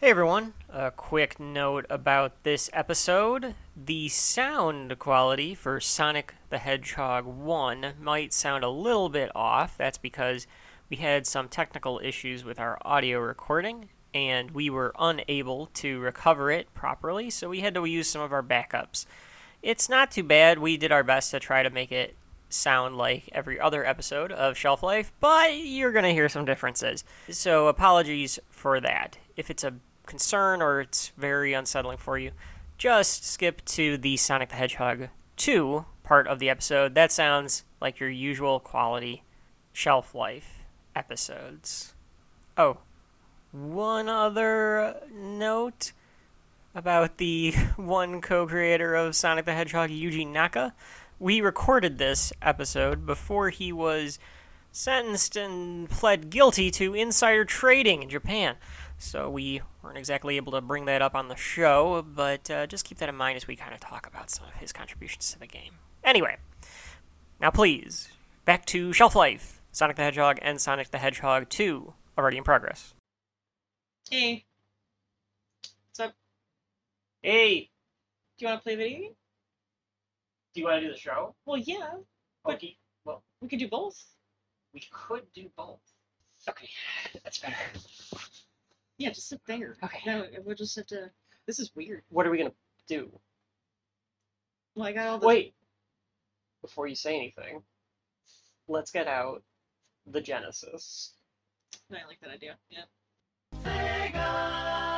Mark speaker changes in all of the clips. Speaker 1: Hey everyone, a quick note about this episode. The sound quality for Sonic the Hedgehog 1 might sound a little bit off. That's because we had some technical issues with our audio recording and we were unable to recover it properly, so we had to use some of our backups. It's not too bad. We did our best to try to make it sound like every other episode of Shelf Life, but you're going to hear some differences. So apologies for that. If it's a concern or it's very unsettling for you, just skip to the Sonic the Hedgehog 2 part of the episode. That sounds like your usual quality Shelf Life episodes. Oh, one other note about the one co-creator of Sonic the Hedgehog, Yuji Naka. We recorded this episode before he was sentenced and pled guilty to insider trading in Japan. So we weren't exactly able to bring that up on the show, but uh, just keep that in mind as we kind of talk about some of his contributions to the game. Anyway, now please, back to Shelf Life, Sonic the Hedgehog and Sonic the Hedgehog 2, already in progress.
Speaker 2: Hey. What's up? Hey. Do you want to play video game?
Speaker 1: Do you want to do the show?
Speaker 2: Well, yeah.
Speaker 1: Okay. Well,
Speaker 2: We could do both.
Speaker 1: we could do both.
Speaker 2: Okay. That's better. Yeah, just sit there. Okay. No, we'll just have to. This is weird.
Speaker 1: What are we gonna do?
Speaker 2: Well, I got all the.
Speaker 1: Wait. Before you say anything, let's get out the Genesis.
Speaker 2: I like that idea. Yeah.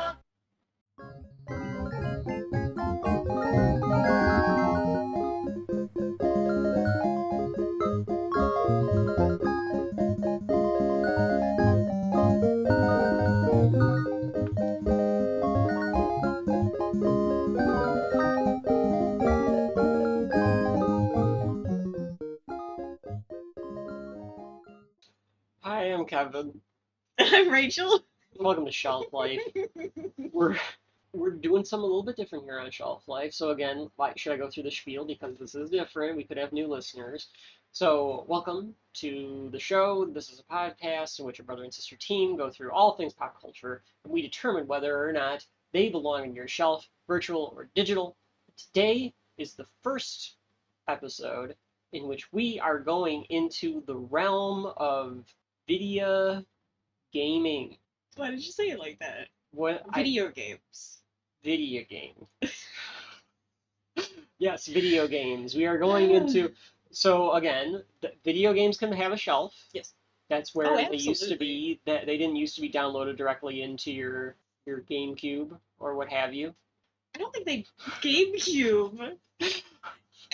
Speaker 1: Hi, I'm Kevin.
Speaker 2: I'm Rachel.
Speaker 1: Welcome to Shelf Life. we're we're doing something a little bit different here on Shelf Life. So again, why should I go through the spiel? Because this is different. We could have new listeners. So welcome to the show. This is a podcast in which a brother and sister team go through all things pop culture, and we determine whether or not they belong in your shelf, virtual or digital. Today is the first episode in which we are going into the realm of video gaming.
Speaker 2: Why did you say it like that?
Speaker 1: What I-
Speaker 2: Video games.
Speaker 1: video game. yes, video games. We are going into. So again, th- video games can have a shelf.
Speaker 2: Yes.
Speaker 1: That's where
Speaker 2: Oh,
Speaker 1: they used to be. That they didn't used to be downloaded directly into your your GameCube or what have you.
Speaker 2: I don't think they GameCube. I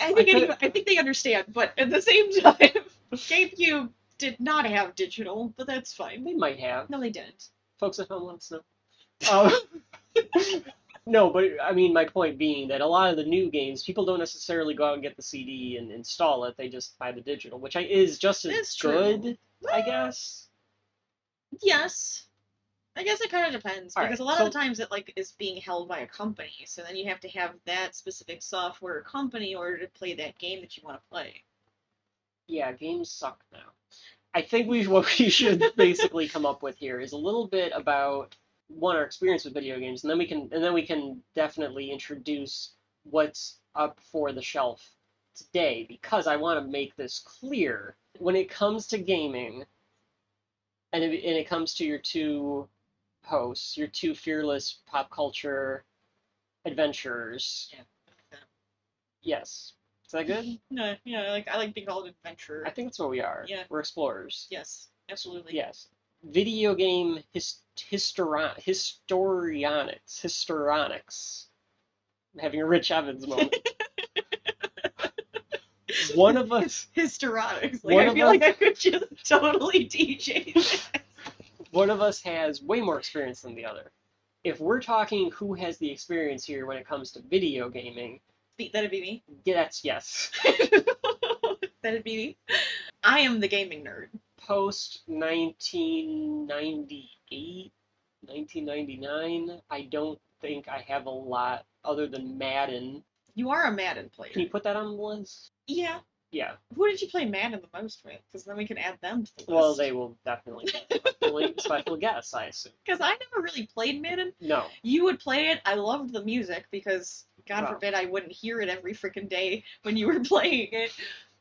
Speaker 1: I
Speaker 2: think any,
Speaker 1: could've-
Speaker 2: I think they understand, but at the same time, GameCube did not have digital, but that's fine.
Speaker 1: They might have.
Speaker 2: No, they didn't.
Speaker 1: Folks at home, let us know. Um, no, but I mean, my point being that a lot of the new games, people don't necessarily go out and get the CD and install it. They just buy the digital, which I, is just as
Speaker 2: That's true.
Speaker 1: good, I
Speaker 2: Well,
Speaker 1: guess.
Speaker 2: Yes. I guess it kind of depends
Speaker 1: All right,
Speaker 2: because a lot
Speaker 1: so-
Speaker 2: of the times it like is being held by a company, so then you have to have that specific software or company in order to play that game that you want to play.
Speaker 1: Yeah, games suck now. I think we what we should basically come up with here is a little bit about one our experience with video games, and then we can and then we can definitely introduce what's up for the shelf today because I want to make this clear when it comes to gaming, and it, and it comes to your two hosts, your two fearless pop culture adventurers.
Speaker 2: Yeah.
Speaker 1: Yes, is that good?
Speaker 2: No, you know, like I like being called adventurer.
Speaker 1: I think that's what we are.
Speaker 2: Yeah.
Speaker 1: We're explorers.
Speaker 2: Yes, absolutely.
Speaker 1: Yes. Video game his, historon, historionics. Historionics. I'm having a Rich Evans moment. One of us,
Speaker 2: Histrionics.
Speaker 1: One
Speaker 2: Like I
Speaker 1: of
Speaker 2: feel
Speaker 1: us-
Speaker 2: like I could just totally DJ that.
Speaker 1: one of us has way more experience than the other. If we're talking who has the experience here when it comes to video gaming,
Speaker 2: Be- That'd be me.
Speaker 1: yeah, that's yes.
Speaker 2: That'd be me. I am the gaming nerd.
Speaker 1: Post 1998, 1999, I don't think I have a lot other than Madden.
Speaker 2: You are a Madden player.
Speaker 1: Can you put that on the list?
Speaker 2: Yeah,
Speaker 1: Yeah.
Speaker 2: Who did you play Madden the most with? Because then we can add them to the list.
Speaker 1: Well, they will definitely get a fully special guest, I assume.
Speaker 2: Because I never really played Madden.
Speaker 1: No.
Speaker 2: You would play it. I loved the music because, God
Speaker 1: Wow.
Speaker 2: forbid, I wouldn't hear it every freaking day when you were playing it.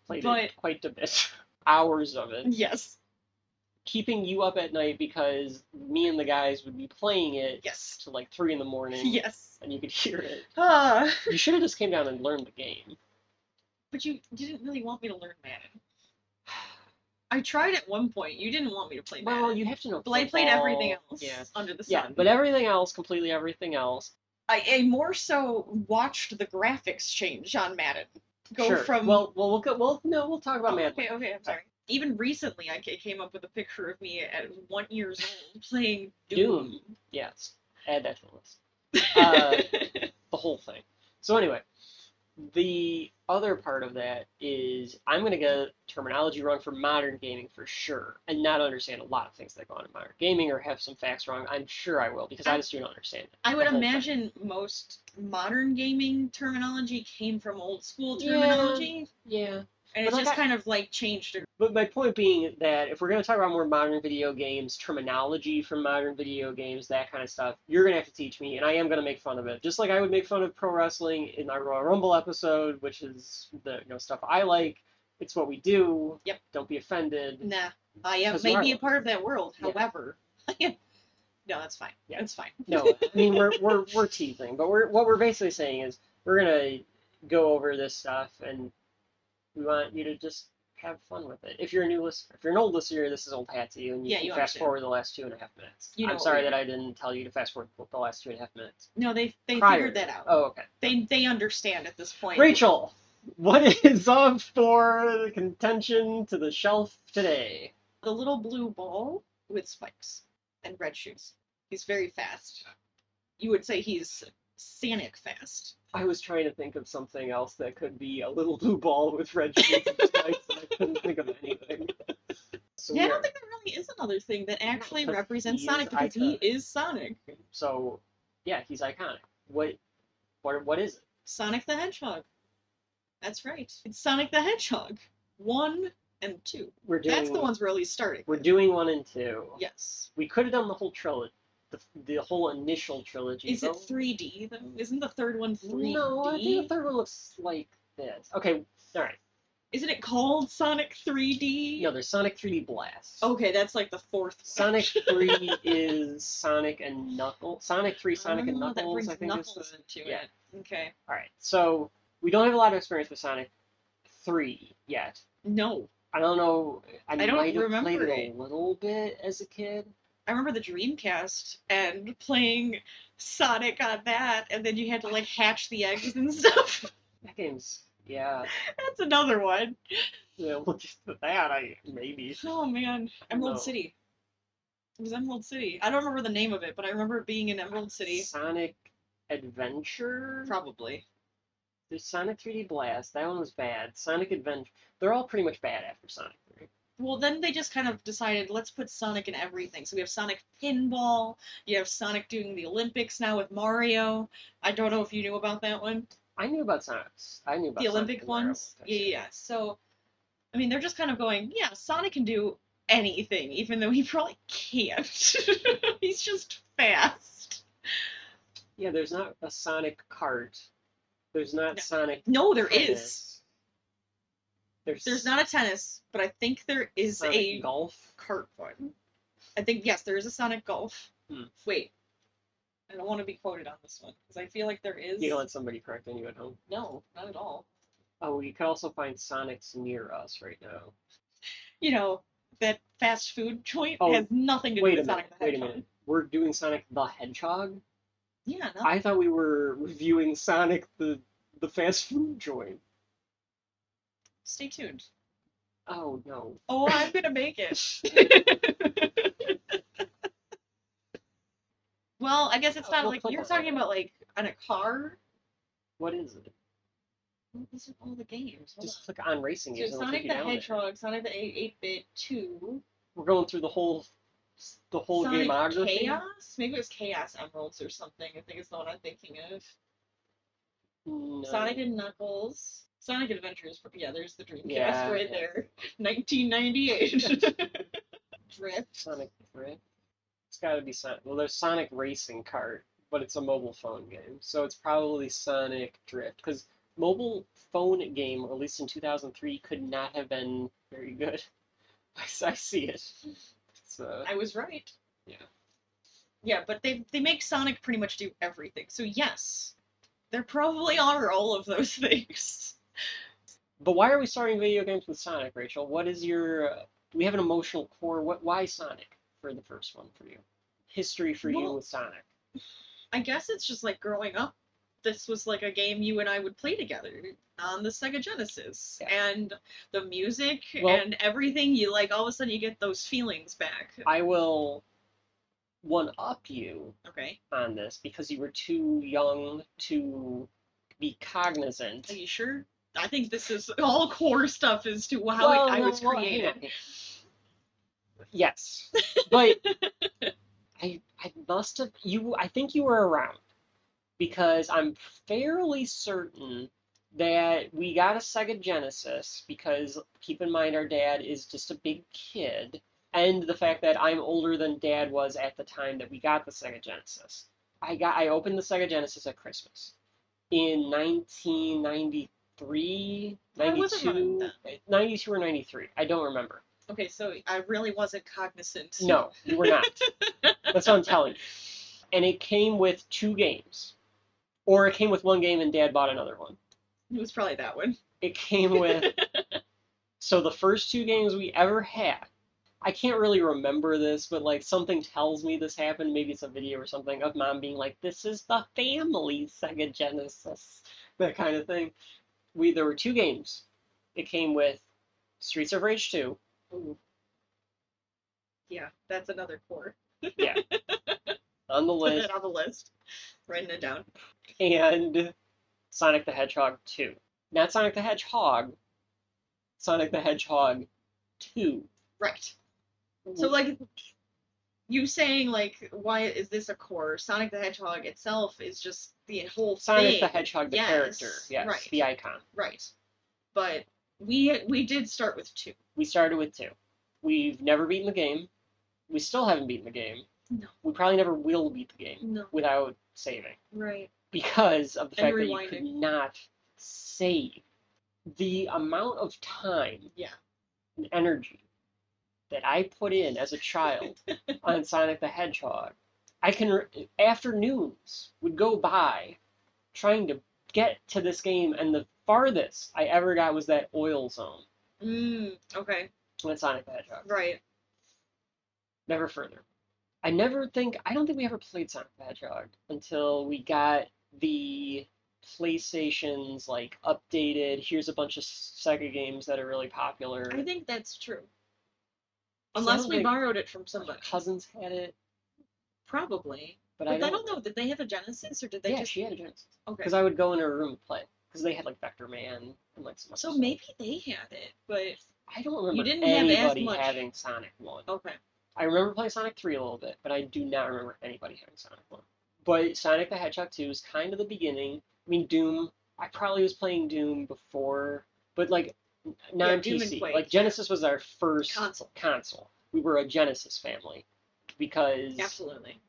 Speaker 1: Played it
Speaker 2: But-
Speaker 1: quite a bit. Hours of it.
Speaker 2: Yes.
Speaker 1: Keeping you up at night because me and the guys would be playing it
Speaker 2: Yes.
Speaker 1: to like three in the morning.
Speaker 2: Yes.
Speaker 1: And you could hear it.
Speaker 2: Ah.
Speaker 1: You should have just came down and learned the game.
Speaker 2: But you didn't really want me to learn Madden. I tried at one point. You didn't want me to play Madden.
Speaker 1: Well, you have to know.
Speaker 2: but I played everything
Speaker 1: football.
Speaker 2: else
Speaker 1: Yeah.
Speaker 2: under the
Speaker 1: Yeah,
Speaker 2: sun.
Speaker 1: but everything else, completely everything else.
Speaker 2: I, I more so watched the graphics change on Madden. Go
Speaker 1: Sure.
Speaker 2: from
Speaker 1: well, well, we'll go. Well, no, we'll talk about Mad
Speaker 2: Oh, okay, okay, I'm sorry. Even recently, I ca- came up with a picture of me at one years old playing Doom.
Speaker 1: Yes, add that to the list. Uh, The whole thing. So anyway, the other part of that is I'm gonna get a terminology wrong for modern gaming for sure, and not understand a lot of things that go on in modern gaming or have some facts wrong. I'm sure I will because I just don't understand it.
Speaker 2: I
Speaker 1: the
Speaker 2: would
Speaker 1: whole thing.
Speaker 2: imagine most modern gaming terminology came from old school
Speaker 1: Yeah.
Speaker 2: terminology,
Speaker 1: Yeah. But
Speaker 2: and it's
Speaker 1: like
Speaker 2: just
Speaker 1: I-
Speaker 2: kind of like changed. a-
Speaker 1: But my point being that if we're going to talk about more modern video games, terminology from modern video games, that kind of stuff, you're going to have to teach me, and I am going to make fun of it. Just like I would make fun of pro wrestling in our Royal Rumble episode, which is the you know stuff I like. It's what we do.
Speaker 2: Yep.
Speaker 1: Don't be offended.
Speaker 2: Nah, I am
Speaker 1: Because you are
Speaker 2: maybe a
Speaker 1: one.
Speaker 2: part of that world.
Speaker 1: Yeah.
Speaker 2: However, no, that's fine.
Speaker 1: Yeah.
Speaker 2: That's fine.
Speaker 1: No, I mean we're we're we're teasing, but we're what we're basically saying is we're going to go over this stuff, and we want you to just have fun with it. If you're a new listener, if you're an old listener, this is old hat to you, and you
Speaker 2: Yeah,
Speaker 1: can
Speaker 2: you
Speaker 1: fast
Speaker 2: understand.
Speaker 1: forward the last two and a half minutes.
Speaker 2: You know
Speaker 1: I'm
Speaker 2: what
Speaker 1: sorry
Speaker 2: we
Speaker 1: that I didn't tell you to fast forward the last two and a half minutes.
Speaker 2: No, they they
Speaker 1: Prior.
Speaker 2: figured that out.
Speaker 1: Oh, okay.
Speaker 2: They they understand at this point.
Speaker 1: Rachel, what is up for the contention to the shelf today?
Speaker 2: the little blue ball with spikes and red shoes. He's very fast. You would say he's Sanic fast.
Speaker 1: I was trying to think of something else that could be a little blue ball with red shoes and spikes, and I couldn't think of anything. So
Speaker 2: Yeah, I
Speaker 1: we are-
Speaker 2: don't think there really is another thing that actually
Speaker 1: because
Speaker 2: represents
Speaker 1: he is
Speaker 2: Sonic because he
Speaker 1: iconic.
Speaker 2: is Sonic.
Speaker 1: So, yeah, he's iconic. What, what, what is it?
Speaker 2: Sonic the Hedgehog. That's right. It's Sonic the Hedgehog. One and two.
Speaker 1: We're doing.
Speaker 2: That's the ones we're really starting.
Speaker 1: We're
Speaker 2: with.
Speaker 1: doing one and two.
Speaker 2: Yes.
Speaker 1: We could have done the whole trilogy, the, the whole initial trilogy.
Speaker 2: Is it
Speaker 1: but-
Speaker 2: 3D though? Isn't the third one 3D?
Speaker 1: No, I think the third one looks like this. Okay, all right.
Speaker 2: Isn't it called Sonic 3D?
Speaker 1: No, there's Sonic 3D Blast.
Speaker 2: Okay, that's like the fourth. one.
Speaker 1: Sonic 3 is Sonic and Knuckles. Sonic 3, Sonic and
Speaker 2: Oh,
Speaker 1: Knuckles.
Speaker 2: That brings
Speaker 1: I think is
Speaker 2: Knuckles
Speaker 1: the-
Speaker 2: into
Speaker 1: yeah.
Speaker 2: it. Okay.
Speaker 1: All right, so we don't have a lot of experience with Sonic 3 yet.
Speaker 2: No,
Speaker 1: I don't know. I,
Speaker 2: don't
Speaker 1: might have played
Speaker 2: remember
Speaker 1: it
Speaker 2: it.
Speaker 1: a little bit as a kid.
Speaker 2: I remember the Dreamcast and playing Sonic on that, and then you had to like hatch the eggs and stuff.
Speaker 1: That game's yeah.
Speaker 2: That's another one.
Speaker 1: yeah look at that. I maybe.
Speaker 2: Oh man, Emerald
Speaker 1: No.
Speaker 2: City. It was Emerald City. I don't remember the name of it, but I remember it being in Emerald City.
Speaker 1: Sonic Adventure.
Speaker 2: Probably.
Speaker 1: There's Sonic 3D Blast. That one was bad. Sonic Adventure. They're all pretty much bad after Sonic 3.
Speaker 2: Well, then they just kind of decided let's put Sonic in everything. So we have Sonic Pinball. You have Sonic doing the Olympics now with Mario. I don't know if you knew about that one.
Speaker 1: I knew about Sonic. I knew about
Speaker 2: the
Speaker 1: Sonic
Speaker 2: Olympic
Speaker 1: and Mario
Speaker 2: ones.
Speaker 1: Olympics.
Speaker 2: Yeah, yeah, yeah. So, I mean, they're just kind of going, yeah, Sonic can do anything, even though he probably can't. He's just fast.
Speaker 1: Yeah, there's not a Sonic Kart. There's not
Speaker 2: No.
Speaker 1: Sonic.
Speaker 2: No, there is.
Speaker 1: tennis. There's
Speaker 2: There's not a tennis, but I think there is
Speaker 1: Sonic
Speaker 2: a
Speaker 1: golf.
Speaker 2: kart one. I think yes, there is a Sonic Golf.
Speaker 1: Hmm.
Speaker 2: Wait, I don't want to be quoted on this one because I feel like there is.
Speaker 1: You don't let somebody correcting you at home.
Speaker 2: No, not at all.
Speaker 1: Oh, you could also find Sonic's near us right now.
Speaker 2: You know that fast food joint
Speaker 1: Oh,
Speaker 2: has nothing to do
Speaker 1: Wait a
Speaker 2: with
Speaker 1: minute.
Speaker 2: Sonic the
Speaker 1: Wait a
Speaker 2: Hedgehog.
Speaker 1: minute. We're doing Sonic the Hedgehog.
Speaker 2: Yeah, no.
Speaker 1: I thought we were reviewing Sonic the the fast food joint.
Speaker 2: Stay tuned.
Speaker 1: Oh no.
Speaker 2: Oh, I'm gonna make it. well, I guess it's
Speaker 1: Oh,
Speaker 2: not
Speaker 1: we'll
Speaker 2: like
Speaker 1: click
Speaker 2: you're
Speaker 1: on
Speaker 2: talking
Speaker 1: that.
Speaker 2: about like on a car.
Speaker 1: What is it?
Speaker 2: Well, These are all the games. Hold
Speaker 1: Just click on racing
Speaker 2: on.
Speaker 1: games.
Speaker 2: So
Speaker 1: and it'll take
Speaker 2: Sonic
Speaker 1: you
Speaker 2: the
Speaker 1: down there.
Speaker 2: Hedgehog, Sonic the Eight Bit Two,
Speaker 1: We're going through the whole the whole
Speaker 2: Sonic
Speaker 1: gameography.
Speaker 2: Chaos. Maybe it was Chaos Emeralds or something. I think it's the one I'm thinking of.
Speaker 1: No.
Speaker 2: Sonic and Knuckles. Sonic Adventures. Yeah, there's the Dreamcast
Speaker 1: Yeah.
Speaker 2: right there. 1998. Drift.
Speaker 1: Sonic Drift. It's got to be Sonic. Well, there's Sonic Racing Kart, but it's a mobile phone game, so it's probably Sonic Drift because mobile phone game released in 2003 could not have been very good. I s- I see it. So
Speaker 2: I was right.
Speaker 1: Yeah.
Speaker 2: Yeah, but they they make Sonic pretty much do everything. So yes, there probably are all of those things.
Speaker 1: But why are we starting video games with Sonic, Rachel? What is your? Uh, we have an emotional core. What? Why Sonic for the first one for you? History for you
Speaker 2: Well-
Speaker 1: with Sonic.
Speaker 2: I guess it's just like growing up, this was like a game you and I would play together on the Sega Genesis. And the music
Speaker 1: Well-
Speaker 2: and everything, you like all of a sudden you get those feelings back.
Speaker 1: I will one up you
Speaker 2: Okay.
Speaker 1: on this because you were too young to be cognizant.
Speaker 2: Are you sure? I think this is all core stuff as to how
Speaker 1: Well,
Speaker 2: it, I
Speaker 1: no,
Speaker 2: was
Speaker 1: well, hang
Speaker 2: created.
Speaker 1: on. Yes, but I I must have you. I think you were around because I'm fairly certain that we got a Sega Genesis because keep in mind our dad is just a big kid and the fact that I'm older than dad was at the time that we got the Sega Genesis. I got I opened the Sega Genesis at Christmas in 1993,
Speaker 2: I wasn't around
Speaker 1: 92, 92 or 93. I don't remember.
Speaker 2: Okay, so I really wasn't cognizant.
Speaker 1: No, you were not. That's what I'm telling you. And it came with two games. Or it came with one game and dad bought another one.
Speaker 2: It was probably that one.
Speaker 1: It came with so the first two games we ever had. I can't really remember this, but like something tells me this happened. Maybe it's a video or something of mom being like, "This is the family Sega Genesis," that kind of thing. We there were two games. It came with Streets of Rage 2
Speaker 2: yeah, that's another core.
Speaker 1: on the
Speaker 2: Put
Speaker 1: list
Speaker 2: that on the list. Writing it down.
Speaker 1: and Sonic the Hedgehog 2. Not Sonic the Hedgehog, Sonic the Hedgehog 2.
Speaker 2: Right. So like you saying like why is this a core? Sonic the Hedgehog itself is just the whole
Speaker 1: Sonic
Speaker 2: thing.
Speaker 1: the Hedgehog, the
Speaker 2: yes,
Speaker 1: character, yes,
Speaker 2: right.
Speaker 1: the icon.
Speaker 2: Right. But we we did start with two.
Speaker 1: We started with 2. We've never beaten the game. We still haven't beaten the game.
Speaker 2: No.
Speaker 1: We probably never will beat the game
Speaker 2: No.
Speaker 1: without saving.
Speaker 2: Right.
Speaker 1: because of the
Speaker 2: And
Speaker 1: fact that you could
Speaker 2: rewinding.
Speaker 1: not save the amount of time
Speaker 2: Yeah.
Speaker 1: and energy that I put in as a child on Sonic the Hedgehog. I can re- afternoons would go by trying to get to this game, and the farthest I ever got was that oil zone
Speaker 2: Mm, okay.
Speaker 1: with Sonic the Hedgehog.
Speaker 2: Right.
Speaker 1: Never further. I never think I don't think we ever played Sonic the Hedgehog until we got the PlayStation's like updated. Here's a bunch of Sega games that are really popular.
Speaker 2: I think that's true.
Speaker 1: I
Speaker 2: Unless
Speaker 1: don't
Speaker 2: we
Speaker 1: think-
Speaker 2: borrowed it from
Speaker 1: my
Speaker 2: somebody.
Speaker 1: cousins had it,
Speaker 2: Probably.
Speaker 1: but,
Speaker 2: But
Speaker 1: I don't.
Speaker 2: know. Did they have a Genesis or did they
Speaker 1: yeah,
Speaker 2: just
Speaker 1: she had a Genesis
Speaker 2: Okay.
Speaker 1: because I would go in her room and play because they had like Vector Man and like some. other
Speaker 2: So
Speaker 1: stuff.
Speaker 2: maybe they had it, but
Speaker 1: I don't remember
Speaker 2: didn't have as
Speaker 1: anybody
Speaker 2: much.
Speaker 1: having Sonic One.
Speaker 2: okay.
Speaker 1: I remember playing Sonic 3 a little bit, but I do not remember anybody having Sonic 1. But Sonic the Hedgehog 2 is kind of the beginning. I mean, Doom, I probably was playing Doom before, but like non
Speaker 2: Doom and
Speaker 1: PC.
Speaker 2: Quake,
Speaker 1: like, Genesis was our first
Speaker 2: Console.
Speaker 1: console. We were a Genesis family because
Speaker 2: Absolutely.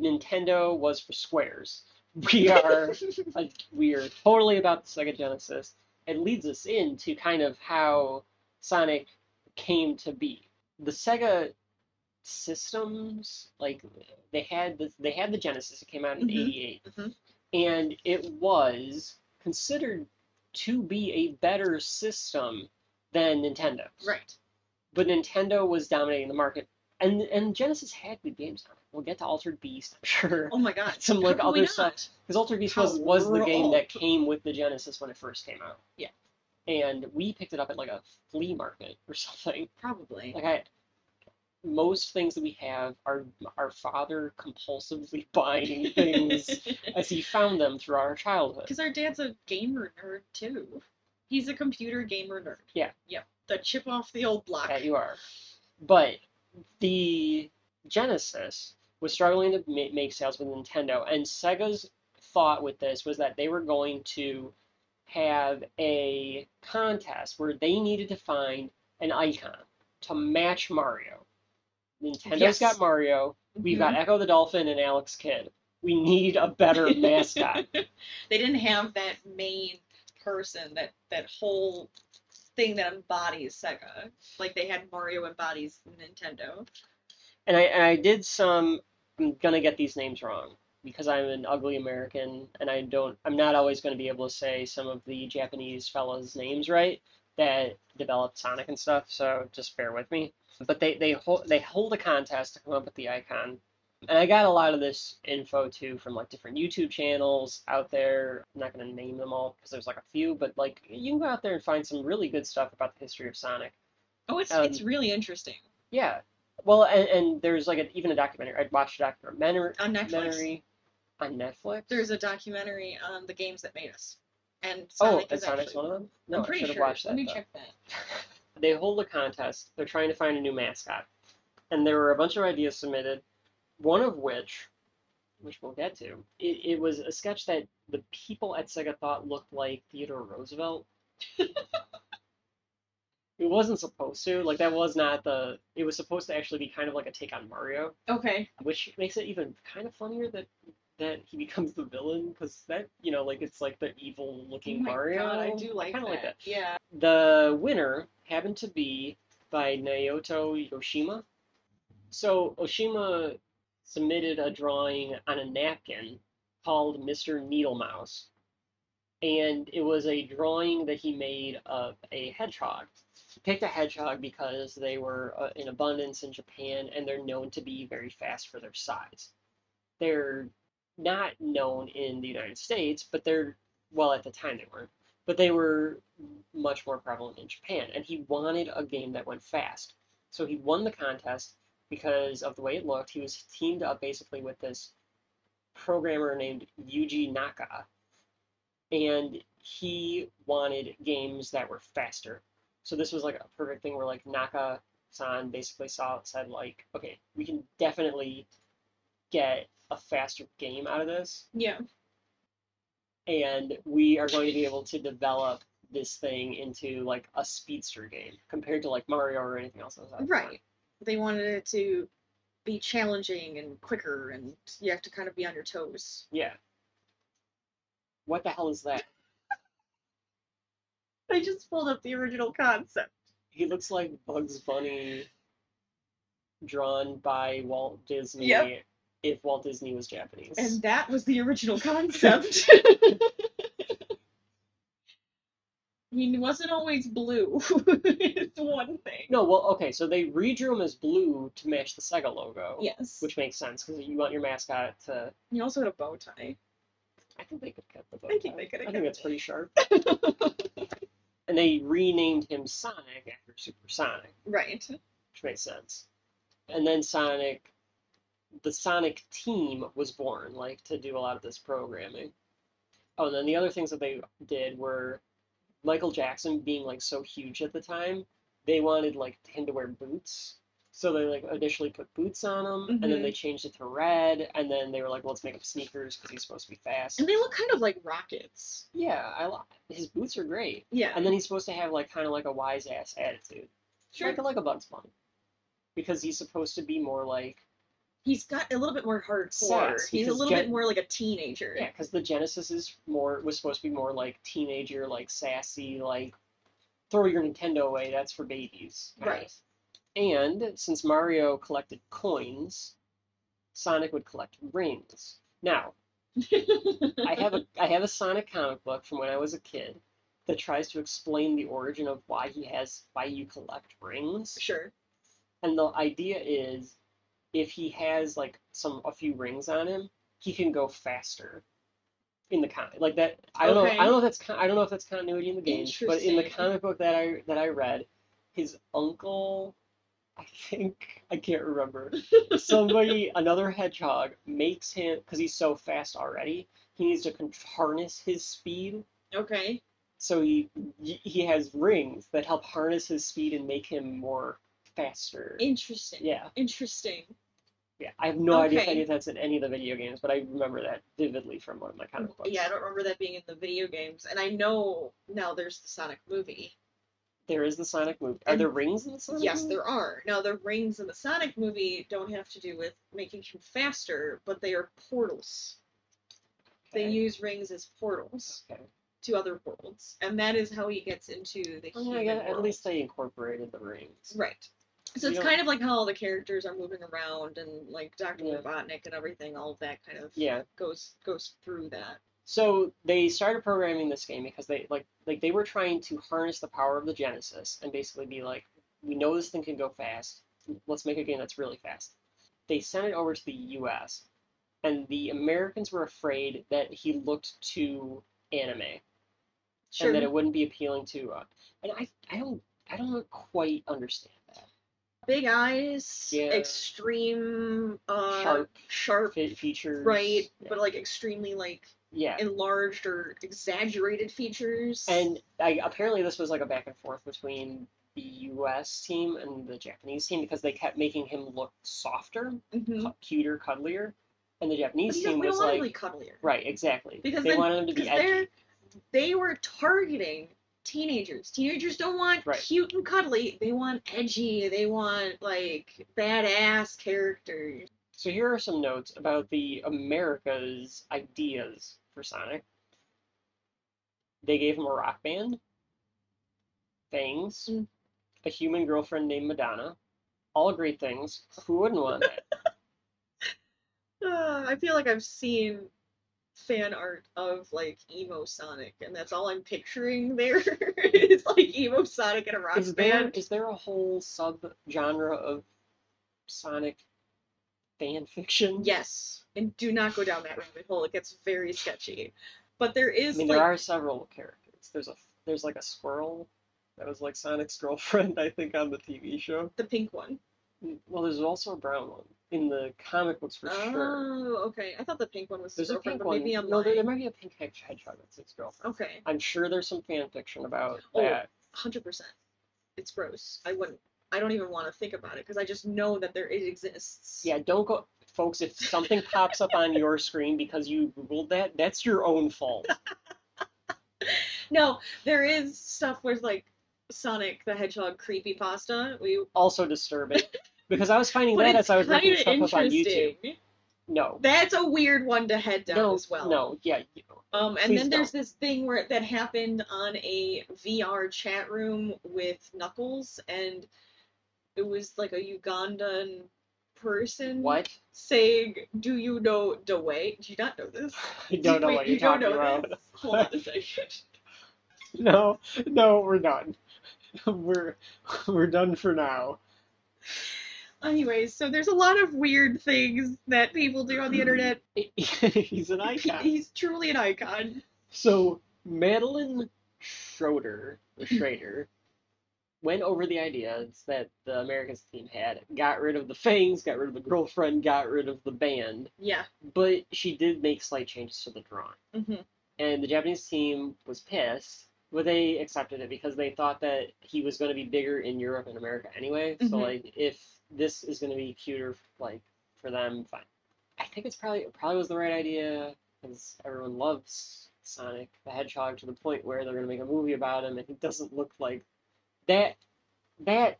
Speaker 1: Nintendo was for squares. We are a, we are totally about the Sega Genesis. It leads us into kind of how Sonic came to be. The Sega systems, like they had the they had the Genesis. It came out in
Speaker 2: Mhm.
Speaker 1: '88,
Speaker 2: Mhm.
Speaker 1: and it was considered to be a better system than Nintendo.
Speaker 2: right.
Speaker 1: But Nintendo was dominating the market, and and Genesis had good games on it. We'll get to Altered Beast, I'm sure.
Speaker 2: Oh my god.
Speaker 1: Some, like,
Speaker 2: How could we
Speaker 1: other stuff.
Speaker 2: not?
Speaker 1: Because Altered Beast
Speaker 2: How
Speaker 1: was, was the game that
Speaker 2: rough.
Speaker 1: came with the Genesis when it first came out.
Speaker 2: Yeah.
Speaker 1: And we picked it up at like a flea market or something.
Speaker 2: Probably.
Speaker 1: Like I, most things that we have are our father compulsively buying things as he found them throughout our childhood.
Speaker 2: Because our dad's a gamer nerd too. He's a computer gamer nerd.
Speaker 1: Yeah.
Speaker 2: Yep. The chip off the old block.
Speaker 1: That you are. But the Genesis was struggling to ma- make sales with Nintendo, and Sega's thought with this was that they were going to have a contest where they needed to find an icon to match Mario. Nintendo's
Speaker 2: Yes.
Speaker 1: got Mario. We've
Speaker 2: Mhm.
Speaker 1: got Echo the Dolphin and Alex Kidd. We need a better mascot.
Speaker 2: they didn't have that main person, that that whole thing that embodies Sega. Like they had Mario embodies Nintendo.
Speaker 1: And I, and I did some. I'm gonna get these names wrong because I'm an ugly American and I don't. I'm not always gonna be able to say some of the Japanese fellas' names right that developed Sonic and stuff. So just bear with me. But they they hold they hold a contest to come up with the icon. And I got a lot of this info too from like different YouTube channels out there. I'm not gonna name them all because there's like a few, but like you can go out there and find some really good stuff about the history of Sonic.
Speaker 2: Oh, it's it's
Speaker 1: Um,
Speaker 2: really interesting.
Speaker 1: Yeah. Well, and, and there's like a, even a documentary. I watched a documentary
Speaker 2: On Netflix?
Speaker 1: documentary on Netflix.
Speaker 2: There's a documentary on the games that made us, and
Speaker 1: oh,
Speaker 2: Sonic
Speaker 1: and
Speaker 2: is
Speaker 1: Sonic's
Speaker 2: actually.
Speaker 1: one of them. No,
Speaker 2: I'm
Speaker 1: I
Speaker 2: pretty
Speaker 1: should have
Speaker 2: sure.
Speaker 1: watched that.
Speaker 2: Let me
Speaker 1: though.
Speaker 2: check that.
Speaker 1: They hold a contest. They're trying to find a new mascot, and there were a bunch of ideas submitted. One of which, which we'll get to, it, it was a sketch that the people at Sega thought looked like Theodore Roosevelt. it wasn't supposed to. Like that was not the. It was supposed to actually be kind of like a take on Mario.
Speaker 2: Okay.
Speaker 1: which makes it even kind of funnier that that he becomes the villain because that you know like it's like the evil looking
Speaker 2: oh my
Speaker 1: Mario.
Speaker 2: God, I do like that.
Speaker 1: kinda like that.
Speaker 2: Yeah.
Speaker 1: The winner happened to be by Naoto Yoshima. So Oshima submitted a drawing on a napkin called Mr. Needle Mouse, and it was a drawing that he made of a hedgehog. He picked a hedgehog because they were uh, in abundance in Japan, and they're known to be very fast for their size. They're not known in the United States, but they're well at the time they weren't, but they were much more prevalent in Japan. And he wanted a game that went fast, so he won the contest because of the way it looked. He was teamed up basically with this programmer named Yuji Naka, and he wanted games that were faster. So this was like a perfect thing where like Naka san basically saw said like, okay, we can definitely get a faster game out of this
Speaker 2: Yeah.
Speaker 1: and we are going to be able to develop this thing into like a speedster game compared to like Mario or anything else. that was out there.
Speaker 2: Right. They wanted it to be challenging and quicker, and you have to kind of be on your toes.
Speaker 1: Yeah. What the hell is that?
Speaker 2: I just pulled up the original concept.
Speaker 1: He looks like Bugs Bunny drawn by Walt Disney
Speaker 2: Yep.
Speaker 1: if Walt Disney was Japanese.
Speaker 2: And that was the original concept. he wasn't always blue. it's one thing.
Speaker 1: no, well, okay, so they redrew him as blue to match the Sega logo,
Speaker 2: Yes.
Speaker 1: which makes sense because you want your mascot to.
Speaker 2: He also had a bow tie.
Speaker 1: I think they could cut the bow
Speaker 2: I think
Speaker 1: tie.
Speaker 2: they could
Speaker 1: I
Speaker 2: have
Speaker 1: think
Speaker 2: kept
Speaker 1: that's
Speaker 2: it.
Speaker 1: pretty sharp. and they renamed him Sonic after Supersonic,
Speaker 2: Right.
Speaker 1: which makes sense. And then Sonic, the Sonic team was born, like to do a lot of this programming. Oh, and then the other things that they did were Michael Jackson being like so huge at the time, they wanted like him to wear boots. So they like initially put boots on him, and then
Speaker 2: Mhm.
Speaker 1: they changed it to red, and then they were like, well, let's make him sneakers because he's supposed to be fast.
Speaker 2: And they look kind of like rockets.
Speaker 1: Yeah, I li- his boots are great.
Speaker 2: Yeah.
Speaker 1: And then he's supposed to have like kind of like a wise ass attitude,
Speaker 2: Sure.
Speaker 1: like like a Bugs Bunny, because he's supposed to be more like
Speaker 2: He's got a little bit more hardcore.
Speaker 1: Sense,
Speaker 2: He's a
Speaker 1: because
Speaker 2: little
Speaker 1: Jet-
Speaker 2: bit more like a teenager.
Speaker 1: yeah, because the Genesis is more was supposed to be more like teenager, like sassy, like throw your Nintendo away, that's for babies. kind of.
Speaker 2: Right.
Speaker 1: And since Mario collected coins, Sonic would collect rings. Now, I have a I have a Sonic comic book from when I was a kid that tries to explain the origin of why he has why you collect rings.
Speaker 2: Sure.
Speaker 1: And the idea is if he has like some a few rings on him, he can go faster in the comic. Like that I don't
Speaker 2: Okay.
Speaker 1: know I don't know if that's con- I don't know if that's continuity in the game, but in the
Speaker 2: Interesting.
Speaker 1: comic book that I that I read, his uncle I think I can't remember somebody, another hedgehog, makes him because he's so fast already. He needs to con- harness his speed,
Speaker 2: Okay.
Speaker 1: so he he has rings that help harness his speed and make him more faster.
Speaker 2: Interesting.
Speaker 1: Yeah,
Speaker 2: Interesting.
Speaker 1: Yeah, I have no idea if
Speaker 2: Okay.
Speaker 1: any of that's in any of the video games, but I remember that vividly from one of my comic books.
Speaker 2: Yeah, I don't remember that being in the video games. And I know now there's the Sonic movie.
Speaker 1: There is the Sonic movie. Are
Speaker 2: And-
Speaker 1: there rings in the Sonic?
Speaker 2: Yes,
Speaker 1: movie?
Speaker 2: there are. Now, the rings in the Sonic movie don't have to do with making him faster, but they are portals. They
Speaker 1: Okay.
Speaker 2: use rings as portals
Speaker 1: Okay.
Speaker 2: to other worlds, and that is how he gets into the
Speaker 1: Well,
Speaker 2: human
Speaker 1: I guess
Speaker 2: world.
Speaker 1: Oh at least they incorporated the rings.
Speaker 2: Right. So
Speaker 1: You
Speaker 2: it's
Speaker 1: don't-
Speaker 2: kind of like how all the characters are moving around, and like Doctor
Speaker 1: Yeah.
Speaker 2: Robotnik and everything. All of that kind of
Speaker 1: Yeah.
Speaker 2: goes goes through that.
Speaker 1: So they started programming this game because they like like they were trying to harness the power of the Genesis and basically be like, we know this thing can go fast. Let's make a game that's really fast. They sent it over to the U.S. and the Americans were afraid that he looked too anime
Speaker 2: Sure.
Speaker 1: and that it wouldn't be appealing to. Uh, and I I don't I don't quite understand that
Speaker 2: Big eyes,
Speaker 1: Yeah.
Speaker 2: extreme, uh,
Speaker 1: Sharp.
Speaker 2: sharp,
Speaker 1: Fe- features.
Speaker 2: right?
Speaker 1: Yeah.
Speaker 2: But like extremely like
Speaker 1: yeah.
Speaker 2: enlarged or exaggerated features.
Speaker 1: And I, apparently, this was like a back and forth between the U.S. team and the Japanese team because they kept making him look softer,
Speaker 2: Mhm.
Speaker 1: cu- cuter, cuddlier, and the Japanese
Speaker 2: but you
Speaker 1: team
Speaker 2: don't, we
Speaker 1: was
Speaker 2: don't want
Speaker 1: like,
Speaker 2: to be cuddlier
Speaker 1: right, exactly.
Speaker 2: because
Speaker 1: they
Speaker 2: then,
Speaker 1: wanted him to
Speaker 2: because
Speaker 1: be edgy.
Speaker 2: they're they were targeting teenagers. Teenagers don't want
Speaker 1: Right.
Speaker 2: cute and cuddly. They want edgy. They want like badass characters.
Speaker 1: So here are some notes about the America's ideas for Sonic. They gave him a rock band, fangs,
Speaker 2: Mm.
Speaker 1: a human girlfriend named Madonna. All great things. Who wouldn't want that?
Speaker 2: Uh, I feel like I've seen fan art of like emo Sonic, and that's all I'm picturing there is like emo Sonic and a rock
Speaker 1: is there
Speaker 2: band.
Speaker 1: is there a whole sub genre of Sonic fan fiction?
Speaker 2: Yes, and do not go down that rabbit hole. It gets very sketchy. But there
Speaker 1: I
Speaker 2: is
Speaker 1: mean
Speaker 2: like
Speaker 1: there are several characters. There's a there's like a squirrel that was like Sonic's girlfriend, I think, on the TV show.
Speaker 2: the pink one.
Speaker 1: Well, there's also a brown one in the comic books for
Speaker 2: oh,
Speaker 1: sure.
Speaker 2: okay. I thought the pink one was his
Speaker 1: There's a
Speaker 2: girlfriend,
Speaker 1: pink
Speaker 2: but
Speaker 1: one.
Speaker 2: maybe I'm
Speaker 1: No, there, there
Speaker 2: lying.
Speaker 1: might be a pink hedge- hedgehog that's his girlfriend.
Speaker 2: Okay.
Speaker 1: I'm sure there's some fan fiction about
Speaker 2: Oh.
Speaker 1: that.
Speaker 2: hundred percent. It's gross. I wouldn't. I don't even want to think about it because I just know that there it exists.
Speaker 1: Yeah, don't go, folks. If something pops up on your screen because you googled that, that's your own fault.
Speaker 2: No, there is stuff with like Sonic the Hedgehog creepy pasta. We.
Speaker 1: also disturbing because I was finding
Speaker 2: but
Speaker 1: that as
Speaker 2: it's
Speaker 1: I was looking
Speaker 2: kinda
Speaker 1: stuff up on YouTube.
Speaker 2: interesting.
Speaker 1: No,
Speaker 2: That's a weird one to head down
Speaker 1: no,
Speaker 2: as well.
Speaker 1: no, yeah, you know,
Speaker 2: Um, and
Speaker 1: Please
Speaker 2: then there's this thing where that happened on a VR chat room with Knuckles, and it was like a Ugandan person
Speaker 1: what?
Speaker 2: saying, "Do you know the way? Do you not know this?"
Speaker 1: I don't know
Speaker 2: Wait,
Speaker 1: what you're
Speaker 2: you don't
Speaker 1: talking
Speaker 2: know
Speaker 1: about.
Speaker 2: this? Hold on a second.
Speaker 1: No, no, we're done. We're we're done for now.
Speaker 2: Anyways, so there's a lot of weird things that people do on the internet.
Speaker 1: He's an
Speaker 2: He-
Speaker 1: icon.
Speaker 2: He's truly an icon.
Speaker 1: So Madeline Schroeder, or Schrader, went over the ideas that the Americans team had, got rid of the fangs, got rid of the girlfriend, got rid of the band,
Speaker 2: Yeah.
Speaker 1: but she did make slight changes to the drawing.
Speaker 2: Mm-hmm.
Speaker 1: and the Japanese team was pissed, but they accepted it because they thought that he was going to be bigger in Europe and America anyway. So
Speaker 2: Mhm.
Speaker 1: like, if this is going to be cuter, like for them, fine. I think it's probably it probably was the right idea because everyone loves Sonic the Hedgehog to the point where they're going to make a movie about him, and he doesn't look like that. That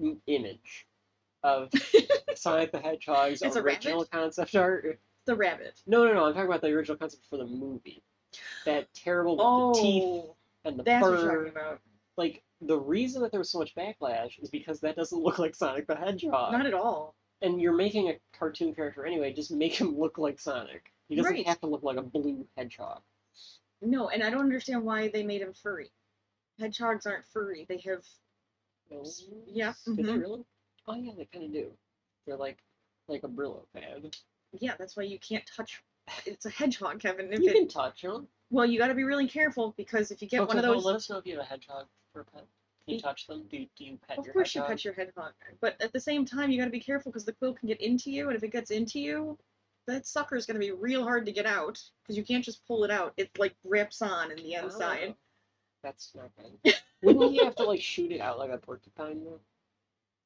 Speaker 1: m- image of Sonic the Hedgehog's
Speaker 2: As a rabbit?
Speaker 1: original concept art
Speaker 2: The rabbit.
Speaker 1: no, no, no. I'm talking about the original concept for the movie. That terrible with the teeth
Speaker 2: Oh,
Speaker 1: and the
Speaker 2: that's what you're talking
Speaker 1: fur.
Speaker 2: about.
Speaker 1: Like the reason that there was so much backlash is because that doesn't look like Sonic the Hedgehog.
Speaker 2: Not at all.
Speaker 1: and you're making a cartoon character anyway. Just make him look like Sonic. He doesn't
Speaker 2: Right.
Speaker 1: have to look like a blue hedgehog.
Speaker 2: No, and I don't understand why they made him furry. Hedgehogs aren't furry. They have. Yeah,
Speaker 1: Do they
Speaker 2: mhm.
Speaker 1: really? Oh yeah, they kind of do. They're like like a Brillo pad.
Speaker 2: Yeah, that's why you can't touch. It's a hedgehog, Kevin. If
Speaker 1: You
Speaker 2: it...
Speaker 1: can touch them.
Speaker 2: Well, you got to be really careful because if you get one of those.
Speaker 1: Let us know if you have a hedgehog for a pet. Can you
Speaker 2: Y-
Speaker 1: touch them? Do, do you pet
Speaker 2: Of
Speaker 1: your
Speaker 2: course you
Speaker 1: hedgehog?
Speaker 2: pet your hedgehog, but at the same time you got to be careful because the quill can get into you, and if it gets into you, that sucker is going to be real hard to get out because you can't just pull it out. It like rips on in the inside.
Speaker 1: Oh, that's not good. Wouldn't he have to like shoot it out like a porcupine though?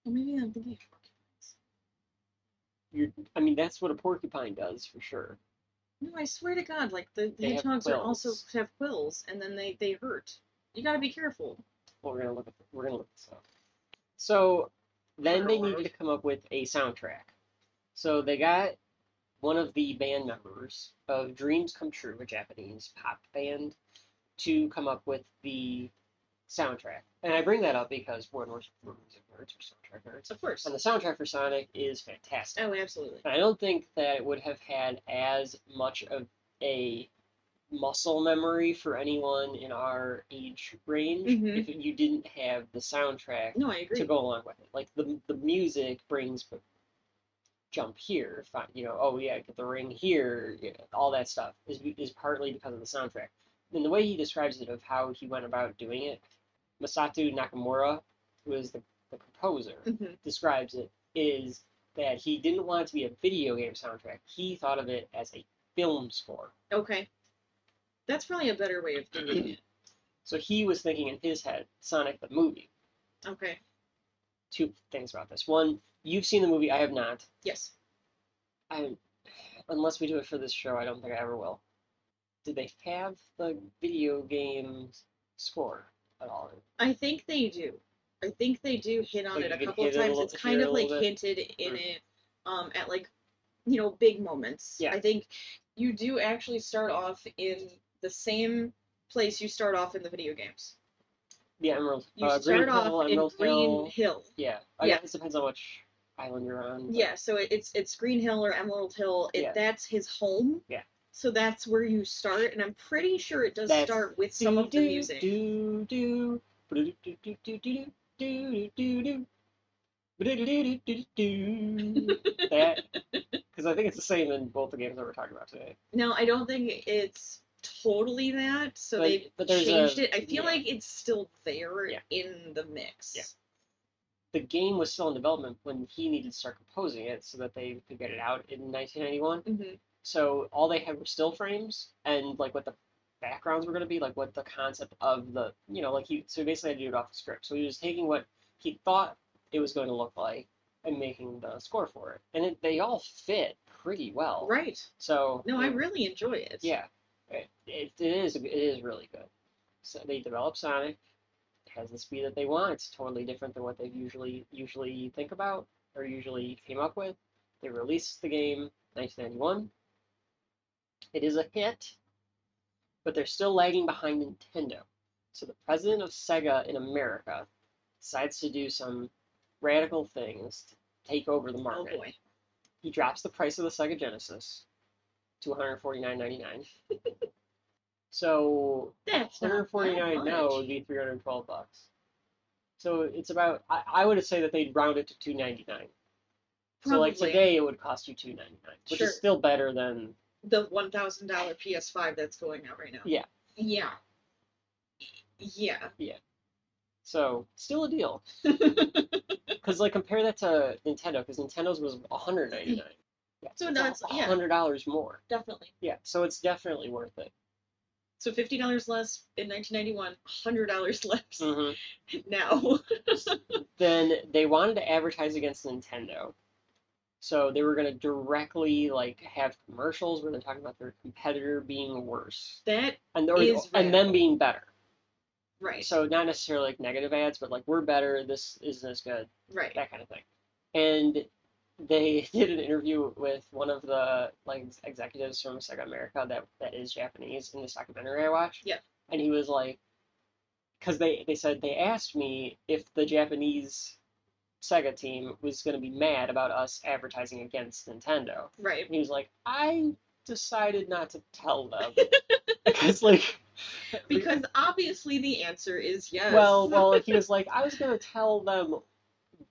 Speaker 2: Well, maybe I'm thinking.
Speaker 1: You're, I mean, that's what a porcupine does for sure.
Speaker 2: No, I swear to God, like the, the
Speaker 1: They have
Speaker 2: hedgehogs are also
Speaker 1: quills.
Speaker 2: have quills, and then they they hurt. You gotta be careful.
Speaker 1: Well, we're gonna look at we're gonna look this up. So then they needed to come up with a soundtrack. So they got one of the band members of Dreams Come True, a Japanese pop band, to come up with the soundtrack. And I bring that up because we're, we're, we're music nerds, we're soundtrack nerds.
Speaker 2: Of course.
Speaker 1: And the soundtrack for Sonic is fantastic.
Speaker 2: Oh, absolutely.
Speaker 1: I don't think that it would have had as much of a muscle memory for anyone in our age range
Speaker 2: Mhm.
Speaker 1: if you didn't have the soundtrack
Speaker 2: No, Mm, I agree.
Speaker 1: to go along with it. Like the the music brings p- jump here, fi- you know, oh yeah, get the ring here, yeah, all that stuff is be- is partly because of the soundtrack. And the way he describes it of how he went about doing it, Masato Nakamura, who is the, the composer,
Speaker 2: Mhm.
Speaker 1: describes it is that he didn't want it to be a video game soundtrack. He thought of it as a film score.
Speaker 2: Okay. That's probably a better way of doing it.
Speaker 1: So he was thinking in his head, Sonic the movie.
Speaker 2: Okay.
Speaker 1: Two things about this. One, you've seen the movie, I have not.
Speaker 2: Yes.
Speaker 1: I unless we do it for this show, I don't think I ever will. Did they have the video game score at all?
Speaker 2: I think they do. I think they do hit on
Speaker 1: Like,
Speaker 2: it
Speaker 1: you
Speaker 2: a
Speaker 1: can
Speaker 2: couple of
Speaker 1: hit it a
Speaker 2: times.
Speaker 1: little-
Speaker 2: It's kind
Speaker 1: hear it
Speaker 2: of
Speaker 1: a
Speaker 2: like
Speaker 1: little bit.
Speaker 2: hinted in
Speaker 1: Mm.
Speaker 2: it um, at like, you know, big moments.
Speaker 1: Yeah.
Speaker 2: I think you do actually start off in the same place you start off in the video games.
Speaker 1: The Emerald
Speaker 2: You
Speaker 1: uh,
Speaker 2: start
Speaker 1: Green
Speaker 2: off
Speaker 1: Hill,
Speaker 2: in
Speaker 1: Emerald
Speaker 2: Green
Speaker 1: Hill.
Speaker 2: Hill.
Speaker 1: Yeah. Oh, yeah.
Speaker 2: Yeah.
Speaker 1: It depends on which island you're on. but-
Speaker 2: Yeah, so it- it's it's Green Hill or Emerald Hill. It,
Speaker 1: Yeah.
Speaker 2: That's his home.
Speaker 1: Yeah.
Speaker 2: So that's where you start, and I'm pretty sure it does
Speaker 1: That's-
Speaker 2: start with some of the
Speaker 1: Do,
Speaker 2: music.
Speaker 1: Do do do do do do do do do do. Ba-do-do-do-do-do-do. That, because I think it's the same in both the games that we're talking about today.
Speaker 2: No, I don't think it's totally that. So
Speaker 1: But-
Speaker 2: they
Speaker 1: but there's
Speaker 2: changed
Speaker 1: a-
Speaker 2: it. I feel
Speaker 1: yeah.
Speaker 2: like it's still there
Speaker 1: Yeah.
Speaker 2: in the mix.
Speaker 1: Yeah. The game was still in development when he needed to start composing it so that they could get it out in 1991.
Speaker 2: hmm
Speaker 1: So all they had were still frames and like what the backgrounds were going to be, like what the concept of the, you know, like he, so he basically had to do it off the script. So he was taking what he thought it was going to look like and making the score for it. And it, they all fit pretty well.
Speaker 2: Right.
Speaker 1: So
Speaker 2: No, I
Speaker 1: it-
Speaker 2: really enjoy it.
Speaker 1: yeah, it, it, it is it is really good. So they develop Sonic. It has the speed that they want. It's totally different than what they've usually usually think about or usually came up with. They released the game 1991. It is a hit, but they're still lagging behind Nintendo. So the president of Sega in America decides to do some radical things to take over the
Speaker 2: Oh
Speaker 1: market
Speaker 2: boy.
Speaker 1: he drops the price of the Sega Genesis to 149.99. so
Speaker 2: That's not
Speaker 1: 149
Speaker 2: that
Speaker 1: now
Speaker 2: much.
Speaker 1: would be 312 bucks. So it's about I, I would say that they'd round it to 299. So like
Speaker 2: Probably.
Speaker 1: today it would cost you 299, which
Speaker 2: Sure.
Speaker 1: is still better than
Speaker 2: The one thousand dollar PS5 that's going out right now.
Speaker 1: Yeah.
Speaker 2: Yeah. Yeah.
Speaker 1: so still a deal. Cuz like compare that to Nintendo cuz Nintendo's was 199. Yeah,
Speaker 2: So
Speaker 1: it's
Speaker 2: that's- yeah.
Speaker 1: $100 more.
Speaker 2: Definitely.
Speaker 1: Yeah, so it's definitely worth it.
Speaker 2: So fifty dollars less in 1991, hundred dollars less
Speaker 1: Mhm.
Speaker 2: now.
Speaker 1: then they wanted to advertise against Nintendo. So they were going to directly like have commercials where they're talking about their competitor being worse
Speaker 2: that
Speaker 1: and or,
Speaker 2: Is
Speaker 1: and them being better.
Speaker 2: right,
Speaker 1: So not necessarily like negative ads, but like we're better, this isn't as good,
Speaker 2: right.
Speaker 1: that kind of thing. And they did an interview with one of the like executives from Sega America that that is Japanese in this documentary I watched.
Speaker 2: Yeah.
Speaker 1: And he was like, because they they said they asked me if the Japanese Sega team was going to be mad about us advertising against Nintendo.
Speaker 2: Right.
Speaker 1: And he was like, I decided not to tell them because like
Speaker 2: Because obviously the answer is yes.
Speaker 1: well, well, he was like, I was gonna tell them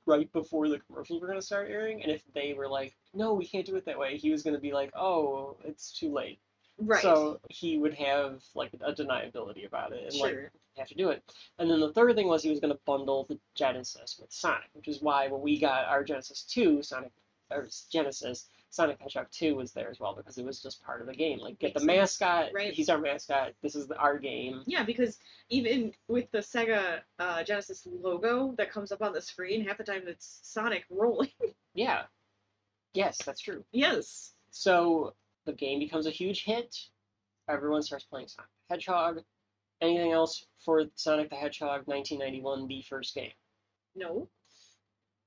Speaker 1: right before the commercials were gonna start airing, and if they were like, no, we can't do it that way, he was gonna be like, oh, it's too late.
Speaker 2: right.
Speaker 1: So he would have like a deniability about it and like
Speaker 2: sure.
Speaker 1: have to do it. And then the third thing was he was gonna bundle the Genesis with Sonic, which is why when we got our Genesis Two, Sonic or Genesis. Sonic Hedgehog 2 was there as well because it was just part of the game. Like, get the
Speaker 2: Makes
Speaker 1: mascot.
Speaker 2: Right.
Speaker 1: He's our mascot. This is the, our game.
Speaker 2: Yeah, because even with the Sega uh, Genesis logo that comes up on the screen, half the time it's Sonic rolling.
Speaker 1: Yeah. Yes, that's true.
Speaker 2: Yes.
Speaker 1: So the game becomes a huge hit. Everyone starts playing Sonic the Hedgehog. Anything else for Sonic the Hedgehog 1991, the first game?
Speaker 2: No.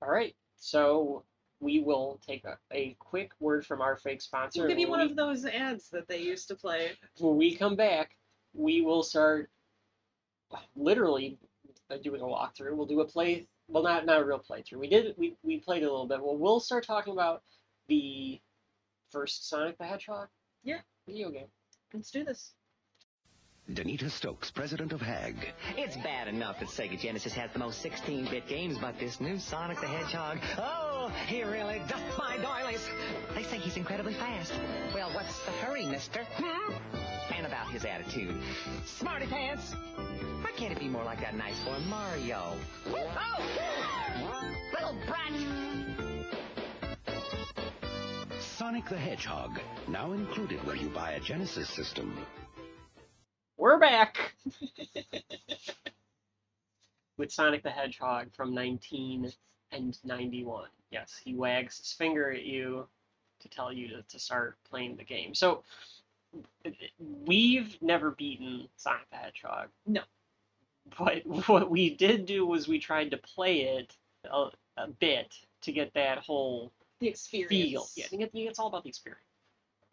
Speaker 1: All right. So we will take a, a quick word from our fake sponsor.
Speaker 2: We'll give you
Speaker 1: When
Speaker 2: one
Speaker 1: we-
Speaker 2: of those ads that they used to play.
Speaker 1: when we come back, we will start literally uh, doing a walkthrough. We'll do a play, well, not not a real playthrough. We did we we played a little bit. Well, we'll start talking about the first Sonic the Hedgehog.
Speaker 2: Yeah.
Speaker 1: Video game.
Speaker 2: Let's do this.
Speaker 3: Danita Stokes, president of HAG.
Speaker 4: It's bad enough that Sega Genesis has the most 16-bit games, but this new Sonic the Hedgehog, oh, he really doth my doilies. They say he's incredibly fast. Well, what's the hurry, mister? Hmm? And about his attitude. Smarty pants! Why can't it be more like that nice boy Mario? Oh! Little brat!
Speaker 3: Sonic the Hedgehog, now included when you buy a Genesis system.
Speaker 1: We're back with Sonic the Hedgehog from 1991. Yes, he wags his finger at you to tell you to, to start playing the game. So we've never beaten Sonic the Hedgehog.
Speaker 2: No.
Speaker 1: But what we did do was we tried to play it a, a bit to get that whole
Speaker 2: The experience.
Speaker 1: feel. Yeah, I think, it, I think it's all about the experience.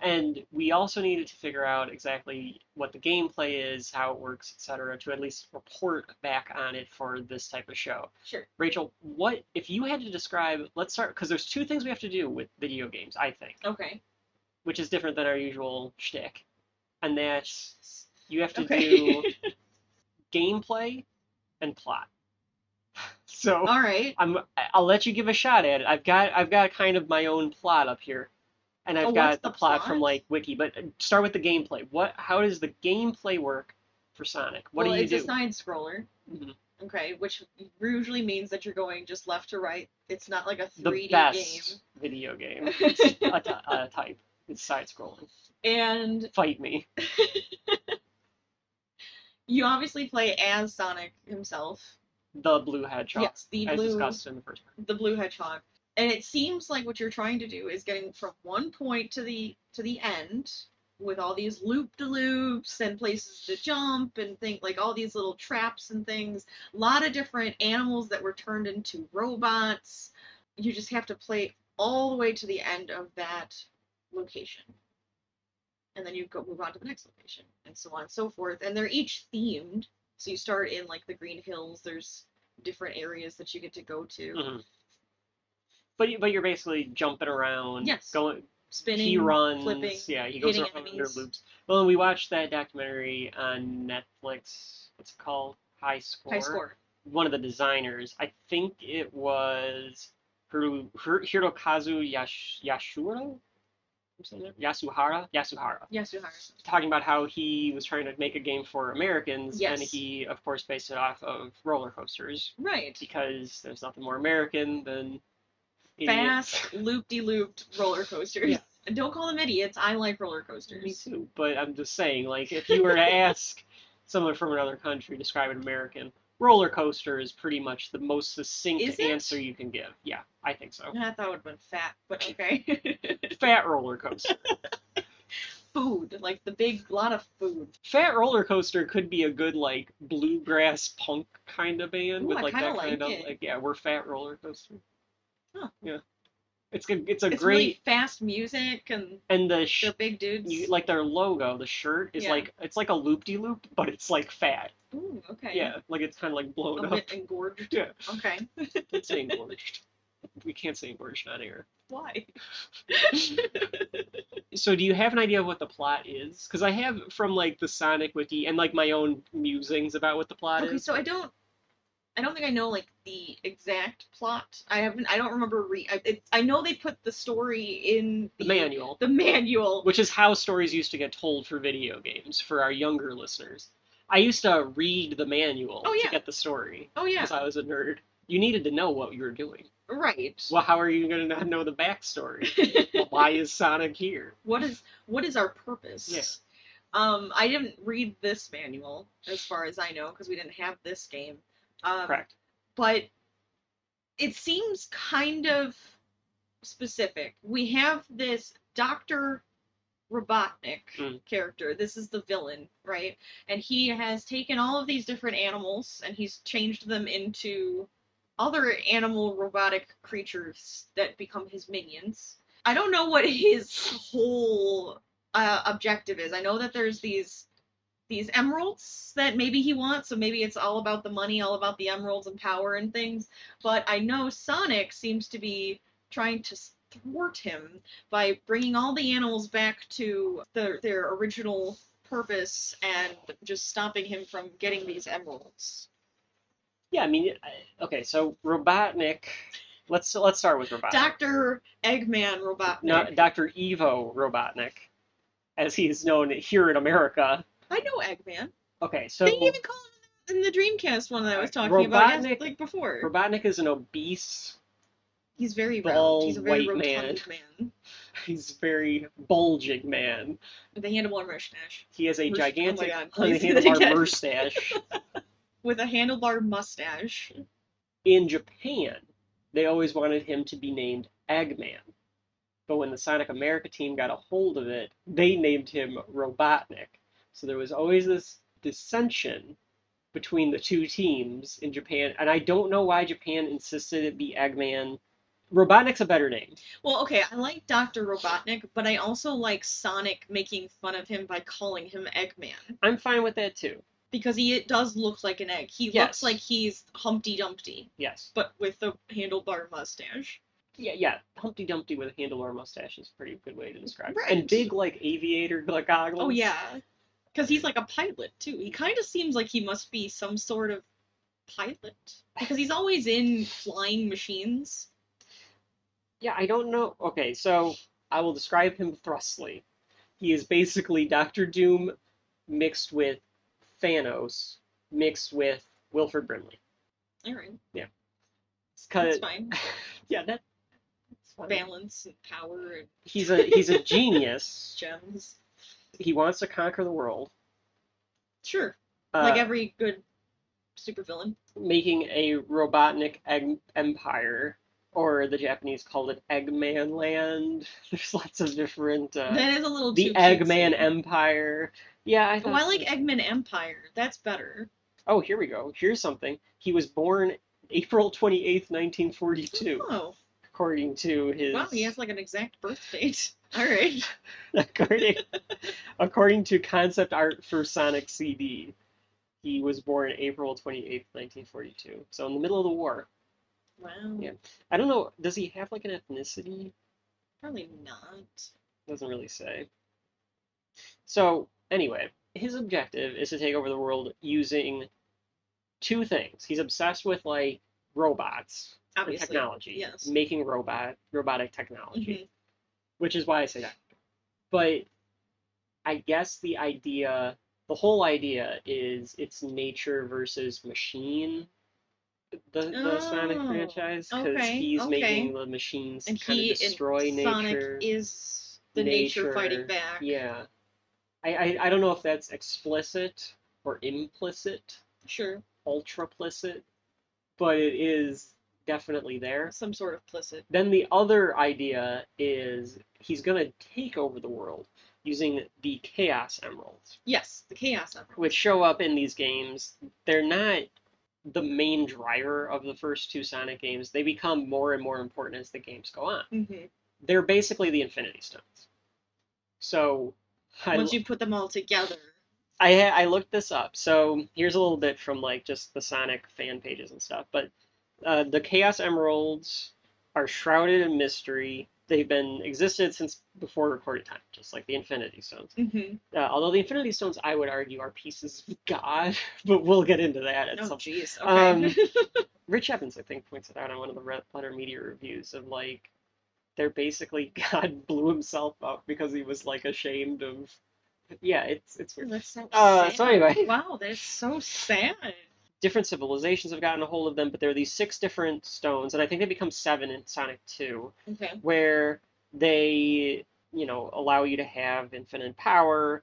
Speaker 1: And we also needed to figure out exactly what the gameplay is, how it works, etc., to at least report back on it for this type of show.
Speaker 2: Sure.
Speaker 1: Rachel, what if you had to describe? Let's start because there's two things we have to do with video games, I think,
Speaker 2: Okay.
Speaker 1: which is different than our usual shtick, and that's you have to do
Speaker 2: Okay.
Speaker 1: gameplay and plot. So
Speaker 2: All right.
Speaker 1: I'm I'll let you give a shot at it. I've got I've got kind of my own plot up here. And I've
Speaker 2: Oh, what's
Speaker 1: got
Speaker 2: the
Speaker 1: the plot,
Speaker 2: plot?
Speaker 1: from like wiki, but start with the gameplay. What how does the gameplay work for Sonic? What
Speaker 2: well,
Speaker 1: do you
Speaker 2: it's
Speaker 1: do?
Speaker 2: a side scroller.
Speaker 1: Mhm.
Speaker 2: Okay, which usually means that you're going just left to right. It's not like a
Speaker 1: the
Speaker 2: 3D
Speaker 1: best video game
Speaker 2: game.
Speaker 1: a t- a type. It's side scrolling.
Speaker 2: and
Speaker 1: Fight me.
Speaker 2: you obviously play as Sonic himself.
Speaker 1: The blue hedgehog.
Speaker 2: Yes, the
Speaker 1: as
Speaker 2: blue
Speaker 1: discussed in the first part.
Speaker 2: the blue hedgehog. And it seems like what you're trying to do is getting from one point to the to the end with all these loop de loops and places to jump and think like all these little traps and things. A lot of different animals that were turned into robots. You just have to play all the way to the end of that location. And then you go move on to the next location and so on and so forth. And they're each themed. So you start in like the Green Hills, there's different areas that you get to go to.
Speaker 1: Mhm. But you- but you're basically jumping around,
Speaker 2: Yes.
Speaker 1: going
Speaker 2: spinning,
Speaker 1: he runs.
Speaker 2: flipping,
Speaker 1: yeah, he goes
Speaker 2: hitting
Speaker 1: around under
Speaker 2: enemies.
Speaker 1: loops. Well, we watched that documentary on Netflix. What's it called? High Score.
Speaker 2: high score.
Speaker 1: One of the designers. I think it was Hiro- Hiro- Hirokazu Yash- Yashura. I'm saying that? Yasuhara. Yasuhara.
Speaker 2: Yes, Yasuhara.
Speaker 1: Talking about how he was trying to make a game for Americans, and
Speaker 2: Yes.
Speaker 1: he, of course, based it off of roller coasters
Speaker 2: Right.
Speaker 1: because there's nothing more American than idiots.
Speaker 2: Fast, loop-de-looped roller coasters.
Speaker 1: Yeah.
Speaker 2: And don't call them idiots. I like roller coasters.
Speaker 1: Me too, but I'm just saying, like, if you were to ask someone from another country to describe an American roller coaster, is pretty much the most succinct
Speaker 2: Is it?
Speaker 1: answer you can give. Yeah, I think so.
Speaker 2: I thought it would have been fat, but okay.
Speaker 1: Fat roller coaster.
Speaker 2: food, like the big lot of food.
Speaker 1: Fat roller coaster could be a good like bluegrass punk kind of band
Speaker 2: Ooh,
Speaker 1: with
Speaker 2: I
Speaker 1: like
Speaker 2: kinda
Speaker 1: that kind
Speaker 2: like
Speaker 1: of
Speaker 2: it.
Speaker 1: like yeah, we're fat roller coaster.
Speaker 2: Huh.
Speaker 1: Yeah, it's good. It's a
Speaker 2: it's
Speaker 1: great
Speaker 2: really fast music, and
Speaker 1: and the sh-
Speaker 2: they're big dudes.
Speaker 1: you, like their logo, the shirt is
Speaker 2: Yeah.
Speaker 1: like it's like a loop de loop, but it's like fat.
Speaker 2: Ooh, okay.
Speaker 1: Yeah, like it's kind of like blown
Speaker 2: A
Speaker 1: up.
Speaker 2: bit engorged.
Speaker 1: Yeah.
Speaker 2: Okay.
Speaker 1: Let's say engorged. we can't say engorged on air.
Speaker 2: Why?
Speaker 1: So, do you have an idea of what the plot is? Because I have from like the Sonic Wiki and like my own musings about what the plot
Speaker 2: okay
Speaker 1: is.
Speaker 2: so i don't i don't think i know like the exact plot i haven't i don't remember re i, it, I know they put the story in
Speaker 1: The manual,
Speaker 2: the manual
Speaker 1: which is how stories used to get told for video games for our younger listeners. I used to read the manual
Speaker 2: Oh, yeah.
Speaker 1: to get the story
Speaker 2: oh yeah
Speaker 1: because I was a nerd. You needed to know what you were doing.
Speaker 2: right
Speaker 1: Well, how are you going to know the backstory? Well, Why is Sonic here?
Speaker 2: what is what is our purpose
Speaker 1: Yeah.
Speaker 2: um i didn't read this manual as far as i know because we didn't have this game um
Speaker 1: Correct.
Speaker 2: but it seems kind of specific. We have this Doctor Robotnik
Speaker 1: Mm.
Speaker 2: character. This is the villain, right? And he has taken all of these different animals and he's changed them into other animal robotic creatures that become his minions. I don't know what his whole uh, objective is. I know that there's these these emeralds that maybe he wants, so maybe it's all about the money, all about the emeralds and power and things. But I know Sonic seems to be trying to thwart him by bringing all the animals back to their their original purpose and just stopping him from getting these emeralds.
Speaker 1: Yeah, I mean, I, okay, so Robotnik. Let's let's start with Robotnik.
Speaker 2: Doctor Eggman Robotnik.
Speaker 1: No, Dr. Evo Robotnik, as he is known here in America.
Speaker 2: I know Eggman.
Speaker 1: Okay, so
Speaker 2: they even call him in the Dreamcast one that I was talking about
Speaker 1: Robotnik-
Speaker 2: like before.
Speaker 1: Robotnik is an obese.
Speaker 2: He's very
Speaker 1: Bald
Speaker 2: round. He's a very
Speaker 1: white
Speaker 2: rotund
Speaker 1: man.
Speaker 2: man.
Speaker 1: He's very bulging man.
Speaker 2: They handle one mustache
Speaker 1: He has a
Speaker 2: Must- oh my
Speaker 1: gigantic
Speaker 2: God, please.
Speaker 1: unhandlebar
Speaker 2: Yes.
Speaker 1: mustache.
Speaker 2: with a handlebar mustache.
Speaker 1: In Japan, they always wanted him to be named Eggman, but when the Sonic America team got a hold of it, they named him Robotnik. So there was always this dissension between the two teams in Japan, and I don't know why Japan insisted it be Eggman. Robotnik's a better name.
Speaker 2: Well, okay, I like Doctor Robotnik, but I also like Sonic making fun of him by calling him Eggman
Speaker 1: I'm fine with that too.
Speaker 2: because he does look like an egg. He
Speaker 1: Yes.
Speaker 2: looks like he's Humpty Dumpty,
Speaker 1: Yes.
Speaker 2: but with a handlebar mustache.
Speaker 1: Yeah, yeah. Humpty Dumpty with a handle or mustache is a pretty good way to describe it. And
Speaker 2: Right.
Speaker 1: big like aviator gl- goggles.
Speaker 2: Oh yeah, because he's like a pilot too. He kind of seems like he must be some sort of pilot because he's always in flying machines.
Speaker 1: Yeah, I don't know. Okay, so I will describe him thrustly. He is basically Doctor Doom mixed with Thanos mixed with Wilford Brimley.
Speaker 2: All right,
Speaker 1: It's
Speaker 2: that's
Speaker 1: kinda-
Speaker 2: fine.
Speaker 1: Yeah, that, that's fine.
Speaker 2: Balance and power and
Speaker 1: He's a he's a genius.
Speaker 2: gems.
Speaker 1: He wants to conquer the world.
Speaker 2: Sure, like
Speaker 1: uh,
Speaker 2: every good supervillain.
Speaker 1: making a Robotnik egg empire, or the Japanese called it Eggman Land. There's lots of different. Uh,
Speaker 2: that is a little
Speaker 1: the
Speaker 2: too
Speaker 1: Eggman
Speaker 2: cutesy.
Speaker 1: Empire. Yeah, I
Speaker 2: Oh,
Speaker 1: thought.
Speaker 2: I like Eggman Empire. That's better.
Speaker 1: Oh, here we go. Here's something. He was born April 28th, 1942,
Speaker 2: Oh,
Speaker 1: according to his.
Speaker 2: wow, he has like an exact birth date. All right.
Speaker 1: according, according to concept art for Sonic CD. He was born April 28th, 1942. So in the middle of the war.
Speaker 2: Wow.
Speaker 1: Yeah. I don't know. Does he have like an ethnicity?
Speaker 2: Probably not.
Speaker 1: doesn't really say. So, anyway, his objective is to take over the world using two things. He's obsessed with like robots and
Speaker 2: Obviously.
Speaker 1: technology,
Speaker 2: yes.
Speaker 1: making robot robotic technology,
Speaker 2: Mhm.
Speaker 1: which is why I say that. But I guess the idea, the whole idea is it's nature versus machine. The, the Sonic
Speaker 2: Oh,
Speaker 1: franchise because
Speaker 2: okay,
Speaker 1: he's
Speaker 2: okay.
Speaker 1: making the machines
Speaker 2: and
Speaker 1: kind of
Speaker 2: he
Speaker 1: destroy
Speaker 2: and
Speaker 1: nature.
Speaker 2: Sonic is the nature,
Speaker 1: Nature,
Speaker 2: fighting back.
Speaker 1: Yeah. I, I, I don't know if that's explicit or implicit,
Speaker 2: Sure,
Speaker 1: ultraplicit, but it is definitely there.
Speaker 2: some sort of plicit.
Speaker 1: Then the other idea is he's going to take over the world using the Chaos Emeralds,
Speaker 2: Yes, the chaos emerald.
Speaker 1: which show up in these games. They're not the main driver of the first two Sonic games, they become more and more important as the games go on.
Speaker 2: hmm
Speaker 1: They're basically the Infinity Stones. So. I
Speaker 2: Once you put them all together,
Speaker 1: I ha- I looked this up. So here's a little bit from like just the Sonic fan pages and stuff. But uh, the Chaos Emeralds are shrouded in mystery. They've been existed since before recorded time, just like the Infinity Stones.
Speaker 2: mm-hmm.
Speaker 1: Uh, although the Infinity Stones, I would argue, are pieces of God, but we'll get into that at
Speaker 2: oh
Speaker 1: some
Speaker 2: jeez,
Speaker 1: Um,
Speaker 2: okay,
Speaker 1: Rich Evans, I think, points it out on one of the Red Letter Media reviews of like they're basically God blew himself up because he was like ashamed of. Yeah, it's it's weird.
Speaker 2: that's so
Speaker 1: uh,
Speaker 2: sad.
Speaker 1: so anyway.
Speaker 2: wow, that's so sad.
Speaker 1: different civilizations have gotten a hold of them, but there are these six different stones, and I think they become seven in Sonic 2,
Speaker 2: Okay,
Speaker 1: where they, you know, allow you to have infinite power.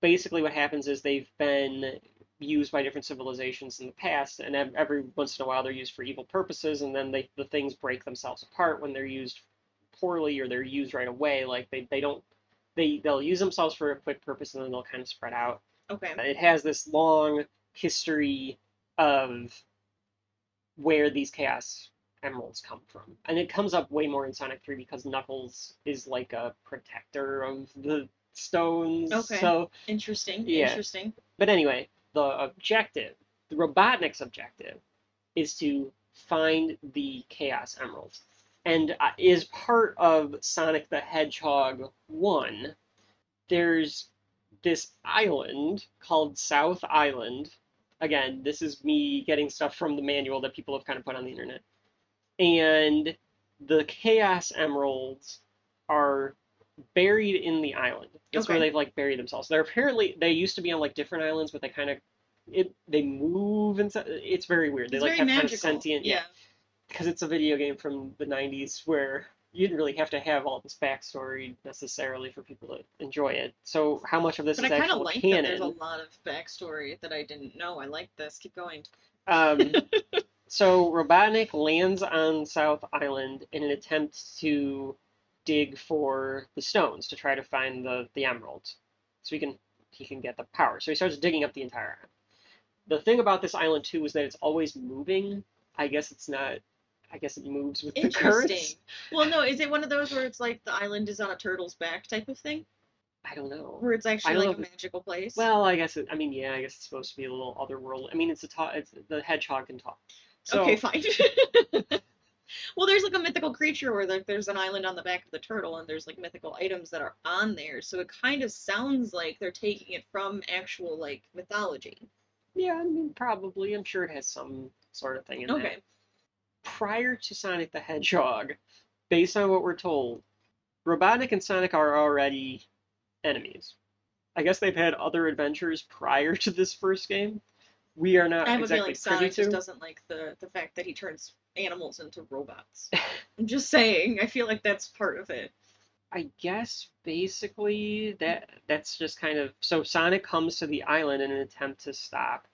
Speaker 1: Basically, what happens is they've been used by different civilizations in the past, and ev- every once in a while they're used for evil purposes, and then they, the things break themselves apart when they're used poorly or they're used right away. Like they, they don't they they'll use themselves for a quick purpose and then they'll kind of spread out.
Speaker 2: Okay.
Speaker 1: It has this long history of where these chaos emeralds come from, and it comes up way more in Sonic Three because Knuckles is like a protector of the stones.
Speaker 2: Okay.
Speaker 1: So
Speaker 2: Interesting.
Speaker 1: Yeah.
Speaker 2: Interesting.
Speaker 1: but anyway, the objective, the Robotnik's objective, is to find the Chaos Emeralds, and uh, is part of Sonic the Hedgehog One. There's this island called South Island. Again, this is me getting stuff from the manual that people have kind of put on the internet, and the Chaos Emeralds are buried in the island. That's where
Speaker 2: Okay.
Speaker 1: they've like buried themselves. They're apparently they used to be on like different islands, but they kind of it they move and so- it's very weird. They
Speaker 2: it's
Speaker 1: like
Speaker 2: very
Speaker 1: have
Speaker 2: magical.
Speaker 1: kind of sentient,
Speaker 2: yeah.
Speaker 1: because it's a video game from the '90s where you didn't really have to have all this backstory necessarily for people to enjoy it. So how much of this
Speaker 2: But I
Speaker 1: is
Speaker 2: kind of
Speaker 1: actual
Speaker 2: like that. There's
Speaker 1: canon?
Speaker 2: a lot of backstory that I didn't know. I like this. Keep going.
Speaker 1: Um, so Robotnik lands on South Island in an attempt to dig for the stones to try to find the the emerald, so he can he can get the power. So he starts digging up the entire island. The thing about this island too is that it's always moving. I guess it's not. I guess it moves with the currents.
Speaker 2: Interesting. Well, no, is it one of those where it's like the island is on a turtle's back type of thing,
Speaker 1: I don't know.
Speaker 2: where it's actually
Speaker 1: don't
Speaker 2: like a
Speaker 1: know if
Speaker 2: magical place?
Speaker 1: Well, I guess it, I mean yeah. I guess it's supposed to be a little otherworldly. I mean it's a ta- it's the hedgehog can talk. So
Speaker 2: okay, fine. well, there's like a mythical creature where like there's an island on the back of the turtle, and there's like mythical items that are on there. So it kind of sounds like they're taking it from actual like mythology.
Speaker 1: yeah, I mean probably I'm sure it has some sort of thing in there.
Speaker 2: Okay.
Speaker 1: prior to Sonic the Hedgehog, based on what we're told, Robotnik and Sonic are already enemies. I guess they've had other adventures prior to this first game. We are not
Speaker 2: I have a
Speaker 1: exactly
Speaker 2: feeling Sonic
Speaker 1: privy
Speaker 2: just
Speaker 1: to.
Speaker 2: doesn't like the the fact that he turns animals into robots. I'm just saying. I feel like that's part of it.
Speaker 1: I guess basically that that's just kind of so Sonic comes to the island in an attempt to stop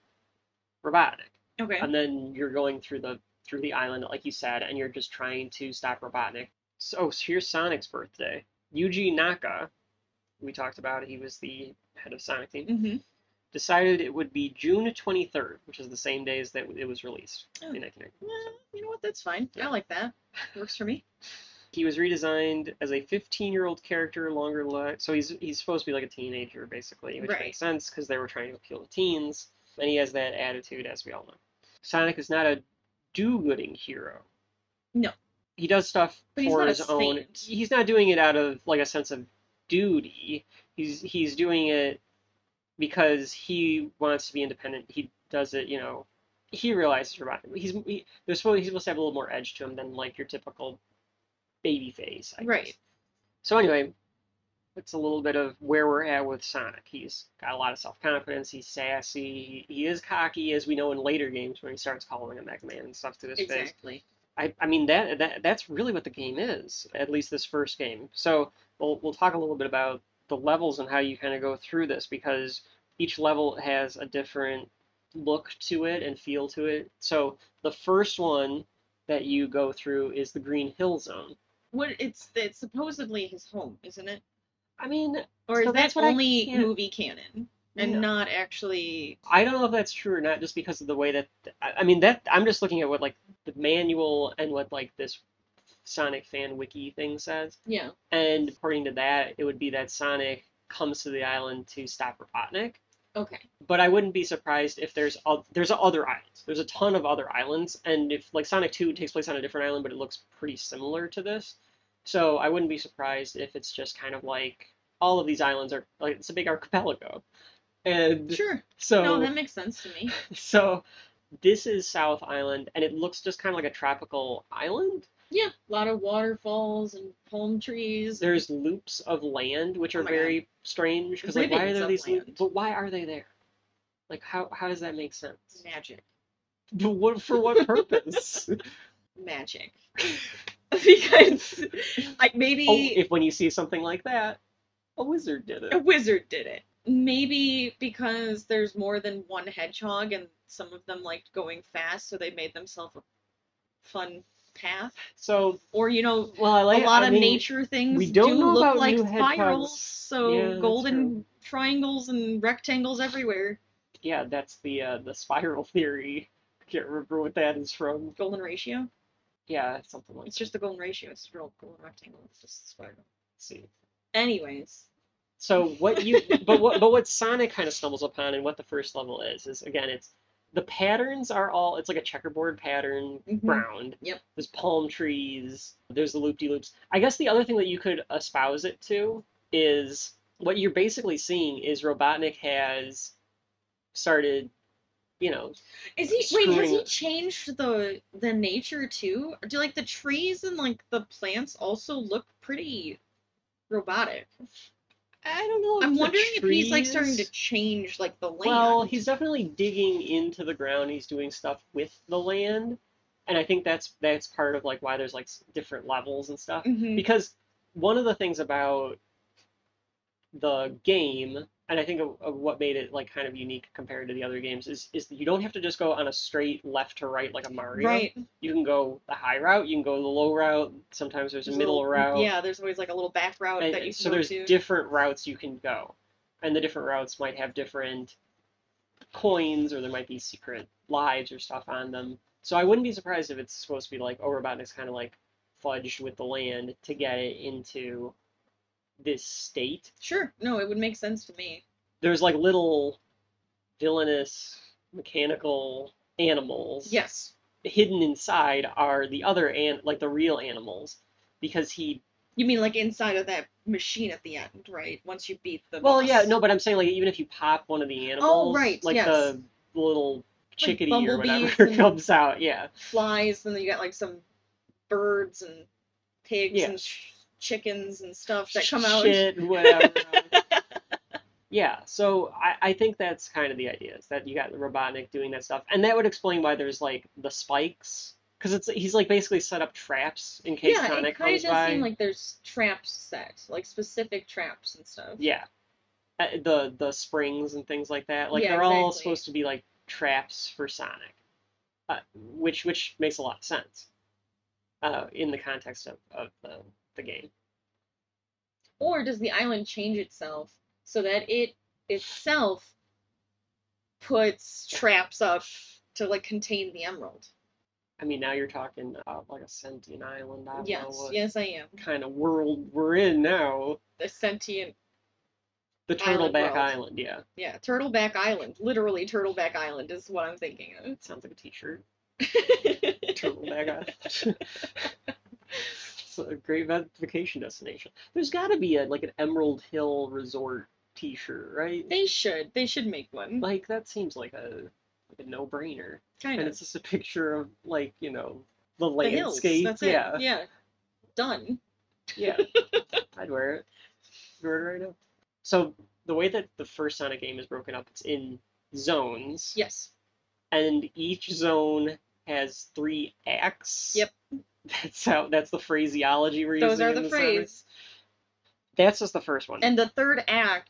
Speaker 1: Robotnik.
Speaker 2: Okay.
Speaker 1: and then you're going through the through the island like you said and you're just trying to stop robotnik so, oh, so here's sonic's birthday yuji naka we talked about he was the head of sonic team
Speaker 2: hmm
Speaker 1: decided it would be june 23rd which is the same days that it was released in
Speaker 2: Oh.
Speaker 1: 1990
Speaker 2: you know what? That's fine. I like that. Works for me.
Speaker 1: he was redesigned as a 15 year old character longer life so he's he's supposed to be like a teenager basically which
Speaker 2: Right.
Speaker 1: makes sense because they were trying to appeal to teens and he has that attitude as we all know sonic is not a do-gooding hero
Speaker 2: No.
Speaker 1: he does stuff
Speaker 2: But he's
Speaker 1: for
Speaker 2: not a
Speaker 1: his own
Speaker 2: saint.
Speaker 1: he's not doing it out of like a sense of duty he's he's doing it because he wants to be independent he does it you know he realizes Robotnik. He's he, they're supposed he's supposed to have a little more edge to him than like your typical baby face. I guess.
Speaker 2: Right.
Speaker 1: So anyway, that's a little bit of where we're at with Sonic. He's got a lot of self confidence. He's sassy. He, he is cocky, as we know in later games when he starts calling him Mega Man and stuff to his face.
Speaker 2: Exactly.
Speaker 1: I, I mean that that that's really what the game is, at least this first game. So we'll we'll talk a little bit about the levels and how you kind of go through this because each level has a different look to it and feel to it. So the first one that you go through is the Green Hill Zone.
Speaker 2: What it's it's supposedly his home, isn't it?
Speaker 1: I mean,
Speaker 2: Or is
Speaker 1: So
Speaker 2: that
Speaker 1: that's what I
Speaker 2: only
Speaker 1: can't-
Speaker 2: movie canon and
Speaker 1: No.
Speaker 2: not actually?
Speaker 1: I don't know if that's true or not, just because of the way that I I mean that I'm just looking at what like the manual and what like this Sonic fan wiki thing says.
Speaker 2: Yeah.
Speaker 1: And according to that, it would be that Sonic comes to the island to stop Robotnik.
Speaker 2: Okay.
Speaker 1: But I wouldn't be surprised if there's oth- there's other islands. There's a ton of other islands, and if like Sonic Two takes place on a different island, but it looks pretty similar to this, so I wouldn't be surprised if it's just kind of like all of these islands are like it's a big archipelago, and
Speaker 2: Sure.
Speaker 1: so
Speaker 2: No, that makes sense to me.
Speaker 1: so this is South Island, and it looks just kind of like a tropical island.
Speaker 2: Yeah. A lot of waterfalls and palm trees.
Speaker 1: There's loops of land which
Speaker 2: Oh
Speaker 1: are
Speaker 2: my God.
Speaker 1: very strange because like why are
Speaker 2: Ribbons
Speaker 1: there
Speaker 2: of
Speaker 1: these loops?
Speaker 2: land.
Speaker 1: But why are they there? Like how how does that make sense?
Speaker 2: magic.
Speaker 1: But what for what purpose? oh,
Speaker 2: Magic. because I maybe
Speaker 1: Oh, if when you see something like that, a wizard did
Speaker 2: a
Speaker 1: it.
Speaker 2: wizard did it. maybe because there's more than one hedgehog and some of them liked going fast, so they made themselves a fun path.
Speaker 1: So,
Speaker 2: Or you know,
Speaker 1: well, I like
Speaker 2: a lot
Speaker 1: I
Speaker 2: of
Speaker 1: mean,
Speaker 2: nature things
Speaker 1: we don't
Speaker 2: do
Speaker 1: know
Speaker 2: look
Speaker 1: about
Speaker 2: like
Speaker 1: new
Speaker 2: spirals,
Speaker 1: hedgehogs.
Speaker 2: so
Speaker 1: Yeah, that's
Speaker 2: golden
Speaker 1: true.
Speaker 2: triangles and rectangles everywhere.
Speaker 1: Yeah, that's the uh, the spiral theory. I can't remember what that is from.
Speaker 2: Golden ratio.
Speaker 1: Yeah, it's something like.
Speaker 2: It's just the golden ratio. It's a real golden rectangle. It's just a spiral.
Speaker 1: Let's see.
Speaker 2: Anyways,
Speaker 1: So what you but what but what Sonic kind of stumbles upon and what the first level is is again it's the patterns are all it's like a checkerboard pattern
Speaker 2: Mhm.
Speaker 1: round.
Speaker 2: Yep.
Speaker 1: There's palm trees. There's the loop de loops. I guess the other thing that you could espouse it to is what you're basically seeing is Robotnik has started, you know,
Speaker 2: is he wait? Has
Speaker 1: Screwing
Speaker 2: he
Speaker 1: it.
Speaker 2: changed the the nature too? Do like the trees and like the plants also look pretty robotic?
Speaker 1: I don't know. if
Speaker 2: I'm
Speaker 1: the
Speaker 2: wondering if he's like starting to
Speaker 1: trees-
Speaker 2: change like the land.
Speaker 1: Well, he's definitely digging into the ground. He's doing stuff with the land, and I think that's that's part of like why there's like s- different levels and stuff.
Speaker 2: Mhm.
Speaker 1: Because one of the things about the game, and I think of, of what made it like kind of unique compared to the other games, is is that you don't have to just go on a straight left to right like a Mario.
Speaker 2: right.
Speaker 1: You can go the high route. You can go the low route. Sometimes there's,
Speaker 2: There's
Speaker 1: a
Speaker 2: a
Speaker 1: middle
Speaker 2: little-
Speaker 1: route.
Speaker 2: Yeah, there's always like a little back route
Speaker 1: And
Speaker 2: that you can
Speaker 1: so
Speaker 2: go
Speaker 1: there's
Speaker 2: to.
Speaker 1: different routes you can go, and the different routes might have different coins, or there might be secret lives or stuff on them. So I wouldn't be surprised if it's supposed to be like Overbotnik's kind of like fudged with the land to get it into this state.
Speaker 2: Sure. No, it would make sense to me.
Speaker 1: There's like little villainous mechanical animals
Speaker 2: Yes.
Speaker 1: hidden inside are the other and like the real animals because he
Speaker 2: You mean like inside of that machine at the end, right? Once you beat the
Speaker 1: Well,
Speaker 2: boss.
Speaker 1: yeah, no, but I'm saying like even if you pop one of the animals,
Speaker 2: Oh, right,
Speaker 1: like
Speaker 2: yes.
Speaker 1: the little chickadee or
Speaker 2: bumblebees
Speaker 1: whatever
Speaker 2: and-
Speaker 1: comes out, yeah,
Speaker 2: Flies, and then you got like some birds and pigs
Speaker 1: Yeah.
Speaker 2: and sh- chickens and stuff that come out.
Speaker 1: shit, and whatever. yeah, so I, I think that's kind of the idea is that you got the Robotnik doing that stuff, and that would explain why there's like the spikes because it's he's like basically set up traps in case
Speaker 2: yeah,
Speaker 1: Sonic
Speaker 2: it kind
Speaker 1: comes
Speaker 2: of does
Speaker 1: by.
Speaker 2: seem like there's traps set, like specific traps and stuff.
Speaker 1: Yeah, uh, the the springs and things like that. Like
Speaker 2: Yeah,
Speaker 1: they're all
Speaker 2: exactly.
Speaker 1: supposed to be like traps for Sonic, uh, which which makes a lot of sense uh, in the context of, of the, the game.
Speaker 2: Or does the island change itself so that it itself puts traps up to like contain the emerald?
Speaker 1: I mean, now you're talking uh, like a sentient island. I don't know
Speaker 2: Yes,
Speaker 1: what
Speaker 2: yes, I am.
Speaker 1: kind of world we're in now.
Speaker 2: The sentient,
Speaker 1: The
Speaker 2: Island
Speaker 1: Turtleback
Speaker 2: world.
Speaker 1: Island, yeah.
Speaker 2: yeah, Turtleback Island. Literally, Turtleback Island is what I'm thinking of.
Speaker 1: It sounds like a t-shirt. Turtleback Island. it's a great va- vacation destination. There's got to be a like an Emerald Hill Resort t-shirt, right?
Speaker 2: they should. They should make one.
Speaker 1: Like that seems like a like a no-brainer.
Speaker 2: kind
Speaker 1: And
Speaker 2: of.
Speaker 1: it's just a picture of like, you know, the
Speaker 2: The hills,
Speaker 1: landscape.
Speaker 2: That's
Speaker 1: yeah.
Speaker 2: It. Yeah. Done.
Speaker 1: Yeah. I'd wear it. Wear it right up. So the way that the first Sonic game is broken up, it's in zones.
Speaker 2: Yes.
Speaker 1: And each zone has three acts.
Speaker 2: Yep.
Speaker 1: That's how that's the phraseology we're
Speaker 2: Those
Speaker 1: using
Speaker 2: are
Speaker 1: in
Speaker 2: the
Speaker 1: Sonic.
Speaker 2: phrase.
Speaker 1: That's just the first one.
Speaker 2: And the third act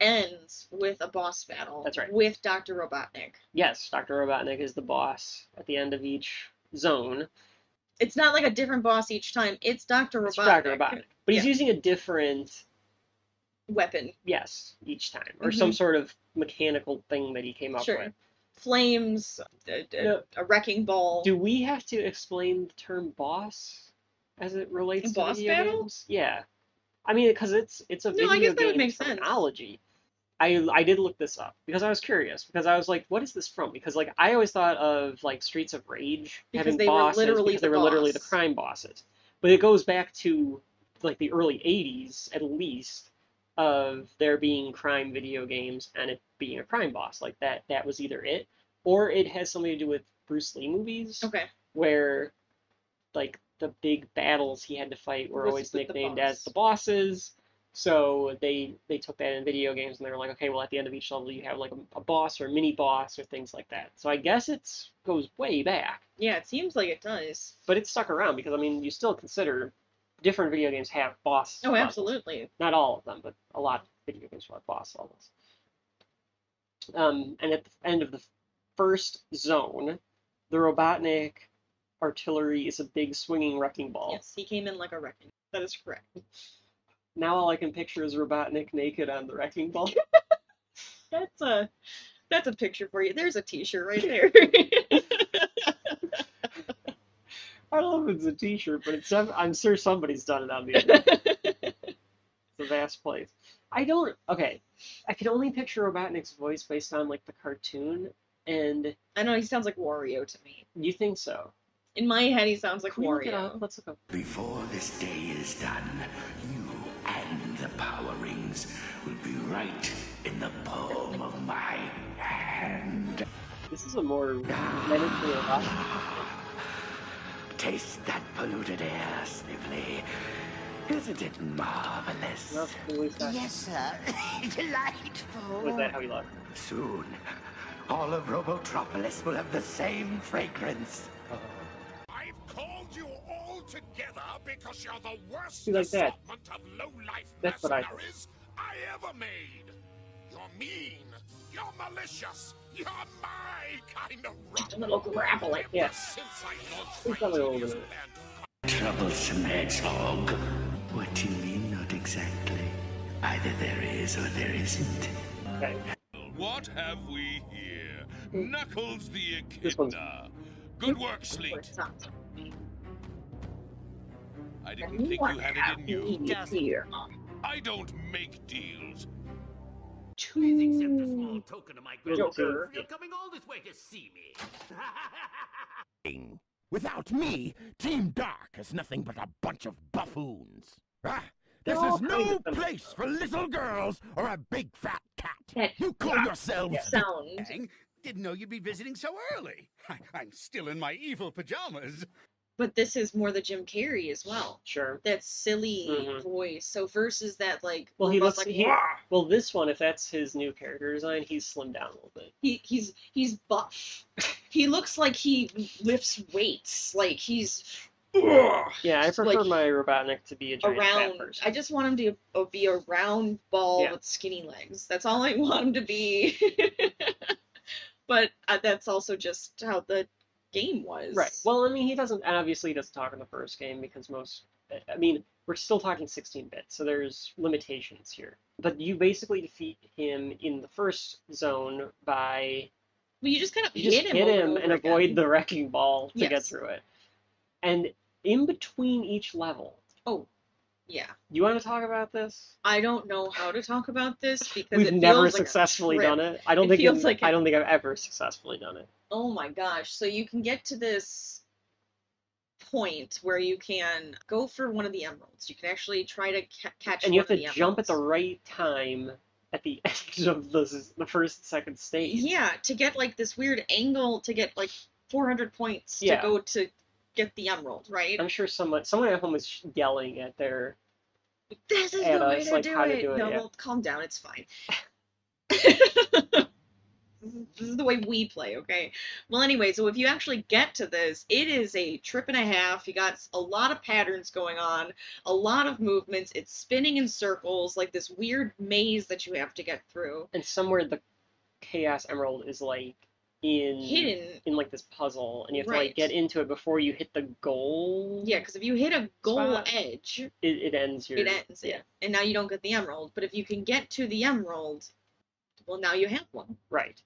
Speaker 2: ends with a boss battle.
Speaker 1: That's right.
Speaker 2: With Dr. Robotnik.
Speaker 1: yes, Dr. Robotnik is the boss at the end of each zone.
Speaker 2: It's not like a different boss each time. It's Dr. Robotnik.
Speaker 1: It's Dr. Robotnik. But he's
Speaker 2: Yeah.
Speaker 1: using a different
Speaker 2: Weapon.
Speaker 1: Yes, each time, or some sort of mechanical thing that he came up
Speaker 2: Mm-hmm. Sure.
Speaker 1: with.
Speaker 2: Flames, a, a-
Speaker 1: No.
Speaker 2: a wrecking ball.
Speaker 1: Do we have to explain the term boss as it relates to
Speaker 2: Boss
Speaker 1: video
Speaker 2: battle?
Speaker 1: games? Yeah, I mean, because it's it's a
Speaker 2: No,
Speaker 1: video
Speaker 2: I guess that would
Speaker 1: game
Speaker 2: make sense.
Speaker 1: terminology. I I did look this up because I was curious because I was like, what is this from? Because like I always thought of like Streets of Rage
Speaker 2: Because
Speaker 1: having
Speaker 2: they were
Speaker 1: bosses
Speaker 2: literally
Speaker 1: because
Speaker 2: the
Speaker 1: they were literally the
Speaker 2: boss.
Speaker 1: crime bosses, but it goes back to like the early '80s at least of there being crime video games and it being a crime boss like that that was either it or it has something to do with Bruce Lee movies
Speaker 2: okay.
Speaker 1: where like the big battles he had to fight were
Speaker 2: Was
Speaker 1: always
Speaker 2: with the
Speaker 1: nicknamed
Speaker 2: boss.
Speaker 1: as the bosses. So they they took that in video games and they were like, okay, well at the end of each level you have like a, a boss or a mini boss or things like that. So I guess it's goes way back,
Speaker 2: Yeah, it seems like it does.
Speaker 1: but it's stuck around because I mean you still consider different video games have boss.
Speaker 2: Oh,
Speaker 1: levels.
Speaker 2: absolutely.
Speaker 1: Not all of them, but a lot of video games will have boss levels. Um, and at the end of the first zone, the Robotnik artillery is a big swinging wrecking ball.
Speaker 2: Yes, he came in like a wrecking. That is correct.
Speaker 1: Now all I can picture is Robotnik naked on the wrecking ball.
Speaker 2: That's a that's a picture for you. There's a T-shirt right there.
Speaker 1: I don't know if it's a T-shirt, but it's def- I'm sure somebody's done it on the internet. It's a vast place. I don't. Okay, I can only picture Robotnik's voice based on like the cartoon, and
Speaker 2: I know he sounds like Wario to me.
Speaker 1: you think so?
Speaker 2: In my head, he sounds like
Speaker 1: Can we look it up?
Speaker 2: Wario.
Speaker 1: Let's look up.
Speaker 4: Before this day is done, you and the power rings will be right in the palm of my hand.
Speaker 1: This is a more medically elaborate.
Speaker 4: Taste that polluted air, Snivelly. Isn't it marvelous?
Speaker 1: That's really sad.
Speaker 5: sir. Delightful.
Speaker 1: Was that how he looked?
Speaker 4: Soon, all of Robotropolis will have the same fragrance.
Speaker 6: I've called you all together because you're the worst
Speaker 1: You like that?
Speaker 6: assortment of low-life
Speaker 1: That's what I thought.
Speaker 6: mercenaries I ever made. You're mean. You're malicious. You're my kind of
Speaker 2: Just a little grapple it.
Speaker 1: Yeah.
Speaker 6: since I launched
Speaker 1: He's
Speaker 6: my
Speaker 1: probably older
Speaker 6: genius
Speaker 1: than that.
Speaker 6: plan
Speaker 4: Troublesome hedgehog. What do you mean, not exactly? Either there is or there isn't.
Speaker 1: Okay.
Speaker 6: What have we here?
Speaker 2: Hmm.
Speaker 6: Knuckles the
Speaker 1: This one's-
Speaker 6: Echidna. Good work, Sleet. I didn't think you had it in you.
Speaker 2: Here.
Speaker 6: I don't make deals.
Speaker 7: Please
Speaker 2: Hmm.
Speaker 7: accept a small token of my
Speaker 1: Joker.
Speaker 7: gratitude for your coming all this way to see me.
Speaker 8: Without me, Team Dark is nothing but a bunch of buffoons. Ah,
Speaker 1: They're
Speaker 8: this
Speaker 1: all
Speaker 8: is
Speaker 1: kind
Speaker 8: no
Speaker 1: of them.
Speaker 8: place for little girls or a big fat cat.
Speaker 2: That-
Speaker 8: You call yourselves
Speaker 2: Sound.
Speaker 8: Gang?
Speaker 7: Didn't know you'd be visiting so early. I'm still in my evil pajamas.
Speaker 2: But this is more the Jim Carrey as well.
Speaker 1: Sure.
Speaker 2: That silly
Speaker 1: Mhm.
Speaker 2: voice. So versus that like.
Speaker 1: Well, he
Speaker 2: robot,
Speaker 1: looks.
Speaker 2: like,
Speaker 1: He,
Speaker 2: "Rah!"
Speaker 1: well, this one, if that's his new character design, he's slimmed down a little bit.
Speaker 2: He he's he's buff. he looks like he lifts weights. Like he's. Ugh.
Speaker 1: Yeah, I
Speaker 2: Like,
Speaker 1: prefer my Robotnik to be a giant fat
Speaker 2: around.
Speaker 1: person.
Speaker 2: I just want him to uh, be a round ball
Speaker 1: Yeah.
Speaker 2: with skinny legs. That's all I want him to be. but uh, that's also just how the game was.
Speaker 1: Right. Well, I mean, he doesn't. And obviously, he doesn't talk in the first game because most. I mean, we're still talking 16 bit, so there's limitations here. But you basically defeat him in the first zone by
Speaker 2: Well, you just kind of
Speaker 1: you just
Speaker 2: hit him, over
Speaker 1: and,
Speaker 2: over again.
Speaker 1: avoid the wrecking ball to get
Speaker 2: Yes.
Speaker 1: through it. And in between each level,
Speaker 2: Oh, yeah.
Speaker 1: you want to talk about this?
Speaker 2: I don't know how to talk about this because
Speaker 1: We've
Speaker 2: it
Speaker 1: never
Speaker 2: feels
Speaker 1: successfully
Speaker 2: like a
Speaker 1: done it. I don't
Speaker 2: It
Speaker 1: think
Speaker 2: feels
Speaker 1: I've-
Speaker 2: like
Speaker 1: I
Speaker 2: a-
Speaker 1: don't think I've ever successfully done it.
Speaker 2: Oh my gosh! So you can get to this point where you can go for one of the emeralds. You can actually try to ca- catch.
Speaker 1: and you
Speaker 2: one
Speaker 1: have to
Speaker 2: of the
Speaker 1: jump at the
Speaker 2: emeralds.
Speaker 1: right time at the end of the the first and second stage.
Speaker 2: Yeah, to get like this weird angle to get like 400 points to
Speaker 1: Yeah.
Speaker 2: go to get the emerald, right?
Speaker 1: I'm sure someone someone at home is yelling at their
Speaker 2: This is
Speaker 1: Yeah,
Speaker 2: the way
Speaker 1: it's
Speaker 2: to,
Speaker 1: like
Speaker 2: do,
Speaker 1: how
Speaker 2: it.
Speaker 1: to do it,
Speaker 2: No,
Speaker 1: yeah.
Speaker 2: well, calm down. It's fine. this is the way we play, okay? Well, anyway, so if you actually get to this, it is a trip and a half. You got a lot of patterns going on, a lot of movements. It's spinning in circles, like this weird maze that you have to get through.
Speaker 1: and somewhere the chaos emerald is like in
Speaker 2: Hidden.
Speaker 1: in like this puzzle and you have to
Speaker 2: Right.
Speaker 1: like get into it before you hit the goal.
Speaker 2: Yeah, because if you hit a goal
Speaker 1: Spot.
Speaker 2: edge,
Speaker 1: It, it ends your
Speaker 2: it ends
Speaker 1: yeah.
Speaker 2: it. And now you don't get the emerald. But if you can get to the emerald, well, now you have one.
Speaker 1: Right.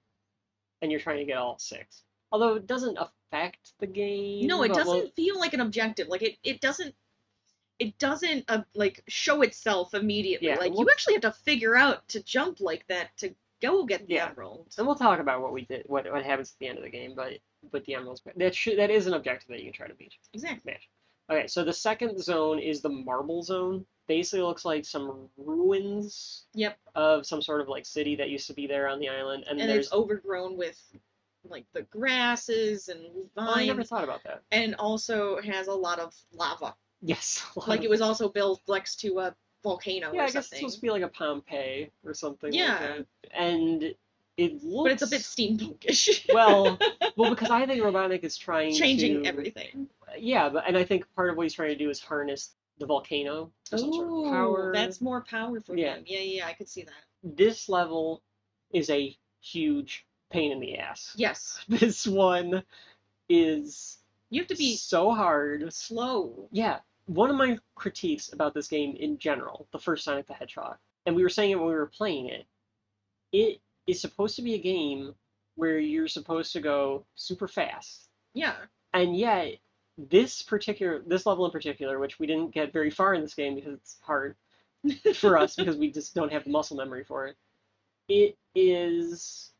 Speaker 1: And you're trying to get all six. Although it doesn't affect the game.
Speaker 2: No, it
Speaker 1: but
Speaker 2: doesn't
Speaker 1: well-
Speaker 2: feel like an objective. Like it, it doesn't, it doesn't uh, like show itself immediately.
Speaker 1: Yeah,
Speaker 2: like
Speaker 1: well-
Speaker 2: you actually have to figure out to jump like that to go get the
Speaker 1: Yeah.
Speaker 2: emerald.
Speaker 1: and we'll talk about what we did what, what happens at the end of the game, but but the emeralds that should that is an objective that you can try to beat.
Speaker 2: Exactly.
Speaker 1: Okay, so the second zone is the marble zone. Basically looks like some ruins
Speaker 2: Yep.
Speaker 1: of some sort of like city that used to be there on the island and,
Speaker 2: And,
Speaker 1: there's
Speaker 2: it's overgrown with like the grasses and
Speaker 1: oh, I never
Speaker 2: vines,
Speaker 1: thought about that.
Speaker 2: and also has a lot of lava.
Speaker 1: Yes. a lot
Speaker 2: Like
Speaker 1: of-
Speaker 2: it was also built next to a volcano
Speaker 1: Yeah,
Speaker 2: or
Speaker 1: I guess it's
Speaker 2: something.
Speaker 1: supposed to be like a Pompeii or something like
Speaker 2: Yeah.
Speaker 1: that. And it looks
Speaker 2: but it's a bit steampunkish.
Speaker 1: well, well, because I think Robotnik is trying
Speaker 2: changing
Speaker 1: to,
Speaker 2: everything.
Speaker 1: Yeah, but and I think part of what he's trying to do is harness the volcano for some sort of power.
Speaker 2: that's more powerful.
Speaker 1: Yeah.
Speaker 2: Yeah, yeah, yeah. I could see that.
Speaker 1: This level is a huge pain in the ass.
Speaker 2: Yes.
Speaker 1: This one is
Speaker 2: You have to be
Speaker 1: so hard.
Speaker 2: slow.
Speaker 1: Yeah, one of my critiques about this game in general, the first Sonic the Hedgehog, and we were saying it when we were playing it, it is supposed to be a game where you're supposed to go super fast.
Speaker 2: Yeah.
Speaker 1: And yet, this particular, this level in particular, which we didn't get very far in this game because it's hard for us because we just don't have the muscle memory for it, it is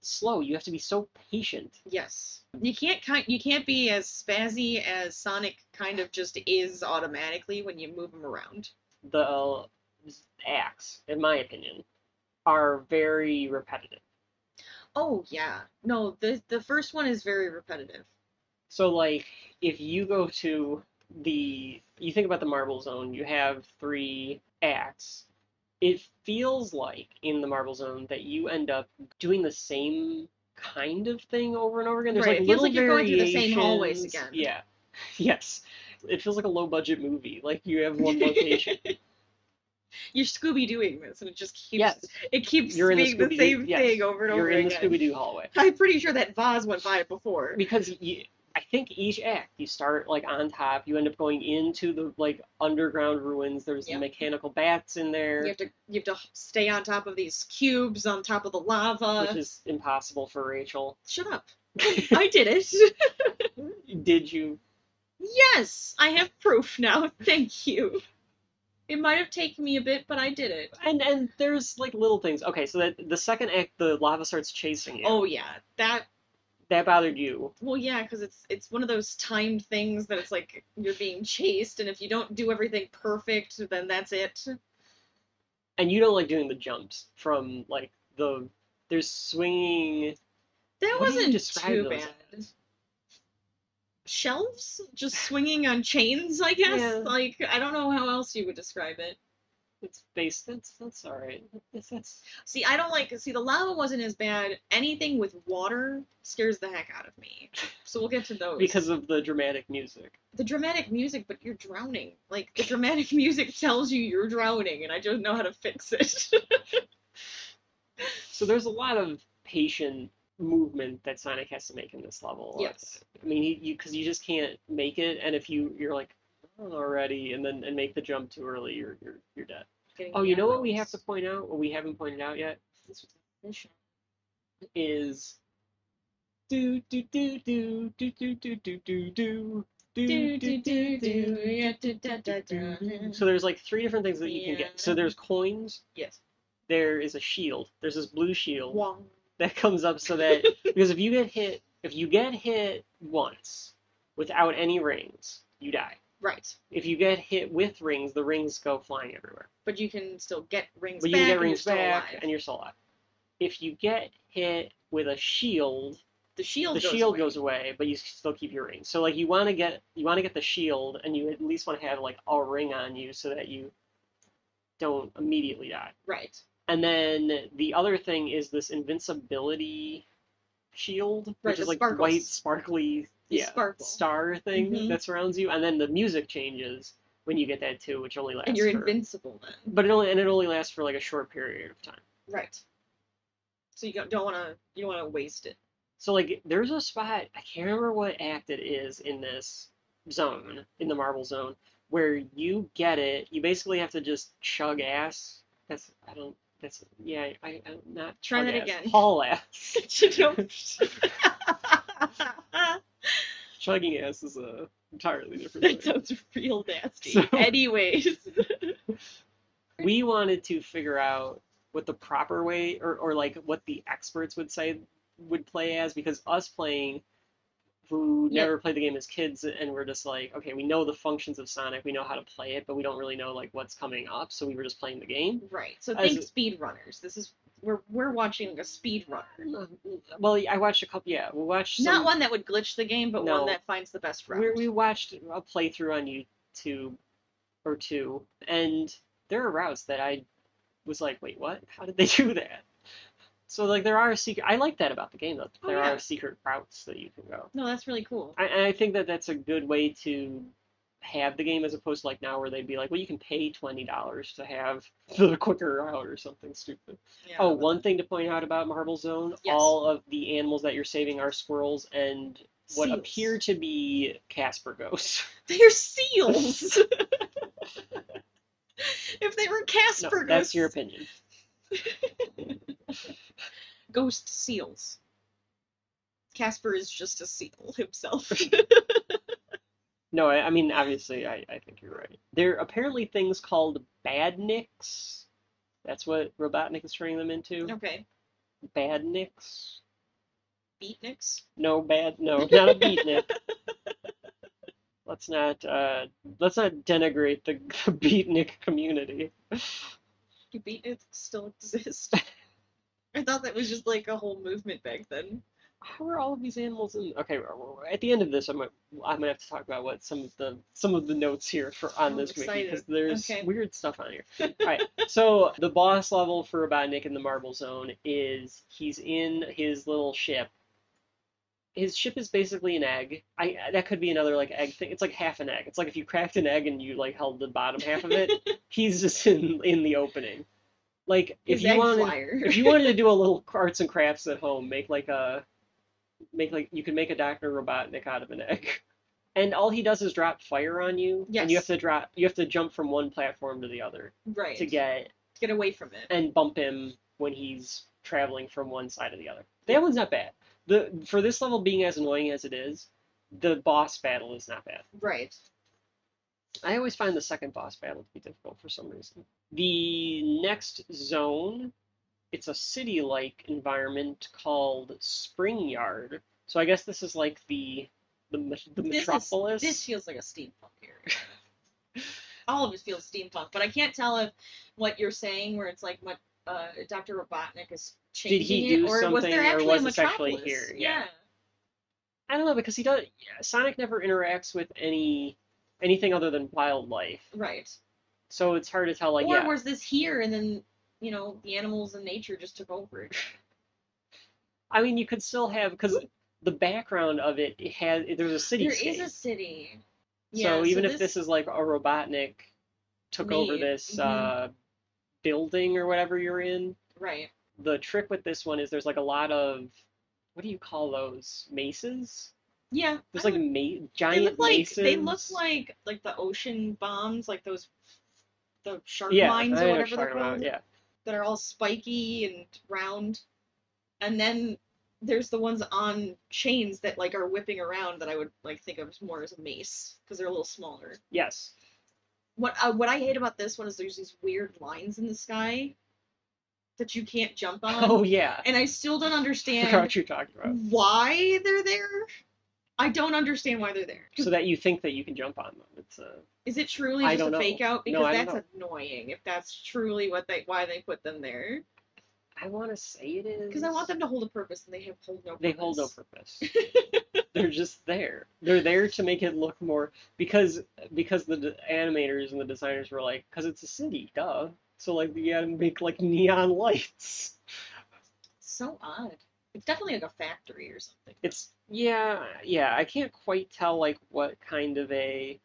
Speaker 1: slow. You have to be so patient.
Speaker 2: Yes. You can't kind you can't be as spazzy as Sonic kind of just is automatically when you move him around.
Speaker 1: the acts, in my opinion, are very repetitive.
Speaker 2: Oh yeah. No, the the first one is very repetitive.
Speaker 1: So, like, if you go to the, you think about the Marble Zone, you have three acts. It feels like in the Marble Zone that you end up doing the same kind of thing over and over again. There's
Speaker 2: Right,
Speaker 1: like
Speaker 2: it feels
Speaker 1: little
Speaker 2: like you're going through the same hallways
Speaker 1: variations.
Speaker 2: again.
Speaker 1: Yeah. Yes. It feels like a low budget movie. Like you have one location.
Speaker 2: You're Scooby doing this, and it just keeps
Speaker 1: Yes.
Speaker 2: it keeps
Speaker 1: You're in the
Speaker 2: being the,
Speaker 1: Scooby-Doo-
Speaker 2: same
Speaker 1: yes,
Speaker 2: thing over and
Speaker 1: You're
Speaker 2: over
Speaker 1: in the
Speaker 2: again.
Speaker 1: Scooby Doo hallway.
Speaker 2: I'm pretty sure that vase went by it before.
Speaker 1: because you, I think each act you start like on top, you end up going into the like underground ruins. There's
Speaker 2: Yep.
Speaker 1: mechanical bats in
Speaker 2: You
Speaker 1: there,
Speaker 2: have to you have to stay on top of these cubes on top of the lava.
Speaker 1: which is impossible for Rachel.
Speaker 2: Shut up. I did it.
Speaker 1: Did you?
Speaker 2: yes, I have proof now. Thank you. It might have taken me a bit, but I did it.
Speaker 1: And and there's like little things. Okay, so that the second act, the lava starts chasing you.
Speaker 2: Oh yeah, that
Speaker 1: that bothered you.
Speaker 2: well yeah, because it's it's one of those timed things that it's like you're being chased, and if you don't do everything perfect, then that's it.
Speaker 1: And you don't like doing the jumps from like the there's swinging.
Speaker 2: That
Speaker 1: What do you
Speaker 2: wasn't
Speaker 1: describe
Speaker 2: too
Speaker 1: those
Speaker 2: bad. Shelves, just swinging on chains, I guess.
Speaker 1: Yeah.
Speaker 2: Like I don't know how else you would describe it.
Speaker 1: It's based. That's that's all right. That's, that's
Speaker 2: See, I don't like. See, the lava wasn't as bad. Anything with water scares the heck out of me. So we'll get to those.
Speaker 1: because of the dramatic music.
Speaker 2: the dramatic music, but you're drowning. Like the dramatic music tells you you're drowning, and I don't know how to fix it.
Speaker 1: So there's a lot of patient movement that Sonic has to make in this level.
Speaker 2: yes.
Speaker 1: I mean, he- you because you just can't make it, and if you you're like "Oh, already, and then and make the jump too early, you're you're you're dead.
Speaker 2: Getting
Speaker 1: Oh,
Speaker 2: the
Speaker 1: you know what we have to
Speaker 2: arrows.
Speaker 1: point out? What we haven't pointed out yet is do do do do do do do do do do do
Speaker 2: Do,
Speaker 1: do
Speaker 2: do, do, do,
Speaker 1: do.
Speaker 2: yeah, da, da, da, da.
Speaker 1: do. So there's like three different things that you can get. So
Speaker 2: Yeah.
Speaker 1: there's coins.
Speaker 2: Yes.
Speaker 1: There is a shield. There's this blue shield.
Speaker 2: Wong.
Speaker 1: that comes up so that because if you get hit if you get hit once without any rings you die
Speaker 2: Right.
Speaker 1: if you get hit with rings the rings go flying everywhere
Speaker 2: But you can still get rings
Speaker 1: but you
Speaker 2: back.
Speaker 1: can get
Speaker 2: and
Speaker 1: rings
Speaker 2: you're still
Speaker 1: back
Speaker 2: alive.
Speaker 1: and you're still alive if you get hit with a shield
Speaker 2: the shield
Speaker 1: the
Speaker 2: goes
Speaker 1: shield
Speaker 2: away.
Speaker 1: goes away but you still keep your rings so like you want to get you want to get the shield and you at least want to have like a ring on you so that you don't immediately die
Speaker 2: Right.
Speaker 1: and then the other thing is this invincibility shield,
Speaker 2: Right,
Speaker 1: which is
Speaker 2: the
Speaker 1: like
Speaker 2: sparkles.
Speaker 1: white, sparkly,
Speaker 2: The
Speaker 1: yeah,
Speaker 2: sparkle.
Speaker 1: star thing
Speaker 2: Mhm.
Speaker 1: that surrounds you. And then the music changes when you get that too, which only lasts.
Speaker 2: and you're
Speaker 1: for,
Speaker 2: invincible then.
Speaker 1: But it only and it only lasts for like a short period of time.
Speaker 2: Right. So you don't- don't want to you don't want to waste it.
Speaker 1: So like, there's a spot I can't remember what act it is in this zone in the marble zone where you get it. You basically have to just chug ass. That's I don't. That's yeah. I, I'm not
Speaker 2: Try
Speaker 1: chug
Speaker 2: that
Speaker 1: ass,
Speaker 2: again.
Speaker 1: Haul ass.
Speaker 2: You don't-
Speaker 1: Chugging ass is a entirely different
Speaker 2: that
Speaker 1: thing.
Speaker 2: sounds real nasty.
Speaker 1: So-
Speaker 2: Anyways,
Speaker 1: We wanted to figure out what the proper way, or, or like what the experts would say would play as, because us playing, who
Speaker 2: Yeah.
Speaker 1: never played the game as kids, and we're just like, okay, we know the functions of Sonic, we know how to play it, but we don't really know like what's coming up, so we were just playing the game.
Speaker 2: right. So
Speaker 1: As-
Speaker 2: think speed runners. This is we're we're watching a speed runner.
Speaker 1: Well, I watched a couple. Yeah, we watched.
Speaker 2: Mm-hmm. Not
Speaker 1: some-
Speaker 2: one that would glitch the game, but
Speaker 1: No.
Speaker 2: one that finds the best route.
Speaker 1: we we watched a playthrough on YouTube or two, and there are routes that I was like, wait, what? How did they do that? So like there are secret. I like that about the game though.
Speaker 2: Oh,
Speaker 1: There
Speaker 2: yeah.
Speaker 1: are secret routes that you can go.
Speaker 2: No, that's really cool.
Speaker 1: I, and I think that that's a good way to have the game as opposed to like now where they'd be like, well, you can pay twenty dollars to have the quicker route or something stupid.
Speaker 2: Yeah.
Speaker 1: Oh, one thing to point out about Marble Zone:
Speaker 2: Yes.
Speaker 1: all of the animals that you're saving are squirrels and what
Speaker 2: Seals.
Speaker 1: appear to be Casper ghosts.
Speaker 2: They're seals. if they were
Speaker 1: No,
Speaker 2: Casper
Speaker 1: that's your
Speaker 2: ghosts,
Speaker 1: opinion.
Speaker 2: ghost seals. Casper is just a seal himself.
Speaker 1: No, I, I mean obviously I, I think you're right. There are apparently things called badniks. That's what Robotnik is turning them into.
Speaker 2: okay,
Speaker 1: Badniks.
Speaker 2: beatniks.
Speaker 1: No bad. No, not a beatnik. let's not. Uh, let's not denigrate the, the beatnik community.
Speaker 2: Do beatniks still exist? I thought that was just like a whole movement back then.
Speaker 1: How are all of these animals in? Okay, we're- we're- at the end of this, I'm gonna, I'm gonna have to talk about what some of the some of the notes here for on
Speaker 2: I'm
Speaker 1: this wiki because
Speaker 2: excited.
Speaker 1: there's
Speaker 2: Okay.
Speaker 1: weird stuff on here. all right, so the boss level for Robotnik in the Marble Zone is he's in his little ship. His ship is basically an egg. I that could be another like egg thing. It's like half an egg. It's like if you cracked an egg and you like held the bottom half of it. he's just in in the opening. Like if
Speaker 2: His
Speaker 1: you
Speaker 2: egg
Speaker 1: wanted
Speaker 2: flyer.
Speaker 1: if you wanted to do a little arts and crafts at home, make like a make like you can make a Dr. Robotnik out of an egg. And all he does is drop fire on you. And you have
Speaker 2: Yes.
Speaker 1: to drop you have to jump from one platform to the other
Speaker 2: right.
Speaker 1: to get
Speaker 2: Get away from it.
Speaker 1: and bump him when he's traveling from one side to the other. That one's not bad. The for this level being as annoying as it is, the boss battle is not bad.
Speaker 2: Right.
Speaker 1: I always find the second boss battle to be difficult for some reason. The next zone, it's a city-like environment called Spring Yard. So I guess this is like the the, met- the
Speaker 2: This is-
Speaker 1: metropolis.
Speaker 2: This feels like a steampunk area. All of it feels steampunk, but I can't tell if what you're saying, where it's like what uh, Dr. Robotnik is changing
Speaker 1: Did he
Speaker 2: it,
Speaker 1: do
Speaker 2: or was
Speaker 1: something,
Speaker 2: there
Speaker 1: or
Speaker 2: actually
Speaker 1: was
Speaker 2: a
Speaker 1: this actually
Speaker 2: metropolis?
Speaker 1: here? Yeah. I don't know because he does. yeah, Sonic never interacts with any anything other than wildlife,
Speaker 2: right.
Speaker 1: so it's hard to tell. Like,
Speaker 2: or
Speaker 1: yeah,
Speaker 2: was this here, and then you know the animals and nature just took over it?
Speaker 1: I mean, you could still have because the background of it, it has there's a city.
Speaker 2: There is a city. Yeah,
Speaker 1: so even if
Speaker 2: this
Speaker 1: this is like a Robotnik took over
Speaker 2: Made,
Speaker 1: this
Speaker 2: mhm.
Speaker 1: uh, building or whatever you're in,
Speaker 2: right,
Speaker 1: the trick with this one is there's like a lot of what do you call those maces?
Speaker 2: yeah,
Speaker 1: There's
Speaker 2: I
Speaker 1: like
Speaker 2: don't-
Speaker 1: ma-
Speaker 2: they
Speaker 1: giant
Speaker 2: look like
Speaker 1: maces.
Speaker 2: they look like like the ocean bombs, like those the shark
Speaker 1: yeah,
Speaker 2: mines
Speaker 1: I know
Speaker 2: or
Speaker 1: what
Speaker 2: whatever
Speaker 1: you're
Speaker 2: they're
Speaker 1: talking about,
Speaker 2: called.
Speaker 1: Yeah,
Speaker 2: that are all spiky and round. And then there's the ones on chains that like are whipping around that I would like think of more as a mace because they're a little smaller.
Speaker 1: yes.
Speaker 2: What uh, what I hate about this one is there's these weird lines in the sky that you can't jump on.
Speaker 1: oh yeah,
Speaker 2: And I still don't
Speaker 1: I forgot
Speaker 2: understand
Speaker 1: what you're talking about.
Speaker 2: why they're there. I don't understand why they're there.
Speaker 1: So that you think that you can jump on them. It's uh,
Speaker 2: Is it truly
Speaker 1: I
Speaker 2: just
Speaker 1: don't
Speaker 2: a
Speaker 1: know.
Speaker 2: fake out?
Speaker 1: No,
Speaker 2: Because
Speaker 1: I don't
Speaker 2: that's annoying if that's truly what they why they put them there.
Speaker 1: I want to say it is
Speaker 2: Because I want them to hold a purpose and they have hold no purpose.
Speaker 1: They hold no purpose. They're just there. They're there to make it look more because because the d- animators and the designers were like, because it's a city, duh. So like you gotta make like neon lights.
Speaker 2: So odd. It's definitely like a factory or something.
Speaker 1: It's yeah yeah. I can't quite tell like what kind of a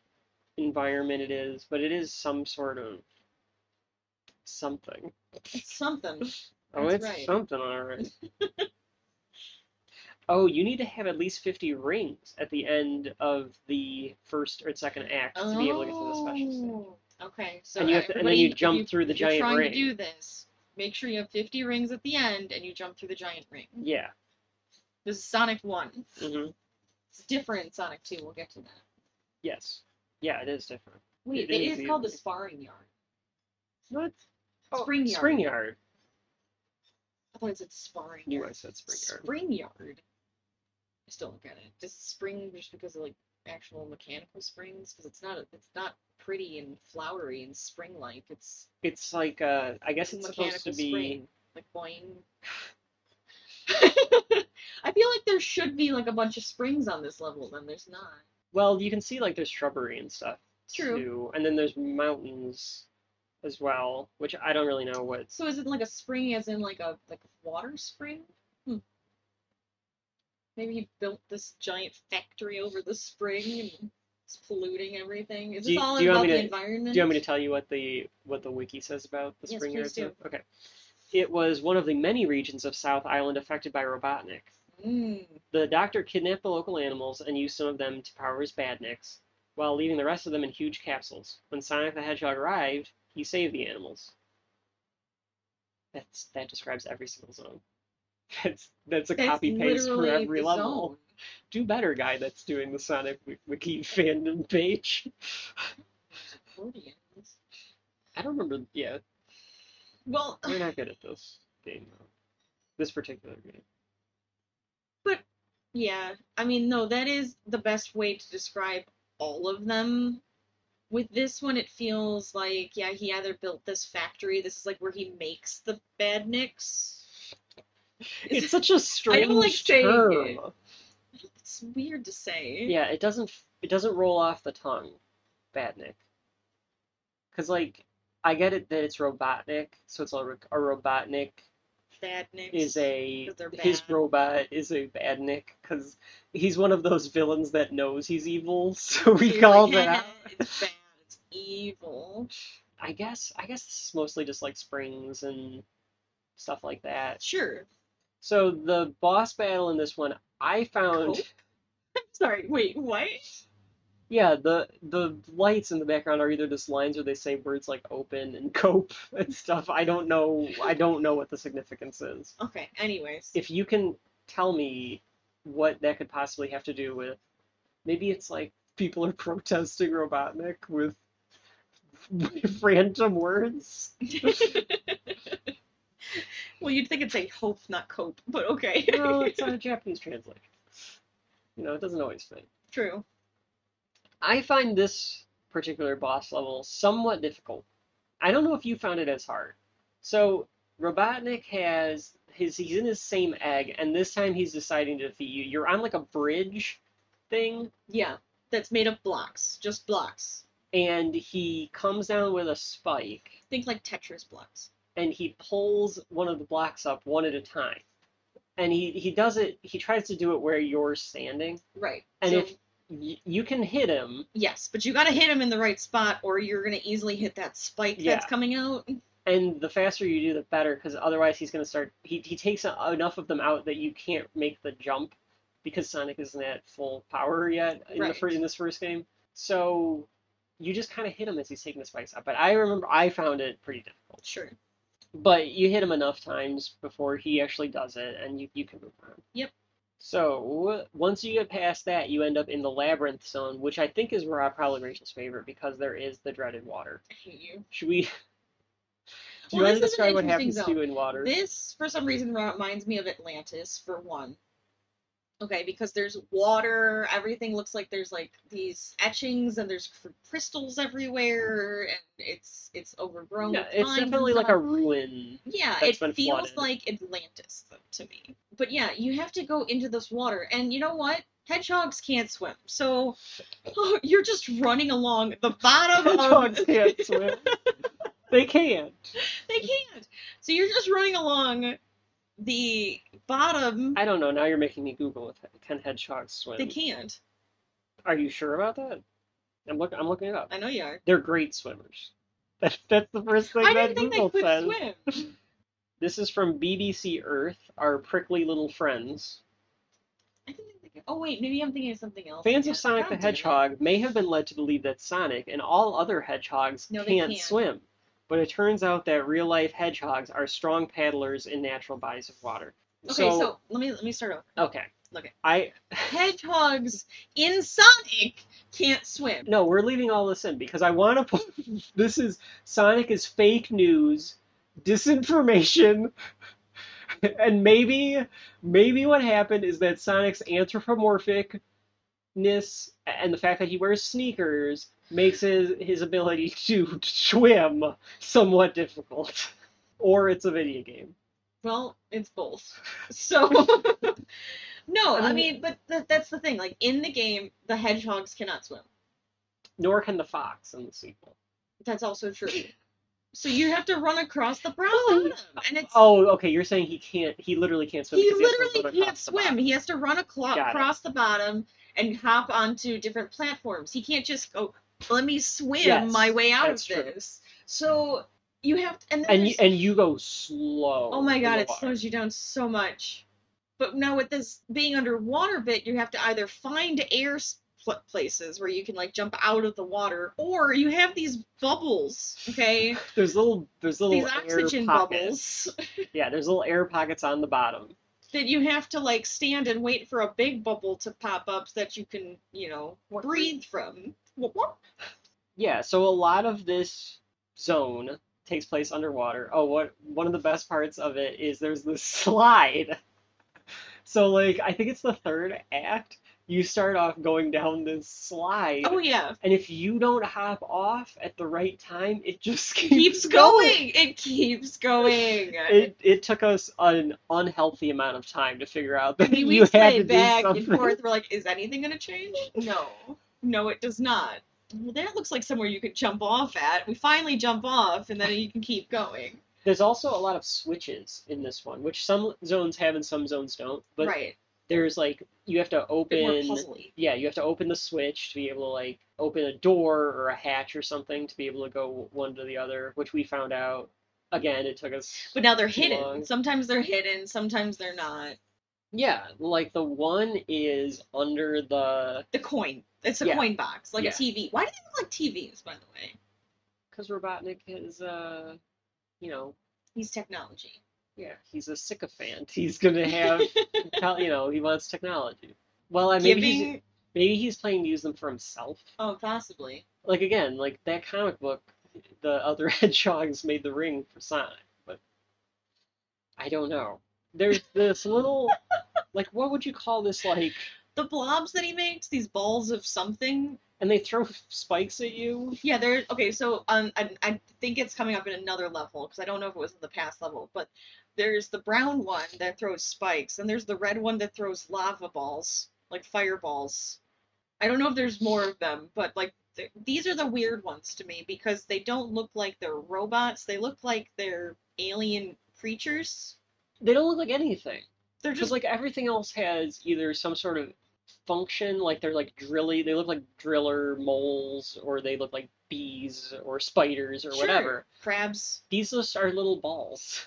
Speaker 1: environment it is, but it is some sort of something.
Speaker 2: It's something.
Speaker 1: Oh,
Speaker 2: That's
Speaker 1: it's
Speaker 2: right.
Speaker 1: something, all right. Oh, you need to have at least 50 rings at the end of the first or second act to be able to get to the special stage.
Speaker 2: Oh, Okay, so
Speaker 1: And you have to- and then you
Speaker 2: everybody,
Speaker 1: jump
Speaker 2: if
Speaker 1: through the
Speaker 2: if you're
Speaker 1: giant
Speaker 2: trying
Speaker 1: ring.
Speaker 2: to do this. Make sure you have 50 rings at the end, and you jump through the giant ring.
Speaker 1: Yeah.
Speaker 2: This is Sonic One.
Speaker 1: hmm
Speaker 2: It's different in Sonic Two. We'll get to that.
Speaker 1: Yes. Yeah, it is different.
Speaker 2: Wait,
Speaker 1: It
Speaker 2: it
Speaker 1: is
Speaker 2: is, called the
Speaker 1: easy.
Speaker 2: sparring yard.
Speaker 1: What?
Speaker 2: Spring yard.
Speaker 1: Spring yard.
Speaker 2: I thought it said sparring
Speaker 1: You
Speaker 2: yard.
Speaker 1: I said spring yard.
Speaker 2: Spring yard. I still don't get it. Does spring just because of like actual mechanical springs? Because it's not it's not pretty and flowery and spring like. It's
Speaker 1: It's like uh, I guess it's supposed to
Speaker 2: mechanical
Speaker 1: be.
Speaker 2: spring, like boing. I feel like there should be like a bunch of springs on this level, then there's not.
Speaker 1: Well, you can see like there's shrubbery and stuff
Speaker 2: True.
Speaker 1: too, and then there's mountains as well, which I don't really know what's.
Speaker 2: So is it like a spring, as in like a like a water spring? Hmm. Maybe he built this giant factory over the spring and it's polluting everything. Is
Speaker 1: Do
Speaker 2: this
Speaker 1: you-
Speaker 2: all
Speaker 1: do you want
Speaker 2: about
Speaker 1: me
Speaker 2: the
Speaker 1: to-
Speaker 2: environment?
Speaker 1: Do you want me to tell you what the what the wiki says about the
Speaker 2: Mm-hmm. Yes,
Speaker 1: spring
Speaker 2: please
Speaker 1: earthquake? Okay. It was one of the many regions of South Island affected by Robotnik.
Speaker 2: Mm.
Speaker 1: The doctor kidnapped the local animals and used some of them to power his badniks, while leaving the rest of them in huge capsules. When Sonic the Hedgehog arrived, he saved the animals. That's that describes every single zone. That's that's a
Speaker 2: That's
Speaker 1: copy paste for
Speaker 2: literally
Speaker 1: every
Speaker 2: the
Speaker 1: level.
Speaker 2: zone.
Speaker 1: Do better, guy. That's doing the Sonic Wi- wiki fandom page.
Speaker 2: Accordions.
Speaker 1: I don't remember. Yeah,
Speaker 2: Well,
Speaker 1: We're not good at this game, though. This particular game.
Speaker 2: yeah. I mean, no, that is the best way to describe all of them. With this one, it feels like, yeah, he either built this factory. This is like where he makes the badniks.
Speaker 1: It's such a strange
Speaker 2: like saying
Speaker 1: term.
Speaker 2: it. It's weird to say.
Speaker 1: Yeah, it doesn't it doesn't roll off the tongue, Badnik. Cause like I get it that it's Robotnik, so it's a, ro- a Robotnik
Speaker 2: Badniks.
Speaker 1: is a
Speaker 2: 'Cause they're
Speaker 1: his
Speaker 2: bad.
Speaker 1: robot is a Badnik, cause he's one of those villains that knows he's evil, so we call
Speaker 2: like,
Speaker 1: that.
Speaker 2: "Heh
Speaker 1: out.
Speaker 2: heh, It's bad. It's evil.
Speaker 1: I guess I guess this is mostly just like springs and stuff like that.
Speaker 2: Sure.
Speaker 1: So the boss battle in this one, I found,
Speaker 2: Cool. Sorry. Wait. What?
Speaker 1: yeah, the the lights in the background are either just lines or they say words like open and cope and stuff. I don't know. I don't know what the significance is.
Speaker 2: Okay. Anyways.
Speaker 1: If you can tell me what that could possibly have to do with, maybe it's like people are protesting Robotnik with random words.
Speaker 2: well, you'd think it'd say hope, not cope, but okay.
Speaker 1: Well, it's not a Japanese translation. You know, it doesn't always fit.
Speaker 2: True.
Speaker 1: I find this particular boss level somewhat difficult. I don't know if you found it as hard. So Robotnik has his he's in his same egg, and this time he's deciding to defeat you. You're on like a bridge thing,
Speaker 2: Yeah. That's made of blocks. Just blocks.
Speaker 1: and he comes down with a spike
Speaker 2: Think like Tetris blocks.
Speaker 1: and he pulls one of the blocks up one at a time. And he, he does it he tries to do it where you're standing.
Speaker 2: Right.
Speaker 1: And
Speaker 2: so,
Speaker 1: if y- you can hit him,
Speaker 2: yes, but you gotta hit him in the right spot, or you're gonna easily hit that spike
Speaker 1: Yeah.
Speaker 2: that's coming out.
Speaker 1: and the faster you do the better because otherwise he's going to start he, he takes a, enough of them out that you can't make the jump because sonic isn't at full power yet in, the
Speaker 2: Right.
Speaker 1: fir- in this first game so you just kind of hit him as he's taking the spikes out but i remember i found it pretty difficult
Speaker 2: Sure.
Speaker 1: but you hit him enough times before he actually does it and you, you can move on
Speaker 2: Yep.
Speaker 1: so once you get past that you end up in the labyrinth zone which i think is where i probably rachel's favorite because there is the dreaded water
Speaker 2: I hate you.
Speaker 1: should we? Do you
Speaker 2: Well,
Speaker 1: want to
Speaker 2: this is an
Speaker 1: describe what
Speaker 2: interesting
Speaker 1: happens to you in water?
Speaker 2: This, for some reason, reminds me of Atlantis, for one. Okay, because there's water, everything looks like there's like these etchings and there's cr- crystals everywhere, and it's it's overgrown.
Speaker 1: Yeah,
Speaker 2: with
Speaker 1: it's
Speaker 2: vines and
Speaker 1: definitely like a
Speaker 2: stuff.
Speaker 1: ruin.
Speaker 2: Yeah,
Speaker 1: that's
Speaker 2: it
Speaker 1: been
Speaker 2: feels
Speaker 1: flooded.
Speaker 2: like Atlantis though, to me. But yeah, you have to go into this water, and you know what? Hedgehogs can't swim, so oh, you're just running along the bottom of
Speaker 1: Hedgehogs can't swim. They can't.
Speaker 2: they can't. So you're just running along the bottom.
Speaker 1: I don't know. Now you're making me Google it. Can hedgehogs swim?
Speaker 2: They can't.
Speaker 1: Are you sure about that? I'm looking. I'm looking it up.
Speaker 2: I know you are.
Speaker 1: They're great swimmers. That, that's the first thing
Speaker 2: I
Speaker 1: that
Speaker 2: didn't think
Speaker 1: Google
Speaker 2: they could
Speaker 1: says.
Speaker 2: swim.
Speaker 1: This is from BBC Earth, our prickly little friends.
Speaker 2: I didn't think they could. Oh wait, maybe I'm thinking of something else.
Speaker 1: Fans
Speaker 2: again.
Speaker 1: of Sonic
Speaker 2: God
Speaker 1: the
Speaker 2: damn it.
Speaker 1: Hedgehog may have been led to believe that Sonic and all other hedgehogs
Speaker 2: No, they
Speaker 1: can't,
Speaker 2: can't.
Speaker 1: swim, but it turns out that real life hedgehogs are strong paddlers in natural bodies of water.
Speaker 2: Okay, so, let me let me start over.
Speaker 1: okay,
Speaker 2: Okay.
Speaker 1: I
Speaker 2: Hedgehogs in Sonic can't swim.
Speaker 1: no, we're leaving all this in because I want to put this is Sonic is fake news, disinformation, and maybe maybe what happened is that Sonic's anthropomorphicness and the fact that he wears sneakers makes his his ability to swim somewhat difficult, or it's a video game.
Speaker 2: Well, it's both. So, no,
Speaker 1: Um,
Speaker 2: I mean, but th- that's the thing. Like in the game, the hedgehogs cannot swim.
Speaker 1: Nor can the fox in the sequel.
Speaker 2: That's also true. So you have to run across the brown
Speaker 1: Well, he-
Speaker 2: bottom, and it's
Speaker 1: Oh, okay. You're saying he can't. He literally can't swim.
Speaker 2: he
Speaker 1: because has to run
Speaker 2: literally can't
Speaker 1: across the bottom.
Speaker 2: swim. He has to run aclo-
Speaker 1: Got it.
Speaker 2: across the bottom and hop onto different platforms. He can't just go. Let me swim
Speaker 1: Yes,
Speaker 2: my way out of
Speaker 1: that's true.
Speaker 2: this. So you have to, and, then
Speaker 1: And you,
Speaker 2: there's-
Speaker 1: and you go slow.
Speaker 2: oh my
Speaker 1: in
Speaker 2: god,
Speaker 1: the
Speaker 2: it
Speaker 1: water.
Speaker 2: slows you down so much. But now with this being underwater bit, you have to either find air s- pl- places where you can like jump out of the water, or you have these bubbles. Okay,
Speaker 1: There's little. There's little
Speaker 2: these
Speaker 1: air
Speaker 2: oxygen
Speaker 1: pockets.
Speaker 2: bubbles.
Speaker 1: Yeah, there's little air pockets on the bottom.
Speaker 2: that you have to like stand and wait for a big bubble to pop up so that you can, you know,
Speaker 1: What-
Speaker 2: breathe from. Whoop, whoop.
Speaker 1: Yeah, so a lot of this zone takes place underwater. Oh, what one of the best parts of it is there's this slide. So like I think it's the third act. You start off going down this slide,
Speaker 2: Oh yeah.
Speaker 1: and if you don't hop off at the right time, it just keeps
Speaker 2: Keeps going. It keeps going.
Speaker 1: It it took us an unhealthy amount of time to figure out that
Speaker 2: we
Speaker 1: you had
Speaker 2: play
Speaker 1: to do
Speaker 2: back and
Speaker 1: something.
Speaker 2: forth. We're like, is anything gonna change? No. No, it does not. Well, that looks like somewhere you could jump off at. We finally jump off and then you can keep going.
Speaker 1: There's also a lot of switches in this one, which some zones have and some zones don't. But
Speaker 2: right.
Speaker 1: there's like you have to
Speaker 2: A bit more
Speaker 1: open
Speaker 2: puzzly.
Speaker 1: yeah you have to open the switch to be able to like open a door or a hatch or something to be able to go one to the other which we found out again it took us
Speaker 2: But now they're
Speaker 1: too
Speaker 2: hidden.
Speaker 1: long.
Speaker 2: Sometimes they're hidden, sometimes they're not.
Speaker 1: yeah like the one is under the
Speaker 2: The coin. It's a
Speaker 1: Yeah.
Speaker 2: coin box, like
Speaker 1: Yeah.
Speaker 2: a TV. Why do they look like TVs, by the way?
Speaker 1: because robotnik is uh you know
Speaker 2: He's technology.
Speaker 1: yeah he's a sycophant he's gonna have tel- you know he wants technology well i Uh, maybe he's,
Speaker 2: Giving,
Speaker 1: maybe he's planning to use them for himself
Speaker 2: oh, possibly.
Speaker 1: like again, like that comic book, the other hedgehogs made the ring for Sonic, but I don't know. There's this little, like, what would you call this? Like,
Speaker 2: The blobs that he makes, these balls of something.
Speaker 1: and they throw spikes at you.
Speaker 2: Yeah, they're okay. So um, I, I think it's coming up in another level because I don't know if it was in the past level, but there's the brown one that throws spikes, and there's the red one that throws lava balls, like fireballs. I don't know if there's more of them, but like th- these are the weird ones to me because they don't look like they're robots. They look like they're alien creatures.
Speaker 1: They don't look like anything.
Speaker 2: They're
Speaker 1: Because
Speaker 2: just
Speaker 1: like everything else has either some sort of function, like they're like drilly, they look like driller moles, or they look like bees or spiders or
Speaker 2: Sure.
Speaker 1: whatever.
Speaker 2: crabs.
Speaker 1: These just are little balls.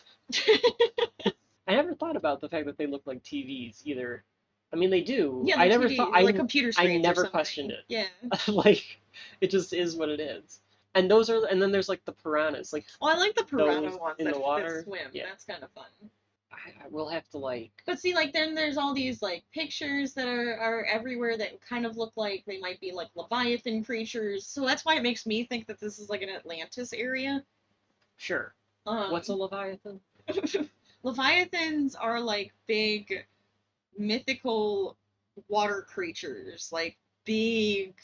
Speaker 1: I never thought about the fact that they look like TVs either. I mean, they do.
Speaker 2: Yeah,
Speaker 1: I
Speaker 2: they're
Speaker 1: never
Speaker 2: TV,
Speaker 1: thought.
Speaker 2: they're
Speaker 1: I
Speaker 2: like computer
Speaker 1: I
Speaker 2: screens or
Speaker 1: never
Speaker 2: something.
Speaker 1: questioned it.
Speaker 2: Yeah.
Speaker 1: like, it just is what it is. And those are, and then there's like the piranhas. Like,
Speaker 2: Oh, I like the piranha
Speaker 1: Those
Speaker 2: ones
Speaker 1: in
Speaker 2: that,
Speaker 1: the
Speaker 2: that
Speaker 1: water?
Speaker 2: swim.
Speaker 1: Yeah.
Speaker 2: That's kind of fun.
Speaker 1: I, I will have to like.
Speaker 2: But see, like then there's all these like pictures that are are everywhere that kind of look like they might be like leviathan creatures. So that's why it makes me think that this is like an Atlantis area.
Speaker 1: Sure.
Speaker 2: Um,
Speaker 1: What's a leviathan?
Speaker 2: Leviathans are like big mythical water creatures, like big,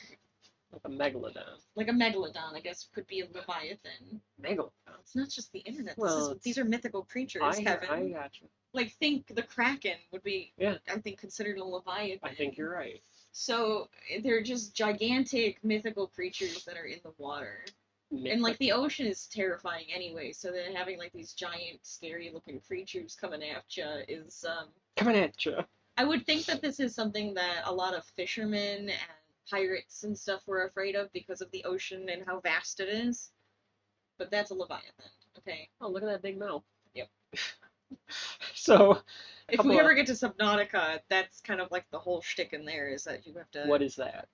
Speaker 1: Like a megalodon.
Speaker 2: like a megalodon. I guess could be a leviathan.
Speaker 1: Megalodon.
Speaker 2: It's not just the internet. this
Speaker 1: Well,
Speaker 2: is, these are mythical creatures,
Speaker 1: I,
Speaker 2: Kevin.
Speaker 1: I got you.
Speaker 2: like think the kraken would be
Speaker 1: Yeah.
Speaker 2: i think considered a leviathan
Speaker 1: I think you're right.
Speaker 2: so they're just gigantic mythical creatures that are in the water and like the ocean is terrifying anyway so then having like these giant scary looking creatures coming at you is um
Speaker 1: coming at you.
Speaker 2: i would think that this is something that a lot of fishermen and pirates and stuff were afraid of because of the ocean and how vast it is but that's a leviathan okay
Speaker 1: Oh, look at that big mouth.
Speaker 2: Yep.
Speaker 1: so,
Speaker 2: if
Speaker 1: Couple
Speaker 2: we
Speaker 1: of-
Speaker 2: ever get to Subnautica, that's kind of like the whole shtick in there is that you have to
Speaker 1: what is that?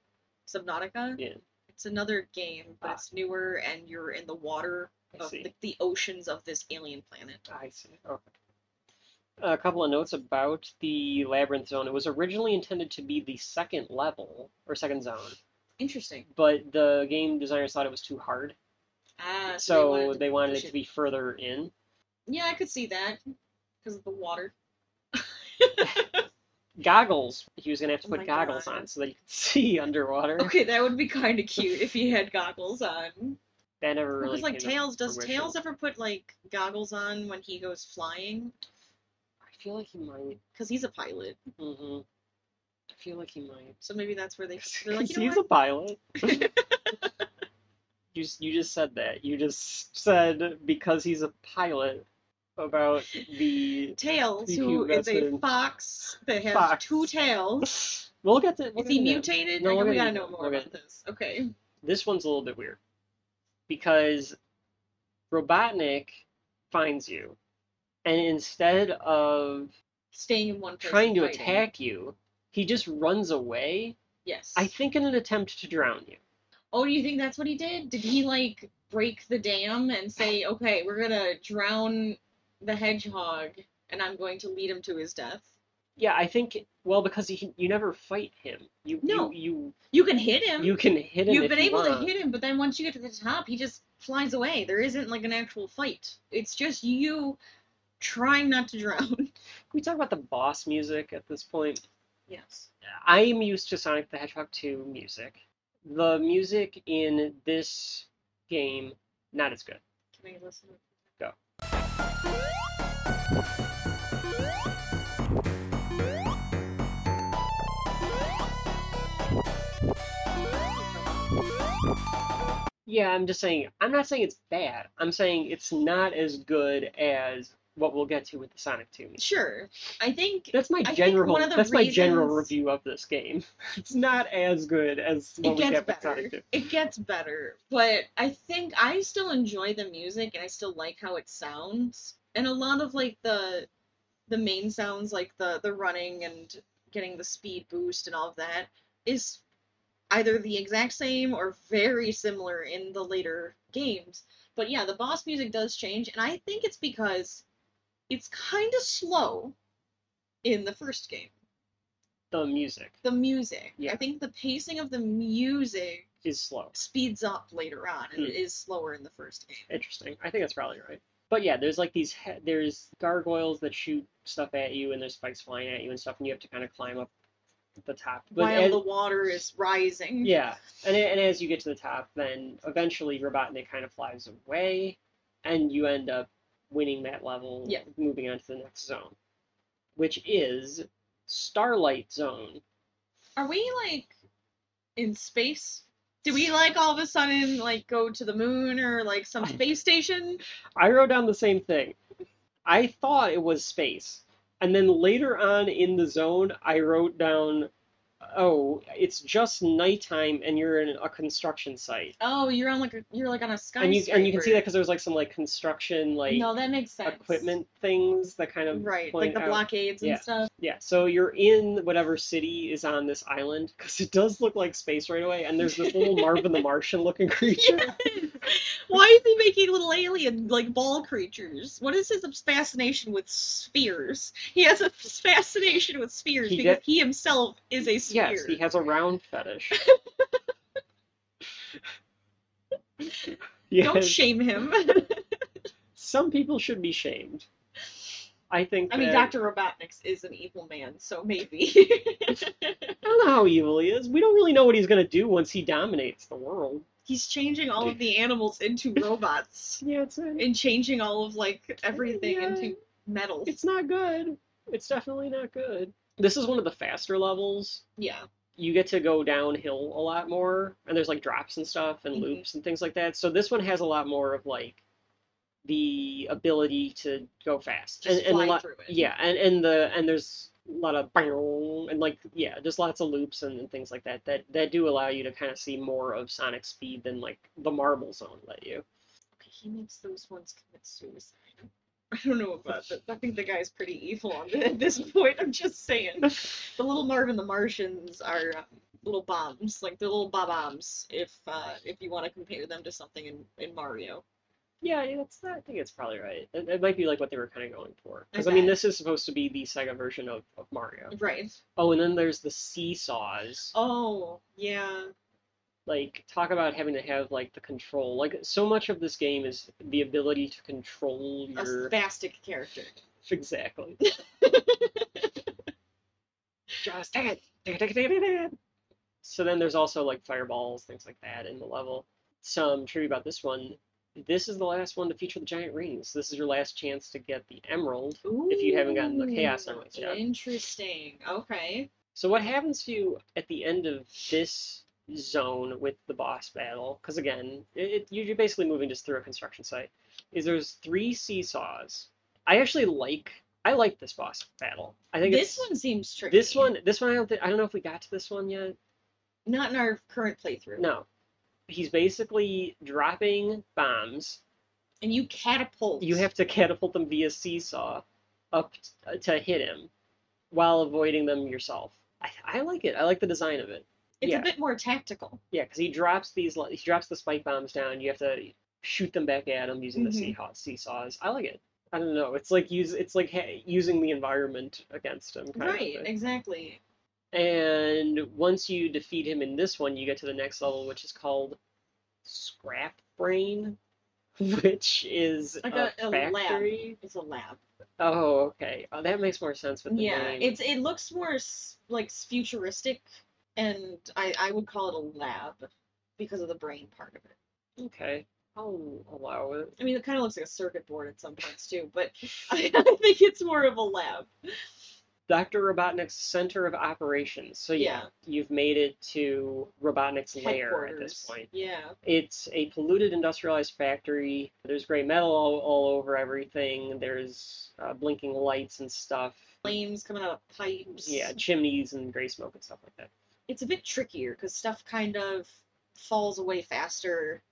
Speaker 2: Subnautica.
Speaker 1: Yeah.
Speaker 2: It's another game, but
Speaker 1: Ah.
Speaker 2: it's newer, and you're in the water
Speaker 1: I
Speaker 2: of
Speaker 1: see.
Speaker 2: the, the oceans of this alien planet.
Speaker 1: I see. Okay. A couple of notes about the Labyrinth Zone. It was originally intended to be the second level, or second zone,
Speaker 2: Interesting.
Speaker 1: but the game designers thought it was too hard,
Speaker 2: Ah,
Speaker 1: so
Speaker 2: to
Speaker 1: they wanted
Speaker 2: push
Speaker 1: it to be further in.
Speaker 2: Yeah, I could see that because of the water.
Speaker 1: Goggles. He was gonna have to
Speaker 2: Oh
Speaker 1: put
Speaker 2: my
Speaker 1: goggles
Speaker 2: God.
Speaker 1: on so that you could see underwater.
Speaker 2: Okay, that would be kind of cute if he had goggles on.
Speaker 1: That never
Speaker 2: Because
Speaker 1: really
Speaker 2: like
Speaker 1: came to
Speaker 2: Tails, does
Speaker 1: fruition.
Speaker 2: Tails ever put like goggles on when he goes flying?
Speaker 1: I feel like he might.
Speaker 2: Because he's a pilot,
Speaker 1: hmm I feel like he might.
Speaker 2: so maybe that's where they they're like,
Speaker 1: Because
Speaker 2: you know
Speaker 1: he's
Speaker 2: what?
Speaker 1: a pilot. You s- you just said that. You just said because he's a pilot about the.
Speaker 2: Tails,
Speaker 1: Thank
Speaker 2: who
Speaker 1: you,
Speaker 2: is
Speaker 1: that's
Speaker 2: a
Speaker 1: it.
Speaker 2: fox that has
Speaker 1: Fox.
Speaker 2: two tails.
Speaker 1: We'll get to. We'll
Speaker 2: Is
Speaker 1: get
Speaker 2: he
Speaker 1: to that.
Speaker 2: mutated?
Speaker 1: No,
Speaker 2: I
Speaker 1: we're
Speaker 2: know we
Speaker 1: gonna
Speaker 2: gotta
Speaker 1: do
Speaker 2: know
Speaker 1: that.
Speaker 2: more
Speaker 1: We're
Speaker 2: about this. Okay.
Speaker 1: This one's a little bit weird because Robotnik finds you, and instead of
Speaker 2: Staying in one place.
Speaker 1: trying
Speaker 2: and
Speaker 1: to
Speaker 2: fighting.
Speaker 1: attack you, he just runs away.
Speaker 2: Yes.
Speaker 1: I think in an attempt to drown you.
Speaker 2: Oh, do you think that's what he did? Did he like break the dam and say, "Okay, we're gonna drown the hedgehog, and I'm going to lead him to his death"?
Speaker 1: Yeah, I think. Well, because he, you never fight him. You
Speaker 2: No.
Speaker 1: you
Speaker 2: You can hit
Speaker 1: you,
Speaker 2: him.
Speaker 1: you can hit him.
Speaker 2: You've
Speaker 1: if
Speaker 2: been
Speaker 1: you
Speaker 2: able
Speaker 1: want.
Speaker 2: to hit him, but then once you get to the top, he just flies away. There isn't like an actual fight. It's just you trying not to drown.
Speaker 1: Can we talk about the boss music at this point?
Speaker 2: yes.
Speaker 1: I'm used to Sonic the Hedgehog 2 music. The music in this game, not as good.
Speaker 2: Can I listen?
Speaker 1: Yeah, I'm just saying, I'm not saying it's bad. I'm saying it's not as good as what we'll get to with the Sonic 2 music.
Speaker 2: Sure. I think
Speaker 1: That's my
Speaker 2: I think
Speaker 1: general.
Speaker 2: one of the
Speaker 1: that's my general
Speaker 2: reasons-
Speaker 1: review of this game. It's not as good as what
Speaker 2: it
Speaker 1: we
Speaker 2: gets
Speaker 1: get with
Speaker 2: better.
Speaker 1: Sonic 2.
Speaker 2: It gets better, but I think I still enjoy the music and I still like how it sounds. And a lot of like the the main sounds like the the running and getting the speed boost and all of that is either the exact same or very similar in the later games. But yeah, the boss music does change and I think it's because it's kind of slow in the first game.
Speaker 1: The music
Speaker 2: The music.
Speaker 1: Yeah.
Speaker 2: I think the pacing of the music
Speaker 1: is slow.
Speaker 2: speeds up later on
Speaker 1: Hmm.
Speaker 2: and it is slower in the first game.
Speaker 1: Interesting. I think that's probably right. But yeah, there's like these he- there's gargoyles that shoot stuff at you, and there's spikes flying at you and stuff, and you have to kind of climb up the top. But
Speaker 2: While
Speaker 1: as-
Speaker 2: the water is rising.
Speaker 1: yeah, and a- and as you get to the top, then eventually Robotnik kind of flies away, and you end up winning that level,
Speaker 2: Yeah.
Speaker 1: moving on to the next zone, which is Starlight Zone.
Speaker 2: Are we like in space? Do we like all of a sudden like go to the moon or like some space station?
Speaker 1: I wrote down the same thing. I thought it was space. And then later on in the zone, I wrote down, oh, it's just nighttime and you're in a construction site.
Speaker 2: Oh, you're on like a, you're like on a skyscraper.
Speaker 1: And you and you can see that because there was like some like construction like
Speaker 2: No, that makes sense.
Speaker 1: equipment things that kind of
Speaker 2: Right, like
Speaker 1: point
Speaker 2: the
Speaker 1: out-
Speaker 2: blockades and
Speaker 1: Yeah.
Speaker 2: stuff.
Speaker 1: Yeah, so you're in whatever city is on this island because it does look like space right away, and there's this little Marvin the Martian looking creature.
Speaker 2: Why is he making little alien like ball creatures? What is his fascination with spheres? He has a fascination with spheres
Speaker 1: He
Speaker 2: because
Speaker 1: get-
Speaker 2: he himself is a sphere.
Speaker 1: Yes, he has a round fetish. yes.
Speaker 2: Don't shame him.
Speaker 1: Some people should be shamed. I think.
Speaker 2: I mean,
Speaker 1: that-
Speaker 2: Dr. Robotniks is an evil man, so maybe.
Speaker 1: I don't know how evil he is. We don't really know what he's gonna do once he dominates the world.
Speaker 2: He's changing all of the animals into robots
Speaker 1: Yeah, it's uh,
Speaker 2: and changing all of, like, everything
Speaker 1: Yeah.
Speaker 2: into metal.
Speaker 1: it's not good. It's definitely not good. This is one of the faster levels.
Speaker 2: Yeah.
Speaker 1: You get to go downhill a lot more, and there's like drops and stuff and
Speaker 2: Mhm.
Speaker 1: loops and things like that. So this one has a lot more of like the ability to go fast
Speaker 2: Just
Speaker 1: and, and a
Speaker 2: fly
Speaker 1: lot,
Speaker 2: through it.
Speaker 1: Yeah, and, and the and there's a lot of bang, and like yeah, just lots of loops and, and things like that that that do allow you to kind of see more of Sonic speed than like the Marble Zone let you.
Speaker 2: Okay, he makes those ones commit suicide. I don't know about that. I think the guy's pretty evil on th- at this point. I'm just saying. The little Marvin the Martians are uh, little bombs, like the little bombs. If uh, if you want to compare them to something in, in Mario.
Speaker 1: Yeah, yeah, that's I think it's probably right. It, it might be like what they were kind of going for
Speaker 2: I
Speaker 1: because I mean
Speaker 2: bet.
Speaker 1: this is supposed to be the Sega version of, of Mario.
Speaker 2: Right.
Speaker 1: Oh, and then there's the seesaws.
Speaker 2: Oh yeah.
Speaker 1: Like talk about having to have like the control. Like so much of this game is the ability to control
Speaker 2: a
Speaker 1: your
Speaker 2: spastic character.
Speaker 1: Exactly. Just take it. Take it, take it, take it, take it. So then there's also like fireballs, things like that in the level. Some trivia about this one. This is the last one to feature the giant rings. This is your last chance to get the emerald. If you haven't gotten the Chaos
Speaker 2: Ooh,
Speaker 1: Emeralds yet.
Speaker 2: Interesting. Okay.
Speaker 1: So what happens to you at the end of this zone with the boss battle, because again, it, it, you're basically moving just through a construction site, is there's three seesaws. I actually like I like this boss battle. I think
Speaker 2: This
Speaker 1: it's,
Speaker 2: one seems tricky.
Speaker 1: this one this one I don't think, I don't know if we got to this one yet.
Speaker 2: Not in our current playthrough.
Speaker 1: No, he's basically dropping bombs.
Speaker 2: And you catapult.
Speaker 1: You have to catapult them via seesaw up t- to hit him, while avoiding them yourself. I, I like it. I like the design of it.
Speaker 2: It's
Speaker 1: yeah.
Speaker 2: a bit more tactical.
Speaker 1: Yeah, because he drops these li- he drops the spike bombs down. You have to shoot them back at him using the
Speaker 2: Mhm.
Speaker 1: seesaw, seesaws. I like it. I don't know. It's like use it's like ha- using the environment against him. Kind
Speaker 2: Right,
Speaker 1: Of thing.
Speaker 2: exactly.
Speaker 1: And once you defeat him in this one, you get to the next level, which is called Scrap Brain, which is
Speaker 2: Like
Speaker 1: a,
Speaker 2: a- a lab.
Speaker 1: factory.
Speaker 2: It's a lab.
Speaker 1: Oh, okay. Oh, that makes more sense with the
Speaker 2: Yeah,
Speaker 1: name.
Speaker 2: it's it looks more s- like futuristic, and I I would call it a lab because of the brain part of it.
Speaker 1: okay. I'll allow it.
Speaker 2: I mean, it kind of looks like a circuit board at some points too, but I, I think it's more of a lab.
Speaker 1: Dr. Robotnik's center of operations. So yeah,
Speaker 2: Yeah.
Speaker 1: you've made it to Robotnik's lair at this
Speaker 2: Headquarters.
Speaker 1: point.
Speaker 2: Yeah.
Speaker 1: It's a polluted industrialized factory. There's gray metal all, all over everything. There's uh, blinking lights and stuff.
Speaker 2: Flames coming out of pipes.
Speaker 1: Yeah, chimneys and gray smoke and stuff like that.
Speaker 2: It's a bit trickier because stuff kind of falls away faster.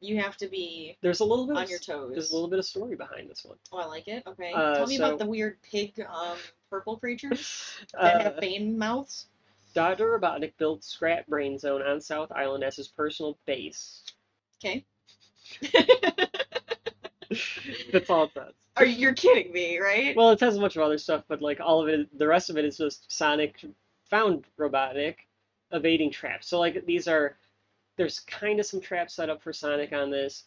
Speaker 2: You have to be
Speaker 1: There's a little bit
Speaker 2: on
Speaker 1: of,
Speaker 2: your toes.
Speaker 1: there's a little bit of story behind this one.
Speaker 2: Oh, I like it. Okay.
Speaker 1: Uh,
Speaker 2: Tell me
Speaker 1: so-
Speaker 2: about the weird pig um, purple creatures that
Speaker 1: Uh,
Speaker 2: have vein mouths.
Speaker 1: Dr. Robotnik built Scrap Brain Zone on South Island as his personal base.
Speaker 2: Okay.
Speaker 1: That's all it says.
Speaker 2: Are you, you're kidding me, right?
Speaker 1: Well, it has a bunch of other stuff, but like all of it, the rest of it is just Sonic found Robotnik evading traps. So like these are, there's kind of some traps set up for Sonic on this,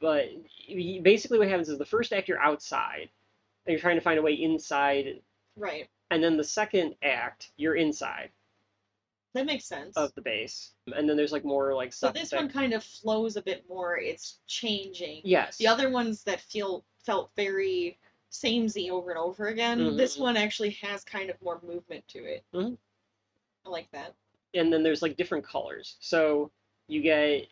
Speaker 1: but y- basically what happens is the first act you're outside, and you're trying to find a way inside,
Speaker 2: right.
Speaker 1: and then the second act you're inside
Speaker 2: That makes sense.
Speaker 1: of the base, and then there's like more like
Speaker 2: so
Speaker 1: stuff.
Speaker 2: this
Speaker 1: that-
Speaker 2: one kind of flows a bit more. It's changing.
Speaker 1: yes,
Speaker 2: The other ones that feel felt very samey over and over again. This
Speaker 1: Mhm.
Speaker 2: one actually has kind of more movement to it.
Speaker 1: Mhm.
Speaker 2: I like that.
Speaker 1: and then there's like different colors. So you get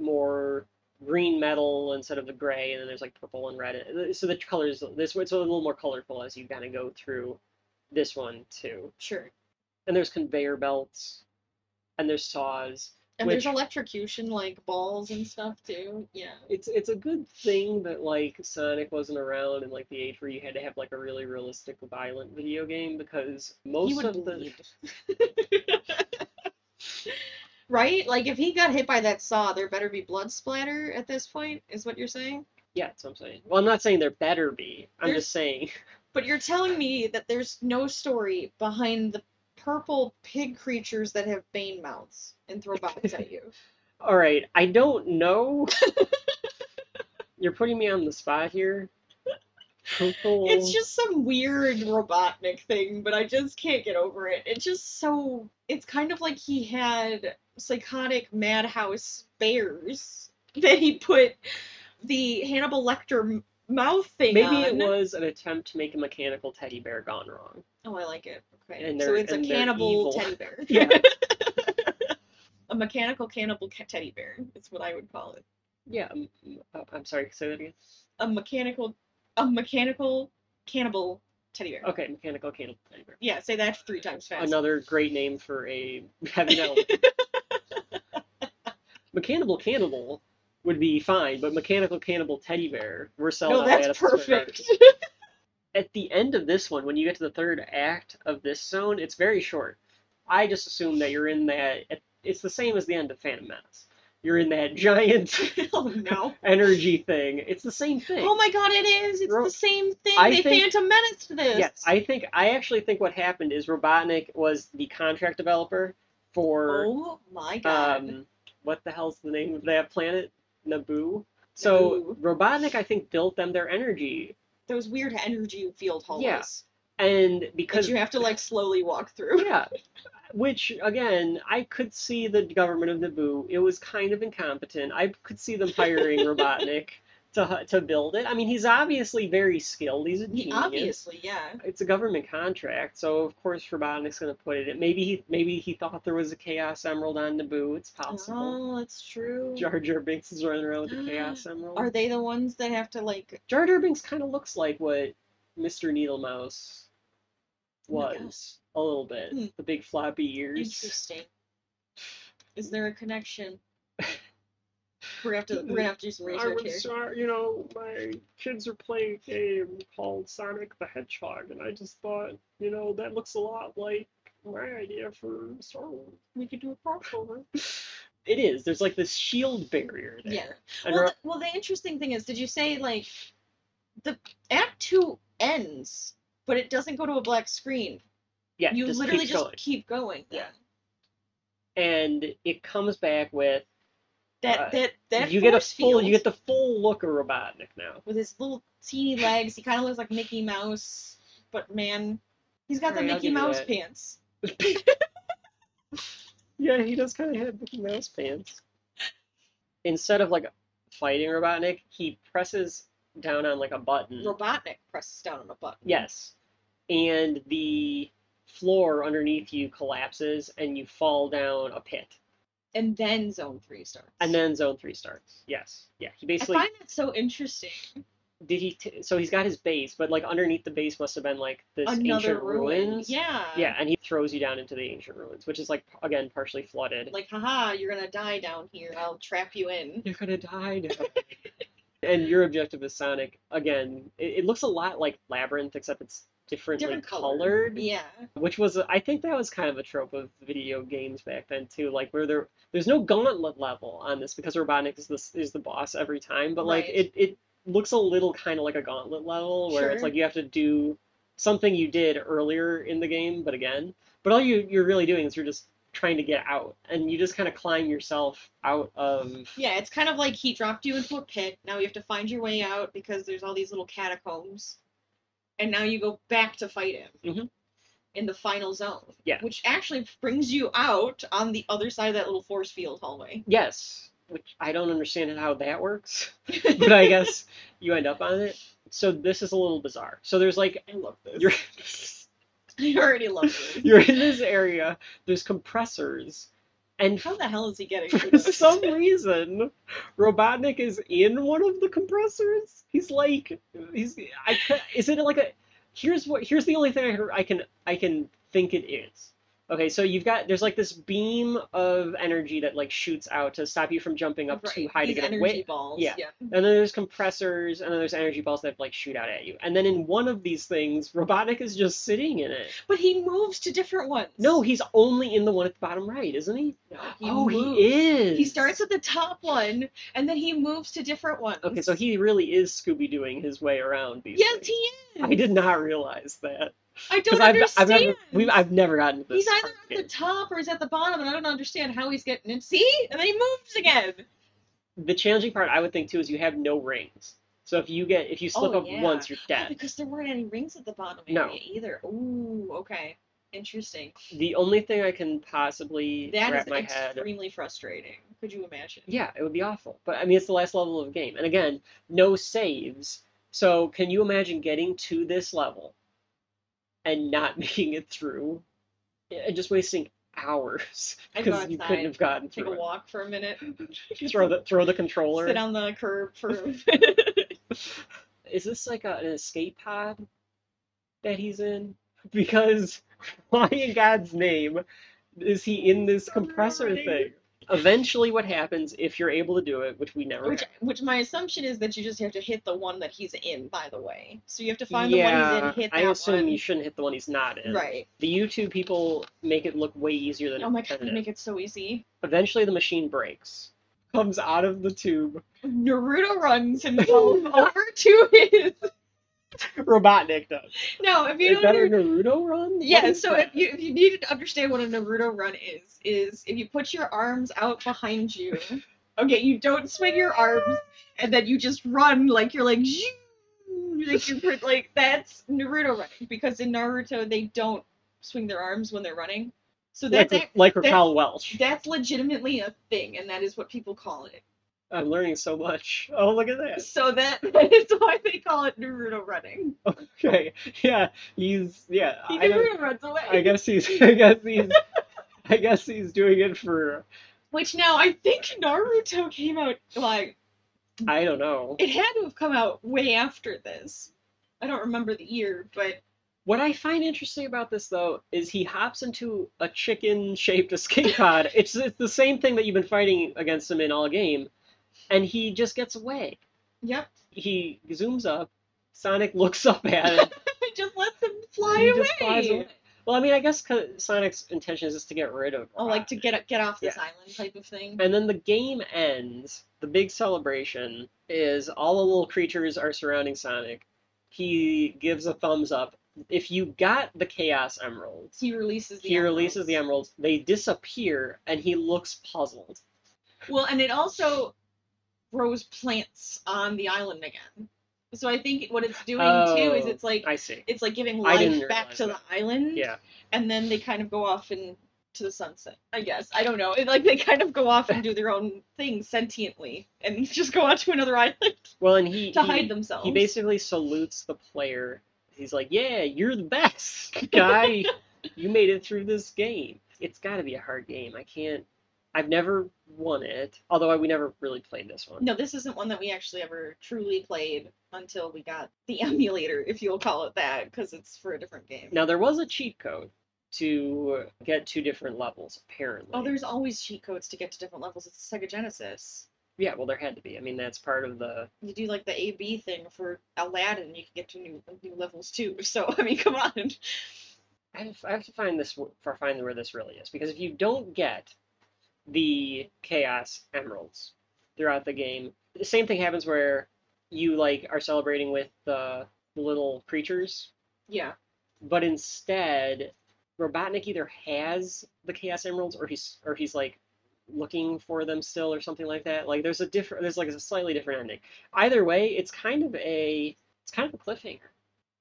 Speaker 1: more green metal instead of the gray, and then there's like purple and red. So the colors this it's a little more colorful as you kind of go through this one too.
Speaker 2: Sure.
Speaker 1: And there's conveyor belts, and there's saws.
Speaker 2: And there's
Speaker 1: Which-
Speaker 2: electrocution, like balls and stuff too. Yeah.
Speaker 1: It's it's a good thing that like Sonic wasn't around in like the age where you had to have like a really realistic violent video game because most
Speaker 2: he would
Speaker 1: of the
Speaker 2: bleed. right? Like if he got hit by that saw, there better be blood splatter at this point, is what you're saying?
Speaker 1: yeah, that's what I'm saying. Well, I'm not saying there better be. I'm
Speaker 2: There's-
Speaker 1: just saying
Speaker 2: But you're telling me that there's no story behind the purple pig creatures that have bane mouths and throw bombs at you.
Speaker 1: All right, I don't know. You're putting me on the spot here. Purple.
Speaker 2: It's just some weird robotnik thing, but I just can't get over it. It's just so it's kind of like he had psychotic madhouse bears that he put the Hannibal Lecter m- mouth thing
Speaker 1: maybe
Speaker 2: on.
Speaker 1: it was an attempt to make a mechanical teddy bear gone wrong.
Speaker 2: Oh, I like it. Okay.
Speaker 1: And
Speaker 2: so
Speaker 1: they're-
Speaker 2: it's a
Speaker 1: and they're
Speaker 2: cannibal
Speaker 1: evil.
Speaker 2: teddy bear.
Speaker 1: Yeah.
Speaker 2: A mechanical cannibal ca- teddy bear. That's what I would call it.
Speaker 1: yeah. um, uh, I'm sorry. Say that again.
Speaker 2: A mechanical a mechanical cannibal teddy bear.
Speaker 1: Okay, mechanical cannibal teddy bear.
Speaker 2: Yeah, say that three times fast.
Speaker 1: Another great name for a heavy metal. mechanical cannibal would be fine, but mechanical cannibal teddy bear we're selling
Speaker 2: No,
Speaker 1: out
Speaker 2: that's
Speaker 1: at Madison Square Garden.
Speaker 2: perfect.
Speaker 1: at the end of this one, when you get to the third act of this zone, it's very short. I just assume that you're in that. It's the same as the end of Phantom Menace. You're in that giant
Speaker 2: oh no.
Speaker 1: energy thing. It's the same thing.
Speaker 2: Oh my god, it is! It's
Speaker 1: Ro-
Speaker 2: the same thing.
Speaker 1: I
Speaker 2: they
Speaker 1: think-
Speaker 2: Phantom Menace this.
Speaker 1: yes, I think I actually think what happened is Robotnik was the contract developer for
Speaker 2: Oh my god.
Speaker 1: um, what the hell's the name of that planet? Naboo. So
Speaker 2: Naboo.
Speaker 1: Robotnik, I think, built them their energy,
Speaker 2: Those weird energy field
Speaker 1: Yeah,
Speaker 2: hallways
Speaker 1: and
Speaker 2: that
Speaker 1: because
Speaker 2: you have to like slowly walk through.
Speaker 1: yeah. Which again, I could see the government of Naboo. It was kind of incompetent. I could see them hiring Robotnik to to build it. I mean, he's obviously very skilled. He's a
Speaker 2: He-
Speaker 1: genius.
Speaker 2: obviously, yeah.
Speaker 1: It's a government contract, so of course Robotnik's going to put it. in. Maybe he maybe he thought there was a Chaos Emerald on Naboo. It's possible.
Speaker 2: Oh, that's true.
Speaker 1: Jar Jar Binks is running around with the Chaos Emerald.
Speaker 2: Are they the ones that have to like?
Speaker 1: Jar Jar Binks kind of looks like what Mr. Needle Mouse
Speaker 2: Oh my
Speaker 1: was a little bit.
Speaker 2: Hmm.
Speaker 1: The big floppy ears.
Speaker 2: Interesting. Is there a connection? We're gonna have to. We're gonna have to do some research here.
Speaker 1: sorry, you know, my kids are playing a game called Sonic the Hedgehog, and I just thought, you know, that looks a lot like my idea for Star Wars.
Speaker 2: We could do a crossover.
Speaker 1: It is. There's like this shield barrier there.
Speaker 2: Yeah.
Speaker 1: And
Speaker 2: Well,
Speaker 1: Ro-
Speaker 2: the, well, the interesting thing is, did you say like the Act Two ends, but it doesn't go to a black screen?
Speaker 1: yeah,
Speaker 2: you
Speaker 1: just
Speaker 2: literally
Speaker 1: keeps
Speaker 2: just
Speaker 1: going.
Speaker 2: keep going.
Speaker 1: Yeah. And it comes back with
Speaker 2: That
Speaker 1: Right.
Speaker 2: that that
Speaker 1: you get a
Speaker 2: force
Speaker 1: full
Speaker 2: field
Speaker 1: you get the full look of Robotnik now.
Speaker 2: with his little teeny legs. He kind of looks like Mickey Mouse, but man, he's got
Speaker 1: Alright,
Speaker 2: the
Speaker 1: I'll
Speaker 2: Mickey
Speaker 1: give you
Speaker 2: Mouse
Speaker 1: that.
Speaker 2: pants.
Speaker 1: Yeah, he does kind of have Mickey Mouse pants. Instead of like fighting Robotnik, he presses down on like a button.
Speaker 2: Robotnik presses down on a button.
Speaker 1: Yes. And the floor underneath you collapses and you fall down a pit.
Speaker 2: And then Zone Three starts.
Speaker 1: And then zone three starts. Yes. Yeah. He
Speaker 2: I
Speaker 1: basically
Speaker 2: find that so interesting.
Speaker 1: did he t- so he's got his base, but like underneath the base must have been like this
Speaker 2: Another
Speaker 1: ancient
Speaker 2: ruin.
Speaker 1: ruins.
Speaker 2: Yeah.
Speaker 1: Yeah, and he throws you down into the ancient ruins, which is like again partially flooded.
Speaker 2: Like, haha, you're gonna die down here. I'll trap you in.
Speaker 1: You're gonna die now. and your objective is Sonic. Again, it, it looks a lot like Labyrinth, except it's differently
Speaker 2: Different color.
Speaker 1: colored.
Speaker 2: Yeah.
Speaker 1: Which was, I think that was kind of a trope of video games back then too. Like where there, there's no gauntlet level on this because Robotnik is the is the boss every time. But like
Speaker 2: Right.
Speaker 1: it it looks a little kind of like a gauntlet level where it's
Speaker 2: Sure.
Speaker 1: like you have to do something you did earlier in the game, but again, but all you you're really doing is you're just trying to get out, and you just kind of climb yourself out of
Speaker 2: Yeah, it's kind of like he dropped you into a pit. Now you have to find your way out because there's all these little catacombs. And now you go back to fight him
Speaker 1: Mhm.
Speaker 2: in the final zone.
Speaker 1: Yeah.
Speaker 2: Which actually brings you out on the other side of that little force field hallway.
Speaker 1: Yes, which I don't understand how that works, but I guess you end up on it. So this is a little bizarre. So there's like
Speaker 2: I love this.
Speaker 1: you're
Speaker 2: I already love this.
Speaker 1: you're in this area. There's compressors, and
Speaker 2: How the hell is he getting through
Speaker 1: for
Speaker 2: this?
Speaker 1: some reason, Robotnik is in one of the compressors. He's like he's I ca- is it like a here's what here's the only thing I can I can I can think it is. Okay, so you've got there's like this beam of energy that like shoots out to stop you from jumping up too
Speaker 2: Right,
Speaker 1: high to
Speaker 2: these
Speaker 1: get
Speaker 2: energy
Speaker 1: away.
Speaker 2: balls.
Speaker 1: yeah. And then there's compressors, and then there's energy balls that like shoot out at you. And then in one of these things, Robotnik is just sitting in it.
Speaker 2: But he moves to different ones.
Speaker 1: No, he's only in the one at the bottom right, isn't he?
Speaker 2: No, he
Speaker 1: oh,
Speaker 2: moves.
Speaker 1: he is.
Speaker 2: He starts at the top one and then he moves to different ones.
Speaker 1: Okay, so he really is Scooby Dooing his way around these.
Speaker 2: Yes,
Speaker 1: things.
Speaker 2: he is.
Speaker 1: I did not realize that
Speaker 2: I don't
Speaker 1: I've I've
Speaker 2: understand.
Speaker 1: never we've, I've never gotten to this.
Speaker 2: He's either
Speaker 1: part
Speaker 2: at the
Speaker 1: yet.
Speaker 2: top or he's at the bottom, and I don't understand how he's getting in. See? And then he moves again.
Speaker 1: the challenging part I would think too is you have no rings, so if you get if you slip
Speaker 2: Oh,
Speaker 1: up
Speaker 2: yeah.
Speaker 1: once, you're
Speaker 2: Oh,
Speaker 1: dead.
Speaker 2: because there weren't any rings at the bottom
Speaker 1: No.
Speaker 2: area either. Ooh, okay. Interesting.
Speaker 1: The only thing I can possibly
Speaker 2: That
Speaker 1: wrap
Speaker 2: is
Speaker 1: my head
Speaker 2: extremely frustrating. Could you imagine?
Speaker 1: Yeah, it would be awful. But I mean, it's the last level of the game. And again, no saves. So can you imagine getting to this level and not making it through and just wasting hours
Speaker 2: I'd go
Speaker 1: because you
Speaker 2: outside,
Speaker 1: couldn't have gotten
Speaker 2: Take
Speaker 1: through
Speaker 2: a
Speaker 1: it.
Speaker 2: walk for a minute.
Speaker 1: Throw the throw the controller.
Speaker 2: Sit on the curb for a minute.
Speaker 1: Is this like a, an escape pod that he's in? Because why in God's name is he in this compressor thing? Eventually, what happens if you're able to do it, which we never
Speaker 2: which,
Speaker 1: have.
Speaker 2: which my assumption is that you just have to hit the one that he's in. By the way, so you have to find the one he's in, hit that
Speaker 1: I assume
Speaker 2: one.
Speaker 1: you shouldn't hit the one he's not in.
Speaker 2: Right.
Speaker 1: The YouTube people make it look way easier than
Speaker 2: Oh my
Speaker 1: it
Speaker 2: god,
Speaker 1: than
Speaker 2: you
Speaker 1: it
Speaker 2: make
Speaker 1: is.
Speaker 2: it so easy.
Speaker 1: Eventually, the machine breaks, comes out of the tube.
Speaker 2: Naruto runs himself over to his.
Speaker 1: Robotnik does.
Speaker 2: No, if
Speaker 1: Is
Speaker 2: you don't.
Speaker 1: that a
Speaker 2: under-
Speaker 1: Naruto run? What
Speaker 2: Yeah,
Speaker 1: is
Speaker 2: so
Speaker 1: that?
Speaker 2: if you if you need to understand what a Naruto run is, is if you put your arms out behind you. Okay, you don't swing your arms, and then you just run like you're like. "Zhoo," Like, you're, pre- like that's Naruto running because in Naruto they don't swing their arms when they're running, so
Speaker 1: like
Speaker 2: that's
Speaker 1: like Raquel
Speaker 2: that's-
Speaker 1: Welch.
Speaker 2: That's legitimately a thing, and that is what people call it.
Speaker 1: I'm learning so much. Oh, look at that.
Speaker 2: So that that is why they call it Naruto running.
Speaker 1: Okay. Yeah. He's yeah.
Speaker 2: He
Speaker 1: I, don't-
Speaker 2: Naruto runs away.
Speaker 1: I guess he's. I guess he's. I guess he's doing it for.
Speaker 2: Which now I think Naruto came out like
Speaker 1: I don't know.
Speaker 2: it had to have come out way after this. I don't remember the year, but
Speaker 1: What I find interesting about this though is he hops into a chicken-shaped escape pod. It's it's the same thing that you've been fighting against him in all game, and he just gets away.
Speaker 2: yep,
Speaker 1: He zooms up. Sonic looks up at him.
Speaker 2: it just lets him fly
Speaker 1: He
Speaker 2: away.
Speaker 1: just flies away. Well, I mean, I guess 'cause Sonic's intention is just to get rid of.
Speaker 2: Oh, like to
Speaker 1: Robotnik.
Speaker 2: get get off this
Speaker 1: Yeah.
Speaker 2: island type of thing.
Speaker 1: And then the game ends. The big celebration is all the little creatures are surrounding Sonic. He gives a thumbs up. If you got the Chaos Emeralds,
Speaker 2: He releases the
Speaker 1: he releases the
Speaker 2: emeralds.
Speaker 1: emeralds. They disappear, and he looks puzzled.
Speaker 2: Well, and it also grows plants on the island again. So I think what it's doing too is
Speaker 1: Oh,
Speaker 2: it's like
Speaker 1: I see.
Speaker 2: it's like giving
Speaker 1: I didn't
Speaker 2: life back
Speaker 1: realize
Speaker 2: to
Speaker 1: that.
Speaker 2: the island.
Speaker 1: Yeah.
Speaker 2: and then they kind of go off and to the sunset. I guess I don't know. It, like they kind of go off and do their own thing sentiently, and just go out to another island
Speaker 1: Well, and he
Speaker 2: to
Speaker 1: he,
Speaker 2: hide themselves.
Speaker 1: he basically salutes the player. He's like, "Yeah, you're the best guy. you made it through this game. It's got to be a hard game. I can't. I've never won it. Although I- we never really played this one.
Speaker 2: no, this isn't one that we actually ever truly played until we got the emulator, if you'll call it that, because it's for a different game.
Speaker 1: Now there was a cheat code to get to different levels, apparently.
Speaker 2: Oh, there's always cheat codes to get to different levels. It's Sega Genesis.
Speaker 1: yeah. Well, there had to be. I mean, that's part of the.
Speaker 2: You do like the AB thing for Aladdin, you can get to new new levels too. So I mean, come on.
Speaker 1: I have, I have to find this w- for find where this really is because if you don't get the chaos emeralds throughout the game, the same thing happens where you like are celebrating with the little creatures,
Speaker 2: Yeah.
Speaker 1: but instead Robotnik either has the chaos emeralds or he's or he's like looking for them still or something like that. Like there's a different there's like a slightly different ending. Either way, it's kind of a it's kind of a cliffhanger.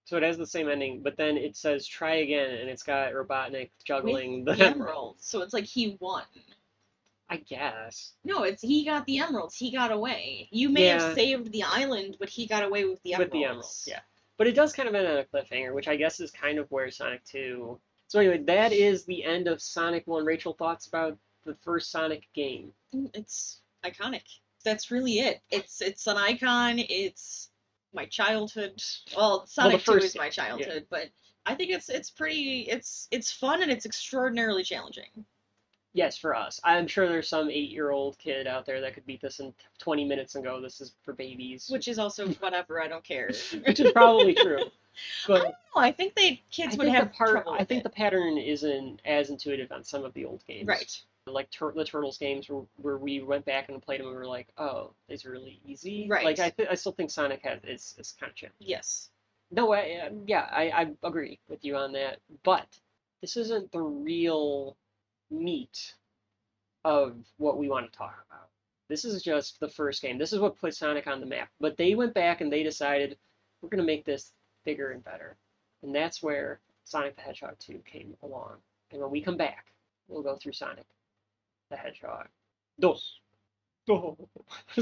Speaker 1: So it has the same ending, but then it says try again and it's got Robotnik juggling the,
Speaker 2: The emerald. So it's like he won.
Speaker 1: I guess.
Speaker 2: No, it's he got the emeralds. He got away. You may
Speaker 1: Yeah.
Speaker 2: have saved the island, but he got away with the
Speaker 1: With
Speaker 2: emeralds.
Speaker 1: the emeralds, yeah. But it does kind of end on a cliffhanger, which I guess is kind of where Sonic 2 So anyway, that is the end of Sonic 1. Rachel thoughts about the first Sonic game.
Speaker 2: Mm, It's iconic. That's really it. It's it's an icon. It's my childhood. Well, Sonic
Speaker 1: first-
Speaker 2: 2 is my childhood, but I think it's it's pretty it's it's fun and it's extraordinarily challenging.
Speaker 1: Yes, for us. I'm sure there's some eight-year-old kid out there that could beat this in 20 minutes and go, "This is for babies,"
Speaker 2: Which is also whatever, I don't care.
Speaker 1: which is probably true. But
Speaker 2: No, I think they kids
Speaker 1: I
Speaker 2: would
Speaker 1: think
Speaker 2: have
Speaker 1: the part,
Speaker 2: trouble
Speaker 1: I
Speaker 2: with
Speaker 1: think
Speaker 2: it.
Speaker 1: the pattern isn't as intuitive on some of the old games,
Speaker 2: Right.
Speaker 1: Like Tur- the Turtles games, where, where we went back and played them, and we were like, "Oh, these are really easy."
Speaker 2: Right.
Speaker 1: Like I, th- I still think Sonic has is is kind of challenging.
Speaker 2: Yes.
Speaker 1: No, I, um, yeah, I, I agree with you on that, but this isn't the real meat of what we want to talk about. This is just the first game. This is what put Sonic on the map. But they went back and they decided we're going to make this bigger and better. And that's where Sonic the Hedgehog 2 came along. And when we come back, we'll go through Sonic the Hedgehog. Dos. Dos.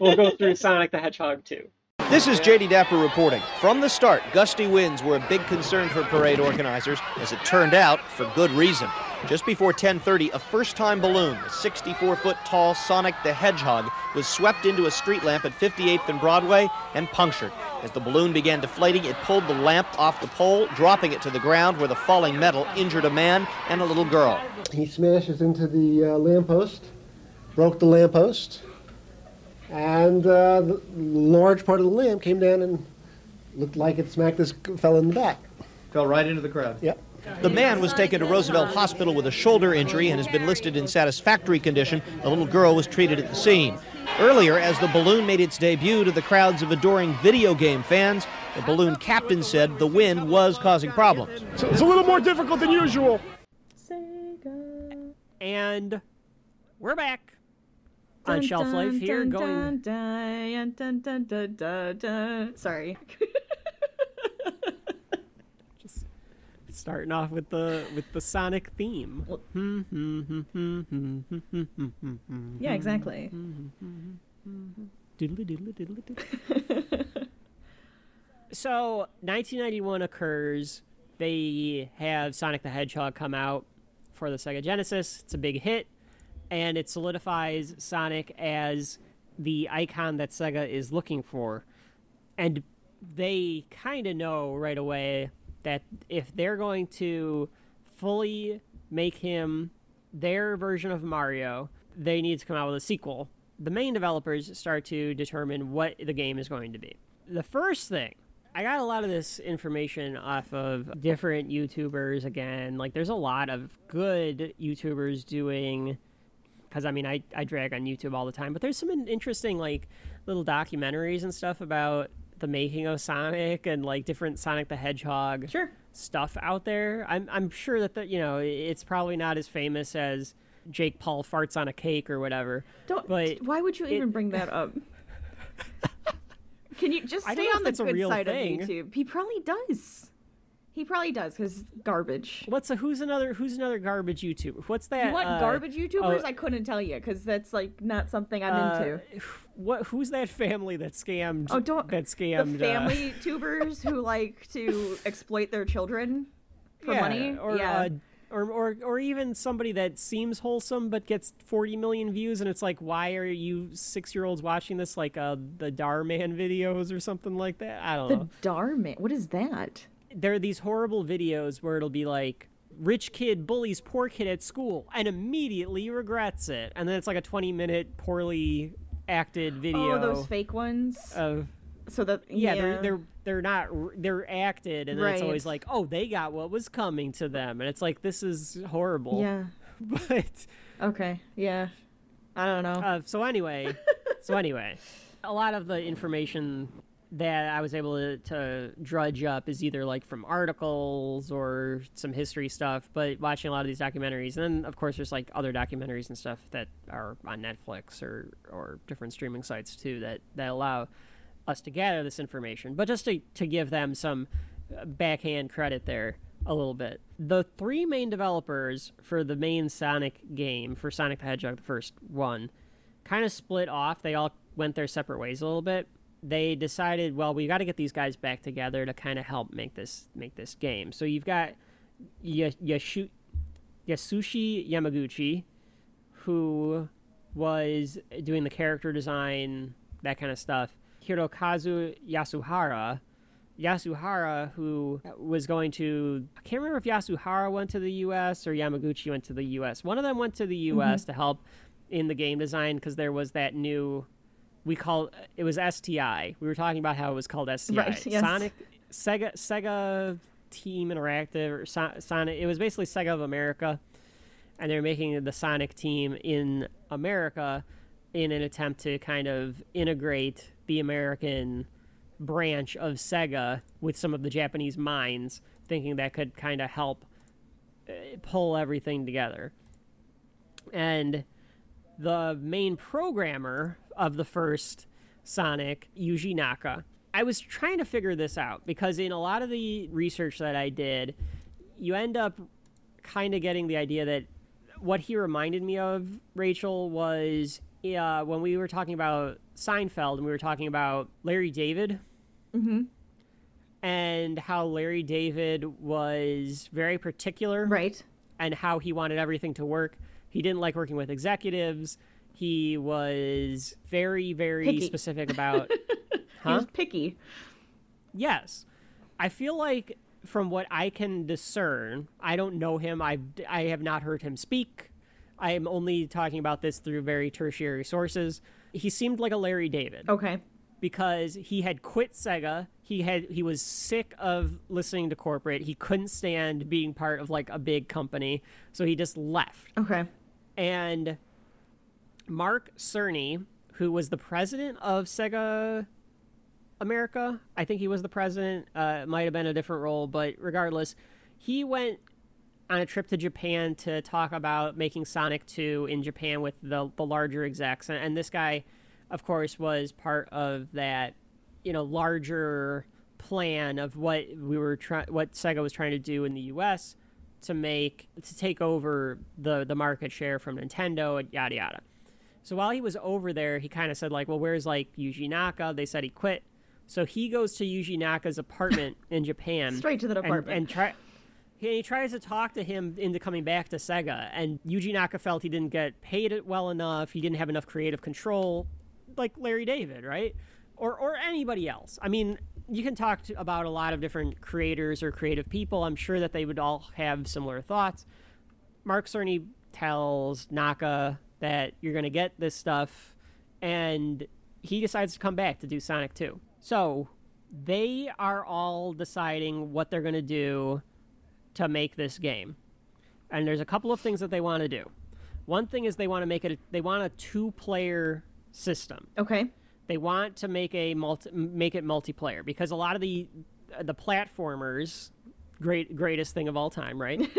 Speaker 1: We'll go through Sonic the Hedgehog 2.
Speaker 9: This is JD Dapper reporting. From the start, gusty winds were a big concern for parade organizers, as it turned out, for good reason. Just before 10:30, a first-time balloon, a 64-foot-tall Sonic the Hedgehog, was swept into a street lamp at 58th and Broadway and punctured. As the balloon began deflating, it pulled the lamp off the pole, dropping it to the ground where the falling metal injured a man and a little girl.
Speaker 10: He smashes into the uh, lamppost, broke the lamppost, and uh, the large part of the lamp came down and looked like it smacked this fella in the back.
Speaker 9: Fell right into the crowd.
Speaker 10: Yep.
Speaker 9: The man was taken to Roosevelt Hospital with a shoulder injury and has been listed in satisfactory condition. The little girl was treated at the scene. Earlier, as the balloon made its debut to the crowds of adoring video game fans, the balloon captain said the wind was causing problems.
Speaker 11: It's a little more difficult than usual.
Speaker 1: And we're back on shelf life here, going
Speaker 12: Sorry. Just
Speaker 1: starting off with the with the Sonic theme.
Speaker 2: Mm-hmm.
Speaker 13: Yeah, exactly.
Speaker 1: So 1991 occurs. They have Sonic the Hedgehog come out for the Sega Genesis. It's a big hit, and it solidifies Sonic as the icon that Sega is looking for. And they kind of know right away that if they're going to fully make him their version of Mario, they need to come out with a sequel. The main developers start to determine what the game is going to be. The first thing, I got a lot of this information off of different YouTubers again. Like, there's a lot of good YouTubers doing. Because I mean, I, I drag on YouTube all the time, but there's some in- interesting, like, little documentaries and stuff about the making of Sonic and like different Sonic the Hedgehog stuff out there. I'm I'm sure that the, you know it's probably not as famous as Jake Paul farts on a cake or whatever.
Speaker 13: Don't.
Speaker 1: But
Speaker 13: Why would you
Speaker 1: it-
Speaker 13: even bring that up? Can you just
Speaker 1: I don't
Speaker 13: stay
Speaker 1: know
Speaker 13: on
Speaker 1: if
Speaker 13: the
Speaker 1: it's a
Speaker 13: good
Speaker 1: real
Speaker 13: side
Speaker 1: thing.
Speaker 13: of YouTube? He probably does. He probably does because garbage.
Speaker 1: What's a who's another who's another garbage YouTuber? What's that?
Speaker 13: What
Speaker 1: uh,
Speaker 13: garbage YouTubers?
Speaker 1: oh,
Speaker 13: I couldn't tell you because that's like not something I'm
Speaker 1: uh,
Speaker 13: into.
Speaker 1: What who's that family that scammed?
Speaker 13: Oh, don't-
Speaker 1: that scammed
Speaker 13: the
Speaker 1: uh,
Speaker 13: family tubers who like to exploit their children for
Speaker 1: yeah,
Speaker 13: money.
Speaker 1: or
Speaker 13: yeah.
Speaker 1: uh, or, or or even somebody that seems wholesome but gets 40 million views and it's like why are you six year olds watching this like uh the Darman videos or something like that I don't
Speaker 13: the
Speaker 1: know
Speaker 13: Darman. What is that?
Speaker 1: there are these horrible videos where it'll be like rich kid bullies poor kid at school and immediately regrets it and then it's like a 20 minute poorly acted video
Speaker 13: Oh, those fake ones.
Speaker 1: of
Speaker 13: so that
Speaker 1: Uh, yeah,
Speaker 13: yeah.
Speaker 1: They're, they're they're not r- they're acted and then it's always
Speaker 13: Right.
Speaker 1: like oh they got what was coming to them and it's like this is horrible
Speaker 13: Yeah.
Speaker 1: but
Speaker 13: Okay. Yeah. I don't know.
Speaker 1: Uh, so anyway, so anyway, a lot of the information that I was able to, to drudge up is either like from articles or some history stuff, but watching a lot of these documentaries, and then of course there's like other documentaries and stuff that are on Netflix or or different streaming sites too that that allow us to gather this information. But just to to give them some uh, backhand credit there a little bit. The three main developers for the main Sonic game, for Sonic the Hedgehog, the first one, kind of split off. They all went their separate ways a little bit. They decided, well, we got to get these guys back together to kind of help make this make this game. So you've got Ya- Yashu- Yasushi Yamaguchi, who was doing the character design, that kind of stuff. Hirokazu Yasuhara. Yasuhara, who was going to, I can't remember if Yasuhara went to the US or Yamaguchi went to the US. One of them went to the
Speaker 13: Mm-hmm.
Speaker 1: US
Speaker 14: Mhm.
Speaker 1: to help in the game design because there was that new, we call it was STI. We were talking about how it was called STI.
Speaker 13: Right, yes.
Speaker 1: Sonic, Sega, Sega Team Interactive, or Son- Sonic, it was basically Sega of America and they're making the Sonic team in America in an attempt to kind of integrate the American branch of Sega with some of the Japanese minds, thinking that could kind of help uh, pull everything together. And the main programmer of the first Sonic, Yuji Naka. I was trying to figure this out because in a lot of the research that I did, you end up kind of getting the idea that what he reminded me of, Rachel, was uh, when we were talking about Seinfeld and we were talking about Larry David
Speaker 13: Mm-hmm.
Speaker 1: and how Larry David was very particular. Right. And how he wanted everything to work. He didn't like working with executives. He was very, very
Speaker 13: Picky.
Speaker 1: specific about.
Speaker 13: He was picky.
Speaker 1: Yes. I feel like from what I can discern, I don't know him. I I have not heard him speak. I am only talking about this through very tertiary sources. He seemed like a Larry David.
Speaker 13: Okay.
Speaker 1: Because he had quit Sega. He had he was sick of listening to corporate. He couldn't stand being part of like a big company. So he just left.
Speaker 13: Okay.
Speaker 1: And Mark Cerny, who was the president of Sega America. I think he was the president. Uh, it might have been a different role, but regardless, he went on a trip to Japan to talk about making Sonic 2 in Japan with the, the larger execs. And, and this guy, of course, was part of that, you know, larger plan of what we were trying, what Sega was trying to do in the U.S. to make to take over the the market share from Nintendo and yada yada. So while he was over there, he kind of said like, "Well, where's like Yuji Naka?" They said he quit, so he goes to Yuji Naka's apartment in Japan,
Speaker 13: Straight to that
Speaker 1: and-
Speaker 13: apartment.
Speaker 1: and try. He, he tries to talk to him into coming back to Sega, and Yuji Naka felt he didn't get paid it well enough. He didn't have enough creative control, like Larry David, right? Or or anybody else. I mean, you can talk to, about a lot of different creators or creative people. I'm sure that they would all have similar thoughts. Mark Cerny tells Naka that you're going to get this stuff, and he decides to come back to do Sonic 2. So they are all deciding what they're going to do to make this game. And there's a couple of things that they want to do. One thing is they want to make it, they want a two player system
Speaker 13: Okay.
Speaker 1: they want to make a multi- make it multiplayer because a lot of the the platformers great greatest thing of all time right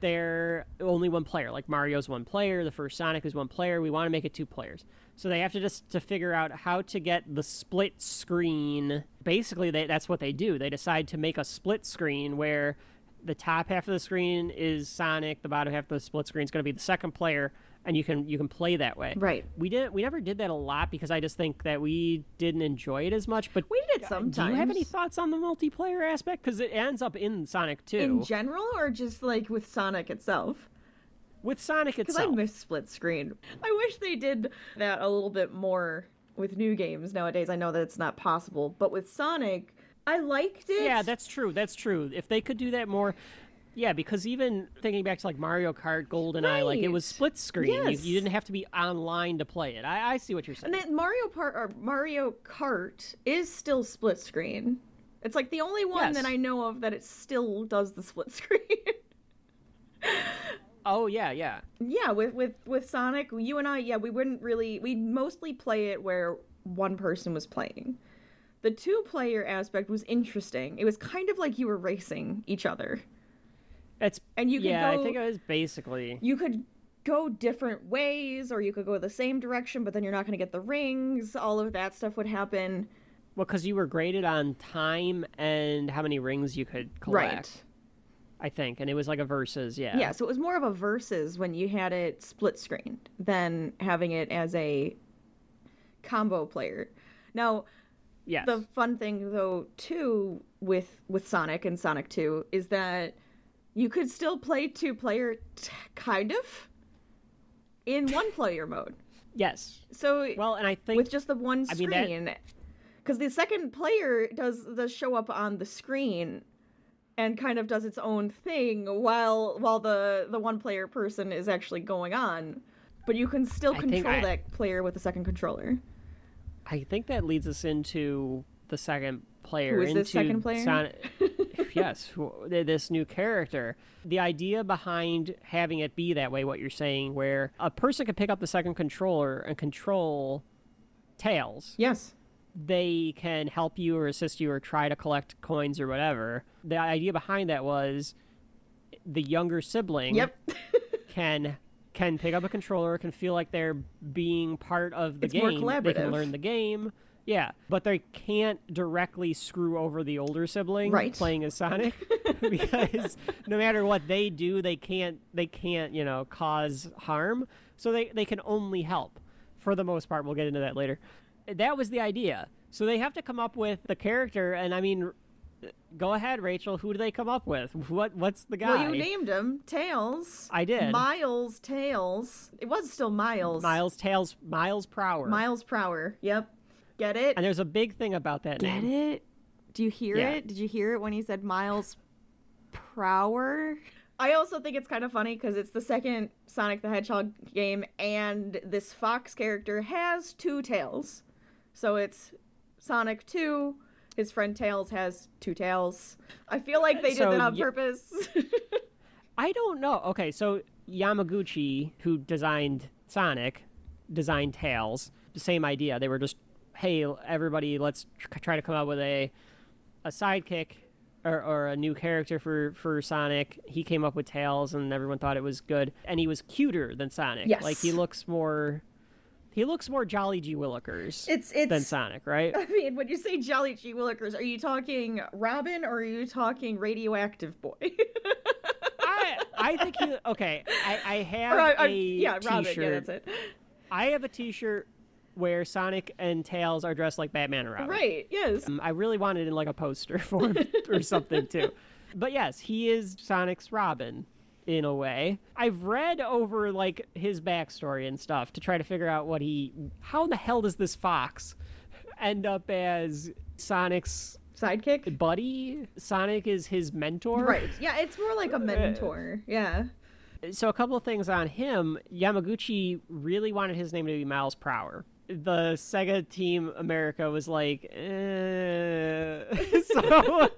Speaker 1: they're only one player like mario's one player the first sonic is one player we want to make it two players so they have to just to figure out how to get the split screen basically they, that's what they do they decide to make a split screen where the top half of the screen is sonic the bottom half of the split screen is going to be the second player and you can you can play that way
Speaker 13: Right.
Speaker 1: we didn't we never did that a lot because i just think that we didn't enjoy it as much but
Speaker 13: We did it sometimes.
Speaker 1: do you have any thoughts on the multiplayer aspect because it ends up in sonic 2
Speaker 13: in general, or just like with Sonic itself?
Speaker 1: With Sonic
Speaker 13: Because I
Speaker 1: itself.
Speaker 13: miss split screen. I wish they did that a little bit more with new games nowadays. I know that it's not possible, but with Sonic, I liked it.
Speaker 1: Yeah, that's true. That's true. If they could do that more, yeah, because even thinking back to like Mario Kart, GoldenEye, like it was
Speaker 13: Right.
Speaker 1: split screen. You-
Speaker 13: Yes.
Speaker 1: You, didn't have to be online to play it. I, I see what you're saying.
Speaker 13: And then Mario Part or Mario Kart is still split screen. It's like the only one
Speaker 1: Yes.
Speaker 13: that I know of that it still does the split screen.
Speaker 1: oh yeah, yeah.
Speaker 13: yeah, with with with Sonic, you and I, yeah, we wouldn't really we mostly play it where one person was playing. The two player aspect was interesting. It was kind of like you were racing each other.
Speaker 1: It's
Speaker 13: and you could
Speaker 1: yeah,
Speaker 13: go-
Speaker 1: I think it was basically.
Speaker 13: you could go different ways or you could go the same direction but then you're not going to get the rings all of that stuff would happen
Speaker 1: Well, because you were graded on time and how many rings you could collect.
Speaker 13: Right.
Speaker 1: I think, and it was like a versus. Yeah.
Speaker 13: yeah. so it was more of a versus when you had it split screened than having it as a combo player now
Speaker 1: Yes.
Speaker 13: the fun thing though too with with sonic and sonic 2 is that you could still play two player t- kind of in one player mode
Speaker 1: Yes.
Speaker 13: So
Speaker 1: well, and I think
Speaker 13: with just the one
Speaker 1: I mean, that-
Speaker 13: screen, because the second player does does show up on the screen, and kind of does its own thing while while the the one player person is actually going on, but you can still
Speaker 1: I think
Speaker 13: control
Speaker 1: I-
Speaker 13: that player with the second controller.
Speaker 1: I think that leads us into the second player.
Speaker 13: Who is
Speaker 1: into
Speaker 13: this second player?
Speaker 1: Sonic- yes, who- th- this new character. The idea behind having it be that way, what you're saying, where a person could pick up the second controller and control Tails.
Speaker 13: Yes.
Speaker 1: They can help you or assist you or try to collect coins or whatever. The idea behind that was the younger sibling
Speaker 13: Yep.
Speaker 1: can can pick up a controller, can feel like they're being part of the
Speaker 13: It's
Speaker 1: game.
Speaker 13: more
Speaker 1: They can
Speaker 13: collaborative.
Speaker 1: learn the game. Yeah, but they can't directly screw over the older sibling
Speaker 13: Right.
Speaker 1: playing as Sonic because no matter what they do, they can't they can't, you know, cause harm. So they they can only help for the most part. We'll get into that later. That was the idea. So they have to come up with the character and I mean go ahead, Rachel, who do they come up with? What what's the guy?
Speaker 13: Well, you named him Tails.
Speaker 1: I did.
Speaker 13: Miles Tails. It was still Miles.
Speaker 1: Miles Tails Miles Prower.
Speaker 13: Miles Prower. Yep. Get it?
Speaker 1: And there's a big thing about that
Speaker 13: Get
Speaker 1: name.
Speaker 13: it? Do you hear
Speaker 1: Yeah.
Speaker 13: it? Did you hear it when he said miles per hour? I also think it's kind of funny because it's the second Sonic the Hedgehog game, and this Fox character has two tails. So it's Sonic 2, his friend Tails has two tails. I feel like they did
Speaker 1: So
Speaker 13: that on
Speaker 1: y-
Speaker 13: purpose.
Speaker 1: I don't know. Okay, so Yamaguchi, who designed Sonic, designed Tails. Same idea. They were just, hey, everybody, let's tr- try to come up with a a sidekick or, or a new character for for Sonic. He came up with Tails, and everyone thought it was good. And he was cuter than Sonic.
Speaker 13: Yes.
Speaker 1: Like he looks more. He looks more Jolly G Willikers
Speaker 13: It's- it's-
Speaker 1: than Sonic, right?
Speaker 13: I mean, when you say Jolly G Willikers, are you talking Robin or are you talking Radioactive Boy?
Speaker 1: I think he. Okay, I, I have
Speaker 13: Or I-
Speaker 1: a
Speaker 13: I'm- yeah, Robin, yeah,
Speaker 1: shirt
Speaker 13: that's it.
Speaker 1: I have a T-shirt where Sonic and Tails are dressed like Batman and Robin.
Speaker 13: Right, yes.
Speaker 1: Um, I really wanted in like a poster form or something too. But yes, he is Sonic's Robin in a way. I've read over like his backstory and stuff to try to figure out what he how in the hell does this fox end up as Sonic's
Speaker 13: sidekick?
Speaker 1: Buddy? Sonic is his mentor?
Speaker 13: right. Yeah, it's more like a mentor. Yeah.
Speaker 1: So a couple of things on him. Yamaguchi really wanted his name to be Miles Prower. The Sega Team America was like, eh. so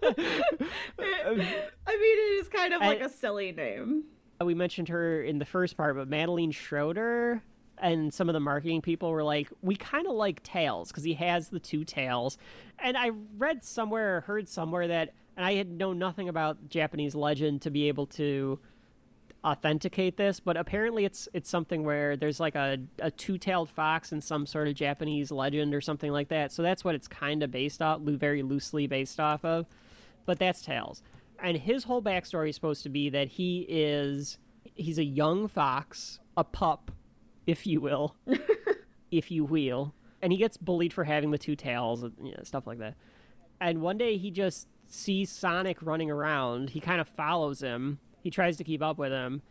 Speaker 13: I mean, it is kind of like
Speaker 1: I-
Speaker 13: a silly name.
Speaker 1: uh, we mentioned her in the first part, but Madeline Schroeder and some of the marketing people were like, we kind of like Tails because he has the two tails. And I read somewhere or heard somewhere that, and I had known nothing about Japanese legend to be able to authenticate this, but apparently it's it's something where there's like a, a two tailed fox in some sort of Japanese legend or something like that. So that's what it's kind of based off, loo- very loosely based off of. But that's Tails, and his whole backstory is supposed to be that he is he's a young fox, a pup, if you will, if you will, and he gets bullied for having the two tails and you know, stuff like that. And one day he just sees Sonic running around. He kind of follows him. He tries to keep up with him,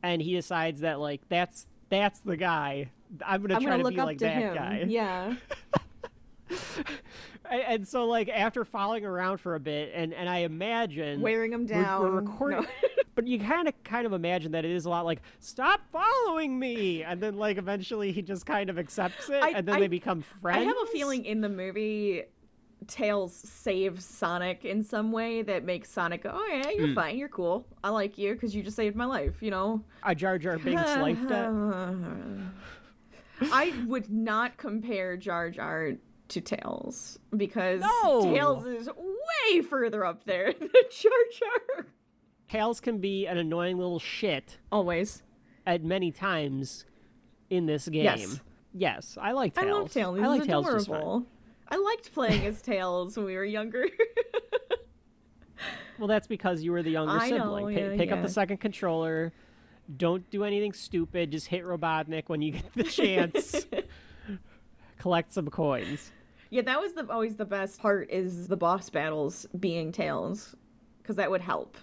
Speaker 1: and he decides that like that's that's the guy. I'm gonna
Speaker 13: I'm
Speaker 1: try
Speaker 13: gonna
Speaker 1: to
Speaker 13: look
Speaker 1: be
Speaker 13: up
Speaker 1: like
Speaker 13: to
Speaker 1: that
Speaker 13: him.
Speaker 1: guy.
Speaker 13: Yeah.
Speaker 1: And, and so like after following around for a bit, and and I imagine
Speaker 13: Wearing him
Speaker 1: we're-
Speaker 13: down.
Speaker 1: We're, recording.
Speaker 13: No.
Speaker 1: But you kind of kind of imagine that it is a lot like stop following me, and then like eventually he just kind of accepts it,
Speaker 13: I-
Speaker 1: and then
Speaker 13: I-
Speaker 1: they become friends.
Speaker 13: I have a feeling in the movie, Tails saves Sonic in some way that makes Sonic go, "Oh yeah, you're
Speaker 1: Hmm.
Speaker 13: fine, you're cool. I like you because you just saved my life." You know.
Speaker 1: a Jar Jar Binks life debt.
Speaker 13: I would not compare Jar Jar to Tails because
Speaker 1: No!
Speaker 13: Tails is way further up there than Jar Jar.
Speaker 1: Tails can be an annoying little shit.
Speaker 13: Always.
Speaker 1: At many times in this game.
Speaker 13: Yes.
Speaker 1: Yes, I like
Speaker 13: I
Speaker 1: Tails.
Speaker 13: love Tails.
Speaker 1: I like
Speaker 13: He's
Speaker 1: Tails just fine.
Speaker 13: adorable. I liked playing as Tails when we were younger.
Speaker 1: Well, that's because you were the younger
Speaker 13: I know,
Speaker 1: sibling.
Speaker 13: yeah,
Speaker 1: Pi- pick up
Speaker 13: yeah.
Speaker 1: the second controller. Don't do anything stupid. Just hit Robotnik when you get the chance. Collect some coins.
Speaker 13: Yeah, that was the always the best part is the boss battles being Tails, because that would help.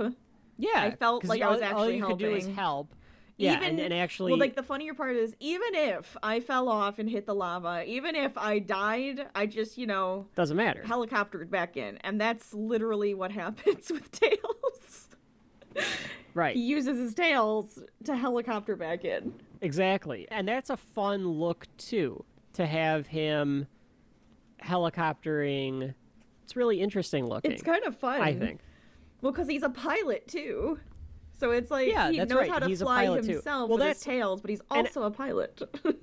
Speaker 1: Yeah,
Speaker 13: I felt
Speaker 1: 'cause
Speaker 13: like I
Speaker 1: all-
Speaker 13: was actually
Speaker 1: all you could
Speaker 13: helping.
Speaker 1: do is help. Yeah,
Speaker 13: even,
Speaker 1: and, and actually,
Speaker 13: well, like the funnier part is even if I fell off and hit the lava, even if I died, I just you know
Speaker 1: doesn't matter.
Speaker 13: helicoptered back in, and that's literally what happens with Tails.
Speaker 1: Right.
Speaker 13: He uses his tails to helicopter back in.
Speaker 1: Exactly. And that's a fun look too to have him helicoptering. It's really interesting looking.
Speaker 13: It's kind of fun.
Speaker 1: I think.
Speaker 13: Well, because he's a pilot too, so it's like
Speaker 1: Yeah,
Speaker 13: he
Speaker 1: that's
Speaker 13: knows
Speaker 1: right.
Speaker 13: how to
Speaker 1: He's a
Speaker 13: fly
Speaker 1: pilot, too.
Speaker 13: himself
Speaker 1: Well,
Speaker 13: with
Speaker 1: that's-
Speaker 13: his tails, but he's
Speaker 1: and-
Speaker 13: also a pilot.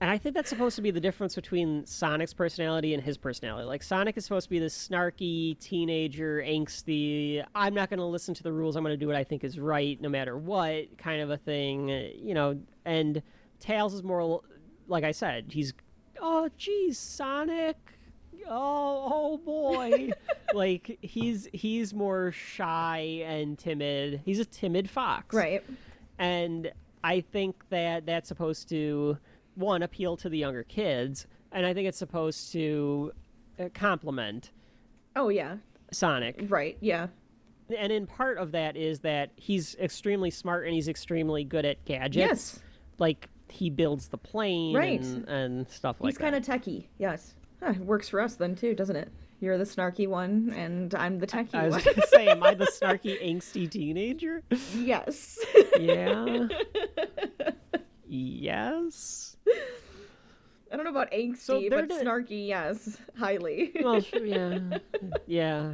Speaker 1: And I think that's supposed to be the difference between Sonic's personality and his personality. Like Sonic is supposed to be this snarky teenager, angsty, I'm not going to listen to the rules, I'm going to do what I think is right no matter what kind of a thing, uh, you know, and Tails is more l- like I said, he's oh geez, Sonic. Oh, oh boy. like he's he's more shy and timid. He's a timid fox.
Speaker 13: Right.
Speaker 1: And I think that that's supposed to one appeal to the younger kids, and I think it's supposed to uh, complement
Speaker 13: oh yeah,
Speaker 1: Sonic.
Speaker 13: right, yeah.
Speaker 1: And in part of that is that he's extremely smart and he's extremely good at gadgets.
Speaker 13: Yes.
Speaker 1: Like he builds the plane
Speaker 13: Right.
Speaker 1: and, and stuff like
Speaker 13: he's kind
Speaker 1: that.
Speaker 13: of techie. Yes, huh, it works for us then too, doesn't it? You're the snarky one, and I'm the techie
Speaker 1: I was
Speaker 13: one.
Speaker 1: going to say, am I the snarky, angsty teenager?
Speaker 13: yes.
Speaker 1: Yeah. yes.
Speaker 13: I don't know about angsty,
Speaker 1: So they're
Speaker 13: but
Speaker 1: the-
Speaker 13: snarky, yes, highly.
Speaker 1: Well, sure, yeah. Yeah.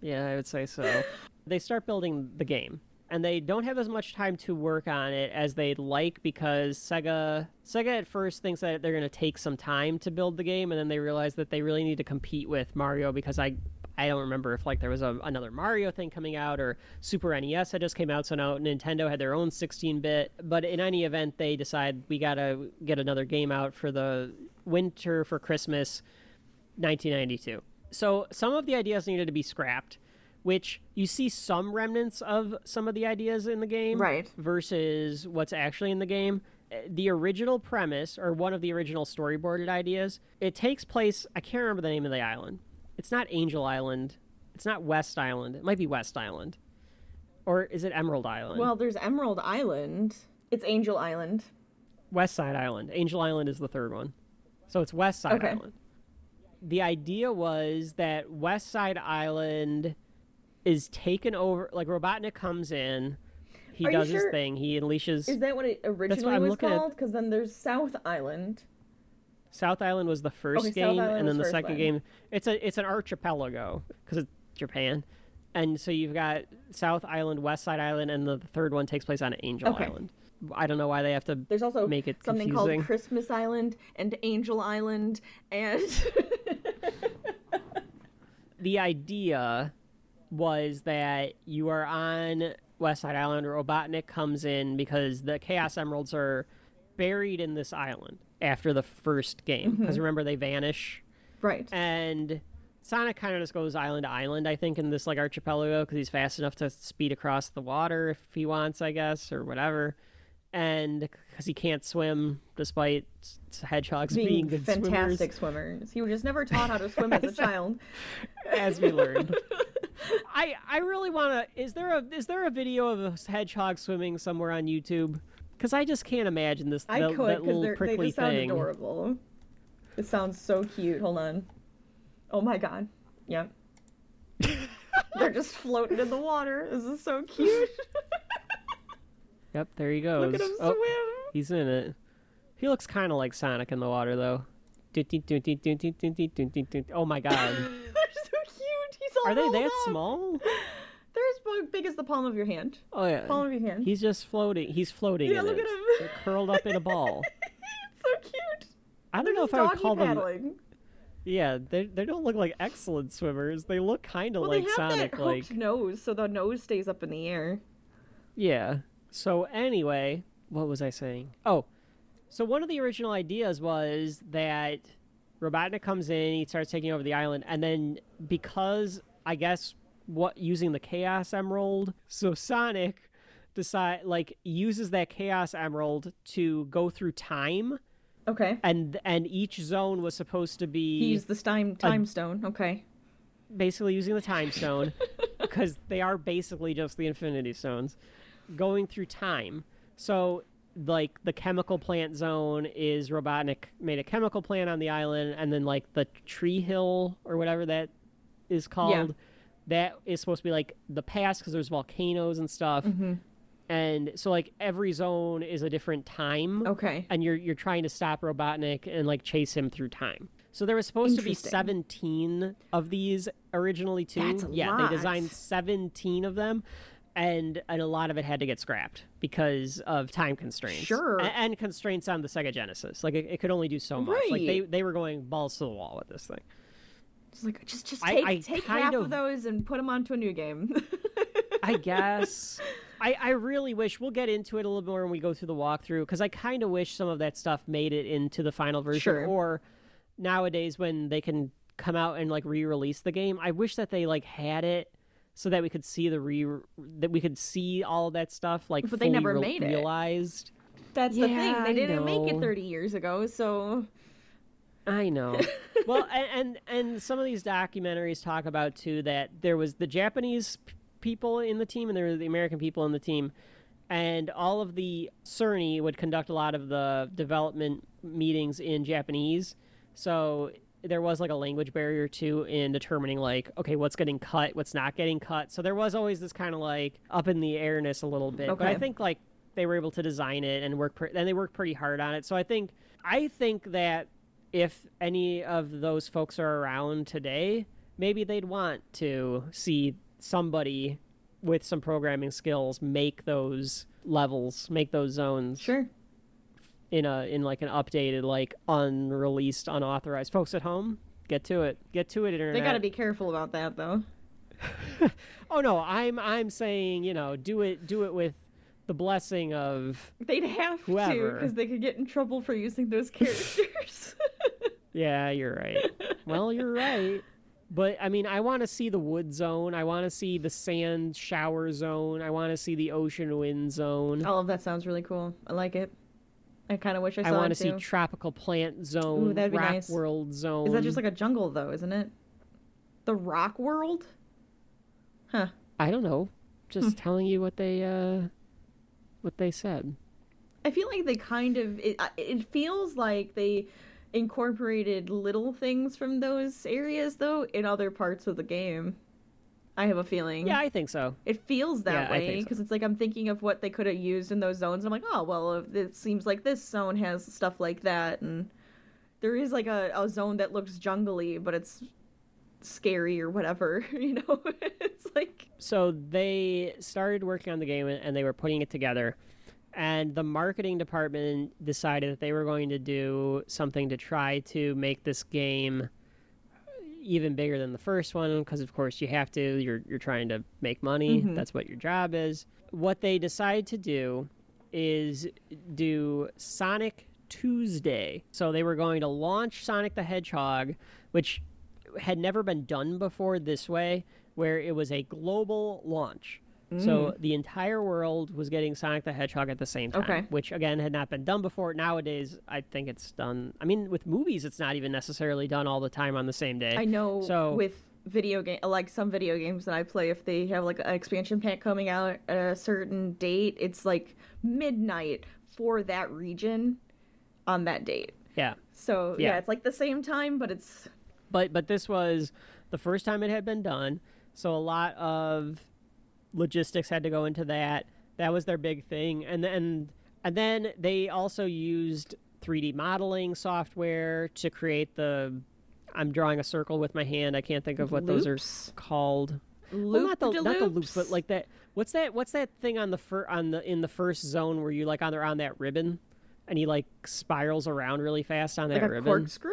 Speaker 1: Yeah, I would say so. They start building the game and they don't have as much time to work on it as they'd like because Sega Sega at first thinks that they're going to take some time to build the game and then they realize that they really need to compete with Mario because I I don't remember if like there was a, another Mario thing coming out or Super NES had just came out, so now Nintendo had their own 16-bit. But in any event, they decide we gotta get another game out for the winter for Christmas, 1992. So some of the ideas needed to be scrapped, which you see some remnants of some of the ideas in the game,
Speaker 13: Right.
Speaker 1: Versus what's actually in the game. Uh, The original premise, or one of the original storyboarded ideas, it takes place. I can't remember the name of the island. It's not Angel Island. It's not West Island. It might be West Island, or is it Emerald Island?
Speaker 13: Well, there's Emerald Island. It's Angel Island.
Speaker 1: West Side Island. Angel Island is the third one. So it's West Side
Speaker 13: Okay.
Speaker 1: Island. The idea was that West Side Island is taken over like Robotnik comes in, he
Speaker 13: Are you
Speaker 1: does
Speaker 13: sure-
Speaker 1: his thing, he unleashes
Speaker 13: Is that what it originally
Speaker 1: I'm
Speaker 13: was
Speaker 1: looking at.
Speaker 13: called? Because then there's South Island.
Speaker 1: South Island was the first
Speaker 13: Okay, South
Speaker 1: game,
Speaker 13: Island
Speaker 1: and
Speaker 13: was
Speaker 1: then the
Speaker 13: first
Speaker 1: second
Speaker 13: one.
Speaker 1: game. It's a it's an archipelago because it's Japan, and so you've got South Island, West Side Island, and the third one takes place on Angel
Speaker 13: Okay.
Speaker 1: Island. I don't know why they have to
Speaker 13: There's also
Speaker 1: make it
Speaker 13: something
Speaker 1: confusing.
Speaker 13: called Christmas Island and Angel Island and
Speaker 1: the idea was that you are on West Side Island. Robotnik comes in because the Chaos Emeralds are buried in this island after the first game. Because
Speaker 13: Mhm.
Speaker 1: remember, they vanish.
Speaker 13: Right.
Speaker 1: And Sonic kind of just goes island to island, I think, in this like archipelago because he's fast enough to speed across the water if he wants, I guess, or whatever. And because he can't swim, despite s- hedgehogs being,
Speaker 13: being
Speaker 1: good
Speaker 13: fantastic
Speaker 1: swimmers
Speaker 13: swimmers. He was just never taught how to swim as a child.
Speaker 1: as we learned. I I really want to. Is there a is there a video of a hedgehog swimming somewhere on YouTube? Because I just can't imagine this.
Speaker 13: I
Speaker 1: that,
Speaker 13: could
Speaker 1: that
Speaker 13: because
Speaker 1: little
Speaker 13: they're they
Speaker 1: prickly
Speaker 13: just sound
Speaker 1: thing.
Speaker 13: adorable. It sounds so cute. Hold on. Oh my god. Yep. they're just floating in the water. This is so cute.
Speaker 1: Yep, there he goes.
Speaker 13: at him
Speaker 1: Oh, He's in it. He looks kind of like Sonic in the water though. Doot-doot, doot-doot, doot-doot, doot-doot, doot-doot, doot. Oh my god.
Speaker 13: they're so cute. He's all
Speaker 1: Are they
Speaker 13: rolled
Speaker 1: that
Speaker 13: up.
Speaker 1: small?
Speaker 13: They're as bu- big as the palm of your hand.
Speaker 1: Oh yeah.
Speaker 13: Palm of your hand.
Speaker 1: He's just floating. He's floating
Speaker 13: Yeah,
Speaker 1: in
Speaker 13: look
Speaker 1: it.
Speaker 13: at him.
Speaker 1: They're curled up in a ball.
Speaker 13: so cute.
Speaker 1: I don't know if I would
Speaker 13: Doggy
Speaker 1: call them
Speaker 13: paddling.
Speaker 1: Yeah, they they don't look like excellent swimmers. They look kind of
Speaker 13: Well,
Speaker 1: like
Speaker 13: they have
Speaker 1: Sonic,
Speaker 13: that
Speaker 1: like
Speaker 13: hooked nose, so the nose stays up in the air.
Speaker 1: yeah. So anyway, what was I saying? Oh, so one of the original ideas was that Robotnik comes in, he starts taking over the island, and then because I guess what using the Chaos Emerald, so Sonic decide like uses that Chaos Emerald to go through time.
Speaker 13: Okay.
Speaker 1: And and each zone was supposed to be
Speaker 13: He's the time time stone. Okay.
Speaker 1: basically using the time stone because they are basically just the infinity stones going through time so like the chemical plant zone is robotnik made a chemical plant on the island and then like the tree hill or whatever that is called that is supposed to be like the past because there's volcanoes and stuff
Speaker 13: Mhm.
Speaker 1: and so like every zone is a different time
Speaker 13: okay
Speaker 1: and you're you're trying to stop robotnik and like chase him through time so there was supposed to be
Speaker 13: Interesting.
Speaker 1: 17 of these originally too
Speaker 13: That's a
Speaker 1: yeah
Speaker 13: lot.
Speaker 1: they designed 17 of them and and a lot of it had to get scrapped because of time constraints
Speaker 13: Sure.
Speaker 1: A- and, constraints on the sega genesis like it, it could only do so much like they,
Speaker 13: Right.
Speaker 1: they were going balls to the wall with this thing
Speaker 13: Just like just just
Speaker 1: I-
Speaker 13: take
Speaker 1: I
Speaker 13: take
Speaker 1: kind
Speaker 13: half of...
Speaker 1: of-
Speaker 13: those and put them onto a new game.
Speaker 1: I guess. I, I really wish we'll get into it a little more when we go through the walkthrough because I kind of wish some of that stuff made it into the final version.
Speaker 13: Sure.
Speaker 1: Or nowadays when they can come out and like re-release the game, I wish that they like had it so that we could see the re that we could see all of that stuff like.
Speaker 13: But they
Speaker 1: fully
Speaker 13: never
Speaker 1: re-
Speaker 13: made it.
Speaker 1: realized.
Speaker 13: That's the thing.
Speaker 1: Yeah, I
Speaker 13: They didn't make it
Speaker 1: know.
Speaker 13: 30 years ago, so
Speaker 1: I know. well, and, and and some of these documentaries talk about too that there was the Japanese p- people in the team and there were the American people in the team, and all of the CERNI would conduct a lot of the development meetings in Japanese, so there was like a language barrier too in determining like okay what's getting cut what's not getting cut so there was always this kind of like up in the airness a little bit but i
Speaker 13: Okay.
Speaker 1: think think like they were able to design it and work pre- and they worked pretty hard on it. So I think I think that if any of those folks are around today, maybe they'd want to see somebody with some programming skills make those levels, make those zones.
Speaker 13: Sure.
Speaker 1: In a in like an updated like unreleased unauthorized folks at home Get to it. Get to it, internet.
Speaker 13: They got to be careful about that though.
Speaker 1: Oh no, I'm I'm saying you know do it do it with the blessing of
Speaker 13: They'd have to
Speaker 1: Whoever.
Speaker 13: because they could get in trouble for using those characters.
Speaker 1: Yeah, you're right. well, you're right. But I mean, I want to see the wood zone. I want to see the sand shower zone. I want to see the ocean wind zone.
Speaker 13: All of that sounds really cool. I like it. I kind of wish I saw
Speaker 1: I want to
Speaker 13: it
Speaker 1: see
Speaker 13: too.
Speaker 1: tropical plant zone,
Speaker 13: that'd be
Speaker 1: rock
Speaker 13: nice.
Speaker 1: world zone.
Speaker 13: Is that just like a jungle though, isn't it? The rock world? Huh.
Speaker 1: I don't know. Just
Speaker 13: Hmm.
Speaker 1: telling you what they uh what they said.
Speaker 13: Mm-hmm. I feel like they kind of it, I- it feels like they incorporated little things from those areas though in other parts of the game. I have a feeling.
Speaker 1: Yeah, I think so.
Speaker 13: It feels that
Speaker 1: Yeah, I think
Speaker 13: way
Speaker 1: so.
Speaker 13: because it's like I'm thinking of what they could have used in those zones. I'm like, oh well, if it seems like this zone has stuff like that, and there is like a, a zone that looks jungly, but it's scary or whatever. You know, it's like
Speaker 1: so they started working on the game and they were putting it together and the marketing department decided that they were going to do something to try to make this game even bigger than the first one because of course you have to you're you're trying to make money
Speaker 15: Mhm.
Speaker 1: that's what your job is what they decide to do is do Sonic Tuesday so they were going to launch Sonic the Hedgehog which had never been done before this way where it was a global launch so
Speaker 15: Mm.
Speaker 1: the entire world was getting Sonic the Hedgehog at the same time,
Speaker 15: Okay.
Speaker 1: which again had not been done before. Nowadays, I think it's done. I mean, with movies, it's not even necessarily done all the time on the same day.
Speaker 13: I know
Speaker 1: So
Speaker 13: with video game like some video games that I play if they have like an expansion pack coming out at a certain date, it's like midnight for that region on that date.
Speaker 1: yeah,
Speaker 13: So yeah,
Speaker 1: Yeah.
Speaker 13: it's like the same time but it's
Speaker 1: but but this was the first time it had been done, so a lot of logistics had to go into that. That was their big thing, and then and then they also used 3D modeling software to create the. I'm drawing a circle with my hand. I can't think of what those are called. Well, not the not the loop, but
Speaker 13: Loop-de-loops?
Speaker 1: like that. What's that? What's that thing on the fir- on the in the first zone where you like on on that ribbon, and he like spirals around really fast on that
Speaker 13: like a
Speaker 1: ribbon.
Speaker 13: corkscrew.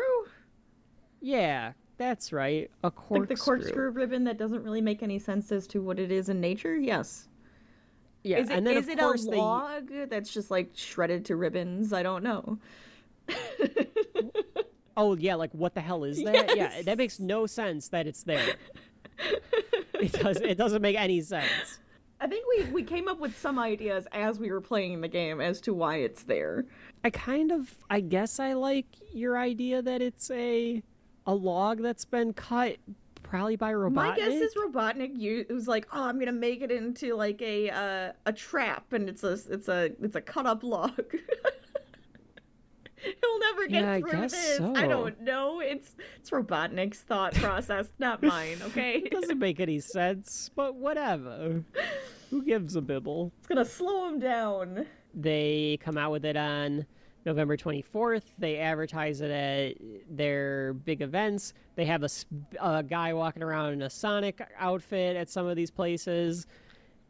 Speaker 1: Yeah, that's right. A corkscrew.
Speaker 13: Like the corkscrew ribbon that doesn't really make any sense as to what it is in nature. Yes.
Speaker 1: Yeah,
Speaker 13: Is it,
Speaker 1: and then
Speaker 13: is
Speaker 1: of
Speaker 13: it
Speaker 1: course
Speaker 13: a
Speaker 1: they-
Speaker 13: log that's just like shredded to ribbons? I don't know.
Speaker 1: Oh yeah, like what the hell is that? Yeah,
Speaker 13: Yes.
Speaker 1: that makes no sense that it's there. it does. It doesn't make any sense.
Speaker 13: I think we, we came up with some ideas as we were playing the game as to why it's there.
Speaker 1: I kind of, I guess, I like your idea that it's a a log that's been cut probably by Robotnik.
Speaker 13: My guess is Robotnik u- was like, "Oh, I'm gonna make it into like a uh, a trap, and it's a it's a it's a cut up log. He'll never get
Speaker 1: Yeah, I
Speaker 13: through
Speaker 1: guess
Speaker 13: this. I
Speaker 1: so.
Speaker 13: don't know. It's it's Robotnik's thought process, not mine. Okay,
Speaker 1: it doesn't make any sense, but whatever. Who gives a bibble?
Speaker 13: it's gonna slow him down.
Speaker 1: They come out with it on November 24th. They advertise it at their big events. They have a, sp- a guy walking around in a Sonic outfit at some of these places.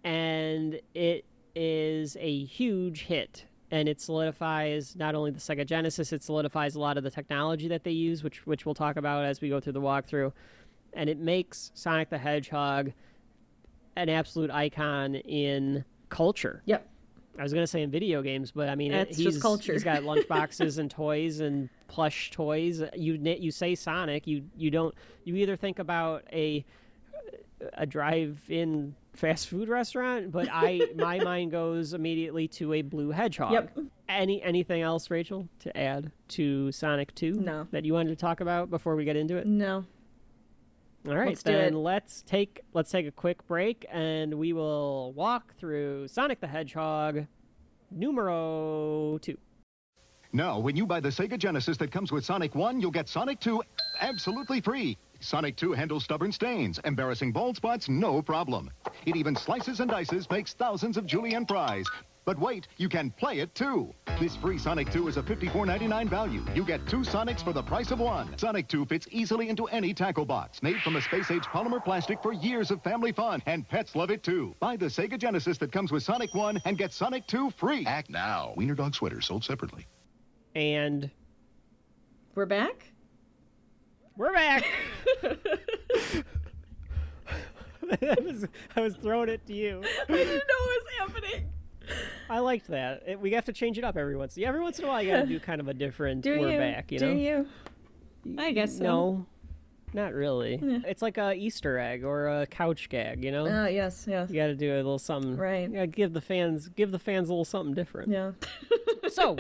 Speaker 1: And it is a huge hit. And it solidifies not only the Sega Genesis, it solidifies a lot of the technology that they use, which, which we'll talk about as we go through the walkthrough. And it makes Sonic the Hedgehog an absolute icon in culture.
Speaker 13: Yep.
Speaker 1: I was gonna say in video games, but I mean it-
Speaker 13: That's just
Speaker 1: he's
Speaker 13: culture.
Speaker 1: he's got lunchboxes and toys and plush toys. You na- you say Sonic, you you don't you either think about a a drive-in fast food restaurant, but I my mind goes immediately to a blue hedgehog.
Speaker 13: Yep.
Speaker 1: Any anything else, Rachel, to add to Sonic Two?
Speaker 13: No.
Speaker 1: That you wanted to talk about before we get into it?
Speaker 13: No.
Speaker 1: All right,
Speaker 13: Let's do
Speaker 1: then
Speaker 13: it.
Speaker 1: let's take let's take a quick break and we will walk through Sonic the Hedgehog numero 2.
Speaker 4: Now, when you buy the Sega Genesis that comes with Sonic 1, you'll get Sonic 2 absolutely free. Sonic 2 handles stubborn stains, embarrassing bald spots, no problem. It even slices and dices, makes thousands of julienne fries. But wait, you can play it too. This free Sonic 2 is a $54.99 value. You get two Sonics for the price of one. Sonic 2 fits easily into any tackle box, made from a space-age polymer plastic for years of family fun, and pets love it too. Buy the Sega Genesis that comes with Sonic 1 and get Sonic 2 free. Act now. Wiener Dog Sweater sold separately.
Speaker 1: And
Speaker 13: We're back.
Speaker 1: We're back. I, was, I was throwing it to you.
Speaker 13: I didn't know what was happening.
Speaker 1: I liked that. It- we have to change it up every once. Yeah, every once in a while, you gotta do kind of a different.
Speaker 13: Do
Speaker 1: we're
Speaker 13: you?
Speaker 1: back. You know.
Speaker 13: Do you? I guess so.
Speaker 1: No, not really.
Speaker 13: Yeah.
Speaker 1: It's like a Easter egg or a couch gag. You know.
Speaker 13: Oh, yes, yes.
Speaker 1: You got to do a little something. Right. Yeah. Give the fans. Give the fans a little something different.
Speaker 13: Yeah.
Speaker 1: so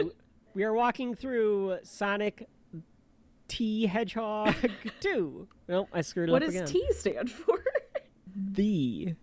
Speaker 1: we are walking through Sonic T Hedgehog Two. Nope, I screwed it
Speaker 13: What
Speaker 1: up
Speaker 13: does
Speaker 1: again.
Speaker 13: T stand for?
Speaker 1: The.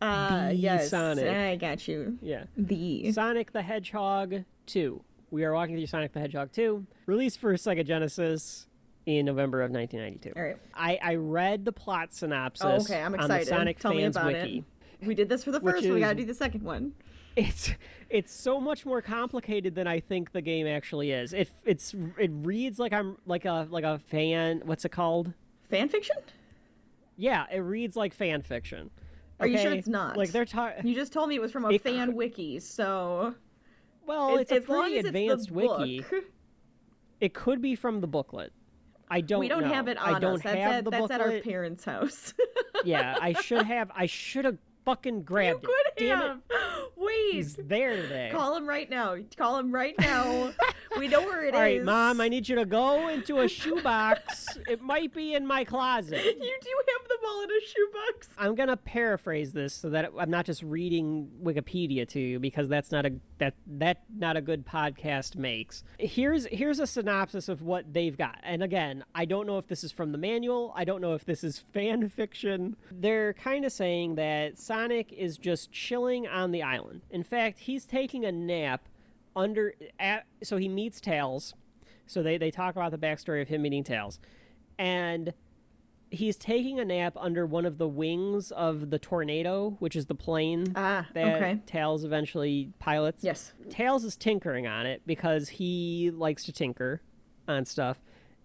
Speaker 13: Uh,
Speaker 1: The
Speaker 13: yes.
Speaker 1: Sonic.
Speaker 13: I got you.
Speaker 1: Yeah.
Speaker 13: The
Speaker 1: Sonic the Hedgehog 2. We are walking through Sonic the Hedgehog 2, released for Sega Genesis in November of 1992.
Speaker 13: All right.
Speaker 1: I, I read the plot synopsis
Speaker 13: Er. Oh, okay, I'm
Speaker 1: on the
Speaker 13: excited.
Speaker 1: Sonic
Speaker 13: Tell me
Speaker 1: Fans
Speaker 13: about it.
Speaker 1: Wiki.
Speaker 13: We did this for the
Speaker 1: Which
Speaker 13: first. We gotta
Speaker 1: is-
Speaker 13: do the second one.
Speaker 1: It's it's so much more complicated than I think the game actually is. It it's it reads like I'm like a like a fan. What's it called?
Speaker 13: Fan fiction?
Speaker 1: Yeah, it reads like fan fiction.
Speaker 13: Are you sure
Speaker 1: okay?
Speaker 13: it's not?
Speaker 1: Like they're talking.
Speaker 13: You just told me it was from a
Speaker 1: It cou-
Speaker 13: fan wiki, so.
Speaker 1: Well,
Speaker 13: As-
Speaker 1: it's a
Speaker 13: as long
Speaker 1: pretty
Speaker 13: as it's the
Speaker 1: advanced wiki.
Speaker 13: book.
Speaker 1: It could be from the booklet. I don't.
Speaker 13: we don't
Speaker 1: know.
Speaker 13: have it on
Speaker 1: I don't
Speaker 13: us. That's,
Speaker 1: have
Speaker 13: at,
Speaker 1: the
Speaker 13: that's
Speaker 1: booklet.
Speaker 13: at our parents' house.
Speaker 1: yeah, I should have. I should have fucking grabbed it. Damn it!
Speaker 13: Wait.
Speaker 1: He's there today.
Speaker 13: Call him right now. Call him right now. we know where it is.
Speaker 1: All right, mom. I need you to go into a shoebox. it might be in my closet.
Speaker 13: You do have them all in a shoebox.
Speaker 1: I'm gonna paraphrase this so that I'm not just reading Wikipedia to you because that's not a that that not a good podcast makes. Here's here's a synopsis of what they've got. And again, I don't know if this is from the manual. I don't know if this is fan fiction. They're kind of saying that Sonic is just chilling on the island. In fact, he's taking a nap under at, so he meets Tails. So they they talk about the backstory of him meeting Tails. And he's taking a nap under one of the wings of the tornado, which is the plane
Speaker 13: ah,
Speaker 1: that
Speaker 13: okay.
Speaker 1: Tails eventually pilots.
Speaker 13: Yes.
Speaker 1: Tails is tinkering on it because he likes to tinker on stuff.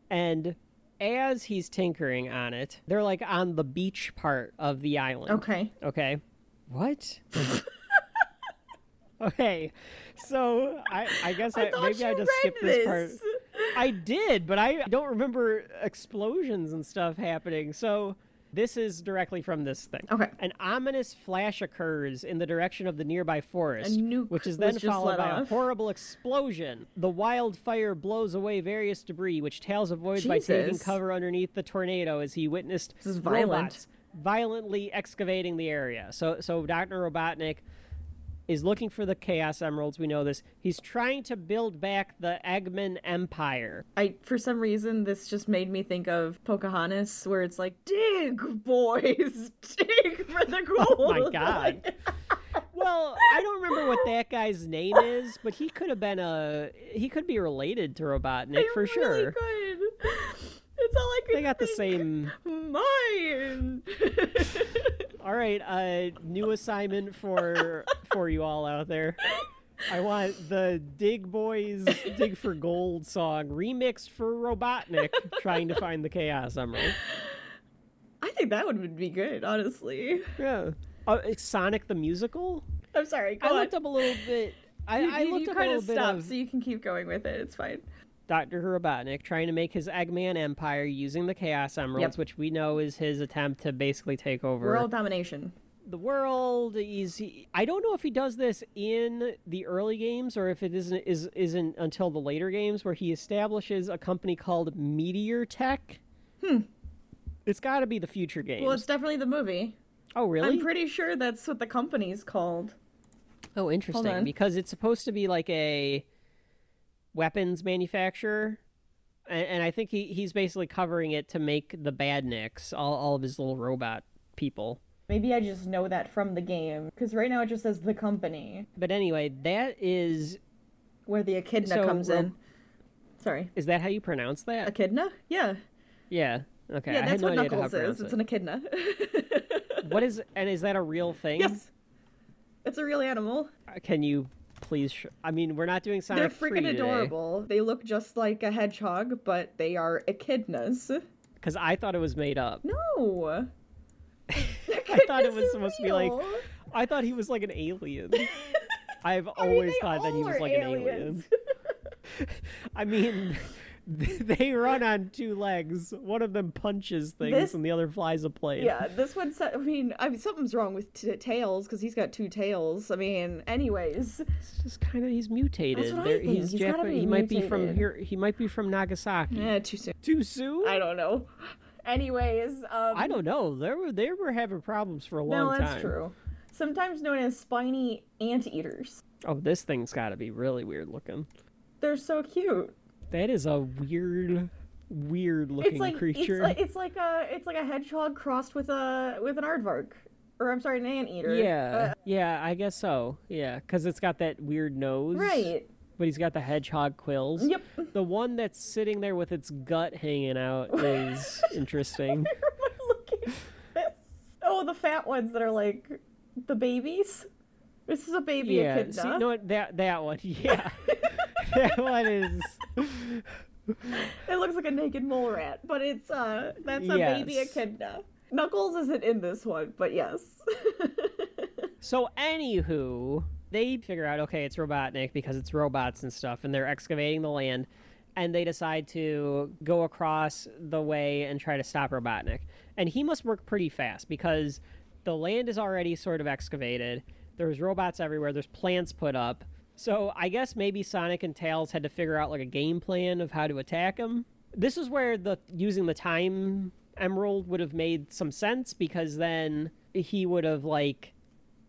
Speaker 1: And as he's tinkering on it, they're like on the beach part of the island.
Speaker 13: Okay.
Speaker 1: Okay. What? okay. So I, I guess I,
Speaker 13: thought
Speaker 1: maybe I
Speaker 13: you
Speaker 1: just
Speaker 13: read
Speaker 1: skipped this part.
Speaker 13: this.
Speaker 1: I did, but I don't remember explosions and stuff happening. So this is directly from this thing.
Speaker 13: Okay.
Speaker 1: An ominous flash occurs in the direction of the nearby forest,
Speaker 13: nuke
Speaker 1: which is
Speaker 13: was
Speaker 1: then
Speaker 13: just
Speaker 1: followed
Speaker 13: let
Speaker 1: by a
Speaker 13: off.
Speaker 1: horrible explosion. The wildfire blows away various debris, which Tails avoids by taking
Speaker 13: Jesus.
Speaker 1: cover underneath the tornado as he witnessed
Speaker 13: is violent.
Speaker 1: robots violently excavating the area. So, so Dr. Robotnik is looking for the Chaos Emeralds. We know this. He's trying to build back the Eggman Empire.
Speaker 13: I for some reason this just made me think of Pocahontas, where it's like, dig, boys, dig for the gold.
Speaker 1: Oh my god. well, I don't remember what that guy's name is, but he could have been a he could be related to Robotnik
Speaker 13: They
Speaker 1: for
Speaker 13: really
Speaker 1: sure.
Speaker 13: could. It's all I could.
Speaker 1: They got the same.
Speaker 13: Mine.
Speaker 1: All right, uh, new assignment for for you all out there. I want the Dig Boys Dig for Gold song remixed for Robotnik trying to find the Chaos Emerald.
Speaker 13: I think that would be good, honestly.
Speaker 1: Yeah. Uh, it's Sonic the Musical?
Speaker 13: I'm sorry. Go
Speaker 1: I
Speaker 13: on.
Speaker 1: looked up a little bit. I,
Speaker 13: You-
Speaker 1: I
Speaker 13: you-
Speaker 1: looked
Speaker 13: you
Speaker 1: up a
Speaker 13: kinda
Speaker 1: little bit
Speaker 13: stopped,
Speaker 1: of
Speaker 13: so you can keep going with it. It's fine.
Speaker 1: Dr. Robotnik trying to make his Eggman empire using the Chaos Emeralds,
Speaker 13: Yep.
Speaker 1: which we know is his attempt to basically take over
Speaker 13: World domination.
Speaker 1: the world. He's, he, I don't know if he does this in the early games or if it isn't is isn't until the later games where he establishes a company called Meteor Tech.
Speaker 13: Hmm.
Speaker 1: It's got to be the future games.
Speaker 13: Well, it's definitely the movie.
Speaker 1: oh, really?
Speaker 13: I'm pretty sure that's what the company's called.
Speaker 1: Oh, interesting.
Speaker 13: on.
Speaker 1: Because it's supposed to be like a weapons manufacturer. And, and I think he, he's basically covering it to make the badniks, all, all of his little robot people.
Speaker 13: Maybe I just know that from the game because right now it just says the company
Speaker 1: But anyway, that is.
Speaker 13: where the echidna
Speaker 1: So,
Speaker 13: comes
Speaker 1: Ro-
Speaker 13: in. Sorry,
Speaker 1: Is that how you pronounce that?
Speaker 13: echidna? Yeah,
Speaker 1: Yeah. Okay.
Speaker 13: yeah,
Speaker 1: I
Speaker 13: that's
Speaker 1: had no
Speaker 13: what
Speaker 1: idea how
Speaker 13: knuckles
Speaker 1: to pronounce
Speaker 13: is. It's an echidna.
Speaker 1: it. What is. And is that a real thing?
Speaker 13: yes, it's a real animal.
Speaker 1: Uh, Can you please. Sh- I mean, we're not doing
Speaker 13: They're
Speaker 1: Sonic 3
Speaker 13: freaking
Speaker 1: today.
Speaker 13: adorable. They look just like a hedgehog, but they are echidnas.
Speaker 1: Because I thought it was made up.
Speaker 13: No,
Speaker 1: I thought it was supposed to be like.
Speaker 13: real.
Speaker 1: I thought he was like an alien. I've always
Speaker 13: they
Speaker 1: thought that he
Speaker 13: all
Speaker 1: was
Speaker 13: are
Speaker 1: like an alien.
Speaker 13: aliens.
Speaker 1: I mean, they run on two legs. One of them punches things,
Speaker 13: This-
Speaker 1: and the other flies a plane.
Speaker 13: Yeah, this one. sa- I mean, I mean, something's wrong with t- tails because he's got two tails. I mean, anyways,
Speaker 1: it's just kind of he's mutated.
Speaker 13: That's what
Speaker 1: There-
Speaker 13: I think.
Speaker 1: He's,
Speaker 13: He's gotta
Speaker 1: Japan-
Speaker 13: be
Speaker 1: he might be from
Speaker 13: mutated.
Speaker 1: here. He might be from Nagasaki.
Speaker 13: Yeah, Eh, too soon.
Speaker 1: Too soon?
Speaker 13: I don't know. Anyways, um,
Speaker 1: I don't know. They were they were having problems for a long
Speaker 13: No,
Speaker 1: time.
Speaker 13: that's true. Sometimes known as spiny anteaters.
Speaker 1: Oh, this thing's got to be really weird looking.
Speaker 13: They're so cute.
Speaker 1: That is a weird, weird looking
Speaker 13: it's like
Speaker 1: creature.
Speaker 13: It's like, it's like a it's like a hedgehog crossed with a with an aardvark, or I'm sorry, an anteater.
Speaker 1: Yeah,
Speaker 13: Uh,
Speaker 1: yeah, I guess so. Yeah, because it's got that weird nose.
Speaker 13: Uh, Right.
Speaker 1: But he's got the hedgehog quills.
Speaker 13: Yep.
Speaker 1: The one that's sitting there with its gut hanging out is interesting.
Speaker 13: oh, the fat ones that are like the babies. This is a baby
Speaker 1: yeah.
Speaker 13: echidna.
Speaker 1: See, no, what, that that one. Yeah. that one is.
Speaker 13: It looks like a naked mole rat, but it's uh that's a baby
Speaker 1: Yes.
Speaker 13: echidna. Knuckles isn't in this one, but yes.
Speaker 1: So, anywho, they figure out okay, it's Robotnik because it's robots and stuff, and they're excavating the land, and they decide to go across the way and try to stop Robotnik. And he must work pretty fast because the land is already sort of excavated. There's robots everywhere. There's plants put up. So I guess maybe Sonic and Tails had to figure out like a game plan of how to attack him. This is where the using the time emerald would have made some sense because then he would have like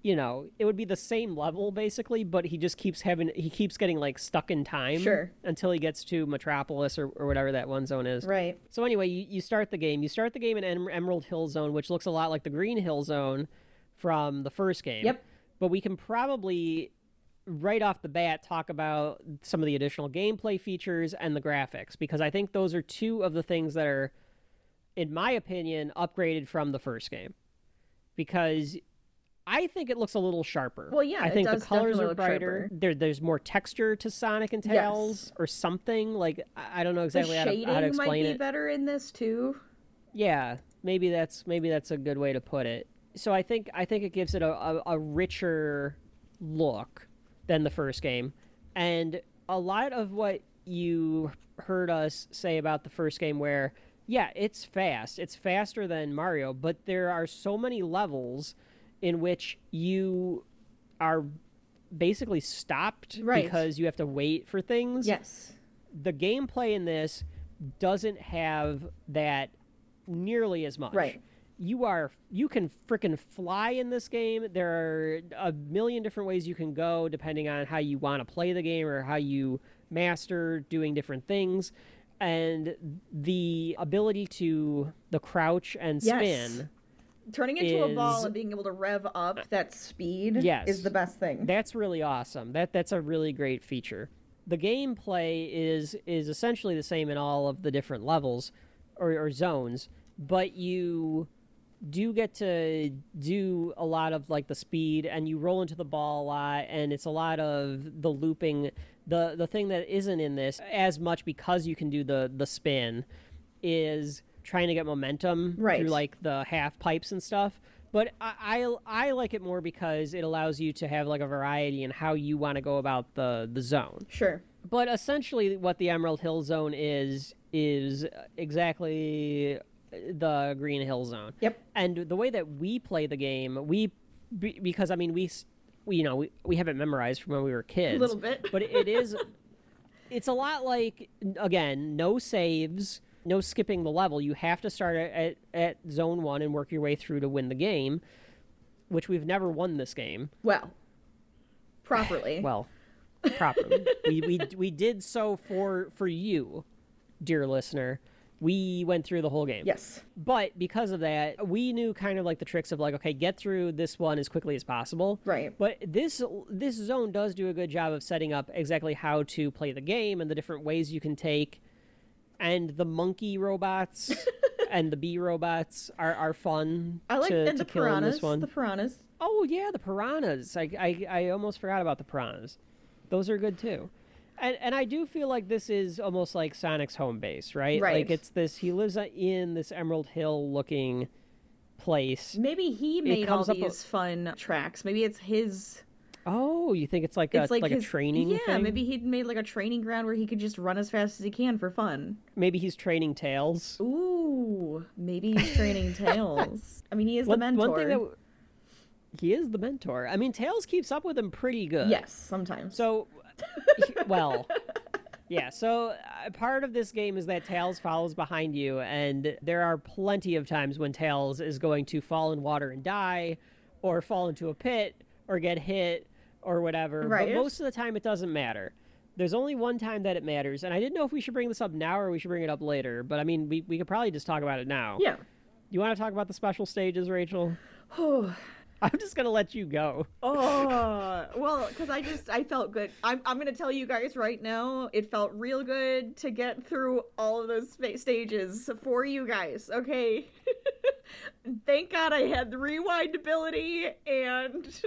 Speaker 1: you know, it would be the same level basically, but he just keeps having he keeps getting like stuck in time
Speaker 13: Sure.
Speaker 1: until he gets to Metropolis or, or whatever that one zone is.
Speaker 13: Right.
Speaker 1: So anyway, you, you start the game. You start the game in em- Emerald Hill Zone, which looks a lot like the Green Hill Zone from the first game. Yep. But we can probably right off the bat talk about some of the additional gameplay features and the graphics because I think those are two of the things that are in my opinion upgraded from the first game. Because I think it looks a little sharper.
Speaker 13: Well, yeah,
Speaker 1: I
Speaker 13: it
Speaker 1: think
Speaker 13: does
Speaker 1: the colors
Speaker 13: definitely
Speaker 1: are
Speaker 13: look
Speaker 1: brighter.
Speaker 13: sharper.
Speaker 1: There, there's more texture to Sonic and
Speaker 13: Yes.
Speaker 1: Tails or something. Like I I don't know exactly how
Speaker 13: the shading
Speaker 1: to, how to explain
Speaker 13: might be
Speaker 1: it.
Speaker 13: better in this too.
Speaker 1: Yeah, maybe that's maybe that's a good way to put it. So I think I think it gives it a, a, a richer look than the first game, and a lot of what you heard us say about the first game, where yeah, it's fast, it's faster than Mario, but there are so many levels in which you are basically stopped
Speaker 13: Right.
Speaker 1: because you have to wait for things.
Speaker 13: Yes.
Speaker 1: The gameplay in this doesn't have that nearly as much.
Speaker 13: Right.
Speaker 1: You are you can frickin' fly in this game. There are a million different ways you can go depending on how you want to play the game or how you master doing different things. And the ability to the crouch and
Speaker 13: Yes.
Speaker 1: spin
Speaker 13: Turning into a ball
Speaker 1: Is-
Speaker 13: and being able to rev up that speed
Speaker 1: yes.
Speaker 13: is the best thing.
Speaker 1: That's really awesome. That that's a really great feature. The gameplay is is essentially the same in all of the different levels or, or zones, but you do get to do a lot of like the speed and you roll into the ball a lot and it's a lot of the looping the the thing that isn't in this as much because you can do the the spin is trying to get momentum
Speaker 13: Right.
Speaker 1: through like the half pipes and stuff. But I, I I like it more because it allows you to have like a variety in how you want to go about the the zone.
Speaker 13: Sure.
Speaker 1: But essentially, what the Emerald Hill Zone is is exactly the Green Hill Zone.
Speaker 13: Yep.
Speaker 1: And the way that we play the game, we be- because I mean we, s- we you know we, we have it memorized from when we were kids
Speaker 13: little bit.
Speaker 1: but it is it's a lot like again no saves no skipping the level you have to start at, at, at zone one and work your way through to win the game which we've never won this game
Speaker 13: Well. Properly.
Speaker 1: well properly we, we, we did so for for you dear listener we went through the whole game
Speaker 13: yes
Speaker 1: but because of that we knew kind of like the tricks of like okay get through this one as quickly as possible
Speaker 13: Right.
Speaker 1: but this this zone does do a good job of setting up exactly how to play the game and the different ways you can take and the monkey robots and the bee robots are, are fun
Speaker 13: I like
Speaker 1: to,
Speaker 13: and
Speaker 1: to
Speaker 13: the
Speaker 1: kill in
Speaker 13: piranhas.
Speaker 1: this one
Speaker 13: The piranhas.
Speaker 1: Oh yeah, the piranhas. I, I I almost forgot about the piranhas. Those are good too. And and I do feel like this is almost like Sonic's home base, right?
Speaker 13: Right.
Speaker 1: Like it's this he lives in this Emerald Hill looking place.
Speaker 13: Maybe he
Speaker 1: It
Speaker 13: made all
Speaker 1: comes up a-
Speaker 13: these fun tracks. Maybe it's his
Speaker 1: Oh, you think it's like a
Speaker 13: it's like,
Speaker 1: like,
Speaker 13: his-
Speaker 1: a training?
Speaker 13: Yeah,
Speaker 1: thing?
Speaker 13: maybe he'd made like a training ground where he could just run as fast as he can for fun.
Speaker 1: Maybe he's training tails.
Speaker 13: Ooh, maybe he's training Tails. I mean, he is
Speaker 1: one,
Speaker 13: the mentor.
Speaker 1: One thing that w- he is the mentor. I mean, Tails keeps up with him pretty good.
Speaker 13: Yes, sometimes.
Speaker 1: So, he- well, yeah. So uh, part of this game is that Tails follows behind you, and there are plenty of times when Tails is going to fall in water and die, or fall into a pit, or get hit, or whatever. But
Speaker 13: Right.
Speaker 1: most of the time, it doesn't matter. There's only one time that it matters, and I didn't know if we should bring this up now or we should bring it up later. But I mean, we we could probably just talk about it now.
Speaker 13: Yeah.
Speaker 1: You want to talk about the special stages, Rachel?
Speaker 13: Oh,
Speaker 1: I'm just gonna let you go.
Speaker 13: oh well, because I just I felt good. I'm I'm gonna tell you guys right now, it felt real good to get through all of those spa- stages for you guys. Okay. Thank God I had the rewind ability and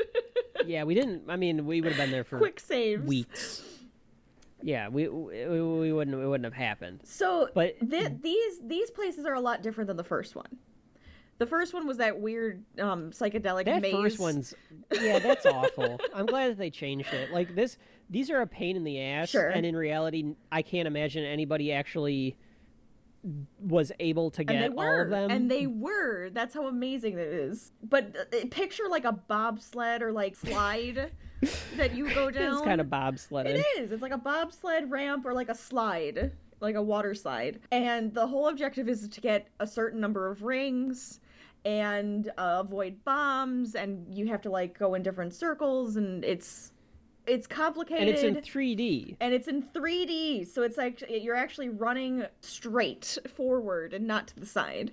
Speaker 1: yeah, we didn't. I mean, we would have been there for
Speaker 13: quick saves.
Speaker 1: weeks. Yeah, we, we we wouldn't it wouldn't have happened.
Speaker 13: So,
Speaker 1: But-
Speaker 13: thi- these these places are a lot different than the first one. The first one was that weird um, psychedelic
Speaker 1: That
Speaker 13: maze.
Speaker 1: first one's yeah, that's awful. I'm glad that they changed it. Like this, these are a pain in the ass,
Speaker 13: Sure.
Speaker 1: and in reality, I can't imagine anybody actually was able to get
Speaker 13: and they were,
Speaker 1: all of them.
Speaker 13: and they were. That's how amazing that is. But uh, picture like a bobsled or like slide that you go down.
Speaker 1: it's kind of bobsledding.
Speaker 13: It is. It's like a bobsled ramp or like a slide, like a water slide. And the whole objective is to get a certain number of rings and uh, avoid bombs and you have to like go in different circles and it's it's complicated
Speaker 1: and it's in 3D.
Speaker 13: and it's in 3D, so it's like you're actually running straight forward and not to the side.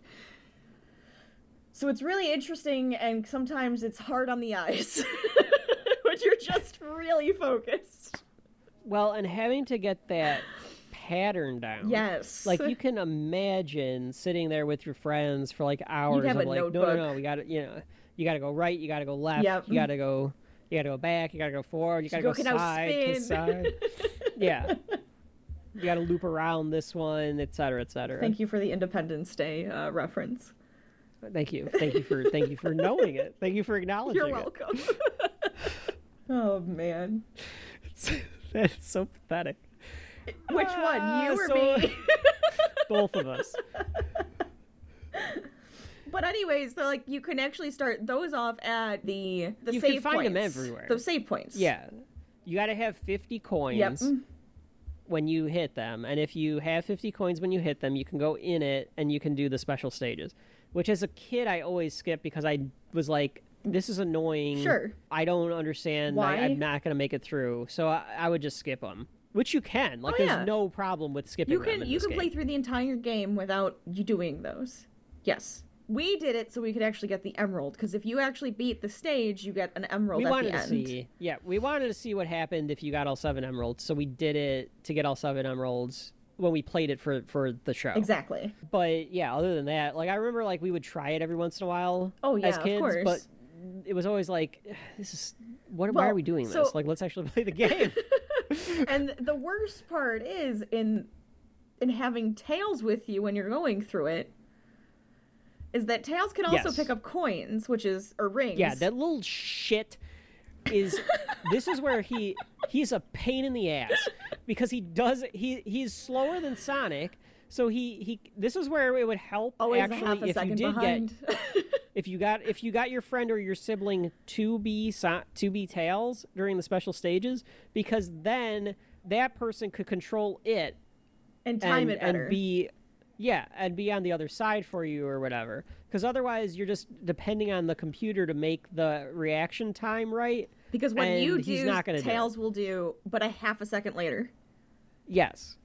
Speaker 13: So it's really interesting, and sometimes it's hard on the eyes when you're just really focused.
Speaker 1: Well, and having to get that pattern down.
Speaker 13: Yes.
Speaker 1: Like you can imagine sitting there with your friends for like hours
Speaker 13: have
Speaker 1: of
Speaker 13: a
Speaker 1: like, no, no, no,
Speaker 13: notebook.
Speaker 1: we got to, you know, you got to go right, you got to go left,
Speaker 13: Yep.
Speaker 1: you got to go, you got to go back, you got to go forward, you got to
Speaker 13: go,
Speaker 1: go,
Speaker 13: "Can I
Speaker 1: side to
Speaker 13: spin?"
Speaker 1: side. yeah. You got to loop around this one, et cetera, et cetera.
Speaker 13: Thank you for the Independence Day uh, reference.
Speaker 1: Thank you. Thank you for thank you for knowing it. Thank you for acknowledging
Speaker 13: You're
Speaker 1: it.
Speaker 13: welcome. oh man,
Speaker 1: That's so pathetic.
Speaker 13: which one,
Speaker 1: Ah,
Speaker 13: you or
Speaker 1: so-
Speaker 13: me?
Speaker 1: Both of us.
Speaker 13: But anyways, they're like you can actually start those off at the the
Speaker 1: You can
Speaker 13: save
Speaker 1: find 'em
Speaker 13: points.
Speaker 1: everywhere.
Speaker 13: The save points.
Speaker 1: Yeah. You got to have 50
Speaker 13: Mm-hmm.
Speaker 1: coins when you hit them. And if you have 50 coins when you hit them, you can go in it and you can do the special stages. Which as a kid, I always skipped because I was like, this is annoying.
Speaker 13: Sure.
Speaker 1: I don't understand.
Speaker 13: Why?
Speaker 1: I, am not going to make it through. So I, I would just skip them. Which you can. Like, there's
Speaker 13: Oh, yeah.
Speaker 1: no problem with skipping
Speaker 13: You
Speaker 1: them.
Speaker 13: can
Speaker 1: in
Speaker 13: you
Speaker 1: this
Speaker 13: can play
Speaker 1: game.
Speaker 13: through the entire game without you doing those. Yes. We did it so we could actually get the emerald because if you actually beat the stage, you get an emerald
Speaker 1: We
Speaker 13: at
Speaker 1: wanted
Speaker 13: the
Speaker 1: to
Speaker 13: end.
Speaker 1: see, yeah, we wanted to see what happened if you got all seven emeralds. So we did it to get all seven emeralds when we played it for for the show.
Speaker 13: Exactly.
Speaker 1: But yeah, other than that, like I remember, like we would try it every once in a while.
Speaker 13: Oh, yeah,
Speaker 1: as
Speaker 13: of
Speaker 1: kids,
Speaker 13: course.
Speaker 1: but it was always like, this is what? why
Speaker 13: Well,
Speaker 1: are we doing
Speaker 13: so-
Speaker 1: this? Like, let's actually play the game.
Speaker 13: and the worst part is in in having tails with you when you're going through it is that tails can also
Speaker 1: Yes.
Speaker 13: pick up coins, which is or rings.
Speaker 1: yeah, that little shit is. this is where he he's a pain in the ass because he does he he's slower than Sonic. So he, he this is where it would help
Speaker 13: always a
Speaker 1: actually
Speaker 13: half a
Speaker 1: if you
Speaker 13: second
Speaker 1: did get
Speaker 13: behind.
Speaker 1: if you got if you got your friend or your sibling to be si- to be tails during the special stages because then that person could control it
Speaker 13: And time it better.
Speaker 1: and be yeah and be on the other side for you or whatever because otherwise you're just depending on the computer to make the reaction time right
Speaker 13: Because when you
Speaker 1: and
Speaker 13: do,
Speaker 1: he's not gonna do it.
Speaker 13: Tails will do, but a half a second later.
Speaker 1: yes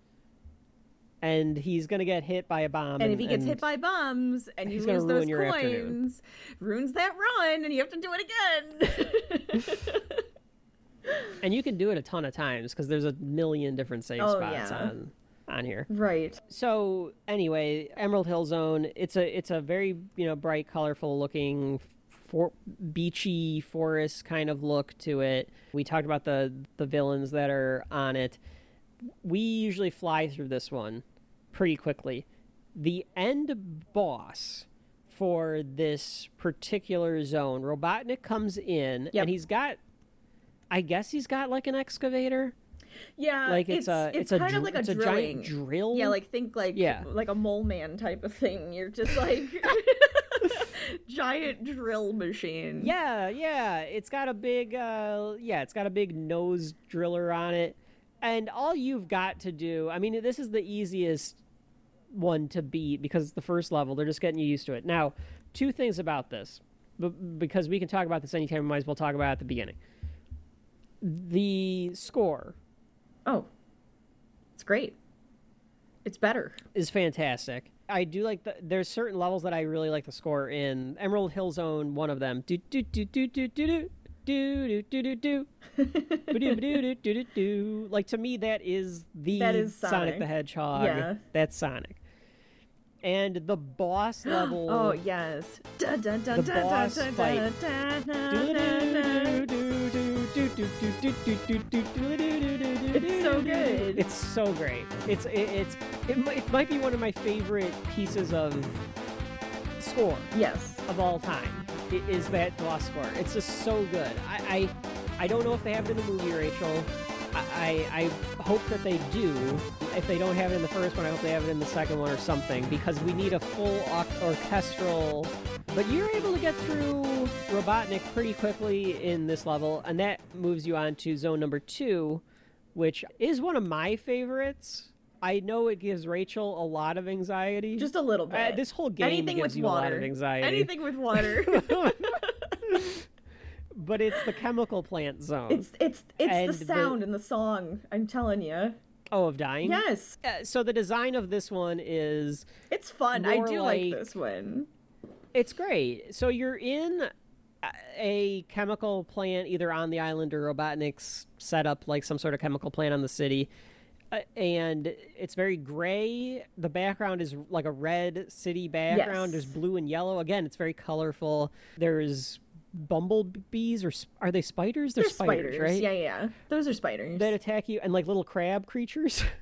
Speaker 1: and he's gonna get hit by a bomb and,
Speaker 13: and if he gets hit by bombs and you
Speaker 1: he's gonna
Speaker 13: lose those
Speaker 1: ruin your
Speaker 13: coins,
Speaker 1: afternoon.
Speaker 13: ruins that run, and you have to do it again.
Speaker 1: and you can do it a ton of times because there's a million different save
Speaker 13: Oh,
Speaker 1: spots
Speaker 13: yeah.
Speaker 1: on on here
Speaker 13: Right.
Speaker 1: So anyway, Emerald Hill Zone. It's a it's a very you know bright, colorful looking, for, beachy forest kind of look to it. We talked about the the villains that are on it. We usually fly through this one pretty quickly. The end boss for this particular zone, Robotnik comes in
Speaker 13: Yep.
Speaker 1: and he's got I guess he's got like an excavator.
Speaker 13: Yeah,
Speaker 1: Like, it's a- it's a
Speaker 13: kind
Speaker 1: dr-
Speaker 13: of like a
Speaker 1: it's a
Speaker 13: drilling.
Speaker 1: giant drill?
Speaker 13: Yeah, like think like
Speaker 1: Yeah.
Speaker 13: like a mole man type of thing. You're just like giant drill machine.
Speaker 1: Yeah, yeah. It's got a big uh yeah, it's got a big nose driller on it. And all you've got to do, I mean, this is the easiest one to beat because it's the first level. They're just getting you used to it. Now, two things about this. b- because we can talk about this anytime, we might as well talk about it at the beginning. The score.
Speaker 13: Oh. It's great. It's better.
Speaker 1: Is fantastic. I do like the there's certain levels that I really like the score in. Emerald Hill Zone, one of them. Do do do do do do do do do do do do. Like to me that is the
Speaker 13: That is
Speaker 1: the
Speaker 13: Sonic.
Speaker 1: Hedgehog.
Speaker 13: Yeah.
Speaker 1: That's Sonic. And the boss level
Speaker 13: Oh yes. Dun, dun, dun,
Speaker 1: The
Speaker 13: dun, dun,
Speaker 1: boss
Speaker 13: dun,
Speaker 1: fight.
Speaker 13: dun, dun,
Speaker 1: Do,
Speaker 13: dun, dun, dun.
Speaker 1: It's
Speaker 13: so good.
Speaker 1: It's so great. It's it, it's it, mi- it might be one of my favorite pieces of score.
Speaker 13: Yes,
Speaker 1: of all time i- is that boss score. It's just so good. I I, I don't know if they have it in the movie, Rachel. I, I I hope that they do. If they don't have it in the first one, I hope they have it in the second one or something because we need a full orc- orchestral. But you're able to get through Robotnik pretty quickly in this level, and that moves you on to zone number two, which is one of my favorites. I know it gives Rachel a lot of anxiety.
Speaker 13: Just a little
Speaker 1: Uh,
Speaker 13: bit.
Speaker 1: this whole game
Speaker 13: Anything
Speaker 1: gives
Speaker 13: with
Speaker 1: you a lot
Speaker 13: water.
Speaker 1: of anxiety.
Speaker 13: Anything with water.
Speaker 1: but it's the chemical plant zone.
Speaker 13: It's it's it's
Speaker 1: And
Speaker 13: the sound and the song. I'm telling you.
Speaker 1: oh, of dying.
Speaker 13: Yes.
Speaker 1: Uh, so the design of this one is
Speaker 13: it's fun. I do like this
Speaker 1: one. It's great. So you're in a- a chemical plant, either on the island or Robotnik's set up like some sort of chemical plant on the city. Uh, and it's very gray. The background is like a red city background.
Speaker 13: Yes.
Speaker 1: There's blue and yellow. Again, it's very colorful. There's bumblebees or sp- are they spiders? They're,
Speaker 13: They're
Speaker 1: spiders, right?
Speaker 13: Yeah, yeah. Those are spiders.
Speaker 1: That attack you and like little crab creatures.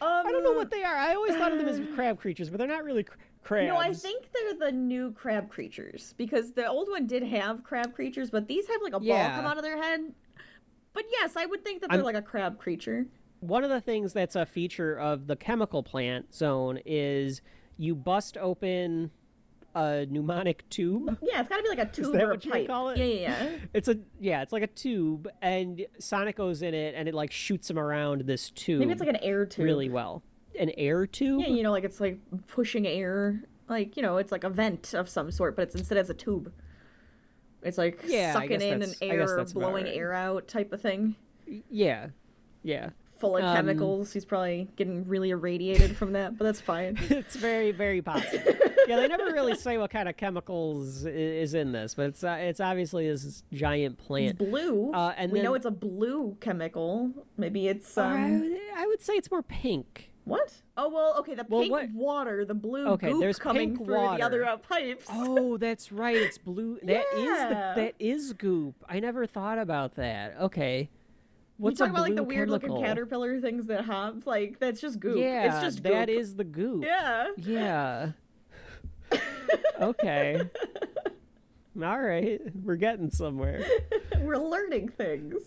Speaker 1: I don't know
Speaker 13: Um,
Speaker 1: what they are. I always thought of them as crab creatures, but they're not really cr- crabs.
Speaker 13: No, I think they're the new crab creatures because the old one did have crab creatures, but these have like a
Speaker 1: Yeah.
Speaker 13: ball come out of their head. But yes, I would think that they're
Speaker 1: I'm-
Speaker 13: like a crab creature.
Speaker 1: one of the things that's a feature of the chemical plant zone is you bust open a pneumonic tube.
Speaker 13: Yeah, it's got to be like a tube
Speaker 1: that
Speaker 13: or a
Speaker 1: what you would
Speaker 13: pipe.
Speaker 1: call it?
Speaker 13: Yeah, yeah, yeah.
Speaker 1: It's a yeah, it's like a tube, and Sonic goes in it, and it like shoots him around this tube.
Speaker 13: Maybe it's like an air tube.
Speaker 1: Really well, an air tube.
Speaker 13: Yeah, you know, like it's like pushing air, like you know, it's like a vent of some sort, but it's instead it's a tube. It's like
Speaker 1: Yeah, I
Speaker 13: sucking
Speaker 1: guess
Speaker 13: in an
Speaker 1: that's- I guess
Speaker 13: air,
Speaker 1: that's about
Speaker 13: blowing
Speaker 1: right.
Speaker 13: air out type of thing,
Speaker 1: yeah, yeah.
Speaker 13: full of
Speaker 1: Um,
Speaker 13: chemicals. He's probably getting really irradiated from that, but that's fine.
Speaker 1: it's very, very possible. yeah, they never really say what kind of chemicals i- is in this, but it's uh, it's obviously this giant plant.
Speaker 13: It's blue.
Speaker 1: Uh, and
Speaker 13: we know
Speaker 1: then-
Speaker 13: it's a blue chemical. Maybe it's.
Speaker 1: Uh, I
Speaker 13: Um...
Speaker 1: would- I would say it's more pink.
Speaker 13: What? Oh well, okay. The
Speaker 1: Well,
Speaker 13: pink
Speaker 1: what-
Speaker 13: water, the blue
Speaker 1: Okay,
Speaker 13: goop
Speaker 1: there's
Speaker 13: coming
Speaker 1: pink
Speaker 13: through the other
Speaker 1: water.
Speaker 13: uh, pipes.
Speaker 1: Oh, that's right. It's blue. That is
Speaker 13: Yeah.
Speaker 1: the, that is goop. I never thought about that. Okay. What's
Speaker 13: you
Speaker 1: a
Speaker 13: talk about like the
Speaker 1: blue
Speaker 13: weird looking
Speaker 1: chemical?
Speaker 13: caterpillar things that hop? Like that's just goop.
Speaker 1: Yeah,
Speaker 13: it's just goop.
Speaker 1: that is the goop.
Speaker 13: Yeah.
Speaker 1: Yeah. okay. All right, we're getting somewhere.
Speaker 13: We're learning things.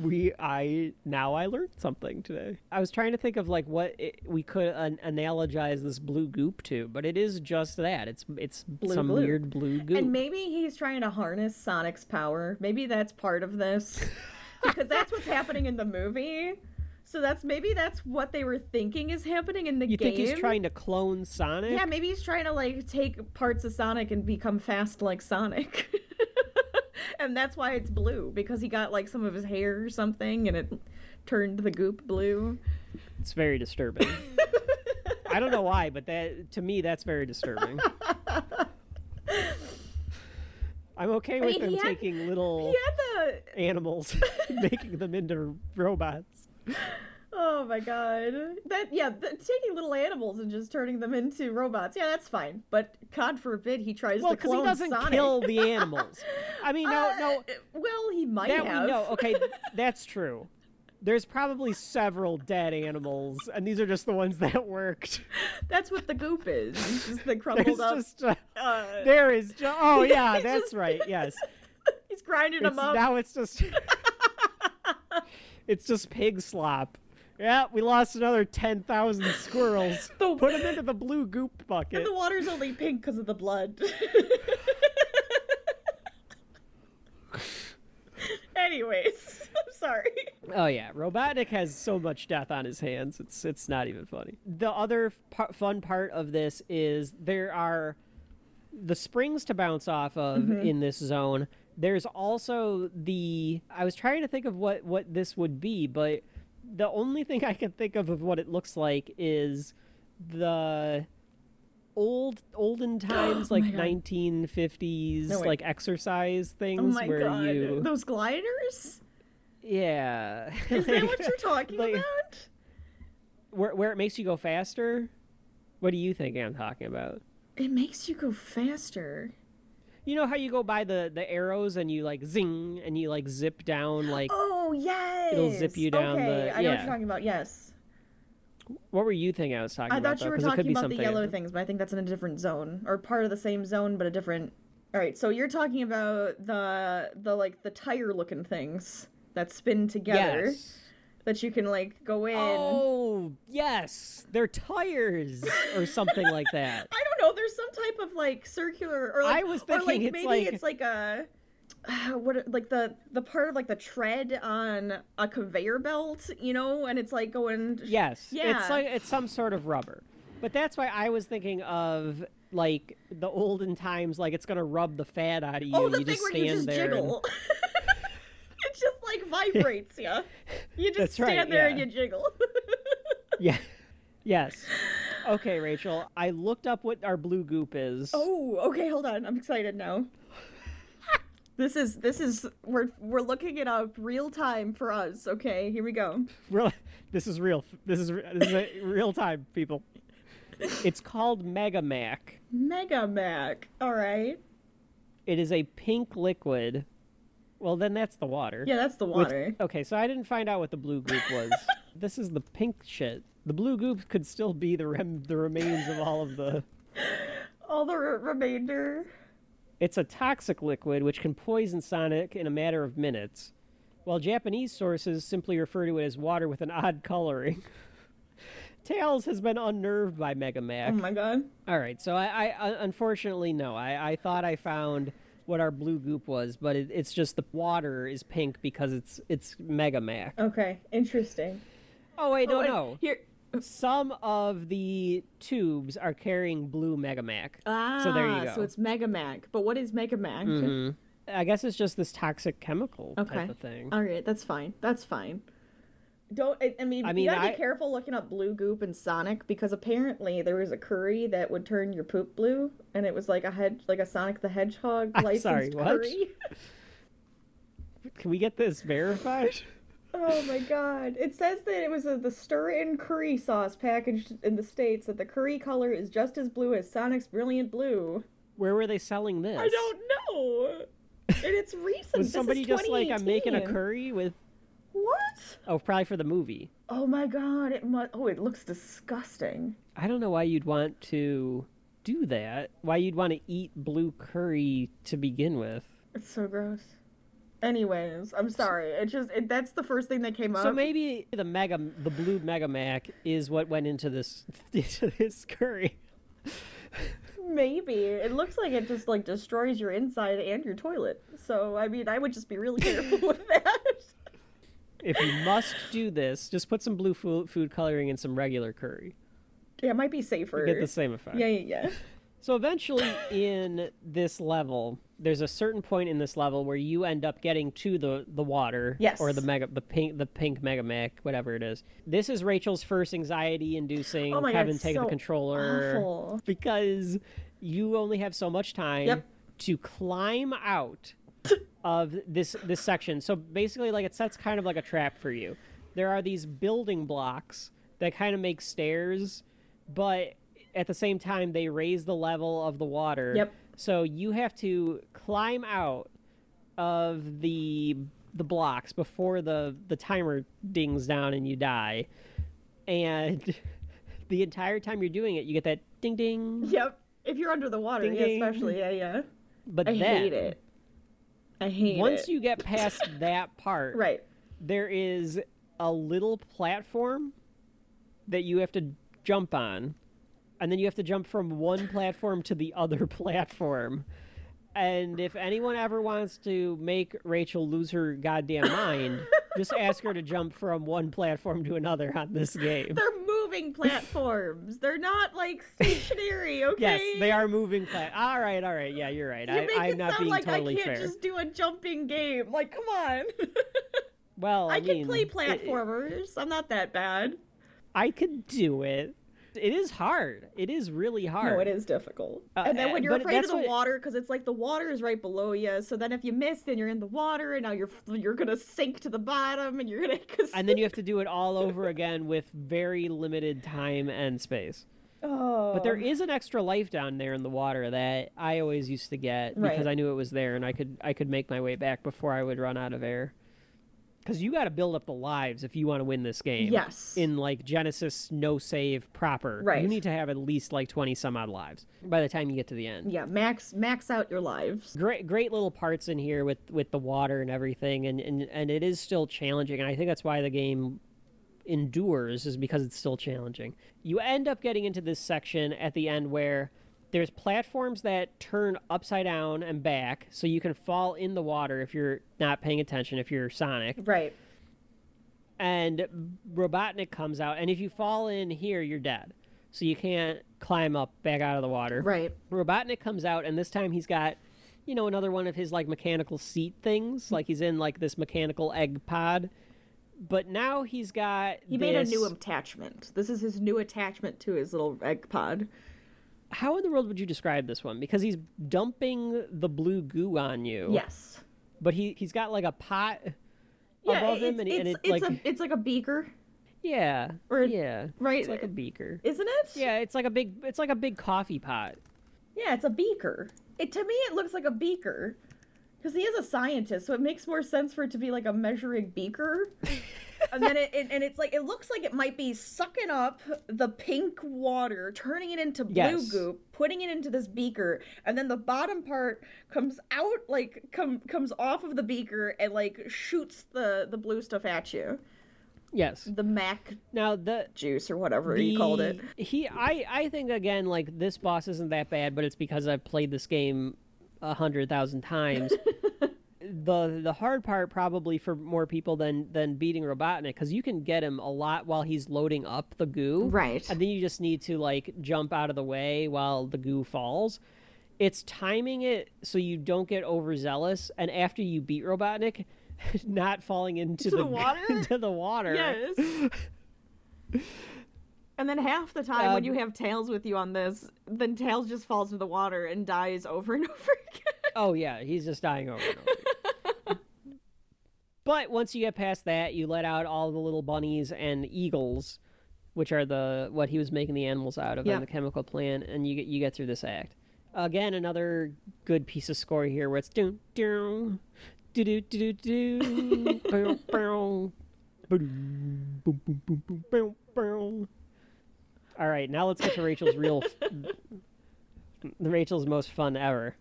Speaker 1: We I now I learned something today. I was trying to think of like what it, we could an- analogize this blue goop to, but it is just that. It's it's
Speaker 13: Blue
Speaker 1: some
Speaker 13: goop.
Speaker 1: weird blue goop.
Speaker 13: And maybe he's trying to harness Sonic's power. Maybe that's part of this. because that's what's happening in the movie. So that's maybe that's what they were thinking is happening in the
Speaker 1: you
Speaker 13: game.
Speaker 1: think he's trying to clone Sonic?
Speaker 13: Yeah, maybe he's trying to like take parts of Sonic and become fast like Sonic. and that's why it's blue because he got like some of his hair or something and it turned the goop blue.
Speaker 1: It's very disturbing. I don't know why, but that to me that's very disturbing. I'm okay
Speaker 13: I
Speaker 1: with
Speaker 13: mean,
Speaker 1: them
Speaker 13: he had-
Speaker 1: taking little
Speaker 13: He had the
Speaker 1: animals, making them into robots.
Speaker 13: Oh my god. That yeah, th taking little animals and just turning them into robots. Yeah, that's fine. But God forbid he tries
Speaker 1: Well,
Speaker 13: to
Speaker 1: because he
Speaker 13: clone
Speaker 1: doesn't
Speaker 13: Sonic. Uh,
Speaker 1: kill the animals. I mean, no, no,
Speaker 13: Well, he might
Speaker 1: that
Speaker 13: have.
Speaker 1: we know. Okay, that's true. There's probably several dead animals, and these are just the ones that worked.
Speaker 13: That's what the goop is. It's just the
Speaker 1: There's
Speaker 13: crumbled up.
Speaker 1: just uh,
Speaker 13: uh,
Speaker 1: there is. Ju- oh yeah,
Speaker 13: It's
Speaker 1: that's
Speaker 13: just-
Speaker 1: right. Yes.
Speaker 13: He's grinding them
Speaker 1: It's-
Speaker 13: up.
Speaker 1: Now it's just It's just pig slop. Yeah, we lost another 10,000 squirrels. Put them into the blue goop bucket.
Speaker 13: And the water's only pink because of the blood. Anyways, I'm sorry.
Speaker 1: Oh yeah, Robotnik has so much death on his hands. It's it's not even funny. The other par- fun part of this is there are the springs to bounce off of
Speaker 15: Mhm.
Speaker 1: in this zone. There's also the I was trying to think of what what this would be, but the only thing I can think of of what it looks like is the old olden times
Speaker 13: Oh
Speaker 1: like
Speaker 13: my God.
Speaker 1: 1950s
Speaker 13: No, wait.
Speaker 1: like exercise things
Speaker 13: Oh my
Speaker 1: where
Speaker 13: god,
Speaker 1: you
Speaker 13: those gliders?
Speaker 1: yeah
Speaker 13: Is that what you're talking about?
Speaker 1: where where it makes you go faster. What do you think I'm talking about?
Speaker 13: It makes you go faster.
Speaker 1: You know how you go by the the arrows and you like zing and you like zip down like
Speaker 13: Oh yes.
Speaker 1: it'll zip you down
Speaker 13: Okay,
Speaker 1: the-
Speaker 13: I know what
Speaker 1: yeah.
Speaker 13: you're talking about. Yes.
Speaker 1: what were you thinking I was talking
Speaker 13: I
Speaker 1: about?
Speaker 13: thought you
Speaker 1: though?
Speaker 13: were
Speaker 1: 'Cause it could
Speaker 13: talking
Speaker 1: be
Speaker 13: about the
Speaker 1: something
Speaker 13: yellow things, but I think that's in a different zone or part of the same zone but a different. All right, so you're talking about the the like the tire looking things that spin together
Speaker 1: Yes.
Speaker 13: that you can like go in.
Speaker 1: Oh, yes. They're tires or something like that.
Speaker 13: I don't know. There's some type of like circular or
Speaker 1: I
Speaker 13: like,
Speaker 1: was
Speaker 13: or, like,
Speaker 1: thinking it's
Speaker 13: maybe
Speaker 1: like-
Speaker 13: it's like a what are- like the the part of like the tread on a conveyor belt, you know, and it's like going
Speaker 1: Yes.
Speaker 13: yeah.
Speaker 1: It's like it's some sort of rubber. But that's why I was thinking of like the olden times, like it's gonna rub the fat out of you.
Speaker 13: oh,
Speaker 1: and
Speaker 13: the
Speaker 1: you
Speaker 13: thing
Speaker 1: just
Speaker 13: where
Speaker 1: stand
Speaker 13: you just
Speaker 1: there. and-
Speaker 13: jiggle. it just like vibrates, yeah. You just
Speaker 1: That's right,
Speaker 13: stand there and
Speaker 1: yeah.
Speaker 13: you jiggle.
Speaker 1: Yeah. Yes. Okay, Rachel. I looked up what our blue goop is.
Speaker 13: Oh, okay, hold on. I'm excited now. this is this is we're we're looking it up real time for us. Okay, here we go.
Speaker 1: Real, this is real. This is re- this is a real time, people. It's called Mega Mac.
Speaker 13: Mega Mac. All right.
Speaker 1: It is a pink liquid. Well, then that's the water.
Speaker 13: Yeah, that's the
Speaker 1: With-
Speaker 13: water.
Speaker 1: okay, so I didn't find out what the blue goop was. this is the pink shit. The blue goop could still be the rem- the remains of all of the.
Speaker 13: All the re- remainder.
Speaker 1: It's a toxic liquid which can poison Sonic in a matter of minutes. While Japanese sources simply refer to it as water with an odd coloring. Tails has been unnerved by Mega Mac.
Speaker 13: Oh my god.
Speaker 1: All right, so I, I un- unfortunately no. I, I thought I found what our blue goop was, but it, it's just the water is pink because it's it's Mega Mac.
Speaker 13: Okay, interesting.
Speaker 1: Oh, I don't
Speaker 13: and
Speaker 1: know.
Speaker 13: Here,
Speaker 1: some of the tubes are carrying blue Mega Mac.
Speaker 13: Ah,
Speaker 1: so there you go.
Speaker 13: So it's Mega Mac. But what is Mega Mac?
Speaker 1: Mhm. I guess it's just this toxic chemical
Speaker 13: Okay.
Speaker 1: type of thing.
Speaker 13: All right, that's fine. That's fine. Don't I, I mean,
Speaker 1: I mean,
Speaker 13: you gotta
Speaker 1: I-
Speaker 13: be careful looking up blue goop and Sonic because apparently there was a curry that would turn your poop blue, and it was like a head like a Sonic the Hedgehog
Speaker 1: I'm
Speaker 13: licensed
Speaker 1: sorry, what?
Speaker 13: curry.
Speaker 1: Can we get this verified?
Speaker 13: Oh my god. It says that it was a, the stir in curry sauce packaged in the States, that the curry color is just as blue as Sonic's Brilliant Blue.
Speaker 1: Where were they selling this?
Speaker 13: I don't know. And it's recent.
Speaker 1: Was
Speaker 13: This
Speaker 1: somebody
Speaker 13: is
Speaker 1: just like I'm making a
Speaker 13: 2018.
Speaker 1: curry with?
Speaker 13: What?
Speaker 1: Oh, probably for the movie.
Speaker 13: Oh my god. It must. Oh, it looks disgusting.
Speaker 1: I don't know why you'd want to do that. Why you'd want to eat blue curry to begin with.
Speaker 13: It's so gross. Anyways, I'm sorry. It just it, that's the first thing that came up.
Speaker 1: So maybe the mega, the blue Mega Mac is what went into this into this curry.
Speaker 13: Maybe it looks like it just like destroys your inside and your toilet. So I mean, I would just be really careful with that.
Speaker 1: If you must do this, just put some blue food, food coloring in some regular curry.
Speaker 13: Yeah, it might be safer.
Speaker 1: You get the same effect.
Speaker 13: Yeah, yeah, yeah.
Speaker 1: So eventually, in this level, there's a certain point in this level where you end up getting to the the water,
Speaker 13: Yes.
Speaker 1: or the mega, the pink, the pink Mega Mac, whatever it is. This is Rachel's first anxiety-inducing.
Speaker 13: Oh my God,
Speaker 1: Kevin,
Speaker 13: it's
Speaker 1: take the
Speaker 13: so
Speaker 1: controller
Speaker 13: awful.
Speaker 1: because you only have so much time
Speaker 13: Yep.
Speaker 1: to climb out of this this section. So basically, like it sets kind of like a trap for you. There are these building blocks that kind of make stairs, but at the same time they raise the level of the water.
Speaker 13: Yep.
Speaker 1: So you have to climb out of the the blocks before the the timer dings down and you die. And the entire time you're doing it, you get that ding ding.
Speaker 13: Yep. If you're under the water,
Speaker 1: Ding,
Speaker 13: yeah,
Speaker 1: ding.
Speaker 13: especially, yeah, yeah.
Speaker 1: But
Speaker 13: I
Speaker 1: then,
Speaker 13: hate it. I hate
Speaker 1: once
Speaker 13: it.
Speaker 1: you get past that part,
Speaker 13: Right.
Speaker 1: there is a little platform that you have to jump on, and then you have to jump from one platform to the other platform. And if anyone ever wants to make Rachel lose her goddamn mind, just ask her to jump from one platform to another on this game.
Speaker 13: They're moving platforms. They're not like stationary, okay?
Speaker 1: Yes, they are moving plat. All right, all right. Yeah, you're right.
Speaker 13: You make
Speaker 1: I, I'm
Speaker 13: it
Speaker 1: not
Speaker 13: sound
Speaker 1: being
Speaker 13: like
Speaker 1: totally
Speaker 13: I can't
Speaker 1: fair.
Speaker 13: just do a jumping game. Like, come on.
Speaker 1: Well, I,
Speaker 13: I can
Speaker 1: mean,
Speaker 13: play
Speaker 1: it- it-
Speaker 13: platformers. I'm not that bad.
Speaker 1: I could do it. It is hard. It is really hard.
Speaker 13: it is difficult.
Speaker 1: Uh,
Speaker 13: and then
Speaker 1: uh,
Speaker 13: when you're
Speaker 1: but
Speaker 13: afraid
Speaker 1: that's
Speaker 13: of the
Speaker 1: what-
Speaker 13: water, because it's like the water is right below you. So then if you miss, then you're in the water, and now you're you're gonna sink to the bottom, and you're gonna.
Speaker 1: and then you have to do it all over again with very limited time and space.
Speaker 13: Oh.
Speaker 1: But e there is an extra life down there in the water that I always used to get because
Speaker 13: Right.
Speaker 1: I knew it was there and I could I could make my way back before I would run out of air. Because you got to build up the lives if you want to win this game.
Speaker 13: Yes.
Speaker 1: In like Genesis no save proper,
Speaker 13: Right.
Speaker 1: You need to have at least like twenty some odd lives by the time you get to the end.
Speaker 13: Yeah, max max out your lives.
Speaker 1: Great, great little parts in here with with the water and everything, and and and it is still challenging. And I think that's why the game endures is because it's still challenging. You end up getting into this section at the end where there's platforms that turn upside down and back, so you can fall in the water if you're not paying attention. If you're Sonic,
Speaker 13: right?
Speaker 1: And Robotnik comes out, and if you fall in here, you're dead. So you can't climb up back out of the water.
Speaker 13: Right.
Speaker 1: Robotnik comes out, and this time he's got, you know, another one of his like mechanical seat things. Like he's in like this mechanical egg pod, but now he's got.
Speaker 13: He made a new
Speaker 1: this-
Speaker 13: attachment. This is his new attachment to his little egg pod.
Speaker 1: How in the world would you describe this one? Because he's dumping the blue goo on you.
Speaker 13: Yes.
Speaker 1: But he he's got like a pot above
Speaker 13: it's,
Speaker 1: him, and, he-
Speaker 13: it's,
Speaker 1: and it
Speaker 13: it's
Speaker 1: like
Speaker 13: a it's like a beaker.
Speaker 1: Yeah.
Speaker 13: Or
Speaker 1: yeah.
Speaker 13: right-
Speaker 1: It's like a beaker.
Speaker 13: Isn't it?
Speaker 1: Yeah, it's like a big it's like a big coffee pot.
Speaker 13: Yeah, it's a beaker. It to me it looks like a beaker. Because he is a scientist, so it makes more sense for it to be like a measuring beaker. and then it, it and it's like it looks like it might be sucking up the pink water, turning it into blue
Speaker 1: Yes.
Speaker 13: goop, putting it into this beaker, and then the bottom part comes out like come comes off of the beaker and like shoots the the blue stuff at you.
Speaker 1: Yes.
Speaker 13: The mac
Speaker 1: now the
Speaker 13: juice or whatever you called it.
Speaker 1: The- He I I think again like this boss isn't that bad, but it's because I've played this game a hundred thousand times. the the hard part probably for more people than than beating Robotnik because you can get him a lot while he's loading up the goo,
Speaker 13: Right.
Speaker 1: And then you just need to like jump out of the way while the goo falls. It's timing it so you don't get overzealous, and after you beat Robotnik, not falling into
Speaker 13: To the
Speaker 1: goo-
Speaker 13: water?
Speaker 1: into the water.
Speaker 13: Yes. and then half the time when
Speaker 1: Um,
Speaker 13: you have Tails with you on this, then Tails just falls in the water and dies over and over.
Speaker 1: Oh yeah, he's just dying over and over. but once you get past that, you let out all the little bunnies and eagles, which are the what he was making the animals out of
Speaker 13: Yeah.
Speaker 1: on the chemical plant, and you get you get through this act. Again, another good piece of score here where it's doo doo doo doo doo doo boom boom boom boom boom boom boom boom boom. All right, now let's get to Rachel's real Rachel's most fun ever,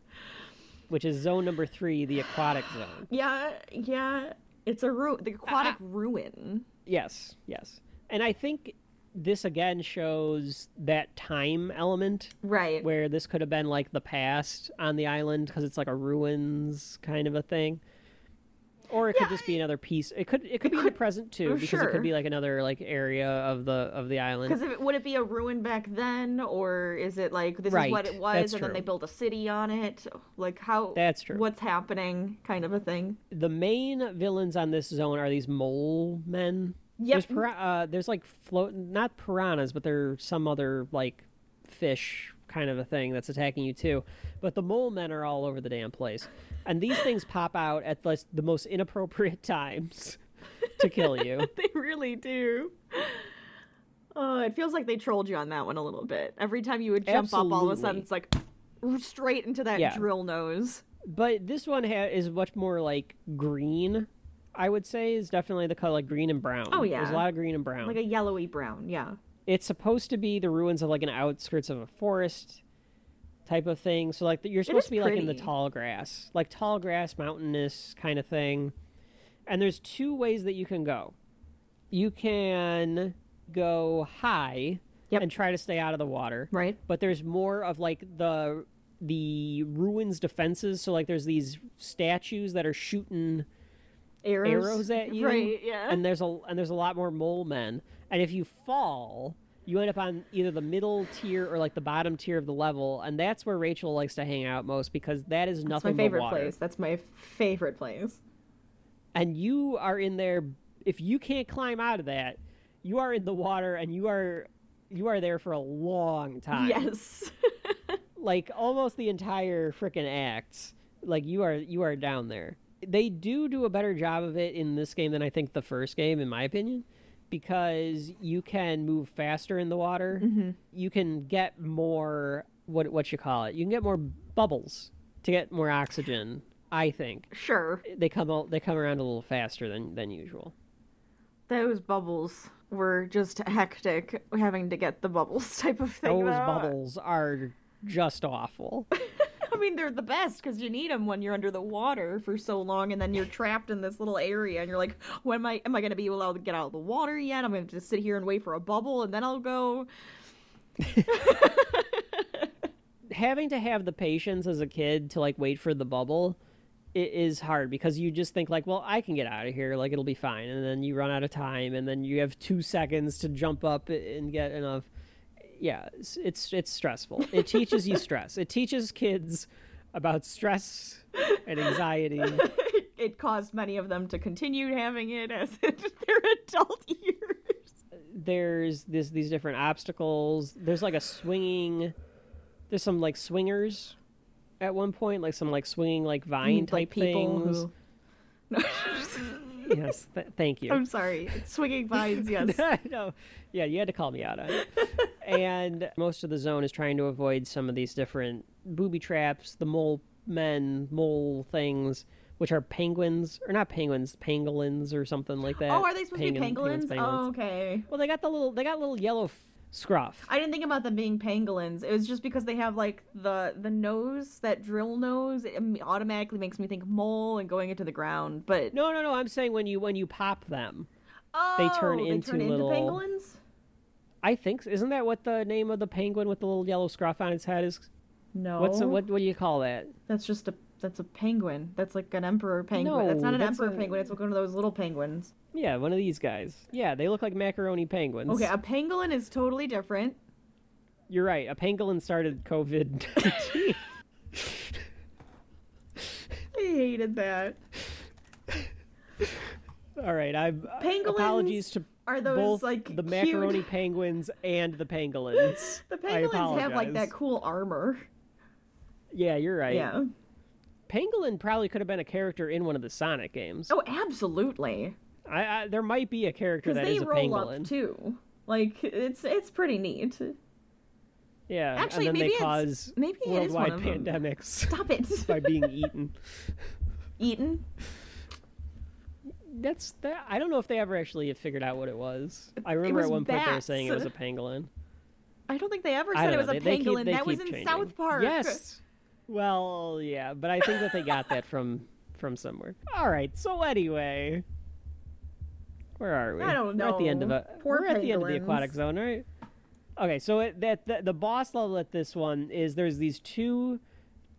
Speaker 1: which is zone number three, the aquatic zone.
Speaker 13: Yeah, yeah. It's a ru- the aquatic ruin.
Speaker 1: Yes, yes. And I think this again shows that time element.
Speaker 13: Right.
Speaker 1: Where this could have been like the past on the island because it's like a ruins kind of a thing. Or it could just be another piece. It could it could be in the present too
Speaker 13: oh,
Speaker 1: because it
Speaker 13: sure.
Speaker 1: could be like another like area of the of the island.
Speaker 13: Because would it be a ruin back then, or is it like this is
Speaker 1: Right,
Speaker 13: what it was,
Speaker 1: that's
Speaker 13: and then they
Speaker 1: true.
Speaker 13: built a city on it? Like how?
Speaker 1: That's true.
Speaker 13: What's happening, kind of a thing.
Speaker 1: the main villains on this zone are these mole men.
Speaker 13: Yep.
Speaker 1: There's, pira- uh, there's like float, not piranhas, but they're some other like fish kind of a thing that's attacking you too. But the mole men are all over the damn place, and these things pop out at the, the most inappropriate times to kill you.
Speaker 13: They really do. Oh, it feels like they trolled you on that one a little bit. Every time you would jump up, all of a sudden
Speaker 1: Absolutely.
Speaker 13: it's like straight into that
Speaker 1: Yeah.
Speaker 13: drill nose.
Speaker 1: but this one ha- is much more like green. I would say is definitely the color like green and brown.
Speaker 13: Oh,
Speaker 1: there's
Speaker 13: yeah.
Speaker 1: a lot of green and brown.
Speaker 13: Like a yellowy brown, yeah.
Speaker 1: it's supposed to be the ruins of like an outskirts of a forest type of thing. So like you're supposed
Speaker 13: is
Speaker 1: to be like in
Speaker 13: pretty.
Speaker 1: the tall grass, like tall grass, mountainous kind of thing. And there's two ways that you can go. you can go high and try to stay out of the water.
Speaker 13: Right.
Speaker 1: But there's more of like the the ruins defenses. So like there's these statues that are shooting
Speaker 13: Arrows.
Speaker 1: at you.
Speaker 13: Right, yeah.
Speaker 1: And there's a and there's a lot more mole men. And if you fall, you end up on either the middle tier or like the bottom tier of the level, and that's where Rachel likes to hang out most because that is
Speaker 13: That's
Speaker 1: nothing
Speaker 13: my favorite
Speaker 1: but water.
Speaker 13: place. That's my favorite place.
Speaker 1: And you are in there if you can't climb out of that, you are in the water and you are you are there for a long time.
Speaker 13: Yes.
Speaker 1: like almost the entire freaking act. Like you are you are down there. They do do a better job of it in this game than I think the first game, in my opinion, because you can move faster in the water.
Speaker 13: Mhm.
Speaker 1: You can get more what what you call it. You can get more bubbles to get more oxygen. I think
Speaker 13: sure
Speaker 1: they come out they come around a little faster than than usual.
Speaker 13: Those bubbles were just hectic having to get the bubbles type of thing.
Speaker 1: Those
Speaker 13: though.
Speaker 1: bubbles are just awful.
Speaker 13: I mean, they're the best because you need them when you're under the water for so long, and then you're trapped in this little area, and you're like, "When am I? Am I going to be allowed to get out of the water yet? I'm going to just sit here and wait for a bubble, and then I'll go."
Speaker 1: having to have the patience as a kid to like wait for the bubble it is hard because you just think like well i can get out of here like it'll be fine and then you run out of time and then you have two seconds to jump up and get enough yeah it's it's, it's stressful it teaches you stress it teaches kids about stress and anxiety
Speaker 13: it caused many of them to continue having it as their adult
Speaker 1: there's this these different obstacles. There's like a swinging. There's some like swingers, at one point, like some like swinging like vine
Speaker 13: Mm, like
Speaker 1: type
Speaker 13: people
Speaker 1: things.
Speaker 13: who-
Speaker 1: yes, th- thank you.
Speaker 13: I'm sorry. It's swinging vines, yes.
Speaker 1: no. Yeah, you had to call me out on it. and most of the zone is trying to avoid some of these different booby traps, the mole men, mole things, which are penguins or not penguins, pangolins or something like that.
Speaker 13: oh, are they supposed to be
Speaker 1: Penguin-
Speaker 13: pangolins? Oh, okay.
Speaker 1: Well, they got the little they got little yellow f- scruff.
Speaker 13: I didn't think about them being pangolins. It was just because they have like the the nose, that drill nose. It im- automatically makes me think mole and going into the ground. But
Speaker 1: no, no, no. I'm saying when you when you pop them,
Speaker 13: oh,
Speaker 1: they turn into little-
Speaker 13: pangolins.
Speaker 1: I think isn't that what the name of the penguin with the little yellow scruff on its head is?
Speaker 13: No.
Speaker 1: What's a, what what do you call that?
Speaker 13: That's just a that's a penguin. That's like an emperor penguin. that's not an
Speaker 1: No, that's
Speaker 13: emperor
Speaker 1: a-
Speaker 13: penguin. It's like one of those little penguins.
Speaker 1: Yeah, one of these guys. Yeah, they look like macaroni penguins.
Speaker 13: Okay, a pangolin is totally different.
Speaker 1: You're right. A pangolin started COVID.
Speaker 13: I hated that.
Speaker 1: All right, I'm
Speaker 13: Pangolins
Speaker 1: apologies to
Speaker 13: are those,
Speaker 1: both
Speaker 13: like,
Speaker 1: the
Speaker 13: cute-
Speaker 1: macaroni penguins and the pangolins.
Speaker 13: The
Speaker 1: I
Speaker 13: pangolins have like that
Speaker 1: apologize.
Speaker 13: cool armor.
Speaker 1: Yeah, you're right.
Speaker 13: Yeah.
Speaker 1: Pangolin probably could have been a character in one of the Sonic games.
Speaker 13: Oh, absolutely.
Speaker 1: I, I there might be a character
Speaker 13: Because
Speaker 1: that
Speaker 13: they
Speaker 1: is a
Speaker 13: roll
Speaker 1: pangolin.
Speaker 13: up too. Like it's it's pretty neat.
Speaker 1: Yeah,
Speaker 13: Actually,
Speaker 1: and then
Speaker 13: maybe
Speaker 1: they
Speaker 13: it's-
Speaker 1: cause
Speaker 13: maybe it is one
Speaker 1: worldwide
Speaker 13: of 'em.
Speaker 1: pandemics
Speaker 13: Stop it.
Speaker 1: by being eaten.
Speaker 13: Eaten.
Speaker 1: That's that. I don't know if they ever actually figured out what it was. I remember
Speaker 13: was
Speaker 1: at one point they were
Speaker 13: bats.
Speaker 1: saying it was a pangolin.
Speaker 13: I don't think they ever
Speaker 1: I
Speaker 13: said
Speaker 1: don't
Speaker 13: it was
Speaker 1: know, they-
Speaker 13: a
Speaker 1: they keep-
Speaker 13: pangolin.
Speaker 1: they
Speaker 13: that was
Speaker 1: keep
Speaker 13: in
Speaker 1: changing.
Speaker 13: South Park.
Speaker 1: Yes. Well, yeah, but I think that they got that from from somewhere. All right. So anyway, where are we?
Speaker 13: I don't
Speaker 1: We're at the end of
Speaker 13: know.
Speaker 1: a.
Speaker 13: Poor
Speaker 1: we're at the end of the
Speaker 13: pangolins.
Speaker 1: aquatic zone, right? Okay. So it, that the, the boss level at this one is there's these two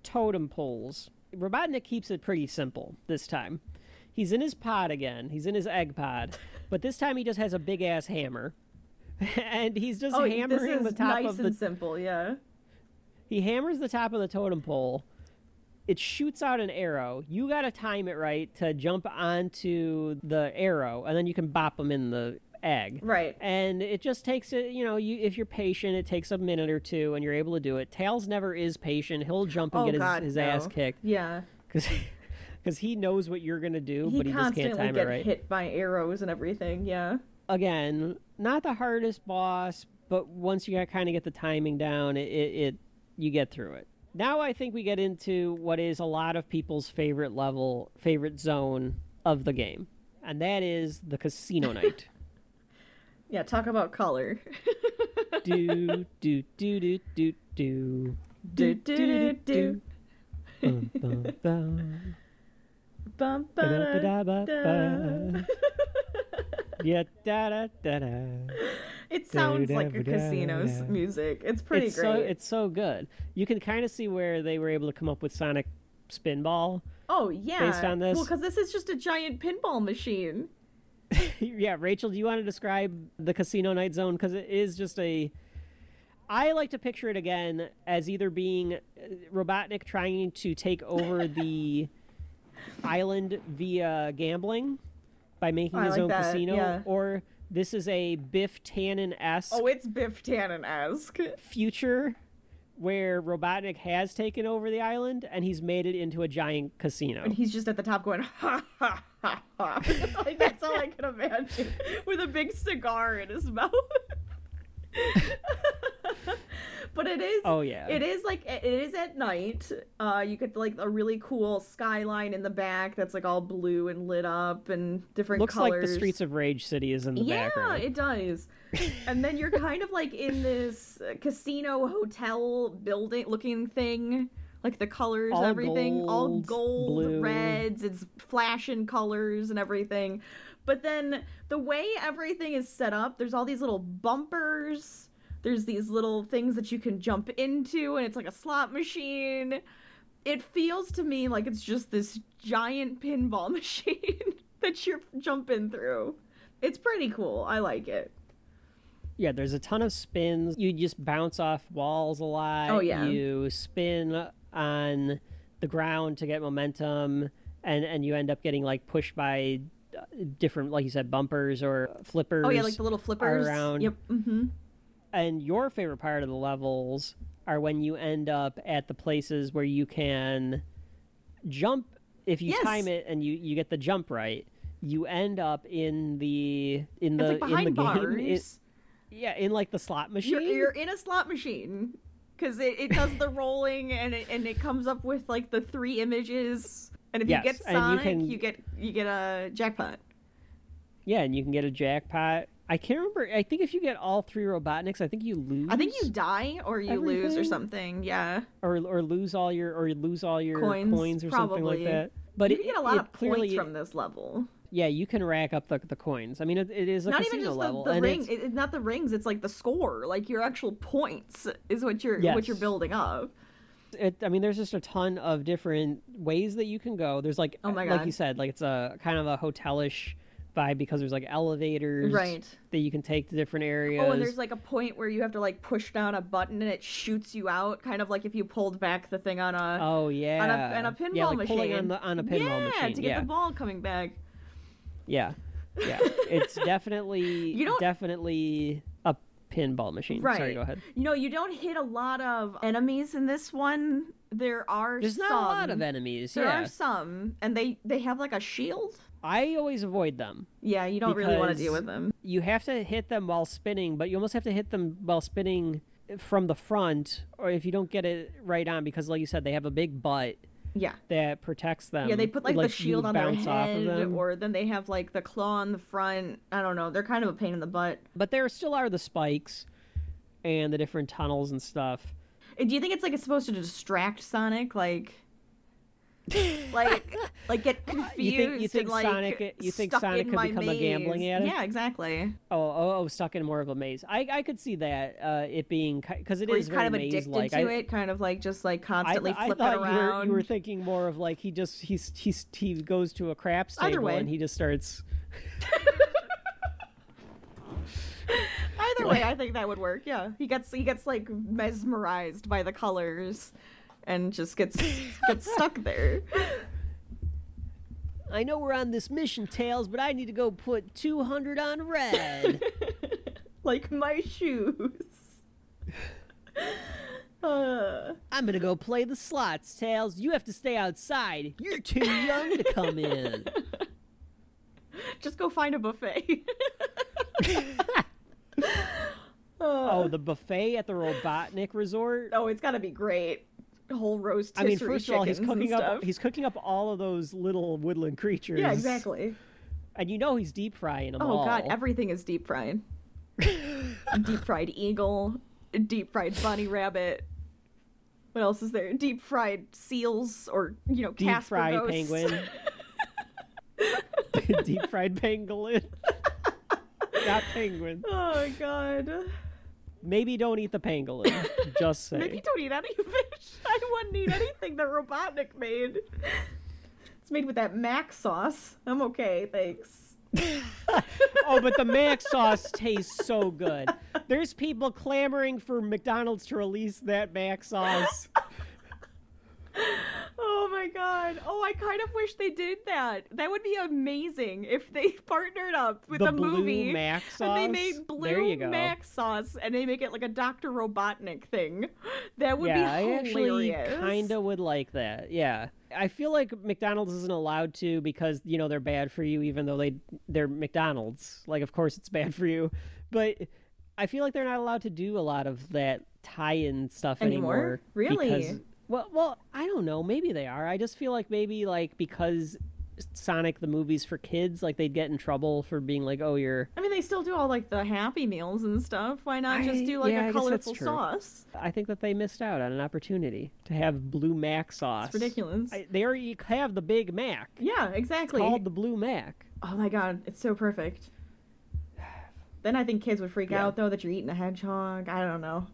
Speaker 1: totem poles. Robotnik keeps it pretty simple this time. He's in his pod again. He's in his egg pod, but this time he just has a big ass hammer, and he's just
Speaker 13: oh,
Speaker 1: hammering
Speaker 13: this is
Speaker 1: the top
Speaker 13: nice
Speaker 1: of the
Speaker 13: and simple. Yeah.
Speaker 1: he hammers the top of the totem pole. It shoots out an arrow. You got to time it right to jump onto the arrow, and then you can bop them in the egg.
Speaker 13: Right.
Speaker 1: And it just takes it, you know, you if you're patient, it takes a minute or two, and you're able to do it. Tails never is patient. He'll jump and
Speaker 13: oh
Speaker 1: get his,
Speaker 13: God,
Speaker 1: his
Speaker 13: no.
Speaker 1: ass kicked
Speaker 13: Yeah.
Speaker 1: because because he knows what you're gonna do,
Speaker 13: he
Speaker 1: but he just
Speaker 13: constantly
Speaker 1: can't time
Speaker 13: get
Speaker 1: it right.
Speaker 13: hit by arrows and everything. Yeah.
Speaker 1: Again, not the hardest boss, but once you kind of get the timing down, it, it, it you get through it. Now I think we get into what is a lot of people's favorite level, favorite zone of the game, and that is the casino night.
Speaker 13: Yeah. Talk about color.
Speaker 1: do do do do do do do do do do. Bum, bum, bum.
Speaker 13: Bum, ba, da, da.
Speaker 1: Ba-da-ba-da-ba-ba. yeah, da da da da.
Speaker 13: It sounds like a casino's music. It's pretty
Speaker 1: it's
Speaker 13: great.
Speaker 1: So, it's so good. You can kind of see where they were able to come up with Sonic Spinball.
Speaker 13: oh yeah.
Speaker 1: based on this-
Speaker 13: Well, because this is just a giant pinball machine.
Speaker 1: yeah, Rachel, do you want to describe the Casino Night Zone? Because it is just a. I like to picture it again as either being uh, Robotnik trying to take over the island via gambling by making
Speaker 13: I
Speaker 1: his
Speaker 13: like
Speaker 1: own
Speaker 13: that,
Speaker 1: casino,
Speaker 13: yeah.
Speaker 1: or this is a Biff Tannen esque
Speaker 13: Oh, it's Biff Tannen esque.
Speaker 1: future where Robotnik has taken over the island and he's made it into a giant casino.
Speaker 13: And he's just at the top going ha ha ha ha. like that's all I can imagine with a big cigar in his mouth. but it is
Speaker 1: Oh, yeah.
Speaker 13: it is like it is at night uh you get like a really cool skyline in the back that's like all blue and lit up and different
Speaker 1: Looks
Speaker 13: colors
Speaker 1: like the Streets of Rage city is in the
Speaker 13: yeah,
Speaker 1: background.
Speaker 13: it does. and then you're kind of like in this uh, casino hotel building looking thing. Like the colors,
Speaker 1: All
Speaker 13: everything, all
Speaker 1: gold,
Speaker 13: gold,
Speaker 1: blue.
Speaker 13: reds, it's flashing colors and everything. But then the way everything is set up, there's all these little bumpers, there's these little things that you can jump into, and it's like a slot machine. It feels to me like it's just this giant pinball machine that you're jumping through. It's pretty cool. I like it.
Speaker 1: Yeah, there's a ton of spins. You just bounce off walls a lot.
Speaker 13: Oh, yeah.
Speaker 1: You spin on the ground to get momentum, and and you end up getting like pushed by uh, different, like you said, bumpers or flippers.
Speaker 13: Oh yeah, like the little
Speaker 1: are
Speaker 13: flippers.
Speaker 1: around.
Speaker 13: Yep. Mm-hmm.
Speaker 1: And your favorite part of the levels are when you end up at the places where you can jump. If you
Speaker 13: Yes.
Speaker 1: time it and you you get the jump right, you end up in the in the
Speaker 13: It's like behind
Speaker 1: in the
Speaker 13: bars.
Speaker 1: game. It- yeah, in like the slot machine.
Speaker 13: You're, you're in a slot machine because it, it does the rolling and it, and it comes up with like the three images. And if
Speaker 1: Yes,
Speaker 13: you get
Speaker 1: and you
Speaker 13: Sonic,
Speaker 1: can-
Speaker 13: you, get you get a jackpot.
Speaker 1: Yeah, and you can get a jackpot. I can't remember. I think if you get all three Robotniks, I think you lose.
Speaker 13: I think you die or you lose or
Speaker 1: Everything?
Speaker 13: something. Yeah.
Speaker 1: or or lose all your or lose all your
Speaker 13: Coins,
Speaker 1: coins, or something like
Speaker 13: probably.
Speaker 1: that. But
Speaker 13: you
Speaker 1: it,
Speaker 13: can get a lot
Speaker 1: it
Speaker 13: of
Speaker 1: clearly,
Speaker 13: points from this level.
Speaker 1: Yeah, you can rack up the, the coins. I mean, it, it is a
Speaker 13: not
Speaker 1: casino
Speaker 13: even just
Speaker 1: level,
Speaker 13: the, the
Speaker 1: and
Speaker 13: ring.
Speaker 1: it's-
Speaker 13: It, it's not the rings. It's like the score. Like your actual points is what you're what
Speaker 1: Yes.
Speaker 13: you're building up.
Speaker 1: it, I mean, there's just a ton of different ways that you can go. There's like,
Speaker 13: Oh my
Speaker 1: like
Speaker 13: God.
Speaker 1: you said, like it's a kind of a hotelish vibe because there's like elevators
Speaker 13: Right.
Speaker 1: that you can take to different areas.
Speaker 13: Oh, and there's like a point where you have to like push down a button and it shoots you out, kind of like if you pulled back the thing on a
Speaker 1: oh yeah,
Speaker 13: on a, on a pinball
Speaker 1: yeah, like
Speaker 13: machine.
Speaker 1: pulling on the on a pinball
Speaker 13: yeah,
Speaker 1: machine.
Speaker 13: to get
Speaker 1: yeah.
Speaker 13: the ball coming back.
Speaker 1: Yeah. Yeah. It's definitely
Speaker 13: You don't-
Speaker 1: definitely a pinball machine.
Speaker 13: Right.
Speaker 1: Sorry, go ahead.
Speaker 13: You know, you don't hit a lot of enemies in this one. There are
Speaker 1: There's not a lot of
Speaker 13: some.
Speaker 1: enemies.
Speaker 13: There
Speaker 1: yeah.
Speaker 13: are some, and they they have like a shield.
Speaker 1: I always avoid them.
Speaker 13: Yeah, you don't really want to deal
Speaker 1: because
Speaker 13: with them.
Speaker 1: You have to hit them while spinning, but you almost have to hit them while spinning from the front or if you don't get it right on because like you said they have a big butt
Speaker 13: Yeah.
Speaker 1: that protects them.
Speaker 13: Yeah, they put like, the
Speaker 1: lets Um, you
Speaker 13: shield on their
Speaker 1: bounce off of
Speaker 13: head,
Speaker 1: them.
Speaker 13: or then they have like the claw on the front. I don't know. They're kind of a pain in the butt.
Speaker 1: But there still are the spikes and the different tunnels and stuff.
Speaker 13: Do you think it's like it's supposed to distract Sonic, like, like, like get confused?
Speaker 1: you think
Speaker 13: and, like,
Speaker 1: Sonic- you think
Speaker 13: stuck
Speaker 1: Sonic
Speaker 13: in
Speaker 1: could
Speaker 13: my
Speaker 1: become a
Speaker 13: maze.
Speaker 1: gambling addict?
Speaker 13: Yeah, exactly.
Speaker 1: Oh, oh, oh, stuck in more of a maze. I, I could see that uh, it being because it
Speaker 13: Where
Speaker 1: is
Speaker 13: he's kind of
Speaker 1: very maze
Speaker 13: addicted
Speaker 1: like.
Speaker 13: to
Speaker 1: I,
Speaker 13: it, kind of like just like
Speaker 1: I,
Speaker 13: constantly
Speaker 1: th- I
Speaker 13: flipping
Speaker 1: thought you
Speaker 13: around.
Speaker 1: were, you were thinking more of like he just he's he's he goes to a craps
Speaker 13: Either
Speaker 1: table
Speaker 13: way.
Speaker 1: and he just starts.
Speaker 13: Either way, I think that would work. Yeah, he gets he gets like mesmerized by the colors, and just gets gets stuck there.
Speaker 1: I know we're on this mission, Tails, but I need to go put two hundred on red.
Speaker 13: like my shoes. Uh,
Speaker 1: I'm gonna go play the slots, Tails. You have to stay outside. You're too young to come in.
Speaker 13: just go find a buffet.
Speaker 1: oh, the buffet at the Robotnik Resort.
Speaker 13: Oh, it's gotta be great. Whole roast.
Speaker 1: I mean,
Speaker 13: rotisserie
Speaker 1: first of all, he's
Speaker 13: chickens and
Speaker 1: cooking up
Speaker 13: stuff.
Speaker 1: he's cooking up all of those little woodland creatures.
Speaker 13: Yeah, exactly.
Speaker 1: And you know he's deep frying them
Speaker 13: Oh
Speaker 1: all.
Speaker 13: god, everything is deep fried. deep fried eagle, deep fried bunny rabbit. What else is there? Deep fried seals, or you know,
Speaker 1: deep
Speaker 13: Casper
Speaker 1: fried
Speaker 13: roasts.
Speaker 1: penguin. deep fried pangolin. not penguin.
Speaker 13: Oh god.
Speaker 1: Maybe don't eat the pangolin. Just say.
Speaker 13: Maybe don't eat any fish. I wouldn't eat anything that Robotnik made. It's made with that mac sauce. I'm okay, thanks.
Speaker 1: oh, but the mac sauce tastes so good. There's people clamoring for McDonald's to release that mac sauce.
Speaker 13: Oh my god. Oh, I kind of wish they did that. That would be amazing if they partnered up with
Speaker 1: The
Speaker 13: a
Speaker 1: blue
Speaker 13: movie
Speaker 1: mac
Speaker 13: and they
Speaker 1: sauce?
Speaker 13: made blue
Speaker 1: There you go.
Speaker 13: mac sauce and they make it like a Dr. Robotnik thing. That would
Speaker 1: yeah,
Speaker 13: be
Speaker 1: I
Speaker 13: hilarious.
Speaker 1: actually kind of would like that. Yeah. I feel like McDonald's isn't allowed to because you know they're bad for you, even though they they're McDonald's. Like, of course it's bad for you, but I feel like they're not allowed to do a lot of that tie-in stuff
Speaker 13: Anymore?
Speaker 1: anymore.
Speaker 13: Really?
Speaker 1: because- well, well, I don't know. Maybe they are. I just feel like maybe like because Sonic the movies for kids, like they'd get in trouble for being like, oh, you're
Speaker 13: I mean, they still do all like the Happy Meals and stuff. Why not just
Speaker 1: I-
Speaker 13: do like
Speaker 1: yeah, I
Speaker 13: a
Speaker 1: guess that's
Speaker 13: colorful
Speaker 1: true.
Speaker 13: sauce?
Speaker 1: I think that they missed out on an opportunity to have Blue Mac sauce.
Speaker 13: It's ridiculous.
Speaker 1: I, they already have the Big Mac.
Speaker 13: Yeah, exactly.
Speaker 1: called the Blue Mac.
Speaker 13: Oh my god, it's so perfect. Then I think kids would freak out though that you're eating a hedgehog. I don't know.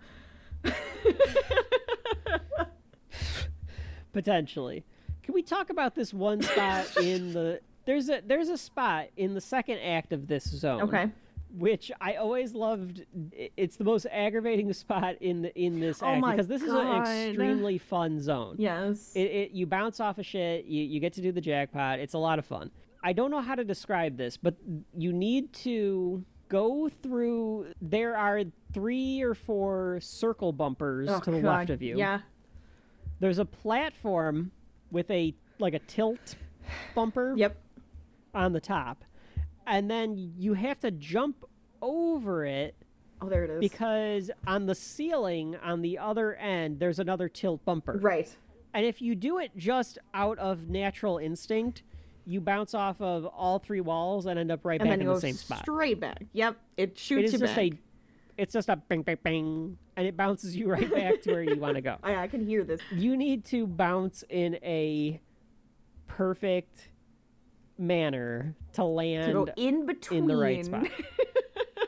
Speaker 1: potentially. Can we talk about this one spot in the there's a there's a spot in the second act of this zone.
Speaker 13: Okay.
Speaker 1: Which I always loved. i- It's the most aggravating spot in the, in this
Speaker 13: Oh
Speaker 1: act
Speaker 13: my
Speaker 1: because this is an
Speaker 13: God.
Speaker 1: extremely fun zone.
Speaker 13: Yes.
Speaker 1: It, it you bounce off of shit. You you get to do the jackpot. It's a lot of fun. I don't know how to describe this, but you need to go through. There are three or four circle bumpers
Speaker 13: Oh,
Speaker 1: to the
Speaker 13: God.
Speaker 1: left of you
Speaker 13: Yeah.
Speaker 1: there's a platform with a like a tilt bumper
Speaker 13: yep
Speaker 1: on the top and then you have to jump over it
Speaker 13: oh there it is
Speaker 1: because on the ceiling on the other end there's another tilt bumper
Speaker 13: right
Speaker 1: and if you do it just out of natural instinct you bounce off of all three walls and end up right
Speaker 13: and
Speaker 1: back
Speaker 13: then
Speaker 1: in
Speaker 13: go
Speaker 1: the same spot
Speaker 13: straight back. Yep. It shoots
Speaker 1: it is
Speaker 13: you
Speaker 1: just
Speaker 13: back.
Speaker 1: a it's just a bang bang bang and it bounces you right back to where you want to go
Speaker 13: I, I can hear this.
Speaker 1: you need to bounce in a perfect manner to land
Speaker 13: in
Speaker 1: in the right
Speaker 13: between.
Speaker 1: spot.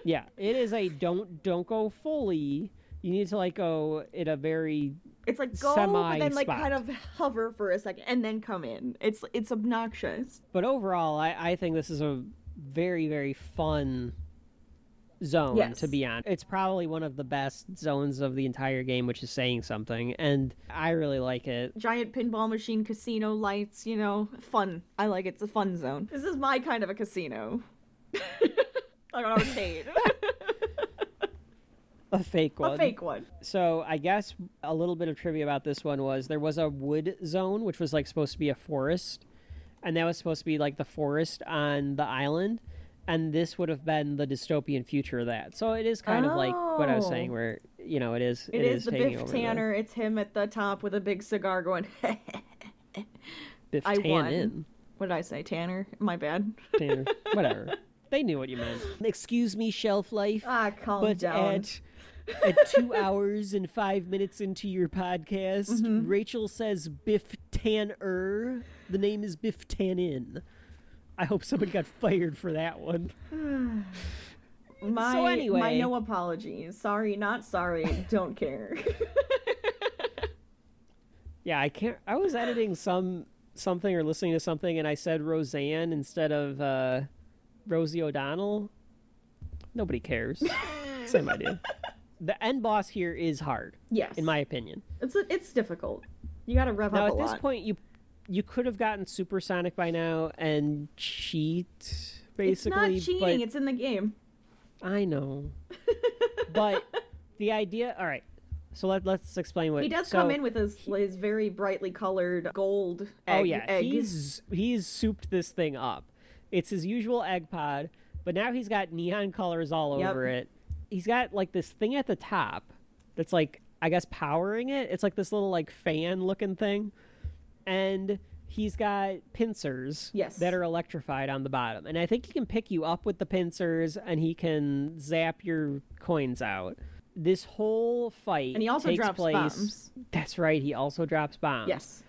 Speaker 1: yeah, it is a don't don't go fully. You need to like go at a very
Speaker 13: It's like go
Speaker 1: semi
Speaker 13: but then like
Speaker 1: spot.
Speaker 13: kind of hover for a second and then come in. It's it's obnoxious.
Speaker 1: But overall, I I think this is a very very fun zone
Speaker 13: Yes.
Speaker 1: to be on. It's probably one of the best zones of the entire game, which is saying something, and I really like it.
Speaker 13: Giant pinball machine, casino lights, you know, fun. I like it. It's a fun zone. This is my kind of a casino. like an arcade.
Speaker 1: A fake one.
Speaker 13: a fake one.
Speaker 1: So I guess a little bit of trivia about this one was there was a wood zone which was like supposed to be a forest, and that was supposed to be like the forest on the island, and this would have been the dystopian future of that. So it is kind of like what I was saying,
Speaker 13: Oh.
Speaker 1: where you know it is
Speaker 13: it is, the
Speaker 1: taking
Speaker 13: Biff
Speaker 1: over
Speaker 13: Tanner. It's him at the top with a big cigar going,
Speaker 1: Biff
Speaker 13: I
Speaker 1: Tan
Speaker 13: won.
Speaker 1: in.
Speaker 13: What did I say, Tanner? My bad.
Speaker 1: Tanner, whatever. They knew what you meant. Excuse me, shelf life.
Speaker 13: Ah, calm
Speaker 1: but
Speaker 13: down.
Speaker 1: At, at two hours and five minutes into your podcast, Rachel says Biff Tanner. The name is Biff Tanin. I hope somebody got fired for that one.
Speaker 13: My,
Speaker 1: So anyway-
Speaker 13: my no apologies. Sorry, not sorry. Don't care.
Speaker 1: Yeah, I can't. I was editing some something or listening to something, and I said Roseanne instead of uh, Rosie O'Donnell. Nobody cares. Same idea. The end boss here is hard.
Speaker 13: Yes.
Speaker 1: in my opinion.
Speaker 13: it's it's difficult. You gotta rev
Speaker 1: now
Speaker 13: up a
Speaker 1: at this
Speaker 13: lot.
Speaker 1: point, you you could have gotten supersonic by now and cheat basically.
Speaker 13: it's not cheating.
Speaker 1: but-
Speaker 13: It's in the game.
Speaker 1: I know, but the idea. All right, so let let's explain what
Speaker 13: he does
Speaker 1: so-
Speaker 13: come in with his his very brightly colored gold. Egg,
Speaker 1: oh yeah,
Speaker 13: eggs.
Speaker 1: he's he's souped this thing up. It's his usual egg pod, but now he's got neon colors all
Speaker 13: Yep.
Speaker 1: over it. He's got like this thing at the top that's like I guess powering it. It's like this little like fan looking thing, and he's got pincers
Speaker 13: Yes.
Speaker 1: that are electrified on the bottom. And I think he can pick you up with the pincers, and he can zap your coins out. This whole fight
Speaker 13: And he also
Speaker 1: takes
Speaker 13: drops
Speaker 1: place.
Speaker 13: bombs.
Speaker 1: That's right. He also drops bombs
Speaker 13: Yes.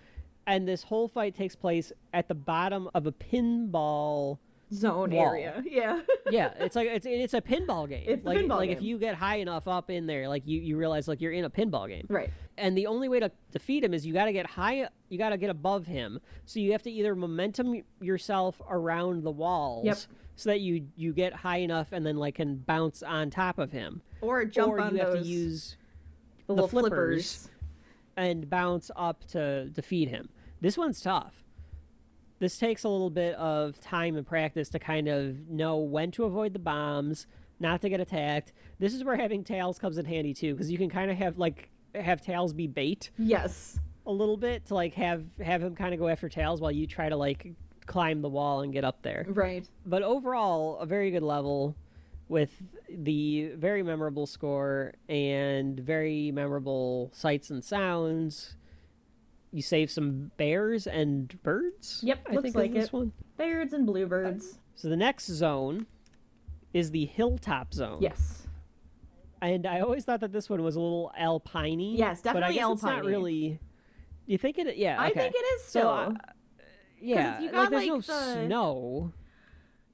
Speaker 1: and this whole fight takes place at the bottom of a pinball
Speaker 13: zone
Speaker 1: wall.
Speaker 13: area. Yeah.
Speaker 1: yeah, it's like it's it's a pinball game.
Speaker 13: It's the
Speaker 1: like
Speaker 13: pinball
Speaker 1: like if
Speaker 13: game.
Speaker 1: you get high enough up in there, like you you realize like you're in a pinball game.
Speaker 13: Right.
Speaker 1: And the only way to defeat him is you got to get high. You got to get above him. So you have to either momentum yourself around the walls. So that you you get high enough and then like can bounce on top of him.
Speaker 13: Or jump
Speaker 1: or
Speaker 13: on
Speaker 1: you have
Speaker 13: those
Speaker 1: to use the,
Speaker 13: little
Speaker 1: flippers, and bounce up to defeat him. This one's tough. This takes a little bit of time and practice to kind of know when to avoid the bombs, not to get attacked. This is where having tails comes in handy too, because you can kind of have like have tails be bait.
Speaker 13: Yes.
Speaker 1: A little bit to like have have him kind of go after tails while you try to like climb the wall and get up there.
Speaker 13: Right.
Speaker 1: But overall, a very good level with the very memorable score and very memorable sights and sounds. You save some bears and birds.
Speaker 13: Yep,
Speaker 1: I
Speaker 13: looks
Speaker 1: think is
Speaker 13: like
Speaker 1: this
Speaker 13: it.
Speaker 1: one.
Speaker 13: Birds and bluebirds.
Speaker 1: So the next zone is the hilltop zone.
Speaker 13: Yes.
Speaker 1: And I always thought that this one was a little alpiney.
Speaker 13: Yes,
Speaker 1: But I
Speaker 13: definitely
Speaker 1: guess it's not
Speaker 13: alpiney.
Speaker 1: really. You think it? Yeah.
Speaker 13: I
Speaker 1: okay.
Speaker 13: think it is
Speaker 1: So,
Speaker 13: still.
Speaker 1: uh, yeah.
Speaker 13: you
Speaker 1: like
Speaker 13: got,
Speaker 1: there's no
Speaker 13: like, the-
Speaker 1: snow.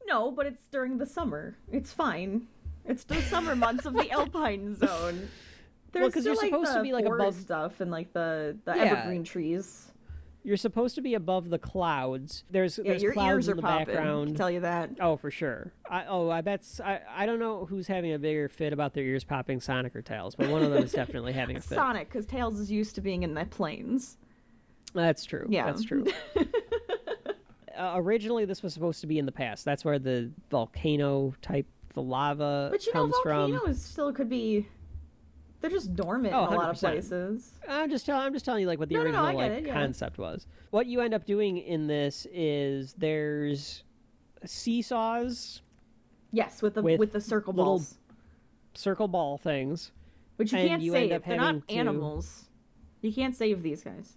Speaker 13: No, but it's during the summer. It's fine. It's the summer months of the alpine zone. There's
Speaker 1: 'cause
Speaker 13: still,
Speaker 1: you're supposed to
Speaker 13: the
Speaker 1: be, like,
Speaker 13: forest
Speaker 1: above-
Speaker 13: stuff and like the the
Speaker 1: Yeah.
Speaker 13: evergreen trees.
Speaker 1: You're supposed to be above the clouds. There's
Speaker 13: Yeah,
Speaker 1: there's
Speaker 13: your
Speaker 1: clouds
Speaker 13: ears are
Speaker 1: in the
Speaker 13: popping. I
Speaker 1: background.
Speaker 13: can tell you that.
Speaker 1: Oh, for sure. I, oh, I bet. s- I, I don't know who's having a bigger fit about their ears popping, Sonic or Tails, but one of them is definitely having a fit.
Speaker 13: Sonic, because Tails is used to being in the plains.
Speaker 1: That's true.
Speaker 13: Yeah.
Speaker 1: That's true. uh, originally, this was supposed to be in the past. That's where the volcano type, the lava
Speaker 13: But you know,
Speaker 1: comes
Speaker 13: volcanoes
Speaker 1: from.
Speaker 13: still could be. They're just dormant
Speaker 1: Oh,
Speaker 13: in a lot of
Speaker 1: 100%.
Speaker 13: places.
Speaker 1: I'm just telling. I'm just telling you like what the
Speaker 13: No, no, no,
Speaker 1: original
Speaker 13: I get
Speaker 1: like
Speaker 13: it, yeah.
Speaker 1: concept was. What you end up doing in this is there's seesaws
Speaker 13: Yes, with the with,
Speaker 1: With
Speaker 13: the circle
Speaker 1: little
Speaker 13: balls,
Speaker 1: circle ball things.
Speaker 13: which you
Speaker 1: and
Speaker 13: can't
Speaker 1: you end
Speaker 13: save.
Speaker 1: up
Speaker 13: They're not
Speaker 1: having to-
Speaker 13: animals. You can't save these guys.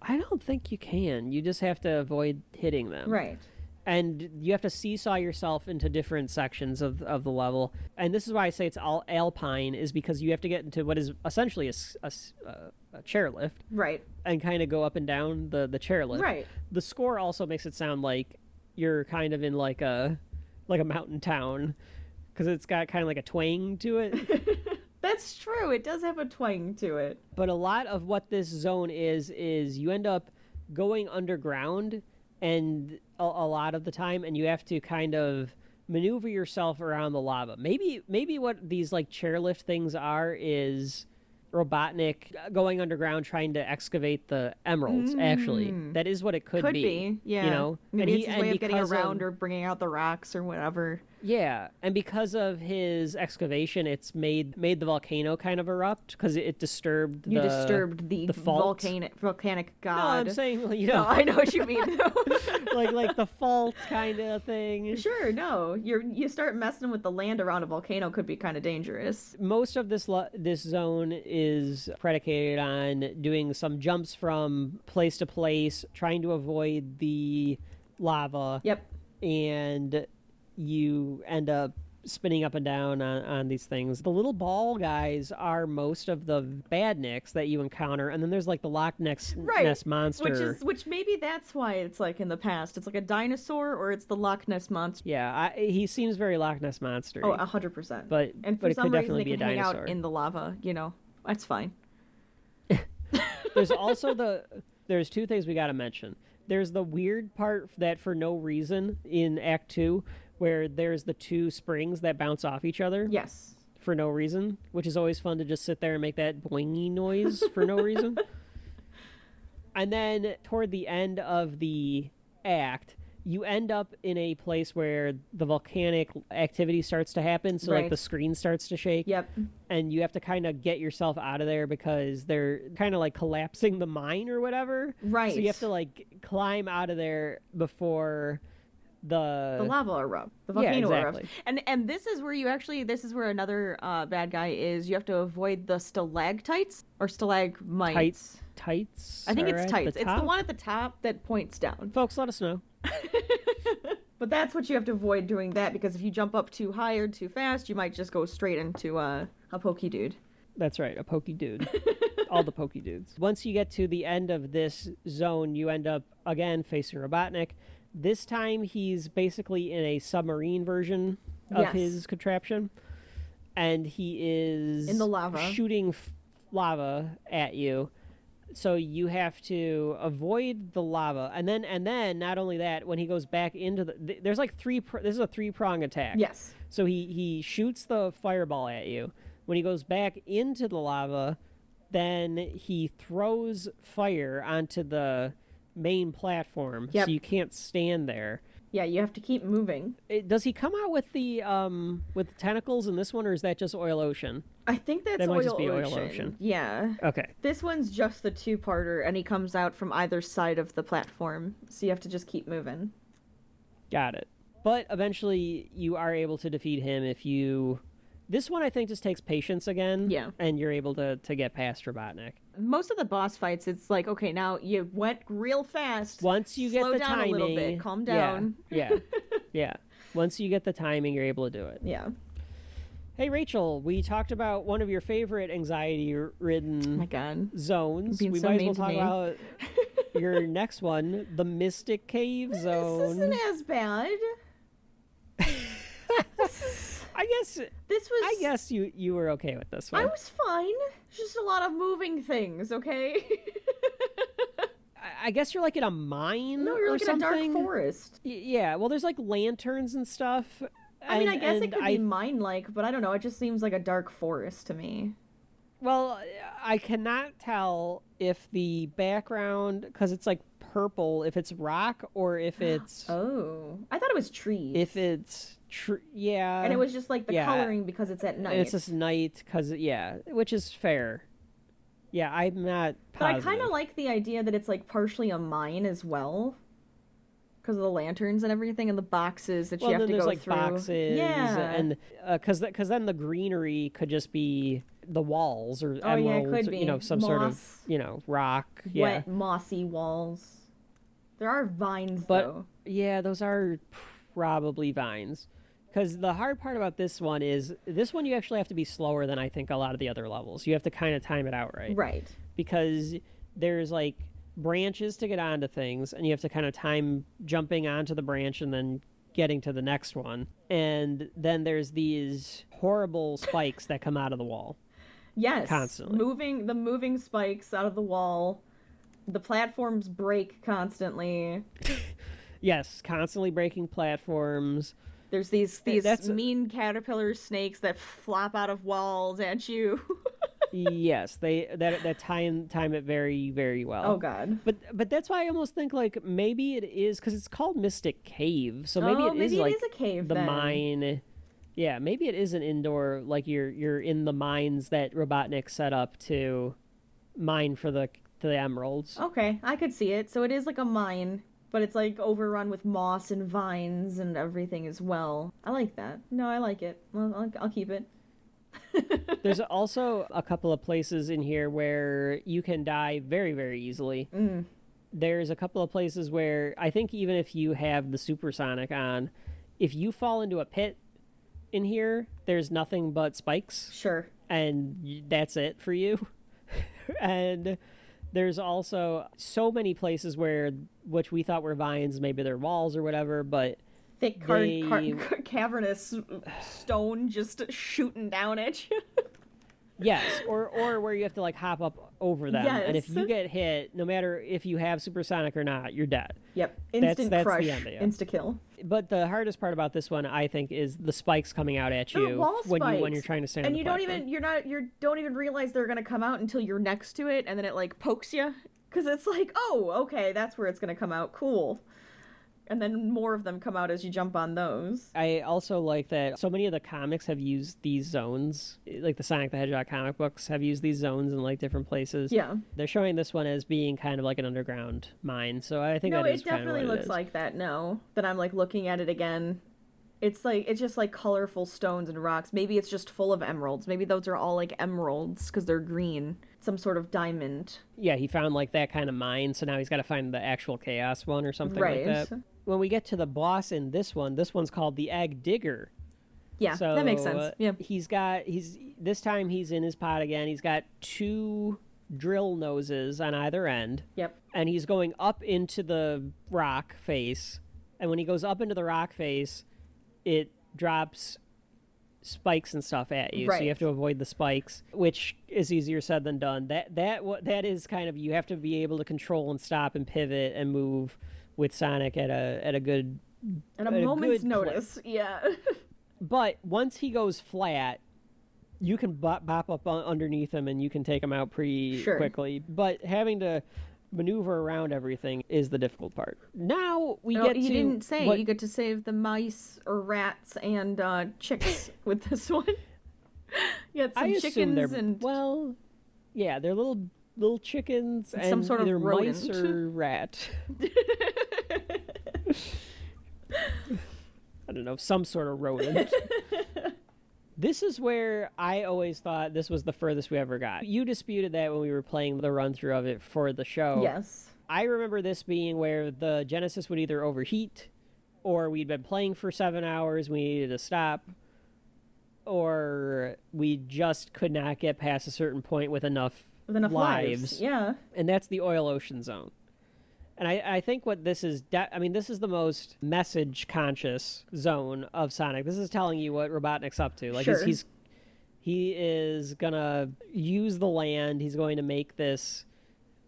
Speaker 1: I don't think you can. You just have to avoid hitting them.
Speaker 13: Right.
Speaker 1: And you have to seesaw yourself into different sections of, of the level. And this is why I say it's all alpine, is because you have to get into what is essentially a, s- a s- uh, a chairlift.
Speaker 13: Right.
Speaker 1: And kind of go up and down the, the chairlift.
Speaker 13: Right.
Speaker 1: The score also makes it sound like you're kind of in like a like a mountain town because it's got kind of like a twang to it.
Speaker 13: That's true. It does have a twang to it.
Speaker 1: But a lot of what this zone is is you end up going underground, and a, a lot of the time, and you have to kind of maneuver yourself around the lava. Maybe maybe what these like chairlift things are is Robotnik going underground trying to excavate the emeralds. Actually,
Speaker 13: Mm.
Speaker 1: that is what it could,
Speaker 13: be. Yeah.
Speaker 1: you know,
Speaker 13: Maybe
Speaker 1: and
Speaker 13: it's
Speaker 1: he,
Speaker 13: his
Speaker 1: and
Speaker 13: way of getting
Speaker 1: because
Speaker 13: around or bringing out the rocks or whatever.
Speaker 1: yeah, and because of his excavation, it's made made the volcano kind of erupt because it disturbed
Speaker 13: You
Speaker 1: the,
Speaker 13: disturbed the,
Speaker 1: the fault.
Speaker 13: volcanic volcanic god.
Speaker 1: I'm saying, well, you know.
Speaker 13: No, I know what you mean.
Speaker 1: like like the fault kind of thing.
Speaker 13: Sure, no. You're you start messing with the land around a volcano could be kind of dangerous.
Speaker 1: Most of this lo- this zone is predicated on doing some jumps from place to place, trying to avoid the lava.
Speaker 13: Yep.
Speaker 1: And you end up spinning up and down on, on these things. The little ball guys are most of the badniks that you encounter, and then there's like the Loch Ness,
Speaker 13: Right.
Speaker 1: Ness monster.
Speaker 13: Which is which maybe that's why it's like in the past. It's like a dinosaur or it's the Loch Ness monster.
Speaker 1: yeah, I, he seems very Loch Ness monster.
Speaker 13: Oh, a hundred percent.
Speaker 1: But
Speaker 13: and for
Speaker 1: but it
Speaker 13: some
Speaker 1: could
Speaker 13: reason
Speaker 1: definitely
Speaker 13: they
Speaker 1: be a
Speaker 13: can hang
Speaker 1: dinosaur.
Speaker 13: out in the lava, you know. That's fine.
Speaker 1: there's also the there's two things we got to mention. There's the weird part that for no reason in Act Two, where there's the two springs that bounce off each other.
Speaker 13: Yes.
Speaker 1: For no reason, which is always fun to just sit there and make that boingy noise for no reason. And then toward the end of the act, you end up in a place where the volcanic activity starts to happen. So like
Speaker 13: Right.
Speaker 1: the screen starts to shake.
Speaker 13: Yep.
Speaker 1: And you have to kind of get yourself out of there because they're kind of like collapsing the mine or whatever. So
Speaker 13: Right.
Speaker 1: you have to like climb out of there before the
Speaker 13: the lava erupt the
Speaker 1: Uh, Yeah,
Speaker 13: volcano
Speaker 1: exactly.
Speaker 13: erupt and and this is where you actually this is where another uh, bad guy is you have to avoid the stalactites or stalagmites
Speaker 1: tights. Tights.
Speaker 13: i think
Speaker 1: are
Speaker 13: it's
Speaker 1: at
Speaker 13: tights it's the
Speaker 1: top?
Speaker 13: one at the top that points down
Speaker 1: Folks, let us know.
Speaker 13: but that's what you have to avoid doing that because if you jump up too high or too fast you might just go straight into uh, a pokey dude
Speaker 1: That's right, a pokey dude. All the pokey dudes. Once you get to the end of this zone, you end up again facing Robotnik, This time he's basically in a submarine version of
Speaker 13: Yes.
Speaker 1: his contraption, and he is
Speaker 13: In the lava.
Speaker 1: shooting f- lava at you. So you have to avoid the lava, and then and then not only that, when he goes back into the th- there's like three. Pr- this is a three prong attack.
Speaker 13: Yes.
Speaker 1: So he he shoots the fireball at you. When he goes back into the lava, then he throws fire onto the main platform.
Speaker 13: Yep.
Speaker 1: So you can't stand there.
Speaker 13: Yeah, you have to keep moving.
Speaker 1: It, does he come out with the um with the tentacles in this one, or is that just oil ocean?
Speaker 13: I think that's
Speaker 1: That might
Speaker 13: oil,
Speaker 1: just be Oil
Speaker 13: ocean.
Speaker 1: Ocean.
Speaker 13: Yeah.
Speaker 1: Okay.
Speaker 13: This one's just the two parter, and he comes out from either side of the platform, so you have to just keep moving.
Speaker 1: Got it. But eventually, you are able to defeat him if you. This one, I think, just takes patience again. Yeah. And you're able to to get past Robotnik.
Speaker 13: Most of the boss fights, it's like, okay, now you went real fast.
Speaker 1: Once you get
Speaker 13: slow
Speaker 1: the
Speaker 13: down
Speaker 1: timing,
Speaker 13: a little bit, calm
Speaker 1: yeah,
Speaker 13: down.
Speaker 1: Yeah, yeah, Once you get the timing, you're able to do it.
Speaker 13: Yeah.
Speaker 1: Hey Rachel, we talked about one of your favorite anxiety-ridden zones.
Speaker 13: Being
Speaker 1: we
Speaker 13: so
Speaker 1: might
Speaker 13: mean
Speaker 1: as
Speaker 13: to
Speaker 1: well
Speaker 13: me.
Speaker 1: talk about your next one, the Mystic Cave Zone.
Speaker 13: This isn't as bad.
Speaker 1: I guess
Speaker 13: this was.
Speaker 1: I guess you you were okay with this one.
Speaker 13: I was fine. It's just a lot of moving things, okay?
Speaker 1: I guess you're like in a mine.
Speaker 13: No, you're
Speaker 1: or
Speaker 13: like in a dark
Speaker 1: something.
Speaker 13: forest.
Speaker 1: Y- yeah, well, there's like lanterns and stuff.
Speaker 13: I mean, I
Speaker 1: and-
Speaker 13: guess it
Speaker 1: and
Speaker 13: could
Speaker 1: I
Speaker 13: be mine like, but I don't know. It just seems like a dark forest to me.
Speaker 1: Well, I cannot tell if the background because it's like purple, if it's rock or if it's
Speaker 13: oh, I thought it was trees.
Speaker 1: If it's tr- yeah,
Speaker 13: and it was just like the
Speaker 1: yeah.
Speaker 13: coloring because it's at
Speaker 1: And
Speaker 13: night.
Speaker 1: It's just night because yeah, which is fair. Yeah, I'm not.
Speaker 13: but I
Speaker 1: Positive.
Speaker 13: kind of like the idea that it's like partially a mine as well, because of the lanterns and everything and the boxes that
Speaker 1: Well,
Speaker 13: you have
Speaker 1: then
Speaker 13: to
Speaker 1: there's
Speaker 13: go
Speaker 1: like
Speaker 13: through.
Speaker 1: boxes,
Speaker 13: yeah,
Speaker 1: and uh, because because then the greenery could just be the walls or
Speaker 13: Oh, yeah, it
Speaker 1: emeralds,
Speaker 13: could
Speaker 1: or,
Speaker 13: be.
Speaker 1: you know, some sort of
Speaker 13: Moss.
Speaker 1: you know rock. Yeah,
Speaker 13: wet mossy walls. There are vines
Speaker 1: but
Speaker 13: though.
Speaker 1: yeah, those are probably vines. Because the hard part about this one is this one you actually have to be slower than I think a lot of the other levels. You have to kind of time it out right.
Speaker 13: Right.
Speaker 1: Because there's like branches to get onto things, and you have to kind of time jumping onto the branch and then getting to the next one. And then there's these horrible spikes that come out of the wall.
Speaker 13: Yes.
Speaker 1: Constantly.
Speaker 13: Moving the moving spikes out of the wall. The platforms break constantly.
Speaker 1: Yes, constantly breaking platforms.
Speaker 13: There's these These
Speaker 1: that's
Speaker 13: mean caterpillar snakes that flop out of walls at you.
Speaker 1: yes, they that that time time it very very well.
Speaker 13: Oh, God.
Speaker 1: But but that's why I almost think like maybe it is because it's called Mystic Cave, so maybe
Speaker 13: Oh,
Speaker 1: it is
Speaker 13: maybe it
Speaker 1: like
Speaker 13: is a cave
Speaker 1: the
Speaker 13: then.
Speaker 1: mine. Yeah, maybe it is an indoor like you're you're in the mines that Robotnik set up to mine for the to the emeralds.
Speaker 13: okay, I could see it. So it is like a mine, but it's like overrun with moss and vines and everything as well. I like that. No, I like it. Well, I'll, I'll keep it.
Speaker 1: There's also a couple of places in here where you can die very, very easily.
Speaker 13: Mm.
Speaker 1: There's a couple of places where I think even if you have the supersonic on, if you fall into a pit in here, there's nothing but spikes.
Speaker 13: Sure.
Speaker 1: And y- that's it for you. and there's also so many places where, which we thought were vines, maybe they're walls or whatever, but.
Speaker 13: Thick car-
Speaker 1: they-
Speaker 13: car- cavernous stone just shooting down at you.
Speaker 1: Yes, or or where you have to like hop up over them, and if
Speaker 13: Yes.
Speaker 1: you get hit, no matter if you have supersonic or not, you're dead.
Speaker 13: Yep,
Speaker 1: That's-
Speaker 13: instant
Speaker 1: that's the
Speaker 13: crush,
Speaker 1: end of it.
Speaker 13: insta kill.
Speaker 1: But the hardest part about this one, I think, is the spikes coming out at
Speaker 13: No,
Speaker 1: you
Speaker 13: wall
Speaker 1: when you when
Speaker 13: spikes.
Speaker 1: you're trying to stand.
Speaker 13: and
Speaker 1: on the
Speaker 13: you don't
Speaker 1: platform.
Speaker 13: even you're not you don't even realize they're gonna come out until you're next to it and then it like pokes you because it's like oh okay that's where it's gonna come out cool and then more of them come out as you jump on those
Speaker 1: I also like that so many of the comics have used these zones, like the Sonic the Hedgehog comic books have used these zones in like different places.
Speaker 13: Yeah.
Speaker 1: they're showing this one as being kind of like an underground mine. So I think
Speaker 13: no
Speaker 1: that
Speaker 13: it
Speaker 1: is kinda
Speaker 13: definitely
Speaker 1: what it
Speaker 13: looks
Speaker 1: is.
Speaker 13: like that no that i'm like looking at it again it's like it's just like colorful stones and rocks maybe it's just full of emeralds maybe those are all like emeralds because they're green some sort of diamond
Speaker 1: Yeah, he found like that kind of mine, so now he's got to find the actual chaos one or something
Speaker 13: Right.
Speaker 1: like that. When we get to the boss in this one, this one's called the Egg Digger.
Speaker 13: yeah
Speaker 1: so,
Speaker 13: that makes sense
Speaker 1: uh, He's got he's this time he's in his pod again. He's got two drill noses on either end.
Speaker 13: Yep.
Speaker 1: And he's going up into the rock face And when he goes up into the rock face, it drops spikes and stuff at you, so
Speaker 13: Right.
Speaker 1: you have to avoid the spikes, which is easier said than done. That that wa- that is kind of you have to be able to control and stop and pivot and move with Sonic at a at a good
Speaker 13: At a moment's
Speaker 1: good clip.
Speaker 13: notice. Yeah.
Speaker 1: But once he goes flat, you can bop, bop up un- underneath him and you can take him out pretty
Speaker 13: Sure.
Speaker 1: quickly. But having to maneuver around everything is the difficult part. Now we
Speaker 13: Oh,
Speaker 1: get
Speaker 13: he
Speaker 1: to
Speaker 13: didn't say
Speaker 1: what-
Speaker 13: you get to save the mice or rats and uh, chicks with this one. you had some
Speaker 1: I assume
Speaker 13: chickens
Speaker 1: they're
Speaker 13: and
Speaker 1: well, yeah, they're little little chickens
Speaker 13: Some
Speaker 1: and
Speaker 13: sort of
Speaker 1: either mice
Speaker 13: rodent.
Speaker 1: or rat. I don't know, some sort of rodent. this is where I always thought this was the furthest we ever got. You disputed that when we were playing the run through of it for the show.
Speaker 13: Yes.
Speaker 1: I remember this being where the Genesis would either overheat or we'd been playing for seven hours, we needed to stop, or we just could not get past a certain point with enough,
Speaker 13: With enough lives, yeah.
Speaker 1: And that's the oil ocean zone. And I, I think what this is, de- I mean, this is the most message conscious zone of Sonic. This is telling you what Robotnik's up to. Like, he's-
Speaker 13: Sure.
Speaker 1: he's he is gonna use the land. He's going to make this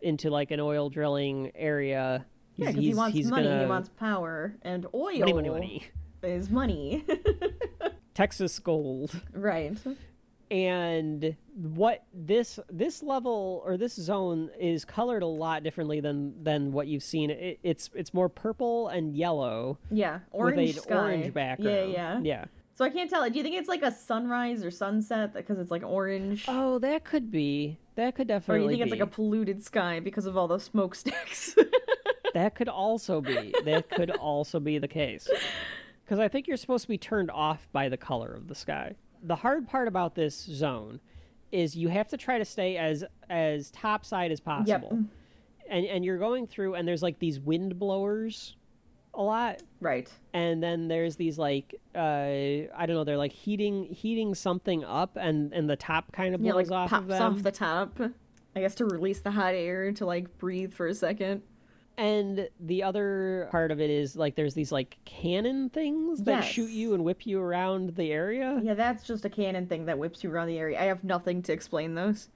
Speaker 1: into like an oil drilling area.
Speaker 13: yeah,
Speaker 1: He's-
Speaker 13: because he
Speaker 1: he's-
Speaker 13: wants
Speaker 1: he's
Speaker 13: money, he
Speaker 1: gonna-
Speaker 13: wants power, and oil
Speaker 1: Money, money, money.
Speaker 13: is money.
Speaker 1: Texas gold.
Speaker 13: right.
Speaker 1: And what this this level or this zone is colored a lot differently than than what you've seen. It, it's it's more purple and yellow.
Speaker 13: Yeah, orange
Speaker 1: with an
Speaker 13: sky.
Speaker 1: orange background.
Speaker 13: Yeah, yeah.
Speaker 1: yeah.
Speaker 13: So I can't tell. Do you think it's like a sunrise or sunset because it's like orange?
Speaker 1: Oh, that could be. That could
Speaker 13: Or
Speaker 1: definitely.
Speaker 13: you think it's like a
Speaker 1: be.
Speaker 13: polluted sky because of all the smokestacks?
Speaker 1: that could also be that could also be the case because i think you're supposed to be turned off by the color of the sky the hard part about this zone is you have to try to stay as as topside as possible and and you're going through and there's like these wind blowers a lot
Speaker 13: right
Speaker 1: and then there's these like uh i don't know they're like heating heating something up and and the top kind of
Speaker 13: yeah,
Speaker 1: blows
Speaker 13: like
Speaker 1: off
Speaker 13: pops
Speaker 1: of them
Speaker 13: off the top. I guess to release the hot air to like breathe for a second.
Speaker 1: And the other part of it is like there's these like cannon things that
Speaker 13: Yes.
Speaker 1: shoot you and whip you around the area.
Speaker 13: Yeah, that's just a cannon thing that whips you around the area. I have nothing to explain those.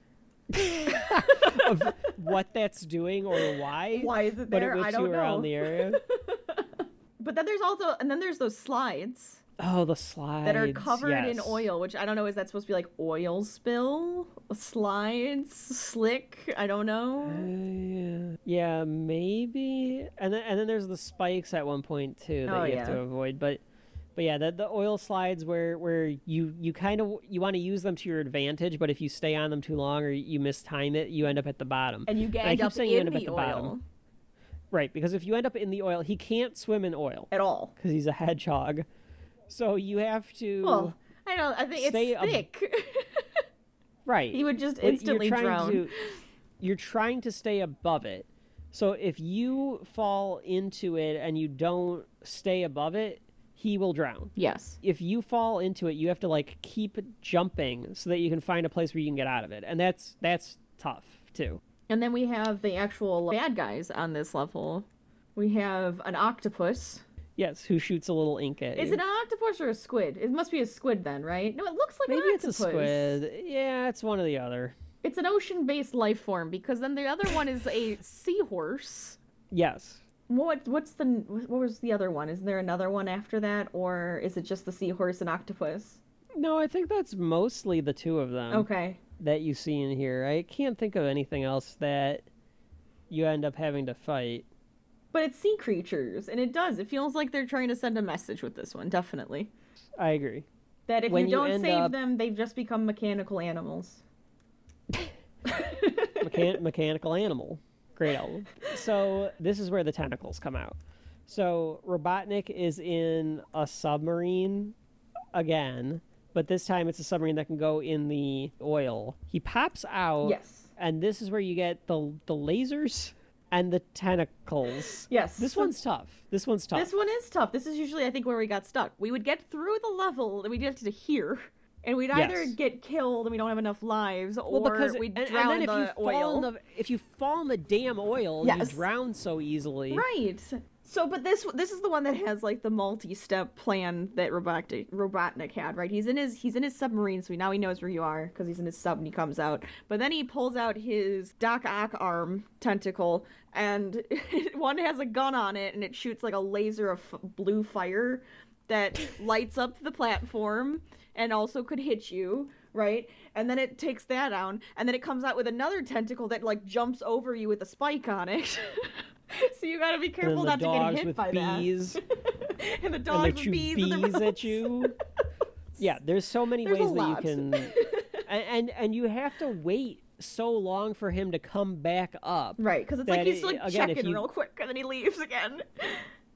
Speaker 1: What that's doing or why?
Speaker 13: Why is it
Speaker 1: But
Speaker 13: there?
Speaker 1: it
Speaker 13: I
Speaker 1: whips
Speaker 13: don't
Speaker 1: you around
Speaker 13: know.
Speaker 1: the area.
Speaker 13: But then there's also, and then there's those slides
Speaker 1: Oh, the slides
Speaker 13: that are covered in
Speaker 1: yes.
Speaker 13: oil, which I don't know. Is that supposed to be like oil spill? Slides? Slick? I don't
Speaker 1: Uh,
Speaker 13: know.
Speaker 1: Yeah, maybe. And then and then there's the spikes at one point too that
Speaker 13: Oh,
Speaker 1: you have to
Speaker 13: yeah.
Speaker 1: avoid. But but yeah, the the oil slides where where you you kind of you want to use them to your advantage, but if you stay on them too long or you mistime it, you end up at the bottom.
Speaker 13: And you
Speaker 1: I
Speaker 13: end
Speaker 1: keep
Speaker 13: up
Speaker 1: saying
Speaker 13: in
Speaker 1: you end up at
Speaker 13: the
Speaker 1: the bottom.
Speaker 13: oil.
Speaker 1: Right, because if you end up in the oil, he can't swim in oil
Speaker 13: at all
Speaker 1: because he's a hedgehog. So you have to
Speaker 13: Well, I don't. I think
Speaker 1: Stay
Speaker 13: it's
Speaker 1: ab-
Speaker 13: thick.
Speaker 1: Right.
Speaker 13: He would just
Speaker 1: Well, you're
Speaker 13: instantly
Speaker 1: trying
Speaker 13: drown.
Speaker 1: to- you're trying to stay above it. So if you fall into it and you don't stay above it, he will drown.
Speaker 13: Yes.
Speaker 1: If you fall into it, you have to like keep jumping so that you can find a place where you can get out of it. And that's that's tough too.
Speaker 13: And then we have the actual bad guys on this level. We have an octopus.
Speaker 1: Yes, who shoots a little ink at
Speaker 13: Is
Speaker 1: you.
Speaker 13: it an octopus or a squid? It must be a squid then, right? No, it looks like
Speaker 1: Maybe
Speaker 13: an
Speaker 1: it's a
Speaker 13: octopus.
Speaker 1: squid. Yeah, it's one or the other.
Speaker 13: It's an ocean-based life form because then the other one is a seahorse.
Speaker 1: Yes.
Speaker 13: What what's the what was the other one? Is there another one after that, or is it just the seahorse and octopus?
Speaker 1: No, I think that's mostly the two of them.
Speaker 13: Okay.
Speaker 1: That you see in here. I can't think of anything else that you end up having to fight.
Speaker 13: But it's sea creatures, and it does. It feels like they're trying to send a message with this one, definitely.
Speaker 1: I agree.
Speaker 13: That if
Speaker 1: When
Speaker 13: you
Speaker 1: you
Speaker 13: don't
Speaker 1: end
Speaker 13: save
Speaker 1: up-
Speaker 13: them, they've just become mechanical animals.
Speaker 1: Mechan- mechanical animal. Great album. So this is where the tentacles come out. So Robotnik is in a submarine again, but this time it's a submarine that can go in the oil. He pops out.
Speaker 13: Yes.
Speaker 1: And this is where you get the the lasers and the tentacles.
Speaker 13: Yes.
Speaker 1: This one's tough. This one's tough.
Speaker 13: This one is tough. This is usually, I think, where we got stuck. We would get through the level that we get to here, and we'd either
Speaker 1: Yes.
Speaker 13: get killed and we don't have enough lives, or
Speaker 1: well, because
Speaker 13: we'd
Speaker 1: and,
Speaker 13: drown
Speaker 1: and then
Speaker 13: in
Speaker 1: if
Speaker 13: the
Speaker 1: you
Speaker 13: oil.
Speaker 1: fall in the if you fall in the damn oil,
Speaker 13: Yes.
Speaker 1: you drown so easily.
Speaker 13: Right. So, but this this is the one that has like the multi-step plan that Robotnik, Robotnik had, right? He's in his he's in his submarine, so now he knows where you are because he's in his sub and he comes out. But then he pulls out his Doc Ock arm tentacle, and one has a gun on it, and it shoots like a laser of f- blue fire that lights up the platform and also could hit you right? And then it takes that down, and then it comes out with another tentacle that like jumps over you with a spike on it. so you gotta be careful
Speaker 1: and then
Speaker 13: not
Speaker 1: the
Speaker 13: to get
Speaker 1: dogs
Speaker 13: hit
Speaker 1: with
Speaker 13: by
Speaker 1: bees
Speaker 13: that. and the
Speaker 1: and
Speaker 13: dogs
Speaker 1: they
Speaker 13: with
Speaker 1: shoot
Speaker 13: bees,
Speaker 1: bees
Speaker 13: and the
Speaker 1: at you. Yeah, there's so many
Speaker 13: There's a
Speaker 1: ways that you
Speaker 13: lot.
Speaker 1: can, and, and and you have to wait so long for him to come back up.
Speaker 13: Right, because it's like
Speaker 1: that
Speaker 13: he's
Speaker 1: it-
Speaker 13: like
Speaker 1: again, if
Speaker 13: checking
Speaker 1: you-
Speaker 13: real quick, and then he leaves again.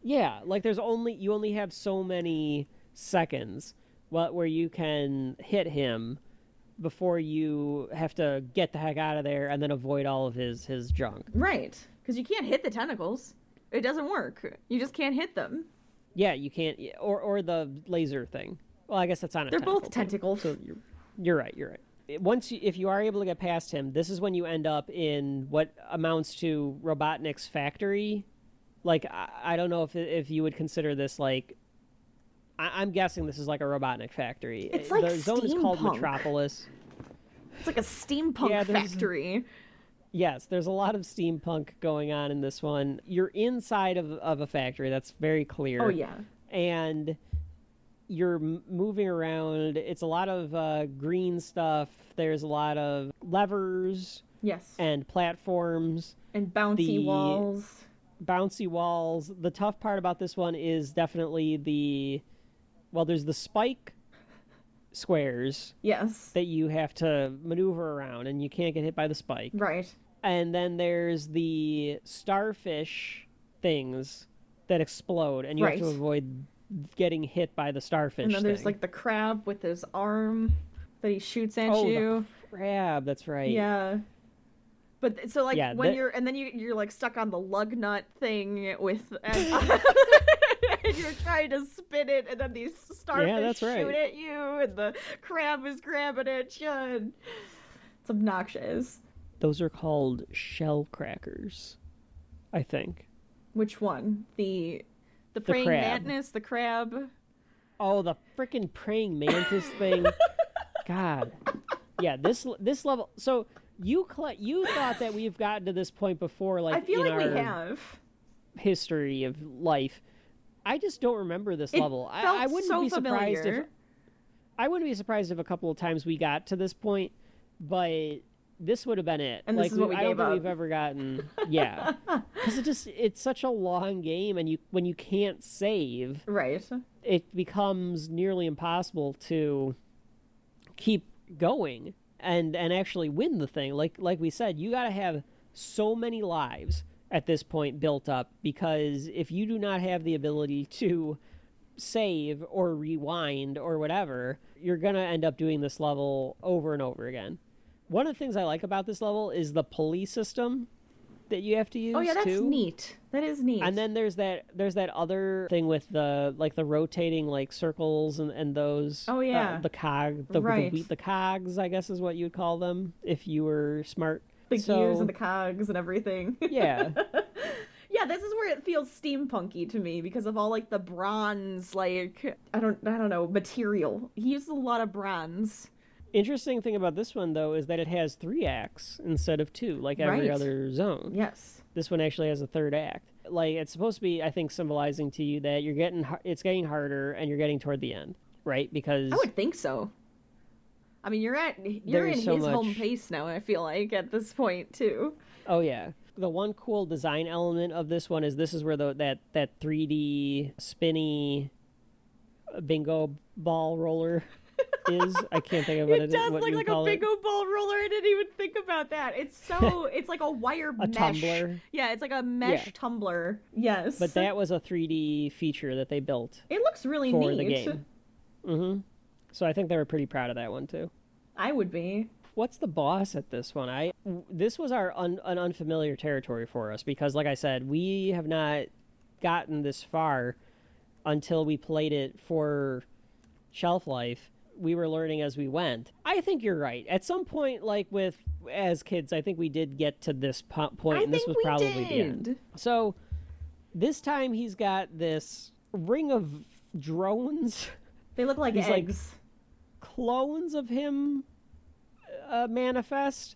Speaker 1: Yeah, like there's only you only have so many seconds what where you can hit him before you have to get the heck out of there and then avoid all of his his junk.
Speaker 13: Right, because you can't hit the tentacles. It doesn't work. You just can't hit them.
Speaker 1: Yeah, you can't or or the laser thing. Well, I guess that's on a
Speaker 13: They're
Speaker 1: tentacle
Speaker 13: both
Speaker 1: thing.
Speaker 13: tentacles.
Speaker 1: So you're, you're right, you're right. It- Once you, if you are able to get past him, this is when you end up in what amounts to Robotnik's factory. Like I, I don't know if if you would consider this like I, I'm guessing this is like a Robotnik factory.
Speaker 13: It's
Speaker 1: Uh,
Speaker 13: like
Speaker 1: the zone is called
Speaker 13: steampunk.
Speaker 1: Metropolis.
Speaker 13: It's like a steampunk
Speaker 1: Yeah, there's-
Speaker 13: factory.
Speaker 1: Yes, there's a lot of steampunk going on in this one. You're inside of, of a factory, that's very clear.
Speaker 13: Oh, yeah.
Speaker 1: And you're m- moving around. It's a lot of uh, green stuff, there's a lot of levers.
Speaker 13: Yes.
Speaker 1: And platforms.
Speaker 13: And bouncy walls.
Speaker 1: Bouncy walls. The tough part about this one is definitely the. Well, there's the spike squares.
Speaker 13: Yes.
Speaker 1: That you have to maneuver around and you can't get hit by the spike.
Speaker 13: Right.
Speaker 1: And then there's the starfish things that explode and you have to
Speaker 13: Right.
Speaker 1: avoid getting hit by the starfish.
Speaker 13: and then there's
Speaker 1: thing.
Speaker 13: like the crab with his arm that he shoots at
Speaker 1: Oh, the
Speaker 13: you.
Speaker 1: crab, that's right.
Speaker 13: Yeah. But th- so like
Speaker 1: Yeah,
Speaker 13: when
Speaker 1: that-
Speaker 13: you're and then you you're like stuck on the lug nut thing with and, and you're trying to spin it and then these starfish
Speaker 1: that's
Speaker 13: shoot
Speaker 1: right.
Speaker 13: at you and the crab is grabbing at you. And it's obnoxious.
Speaker 1: Those are called shell crackers, I think.
Speaker 13: Which one? The
Speaker 1: The
Speaker 13: the praying
Speaker 1: crab.
Speaker 13: madness, the crab.
Speaker 1: Oh, the freaking praying mantis thing. God. Yeah, this this level. So you cl- you thought that we've gotten to this point before like
Speaker 13: I feel
Speaker 1: in
Speaker 13: like we
Speaker 1: our
Speaker 13: have.
Speaker 1: history of life. I just don't remember this
Speaker 13: It
Speaker 1: level. I,
Speaker 13: felt
Speaker 1: I wouldn't
Speaker 13: so
Speaker 1: be surprised if
Speaker 13: familiar.
Speaker 1: I wouldn't be surprised if a couple of times we got to this point, but this would have been it.
Speaker 13: And this
Speaker 1: like
Speaker 13: is what we
Speaker 1: I don't
Speaker 13: gave
Speaker 1: think
Speaker 13: up.
Speaker 1: we've ever gotten. Yeah, because it just it's such a long game, and you when you can't save,
Speaker 13: right?
Speaker 1: It becomes nearly impossible to keep going and and actually win the thing. Like like we said, you got to have so many lives at this point built up because if you do not have the ability to save or rewind or whatever, you're going to end up doing this level over and over again. One of the things I like about this level is the police system that you have to use
Speaker 13: Oh yeah, that's
Speaker 1: too.
Speaker 13: neat. That is neat.
Speaker 1: And then there's that there's that other thing with the like the rotating like circles and, and those
Speaker 13: Oh,
Speaker 1: uh,
Speaker 13: yeah.
Speaker 1: the cog the,
Speaker 13: Right.
Speaker 1: the whe- the cogs I guess is what you'd call them if you were smart
Speaker 13: the
Speaker 1: so,
Speaker 13: gears and the cogs and everything.
Speaker 1: yeah
Speaker 13: yeah, this is where it feels steampunky to me because of all like the bronze, like I don't, I don't know, material. He uses a lot of bronze.
Speaker 1: interesting thing about this one though is that it has three acts instead of two like every
Speaker 13: Right.
Speaker 1: other zone
Speaker 13: yes
Speaker 1: this one actually has a third act like it's supposed to be I think symbolizing to you that you're getting har- it's getting harder and you're getting toward the end right because
Speaker 13: I would think so. I mean, you're at, you're
Speaker 1: There's
Speaker 13: in
Speaker 1: so
Speaker 13: his home
Speaker 1: much-
Speaker 13: base now. I feel like at this point too.
Speaker 1: Oh yeah. The one cool design element of this one is this is where the that that three D spinny uh, bingo ball roller is. I can't think of what it,
Speaker 13: It
Speaker 1: is-
Speaker 13: does
Speaker 1: what
Speaker 13: look
Speaker 1: you
Speaker 13: like a
Speaker 1: call it.
Speaker 13: bingo ball roller. I didn't even think about that. It's so, it's like a wire
Speaker 1: A
Speaker 13: mesh.
Speaker 1: tumbler.
Speaker 13: Yeah, it's like a mesh
Speaker 1: Yeah.
Speaker 13: tumbler. Yes.
Speaker 1: But that was a three D feature that they built
Speaker 13: It looks really
Speaker 1: for
Speaker 13: neat.
Speaker 1: the game. Mm-hmm. So I think they were pretty proud of that one too.
Speaker 13: I would be.
Speaker 1: What's the boss at this one? I w- this was our un, an unfamiliar territory for us because, like I said, we have not gotten this far until we played it for shelf life. We were learning as we went. I think you're right. At some point, like with as kids, I think we did get to this po- point,
Speaker 13: I
Speaker 1: and this
Speaker 13: think
Speaker 1: was
Speaker 13: we
Speaker 1: probably the end.
Speaker 13: did.
Speaker 1: So This time he's got this ring of drones.
Speaker 13: They look like
Speaker 1: These,
Speaker 13: eggs.
Speaker 1: Like, clones of him uh, manifest,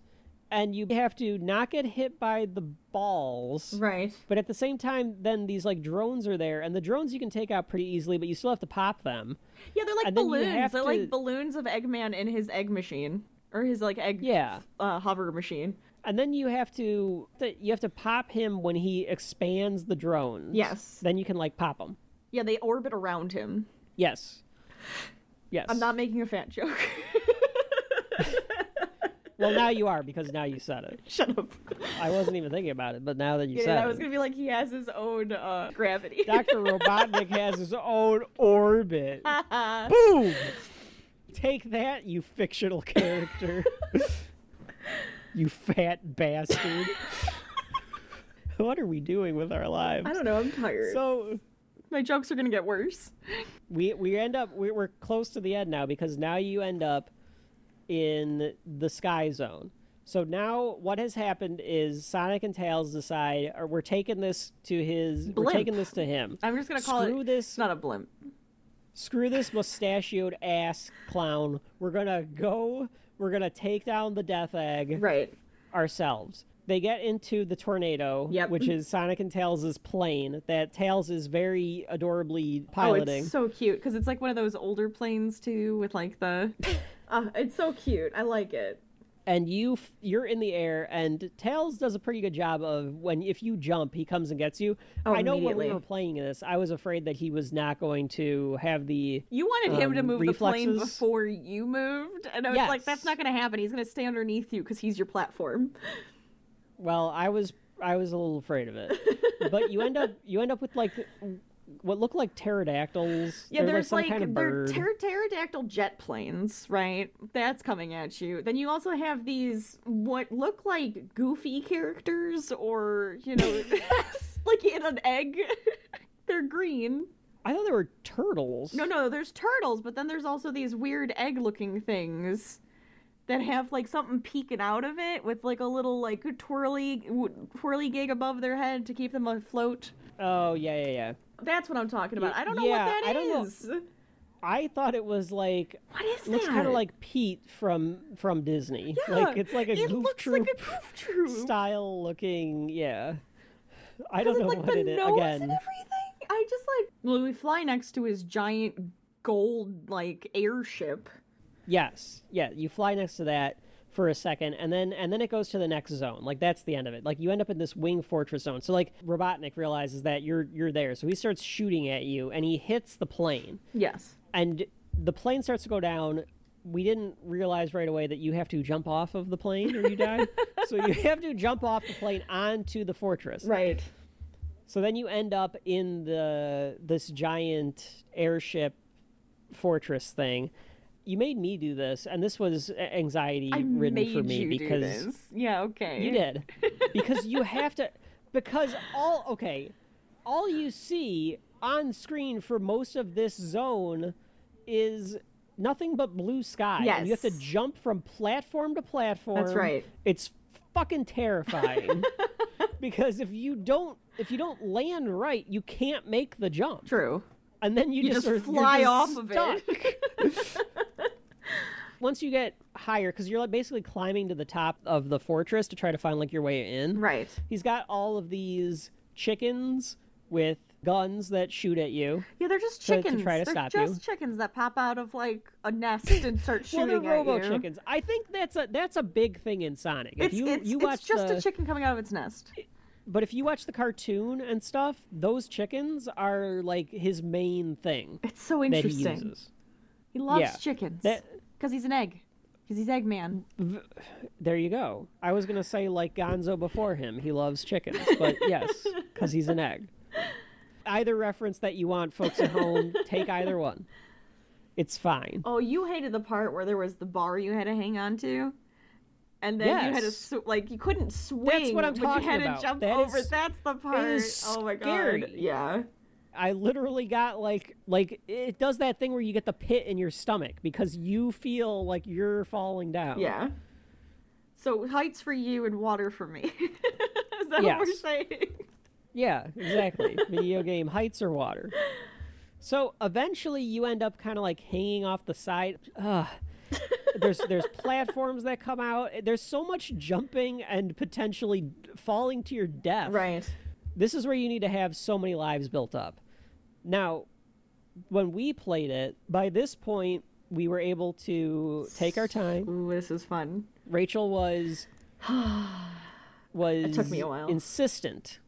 Speaker 1: and you have to not get hit by the balls.
Speaker 13: Right.
Speaker 1: But at the same time, then these like drones are there, and the drones you can take out pretty easily, but you still have to pop them.
Speaker 13: Yeah, they're like
Speaker 1: And then you
Speaker 13: balloons.
Speaker 1: have
Speaker 13: They're
Speaker 1: to-
Speaker 13: like balloons of Eggman in his egg machine or his like egg
Speaker 1: Yeah.
Speaker 13: uh, hover machine.
Speaker 1: And then you have to that you have to pop him when he expands the drones.
Speaker 13: Yes.
Speaker 1: Then you can like pop him.
Speaker 13: Yeah, they orbit around him.
Speaker 1: Yes. Yes.
Speaker 13: I'm not making a fat joke.
Speaker 1: Well, now you are because now you said it.
Speaker 13: Shut up.
Speaker 1: I wasn't even thinking about it, but now that you
Speaker 13: Yeah,
Speaker 1: said
Speaker 13: I was
Speaker 1: it,
Speaker 13: gonna be like he has his own uh, gravity.
Speaker 1: Doctor Robotnik has his own orbit. Boom! Take that, you fictional character. you fat bastard. what are we doing with our lives?
Speaker 13: I don't know. I'm tired.
Speaker 1: So
Speaker 13: my jokes are gonna get worse.
Speaker 1: we we end up we, we're close to the end now because now you end up in the sky zone so now what has happened is sonic and tails decide or we're taking this to his we're
Speaker 13: Blimp.
Speaker 1: taking this to him
Speaker 13: I'm just gonna call
Speaker 1: screw
Speaker 13: it.
Speaker 1: this
Speaker 13: not a blimp
Speaker 1: screw this mustachioed ass clown we're gonna go we're gonna take down the death egg
Speaker 13: right
Speaker 1: ourselves they get into the tornado,
Speaker 13: Yep.
Speaker 1: which is Sonic and Tails' plane that Tails is very adorably
Speaker 13: Oh,
Speaker 1: piloting.
Speaker 13: it's so cute because it's like one of those older planes too, with like the. uh, it's so cute. I like it.
Speaker 1: and you f- you're in the air and tails does a pretty good job of when if you jump he comes and gets you
Speaker 13: Oh,
Speaker 1: i know when we
Speaker 13: immediately.
Speaker 1: were playing this i was afraid that he was not going to have the
Speaker 13: You wanted him to
Speaker 1: um,
Speaker 13: move
Speaker 1: reflexes.
Speaker 13: the plane before you moved, and I was like, "That's not going to happen. He's going to stay underneath you because he's your platform."
Speaker 1: well i was i was a little afraid of it but you end up you end up with like what look like pterodactyls
Speaker 13: Yeah,
Speaker 1: They're,
Speaker 13: there's
Speaker 1: some
Speaker 13: like,
Speaker 1: kind of
Speaker 13: they're
Speaker 1: bird
Speaker 13: pter- pterodactyl jet planes, right? That's coming at you. Then you also have these what look like goofy characters, or you know, like in an egg. they're green.
Speaker 1: i thought they were turtles
Speaker 13: No, no, there's turtles, but then there's also these weird egg-looking things that have like something peeking out of it with like a little like twirly w- twirly gig above their head to keep them afloat.
Speaker 1: oh yeah yeah yeah
Speaker 13: That's what I'm talking about. I don't know
Speaker 1: Yeah,
Speaker 13: what that is.
Speaker 1: I don't know. i thought it was like
Speaker 13: What is
Speaker 1: looks kind
Speaker 13: that?
Speaker 1: of like pete from from disney
Speaker 13: Yeah,
Speaker 1: like it's like a
Speaker 13: it
Speaker 1: goof
Speaker 13: looks
Speaker 1: troop
Speaker 13: like a goof troop.
Speaker 1: style looking yeah i
Speaker 13: Has
Speaker 1: don't
Speaker 13: it,
Speaker 1: know
Speaker 13: like,
Speaker 1: what
Speaker 13: the
Speaker 1: it is
Speaker 13: nose
Speaker 1: again
Speaker 13: and everything. I just like when we fly next to his giant gold like airship.
Speaker 1: yes yeah you fly next to that for a second and then and then it goes to the next zone like that's the end of it like you end up in this wing fortress zone so like robotnik realizes that you're you're there so he starts shooting at you and he hits the plane
Speaker 13: Yes.
Speaker 1: and the plane starts to go down we didn't realize right away that you have to jump off of the plane or you die so you have to jump off the plane onto the fortress
Speaker 13: right
Speaker 1: so then you end up in the this giant airship fortress thing you made me do this and this was anxiety
Speaker 13: I
Speaker 1: ridden
Speaker 13: made
Speaker 1: for me
Speaker 13: you
Speaker 1: because
Speaker 13: do this. Yeah, okay.
Speaker 1: you did. Because you have to because all okay, all you see on screen for most of this zone is nothing but blue sky. and You have to
Speaker 13: Yes.
Speaker 1: jump from platform to platform.
Speaker 13: right.
Speaker 1: It's fucking terrifying. because if you don't if you don't land right, you can't make the jump.
Speaker 13: True.
Speaker 1: And then you,
Speaker 13: You
Speaker 1: just,
Speaker 13: just
Speaker 1: are- you're
Speaker 13: fly
Speaker 1: just
Speaker 13: off of it.
Speaker 1: stuck. Once you get higher, because you're like basically climbing to the top of the fortress to try to find like your way in.
Speaker 13: Right.
Speaker 1: He's got all of these chickens with guns that shoot at you.
Speaker 13: Yeah, they're just
Speaker 1: to- to
Speaker 13: chickens.
Speaker 1: try to
Speaker 13: they're
Speaker 1: stop
Speaker 13: just
Speaker 1: you.
Speaker 13: chickens that pop out of like a nest and start
Speaker 1: well,
Speaker 13: shooting
Speaker 1: they're
Speaker 13: at
Speaker 1: robo
Speaker 13: you.
Speaker 1: chickens. I think that's a that's a big thing in Sonic. If
Speaker 13: It's
Speaker 1: you
Speaker 13: it's,
Speaker 1: you
Speaker 13: it's
Speaker 1: watch
Speaker 13: just
Speaker 1: the,
Speaker 13: a chicken coming out of its nest.
Speaker 1: but if you watch the cartoon and stuff, those chickens are like his main thing.
Speaker 13: It's so
Speaker 1: That he
Speaker 13: interesting.
Speaker 1: uses.
Speaker 13: He loves
Speaker 1: Yeah.
Speaker 13: chickens
Speaker 1: That-
Speaker 13: because he's an egg. Because he's Eggman.
Speaker 1: There you go. I was gonna say like Gonzo before him. He loves chickens, but yes, because he's an egg. Either reference that you want, folks at home, take either one. It's fine.
Speaker 13: Oh, you hated the part where there was the bar you had to hang on to, and then you had to
Speaker 1: Yes.
Speaker 13: sw- like you couldn't swing.
Speaker 1: what I'm
Speaker 13: but
Speaker 1: talking
Speaker 13: you had
Speaker 1: about.
Speaker 13: To jump
Speaker 1: That
Speaker 13: over.
Speaker 1: is-
Speaker 13: That's the part.
Speaker 1: It is
Speaker 13: oh my
Speaker 1: scary.
Speaker 13: god. Yeah.
Speaker 1: I literally got like like it does that thing where you get the pit in your stomach because you feel like you're falling down.
Speaker 13: Yeah. So heights for you and water for me. Is that what we're
Speaker 1: Yes.
Speaker 13: saying?
Speaker 1: Yeah, exactly. Video game heights or water. So eventually, you end up kind of like hanging off the side. Ugh. there's there's platforms that come out. There's so much jumping and potentially falling to your death.
Speaker 13: Right.
Speaker 1: This is where you need to have so many lives built up. Now, when we played it, by this point we were able to take our time.
Speaker 13: Ooh, this is fun.
Speaker 1: Rachel was was
Speaker 13: It took me a while.
Speaker 1: insistent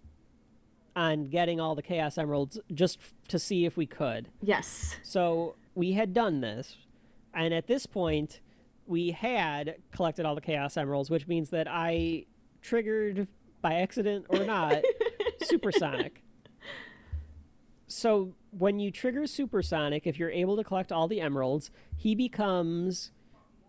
Speaker 1: on getting all the chaos emeralds just f- to see if we could.
Speaker 13: Yes.
Speaker 1: So we had done this, and at this point, we had collected all the chaos emeralds, which means that I triggered by accident or not supersonic. So when you trigger supersonic, if you're able to collect all the emeralds, he becomes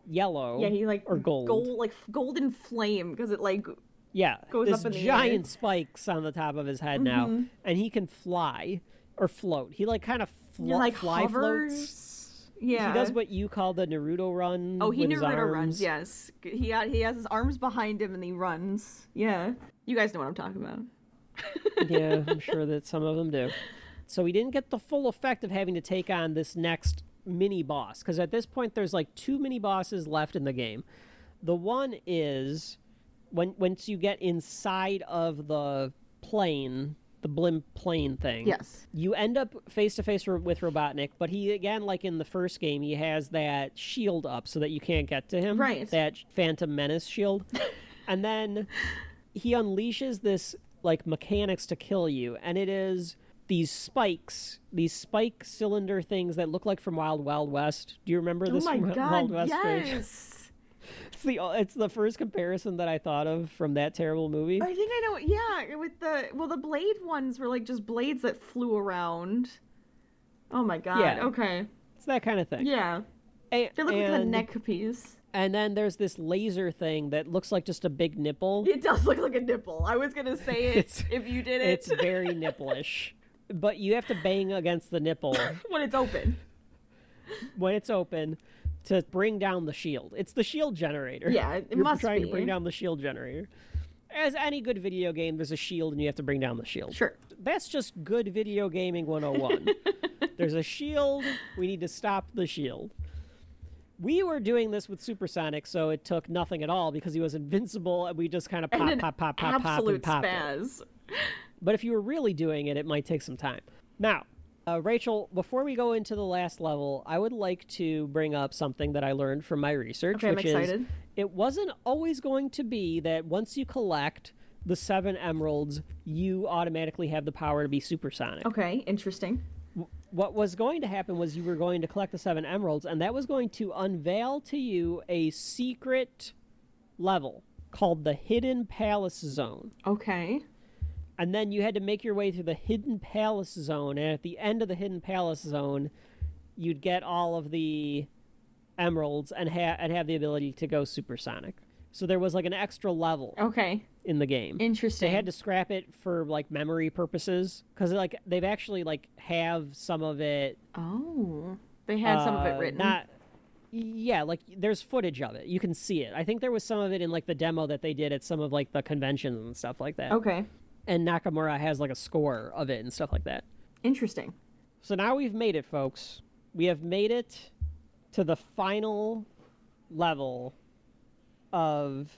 Speaker 1: yellow.
Speaker 13: Yeah, he like
Speaker 1: or gold.
Speaker 13: gold like golden flame because it like
Speaker 1: Yeah,
Speaker 13: goes
Speaker 1: this
Speaker 13: up in the air.
Speaker 1: giant spikes on the top of his head now,
Speaker 13: Mhm.
Speaker 1: and he can fly or float. He like kind of flo-
Speaker 13: Yeah, like
Speaker 1: fly
Speaker 13: hovers.
Speaker 1: floats.
Speaker 13: Yeah.
Speaker 1: he does what you call the Naruto run.
Speaker 13: oh he
Speaker 1: with his
Speaker 13: Naruto runs.
Speaker 1: arms.
Speaker 13: Yes, he ha- he has his arms behind him and he runs. Yeah, you guys know what I'm talking about.
Speaker 1: yeah, I'm sure that some of them do. So we didn't get the full effect of having to take on this next mini boss because at this point there's like two mini bosses left in the game. The one is when once you get inside of the plane, the blimp plane thing.
Speaker 13: Yes.
Speaker 1: you end up face to face with Robotnik, but he again, like in the first game, he has that shield up so that you can't get to him.
Speaker 13: Right.
Speaker 1: that Phantom Menace shield, and then he unleashes this like mechanics to kill you and it is these spikes these spike cylinder things that look like from wild wild west do you remember
Speaker 13: Oh
Speaker 1: this
Speaker 13: my
Speaker 1: from Wi-
Speaker 13: god!
Speaker 1: wild west Rach?
Speaker 13: yes.
Speaker 1: it's the it's the first comparison that i thought of from that terrible movie
Speaker 13: I think I know. what- Yeah, with the well, the blade ones were like just blades that flew around. Oh my god.
Speaker 1: Yeah.
Speaker 13: Okay.
Speaker 1: it's that kind of thing
Speaker 13: Yeah. they look like the
Speaker 1: and-
Speaker 13: neck piece.
Speaker 1: and then there's this laser thing that looks like just a big nipple
Speaker 13: It does look like a nipple. I was gonna say it
Speaker 1: It's-
Speaker 13: if you did it
Speaker 1: it's very nipplish but you have to bang against the nipple
Speaker 13: when it's open.
Speaker 1: when it's open to bring down the shield. It's the shield generator.
Speaker 13: Yeah, it
Speaker 1: You're
Speaker 13: must
Speaker 1: trying to
Speaker 13: be.
Speaker 1: bring down the shield generator. As any good video game, there's a shield and you have to bring down the shield. Sure. That's just good video gaming 101. there's a shield, we need to stop the shield. We were doing this with Supersonic, so it took nothing at all because he was invincible and we just kind of
Speaker 13: And
Speaker 1: pop,
Speaker 13: an
Speaker 1: pop, pop, pop, pop, and
Speaker 13: absolute
Speaker 1: pop. it.
Speaker 13: spaz.
Speaker 1: But if you were really doing it, it might take some time. Now, uh, Rachel, before we go into the last level, I would like to bring up something that I learned from my research,
Speaker 13: Okay, I'm
Speaker 1: which
Speaker 13: excited.
Speaker 1: is it wasn't always going to be that once you collect the seven emeralds, you automatically have the power to be supersonic.
Speaker 13: Okay, interesting.
Speaker 1: What was going to happen was you were going to collect the seven emeralds, and that was going to unveil to you a secret level called the Hidden Palace Zone.
Speaker 13: Okay.
Speaker 1: And then you had to make your way through the Hidden Palace Zone, and at the end of the Hidden Palace Zone, you'd get all of the emeralds and, ha- and have the ability to go supersonic. So there was like an extra level
Speaker 13: Okay.
Speaker 1: in the game.
Speaker 13: Interesting.
Speaker 1: They had to scrap it for like memory purposes because like they've actually like have some of it.
Speaker 13: Oh, they had some of it written.
Speaker 1: Uh, Not, yeah, like there's footage of it. You can see it. I think there was some of it in like the demo that they did at some of like the conventions and stuff like that.
Speaker 13: Okay.
Speaker 1: And Nakamura has like a score of it and stuff like that.
Speaker 13: Interesting.
Speaker 1: So now we've made it, folks. We have made it to the final level of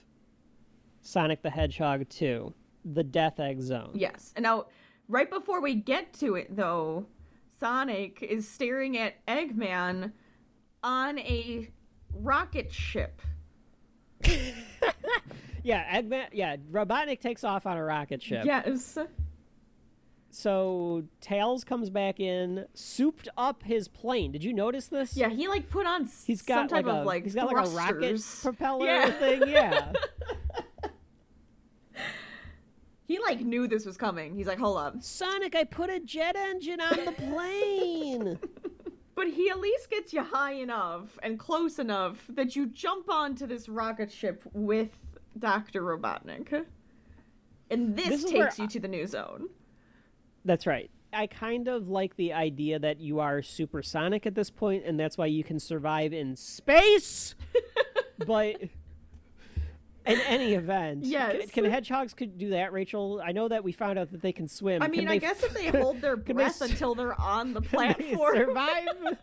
Speaker 1: Sonic the Hedgehog 2, the Death Egg Zone.
Speaker 13: Yes. And now, right before we get to it, though, Sonic is staring at Eggman on a rocket ship.
Speaker 1: Yeah, Eggman, yeah, Robotnik takes off on a rocket ship.
Speaker 13: Yes.
Speaker 1: So Tails comes back in, souped up his plane. Did you notice this?
Speaker 13: Yeah, he like put on
Speaker 1: He's got
Speaker 13: some type
Speaker 1: like
Speaker 13: of,
Speaker 1: a,
Speaker 13: like,
Speaker 1: he's got like a rocket
Speaker 13: thrusters.
Speaker 1: propeller
Speaker 13: Yeah.
Speaker 1: thing. Yeah.
Speaker 13: He like knew this was coming. He's like, hold up.
Speaker 1: Sonic, I put a jet engine on the plane.
Speaker 13: but he at least gets you high enough and close enough that you jump onto this rocket ship with Dr. Robotnik. And this,
Speaker 1: This is where
Speaker 13: takes you to the new zone.
Speaker 1: That's right. I kind of like the idea that you are supersonic at this point, and that's why you can survive in space. but In any event, c-
Speaker 13: Yes.
Speaker 1: Can, hedgehogs could do that, Rachel? I know that we found out that they can swim.
Speaker 13: I
Speaker 1: Can
Speaker 13: mean, I
Speaker 1: they
Speaker 13: guess
Speaker 1: f-
Speaker 13: if they hold their
Speaker 1: can they
Speaker 13: breath
Speaker 1: s-
Speaker 13: until they're on the
Speaker 1: can they
Speaker 13: platform,
Speaker 1: survive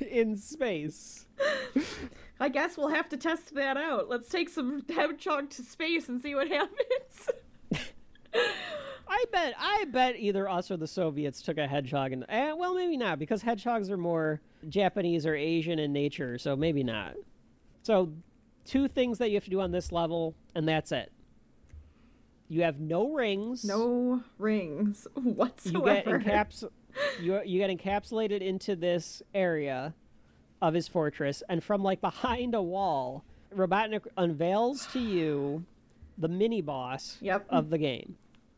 Speaker 1: in space.
Speaker 13: I guess we'll have to test that out. Let's take some hedgehog to space and see what happens.
Speaker 1: I bet. I bet either us or the Soviets took a hedgehog, and eh, well, maybe not because hedgehogs are more Japanese or Asian in nature, so maybe not. So, two things that you have to do on this level, and that's it. You have no rings.
Speaker 13: No rings
Speaker 1: You
Speaker 13: whatsoever.
Speaker 1: get encaps- you you get encapsulated into this area of his fortress, and from like behind a wall, Robotnik unveils to you the mini boss of the game,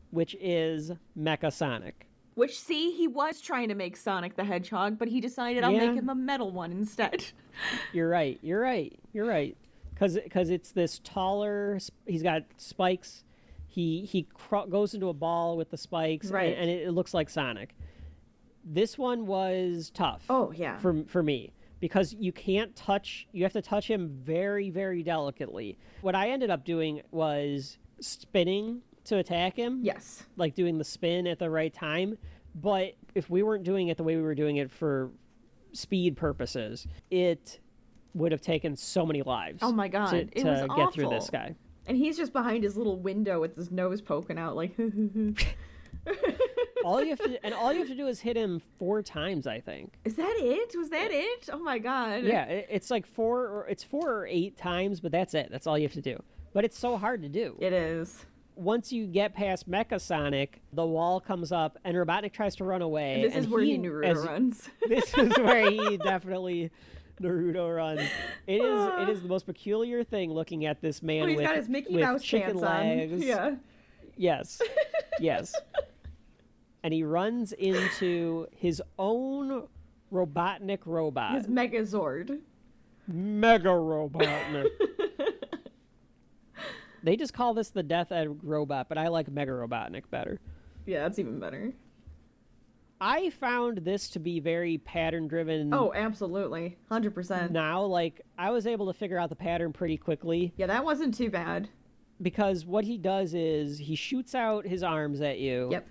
Speaker 1: which is Mecha Sonic.
Speaker 13: Which, see, he was trying to make Sonic the Hedgehog, but he decided I'll
Speaker 1: Yeah.
Speaker 13: make him a metal one instead.
Speaker 1: You're right. You're right. You're right. Because it's this taller. sp- He's got spikes. He he cro- goes into a ball with the spikes, and-
Speaker 13: Right.
Speaker 1: And, it, it looks like Sonic. This one was tough.
Speaker 13: Oh, yeah.
Speaker 1: For for me because you can't touch. You have to touch him very very delicately. What I ended up doing was spinning to attack him.
Speaker 13: Yes.
Speaker 1: Like doing the spin at the right time. But if we weren't doing it the way we were doing it for speed purposes, it would have taken so many lives.
Speaker 13: Oh my
Speaker 1: to-
Speaker 13: god,
Speaker 1: to,
Speaker 13: it was
Speaker 1: get
Speaker 13: awful.
Speaker 1: through this guy.
Speaker 13: And he's just behind his little window with his nose poking out, like.
Speaker 1: All you have to and all you have to do is hit him four times, I think.
Speaker 13: Is that it? Was that it? Oh my god.
Speaker 1: Yeah, it, it's like four or it's four or eight times, but that's it. That's all you have to do. But it's so hard to do.
Speaker 13: It is.
Speaker 1: Once you get past Mecha Sonic, the wall comes up and Robotnik tries to run away.
Speaker 13: And this
Speaker 1: and
Speaker 13: is where
Speaker 1: he,
Speaker 13: he, Naruto
Speaker 1: as-
Speaker 13: runs.
Speaker 1: this is where he definitely Naruto runs. It is it is the most peculiar thing looking at this man
Speaker 13: Well, he's
Speaker 1: with,
Speaker 13: got his Mickey
Speaker 1: with
Speaker 13: Mouse
Speaker 1: chicken
Speaker 13: pants on.
Speaker 1: legs.
Speaker 13: Yeah.
Speaker 1: Yes. Yes. and he runs into his own Robotnik robot.
Speaker 13: His Megazord.
Speaker 1: Mega Robotnik. they just call this the Death Egg robot, but I like Mega Robotnik better.
Speaker 13: Yeah, that's even better.
Speaker 1: I found this to be very pattern driven.
Speaker 13: Oh, absolutely. 100%.
Speaker 1: Now, like, I was able to figure out the pattern pretty quickly.
Speaker 13: Yeah, that wasn't too bad.
Speaker 1: Because what he does is he shoots out his arms at you.
Speaker 13: Yep.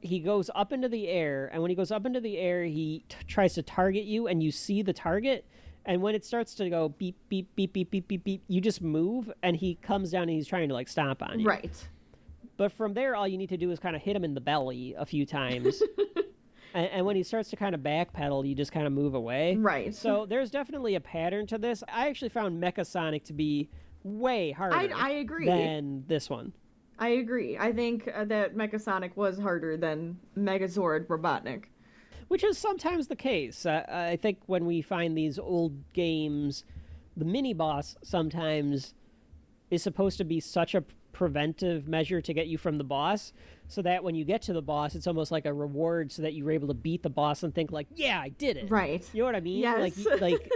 Speaker 1: He goes up into the air, and when he goes up into the air, he t- tries to target you, and you see the target. And when it starts to go beep, beep, beep, beep, beep, beep, beep, you just move, and he comes down and he's trying to, like, stomp on you.
Speaker 13: Right.
Speaker 1: But from there, all you need to do is kind of hit him in the belly a few times. and, and when he starts to kind of backpedal, you just kind of move away.
Speaker 13: Right.
Speaker 1: So there's definitely a pattern to this. I actually found Mecha Sonic to be way harder
Speaker 13: I agree.
Speaker 1: than this one.
Speaker 13: I agree. I think uh, that Megasonic was harder than Megazord Robotnik.
Speaker 1: which is sometimes the case. Uh, I think when we find these old games, the mini boss sometimes is supposed to be such a preventive measure to get you from the boss, so that when you get to the boss, it's almost like a reward, so that you were able to beat the boss and think like, "Yeah, I did it."
Speaker 13: Right.
Speaker 1: You know what I mean? Like,
Speaker 13: Yes.
Speaker 1: you- like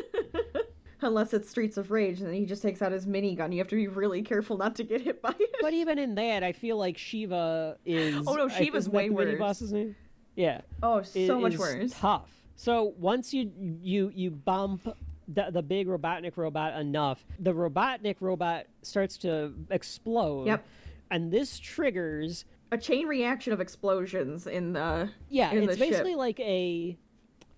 Speaker 13: Unless it's Streets of Rage, and then he just takes out his minigun. You have to be really careful not to get hit by it.
Speaker 1: But even in that, I feel like Shiva is.
Speaker 13: Oh, no,
Speaker 1: I-
Speaker 13: Shiva's
Speaker 1: isn't that
Speaker 13: way
Speaker 1: the mini
Speaker 13: worse.
Speaker 1: boss's name? Yeah.
Speaker 13: Oh, so much
Speaker 1: is
Speaker 13: worse.
Speaker 1: Tough. So once you you you bump the, the big Robotnik robot enough, the Robotnik robot starts to explode.
Speaker 13: Yep.
Speaker 1: And this triggers.
Speaker 13: A chain reaction of explosions in the
Speaker 1: Yeah,
Speaker 13: in
Speaker 1: it's
Speaker 13: the ship.
Speaker 1: basically like a.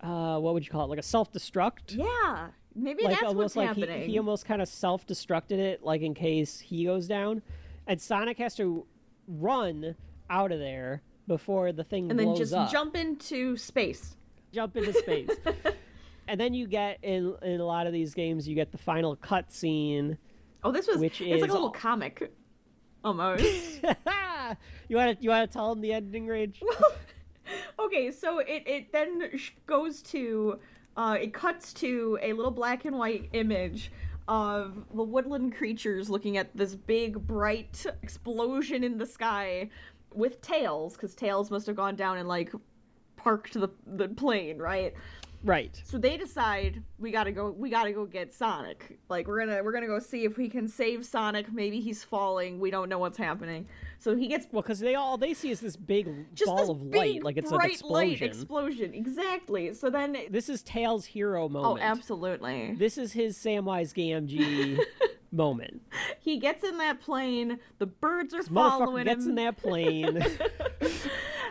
Speaker 1: Uh, what would you call it? Like a self destruct.
Speaker 13: yeah. Maybe
Speaker 1: like
Speaker 13: that's what's
Speaker 1: almost like he,
Speaker 13: happening.
Speaker 1: he almost kind of self-destructed it like in case he goes down and sonic has to run out of there before the thing
Speaker 13: and then
Speaker 1: blows
Speaker 13: just
Speaker 1: up
Speaker 13: jump into space.
Speaker 1: jump into space and then you get in in a lot of these games you get the final cut scene
Speaker 13: Oh, this was
Speaker 1: which
Speaker 13: it's
Speaker 1: is
Speaker 13: like a little comic, almost.
Speaker 1: you want to you want to tell him the ending range
Speaker 13: okay, so it it then sh- goes to, uh, it cuts to a little black and white image of the woodland creatures looking at this big bright explosion in the sky with tails, because tails must have gone down and like parked the the plane, right?
Speaker 1: right
Speaker 13: So they decide we gotta go. We gotta go get Sonic. Like we're gonna we're gonna go see if we can save Sonic. Maybe he's falling. We don't know what's happening. So he gets
Speaker 1: well because they all they see is this big
Speaker 13: just
Speaker 1: ball
Speaker 13: this
Speaker 1: of
Speaker 13: big
Speaker 1: light like it's
Speaker 13: bright
Speaker 1: an explosion
Speaker 13: light explosion. Exactly. So then
Speaker 1: this is tails hero
Speaker 13: oh
Speaker 1: moment
Speaker 13: absolutely
Speaker 1: This is his Samwise Gamgee moment.
Speaker 13: He gets in that plane. The birds are
Speaker 1: Motherfucker
Speaker 13: following
Speaker 1: gets
Speaker 13: him.
Speaker 1: in that plane.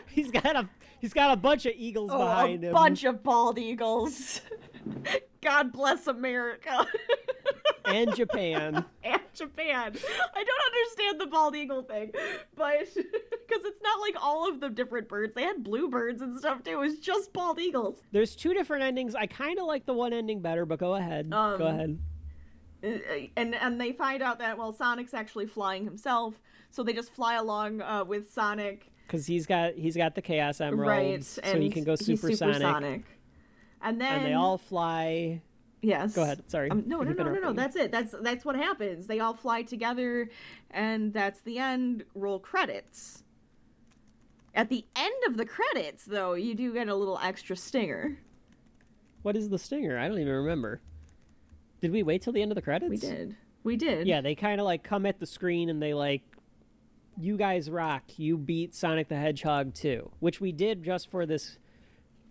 Speaker 1: he's got a he's got a bunch of eagles
Speaker 13: Oh,
Speaker 1: behind
Speaker 13: a
Speaker 1: him.
Speaker 13: bunch of bald eagles. God bless America
Speaker 1: and Japan.
Speaker 13: and Japan. I don't understand the bald eagle thing, but because it's not like all of the different birds. They had bluebirds and stuff too. It was just bald eagles.
Speaker 1: There's two different endings. I kind of like the one ending better, but go ahead.
Speaker 13: Um,
Speaker 1: go ahead.
Speaker 13: uh, and and they find out that well sonic's actually flying himself so they just fly along uh, with sonic
Speaker 1: Because he's got he's got the chaos emeralds,
Speaker 13: right
Speaker 1: so
Speaker 13: and
Speaker 1: he can go
Speaker 13: he's supersonic and then
Speaker 1: And they all fly.
Speaker 13: Yes.
Speaker 1: Go ahead. Sorry.
Speaker 13: um, no
Speaker 1: I
Speaker 13: no
Speaker 1: keep
Speaker 13: no no no
Speaker 1: interrupting.
Speaker 13: that's it that's that's what happens they all fly together and that's the end roll credits at the end of the credits though you do get a little extra stinger
Speaker 1: What is the stinger? I don't even remember. Did we wait till the end of the credits?
Speaker 13: we did we did
Speaker 1: Yeah, they kind of like come at the screen and they like, you guys rock. You beat Sonic the Hedgehog too, which we did just for this,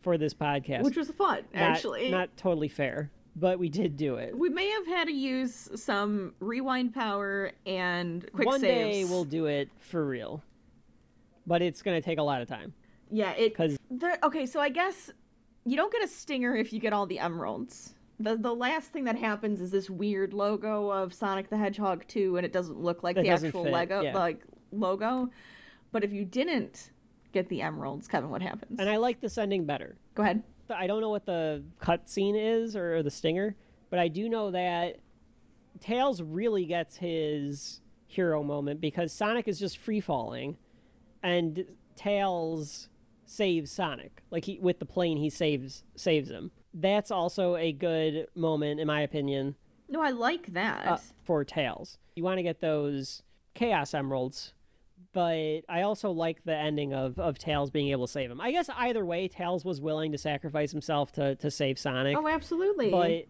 Speaker 1: for this podcast,
Speaker 13: which was fun
Speaker 1: Not-
Speaker 13: actually
Speaker 1: not totally fair, but we did do it.
Speaker 13: We may have had to use some rewind power and quick
Speaker 1: One
Speaker 13: saves.
Speaker 1: day we'll do it for real, but it's gonna take a lot of time.
Speaker 13: Yeah, it.
Speaker 1: 'Cause-
Speaker 13: There, okay, so I guess you don't get a stinger if you get all the emeralds. The the last thing that happens is this weird logo of Sonic the Hedgehog 2, and it doesn't look like
Speaker 1: It
Speaker 13: the
Speaker 1: doesn't
Speaker 13: actual
Speaker 1: fit,
Speaker 13: Lego
Speaker 1: yeah.
Speaker 13: like logo. But if you didn't get the emeralds, Kevin, what happens?
Speaker 1: And I like this ending better.
Speaker 13: Go ahead.
Speaker 1: I don't know what the cutscene is or the stinger, but I do know that Tails really gets his hero moment because Sonic is just free falling, and Tails saves Sonic. Like he with the plane, he saves saves him. That's also a good moment, in my opinion,
Speaker 13: No, I like that.
Speaker 1: uh, for Tails. You want to get those Chaos Emeralds, but I also like the ending of, of Tails being able to save him. I guess either way, Tails was willing to sacrifice himself to, to save Sonic.
Speaker 13: oh, absolutely.
Speaker 1: But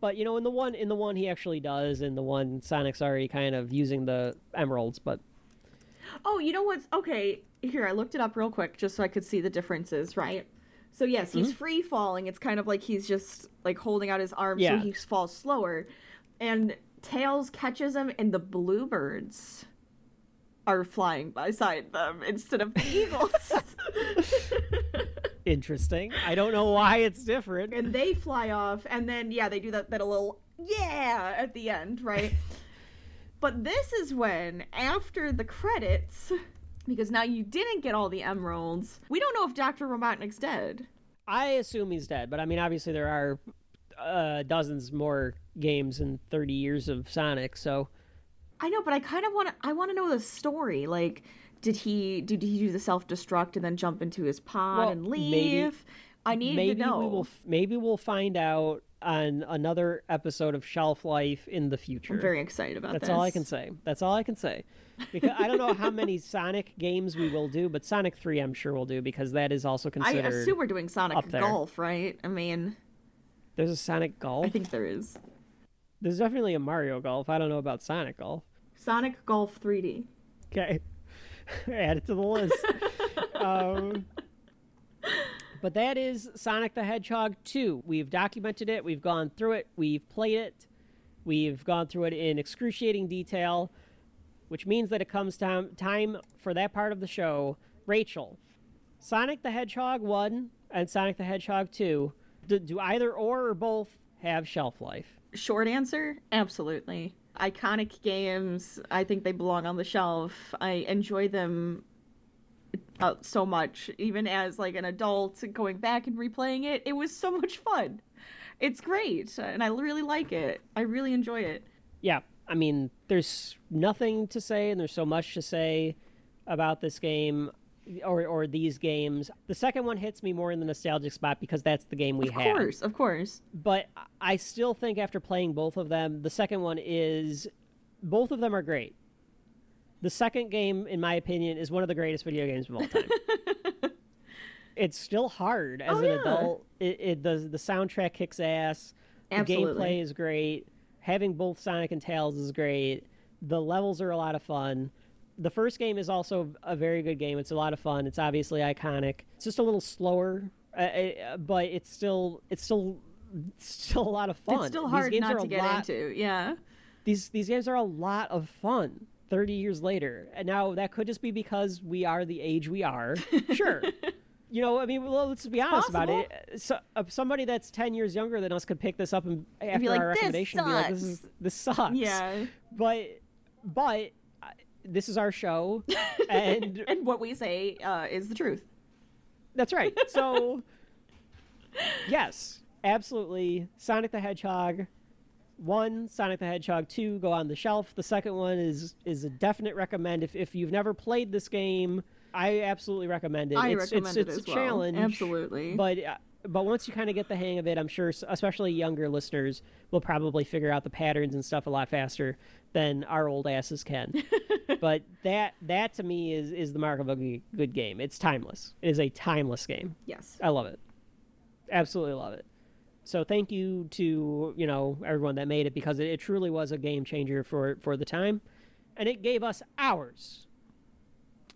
Speaker 1: but you know, in the one in the one he actually does, and the one Sonic's already kind of using the emeralds, but
Speaker 13: Oh, you know what's okay? Here, I looked it up real quick just so I could see the differences, right? So yes, he's
Speaker 1: Mhm.
Speaker 13: free falling. It's kind of like he's just like holding out his arms
Speaker 1: Yeah.
Speaker 13: so he falls slower. And Tails catches him and the bluebirds are flying beside them instead of the eagles.
Speaker 1: interesting. I don't know why it's different.
Speaker 13: and they fly off and then yeah, they do that that little yeah at the end, right? but this is when after the credits because now you didn't get all the emeralds. We don't know if Dr. Robotnik's dead.
Speaker 1: I assume he's dead, but I mean, obviously there are uh, dozens more games in 30 years of Sonic, so
Speaker 13: I know, but I kind of want to. I want to know the story. Like, did he did he do the self destruct and then jump into his pod
Speaker 1: Well,
Speaker 13: and leave?
Speaker 1: maybe-
Speaker 13: I need
Speaker 1: maybe
Speaker 13: to know.
Speaker 1: we will. f- Maybe we'll find out on another episode of Shelf Life in the future.
Speaker 13: I'm very excited about
Speaker 1: That's all I
Speaker 13: this.
Speaker 1: can say. That's all I can say. Because I don't know how many Sonic games we will do, but Sonic Three, I'm sure we'll do because that is also
Speaker 13: I
Speaker 1: considered.
Speaker 13: assume we're doing Sonic
Speaker 1: up there.
Speaker 13: Golf, right? I mean,
Speaker 1: There's a Sonic Golf. I
Speaker 13: think there is.
Speaker 1: There's definitely a Mario Golf. I don't know about Sonic Golf.
Speaker 13: Sonic Golf 3D.
Speaker 1: Okay. Add it to the list. um, but that is Sonic the Hedgehog 2. We've documented it, we've gone through it, we've played it, we've gone through it in excruciating detail, which means that it comes time, time for that part of the show. Rachel, Sonic the Hedgehog 1 and Sonic the Hedgehog 2, do, do either or or both have shelf life?
Speaker 13: Short answer: Absolutely. Iconic games. I think they belong on the shelf. I enjoy them uh, so much, even as like an adult. Going back and replaying it, it was so much fun. It's great, and I really like it. I really enjoy it.
Speaker 1: yeah, I mean, there's nothing to say, and there's so much to say about this game or or these games. The second one hits me more in the nostalgic spot because that's the game we
Speaker 13: Of
Speaker 1: had.
Speaker 13: course, of course.
Speaker 1: But I still think after playing both of them, the second one is both of them are great. The second game, in my opinion, is one of the greatest video games of all time. it's still hard as
Speaker 13: Oh,
Speaker 1: an
Speaker 13: yeah.
Speaker 1: adult. It, it does the soundtrack kicks ass. The
Speaker 13: Absolutely.
Speaker 1: gameplay is great. Having both Sonic and Tails is great. The levels are a lot of fun. The first game is also a very good game. It's a lot of fun. It's obviously iconic. It's just a little slower, uh, uh, but it's still it's still it's still a lot of fun.
Speaker 13: It's still
Speaker 1: These
Speaker 13: hard
Speaker 1: games are
Speaker 13: not
Speaker 1: a
Speaker 13: to get
Speaker 1: lot-
Speaker 13: into. Yeah.
Speaker 1: these these games are a lot of fun 30 years later. And now that could just be because we are the age we are. Sure. you know, I mean, well, let's be honest about it. So, uh, somebody that's 10 years younger than us could pick this up and after
Speaker 13: like,
Speaker 1: our
Speaker 13: "This
Speaker 1: recommendation and be like this is
Speaker 13: sucks."
Speaker 1: this sucks.
Speaker 13: Yeah.
Speaker 1: But but uh, this is our show and
Speaker 13: and what we say uh, is the truth.
Speaker 1: That's right. So, yes, absolutely. Sonic the Hedgehog, one. Sonic the Hedgehog two. Go on the shelf. The second one is is a definite recommend. If if you've never played this game, I absolutely recommend it.
Speaker 13: I
Speaker 1: it's,
Speaker 13: recommend
Speaker 1: it's,
Speaker 13: it
Speaker 1: it's
Speaker 13: as
Speaker 1: a
Speaker 13: well.
Speaker 1: challenge.
Speaker 13: Absolutely.
Speaker 1: But. Uh, but once you kind of get the hang of it, I'm sure, s- especially younger listeners, will probably figure out the patterns and stuff a lot faster than our old asses can. but that that to me is is the mark of a g- good game. It's timeless. It is a timeless game.
Speaker 13: Yes.
Speaker 1: I love it. Absolutely love it. So thank you to you know everyone that made it because it, it truly was a game changer for for the time, and it gave us hours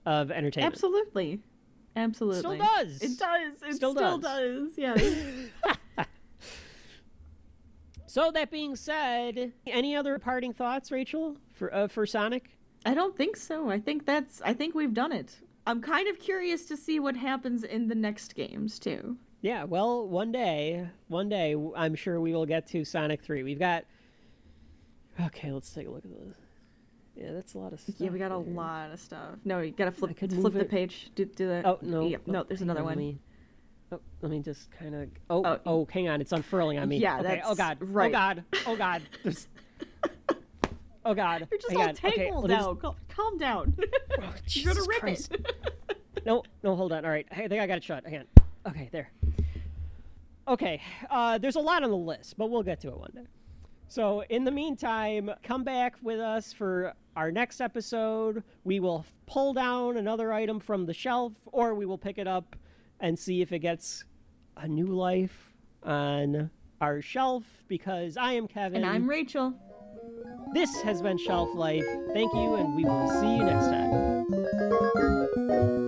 Speaker 1: of entertainment.
Speaker 13: Absolutely. Absolutely.
Speaker 1: Still does.
Speaker 13: It does. It
Speaker 1: Still
Speaker 13: still,
Speaker 1: does.
Speaker 13: does. Yes.
Speaker 1: So that being said, any other parting thoughts, Rachel, for uh, for Sonic?
Speaker 13: I don't think so. I think that's. I think we've done it. I'm kind of curious to see what happens in the next games too.
Speaker 1: Yeah, well, one day, one day, I'm sure we will get to Sonic 3. We've got. Okay, let's take a look at those. Yeah, that's a lot of stuff.
Speaker 13: yeah, we got a lot of stuff. No, you gotta flip
Speaker 1: could
Speaker 13: flip
Speaker 1: move
Speaker 13: the
Speaker 1: it-
Speaker 13: page. Do do that.
Speaker 1: Oh, no.
Speaker 13: Yeah, no, there's
Speaker 1: hang
Speaker 13: another
Speaker 1: on,
Speaker 13: one.
Speaker 1: Let me, oh, let me just kind of. Oh, oh, hang on. It's unfurling on me.
Speaker 13: Yeah,
Speaker 1: okay.
Speaker 13: that's
Speaker 1: Oh, God.
Speaker 13: right.
Speaker 1: Oh, God. Oh, God. There's- Oh, God.
Speaker 13: You're just
Speaker 1: hang
Speaker 13: all
Speaker 1: on. Okay,
Speaker 13: tangled
Speaker 1: let me just-
Speaker 13: now. Cal- calm down. You're gonna rip it.
Speaker 1: No, no, hold on. All right. I think I got it shut. Hang on. Okay, there. Okay, uh, there's a lot on the list, but we'll get to it one day. So, in the meantime, come back with us for our next episode. We will f- pull down another item from the shelf, or we will pick it up and see if it gets a new life on our shelf. Because I am Kevin.
Speaker 13: And I'm Rachel.
Speaker 1: This has been Shelf Life. Thank you, and we will see you next time.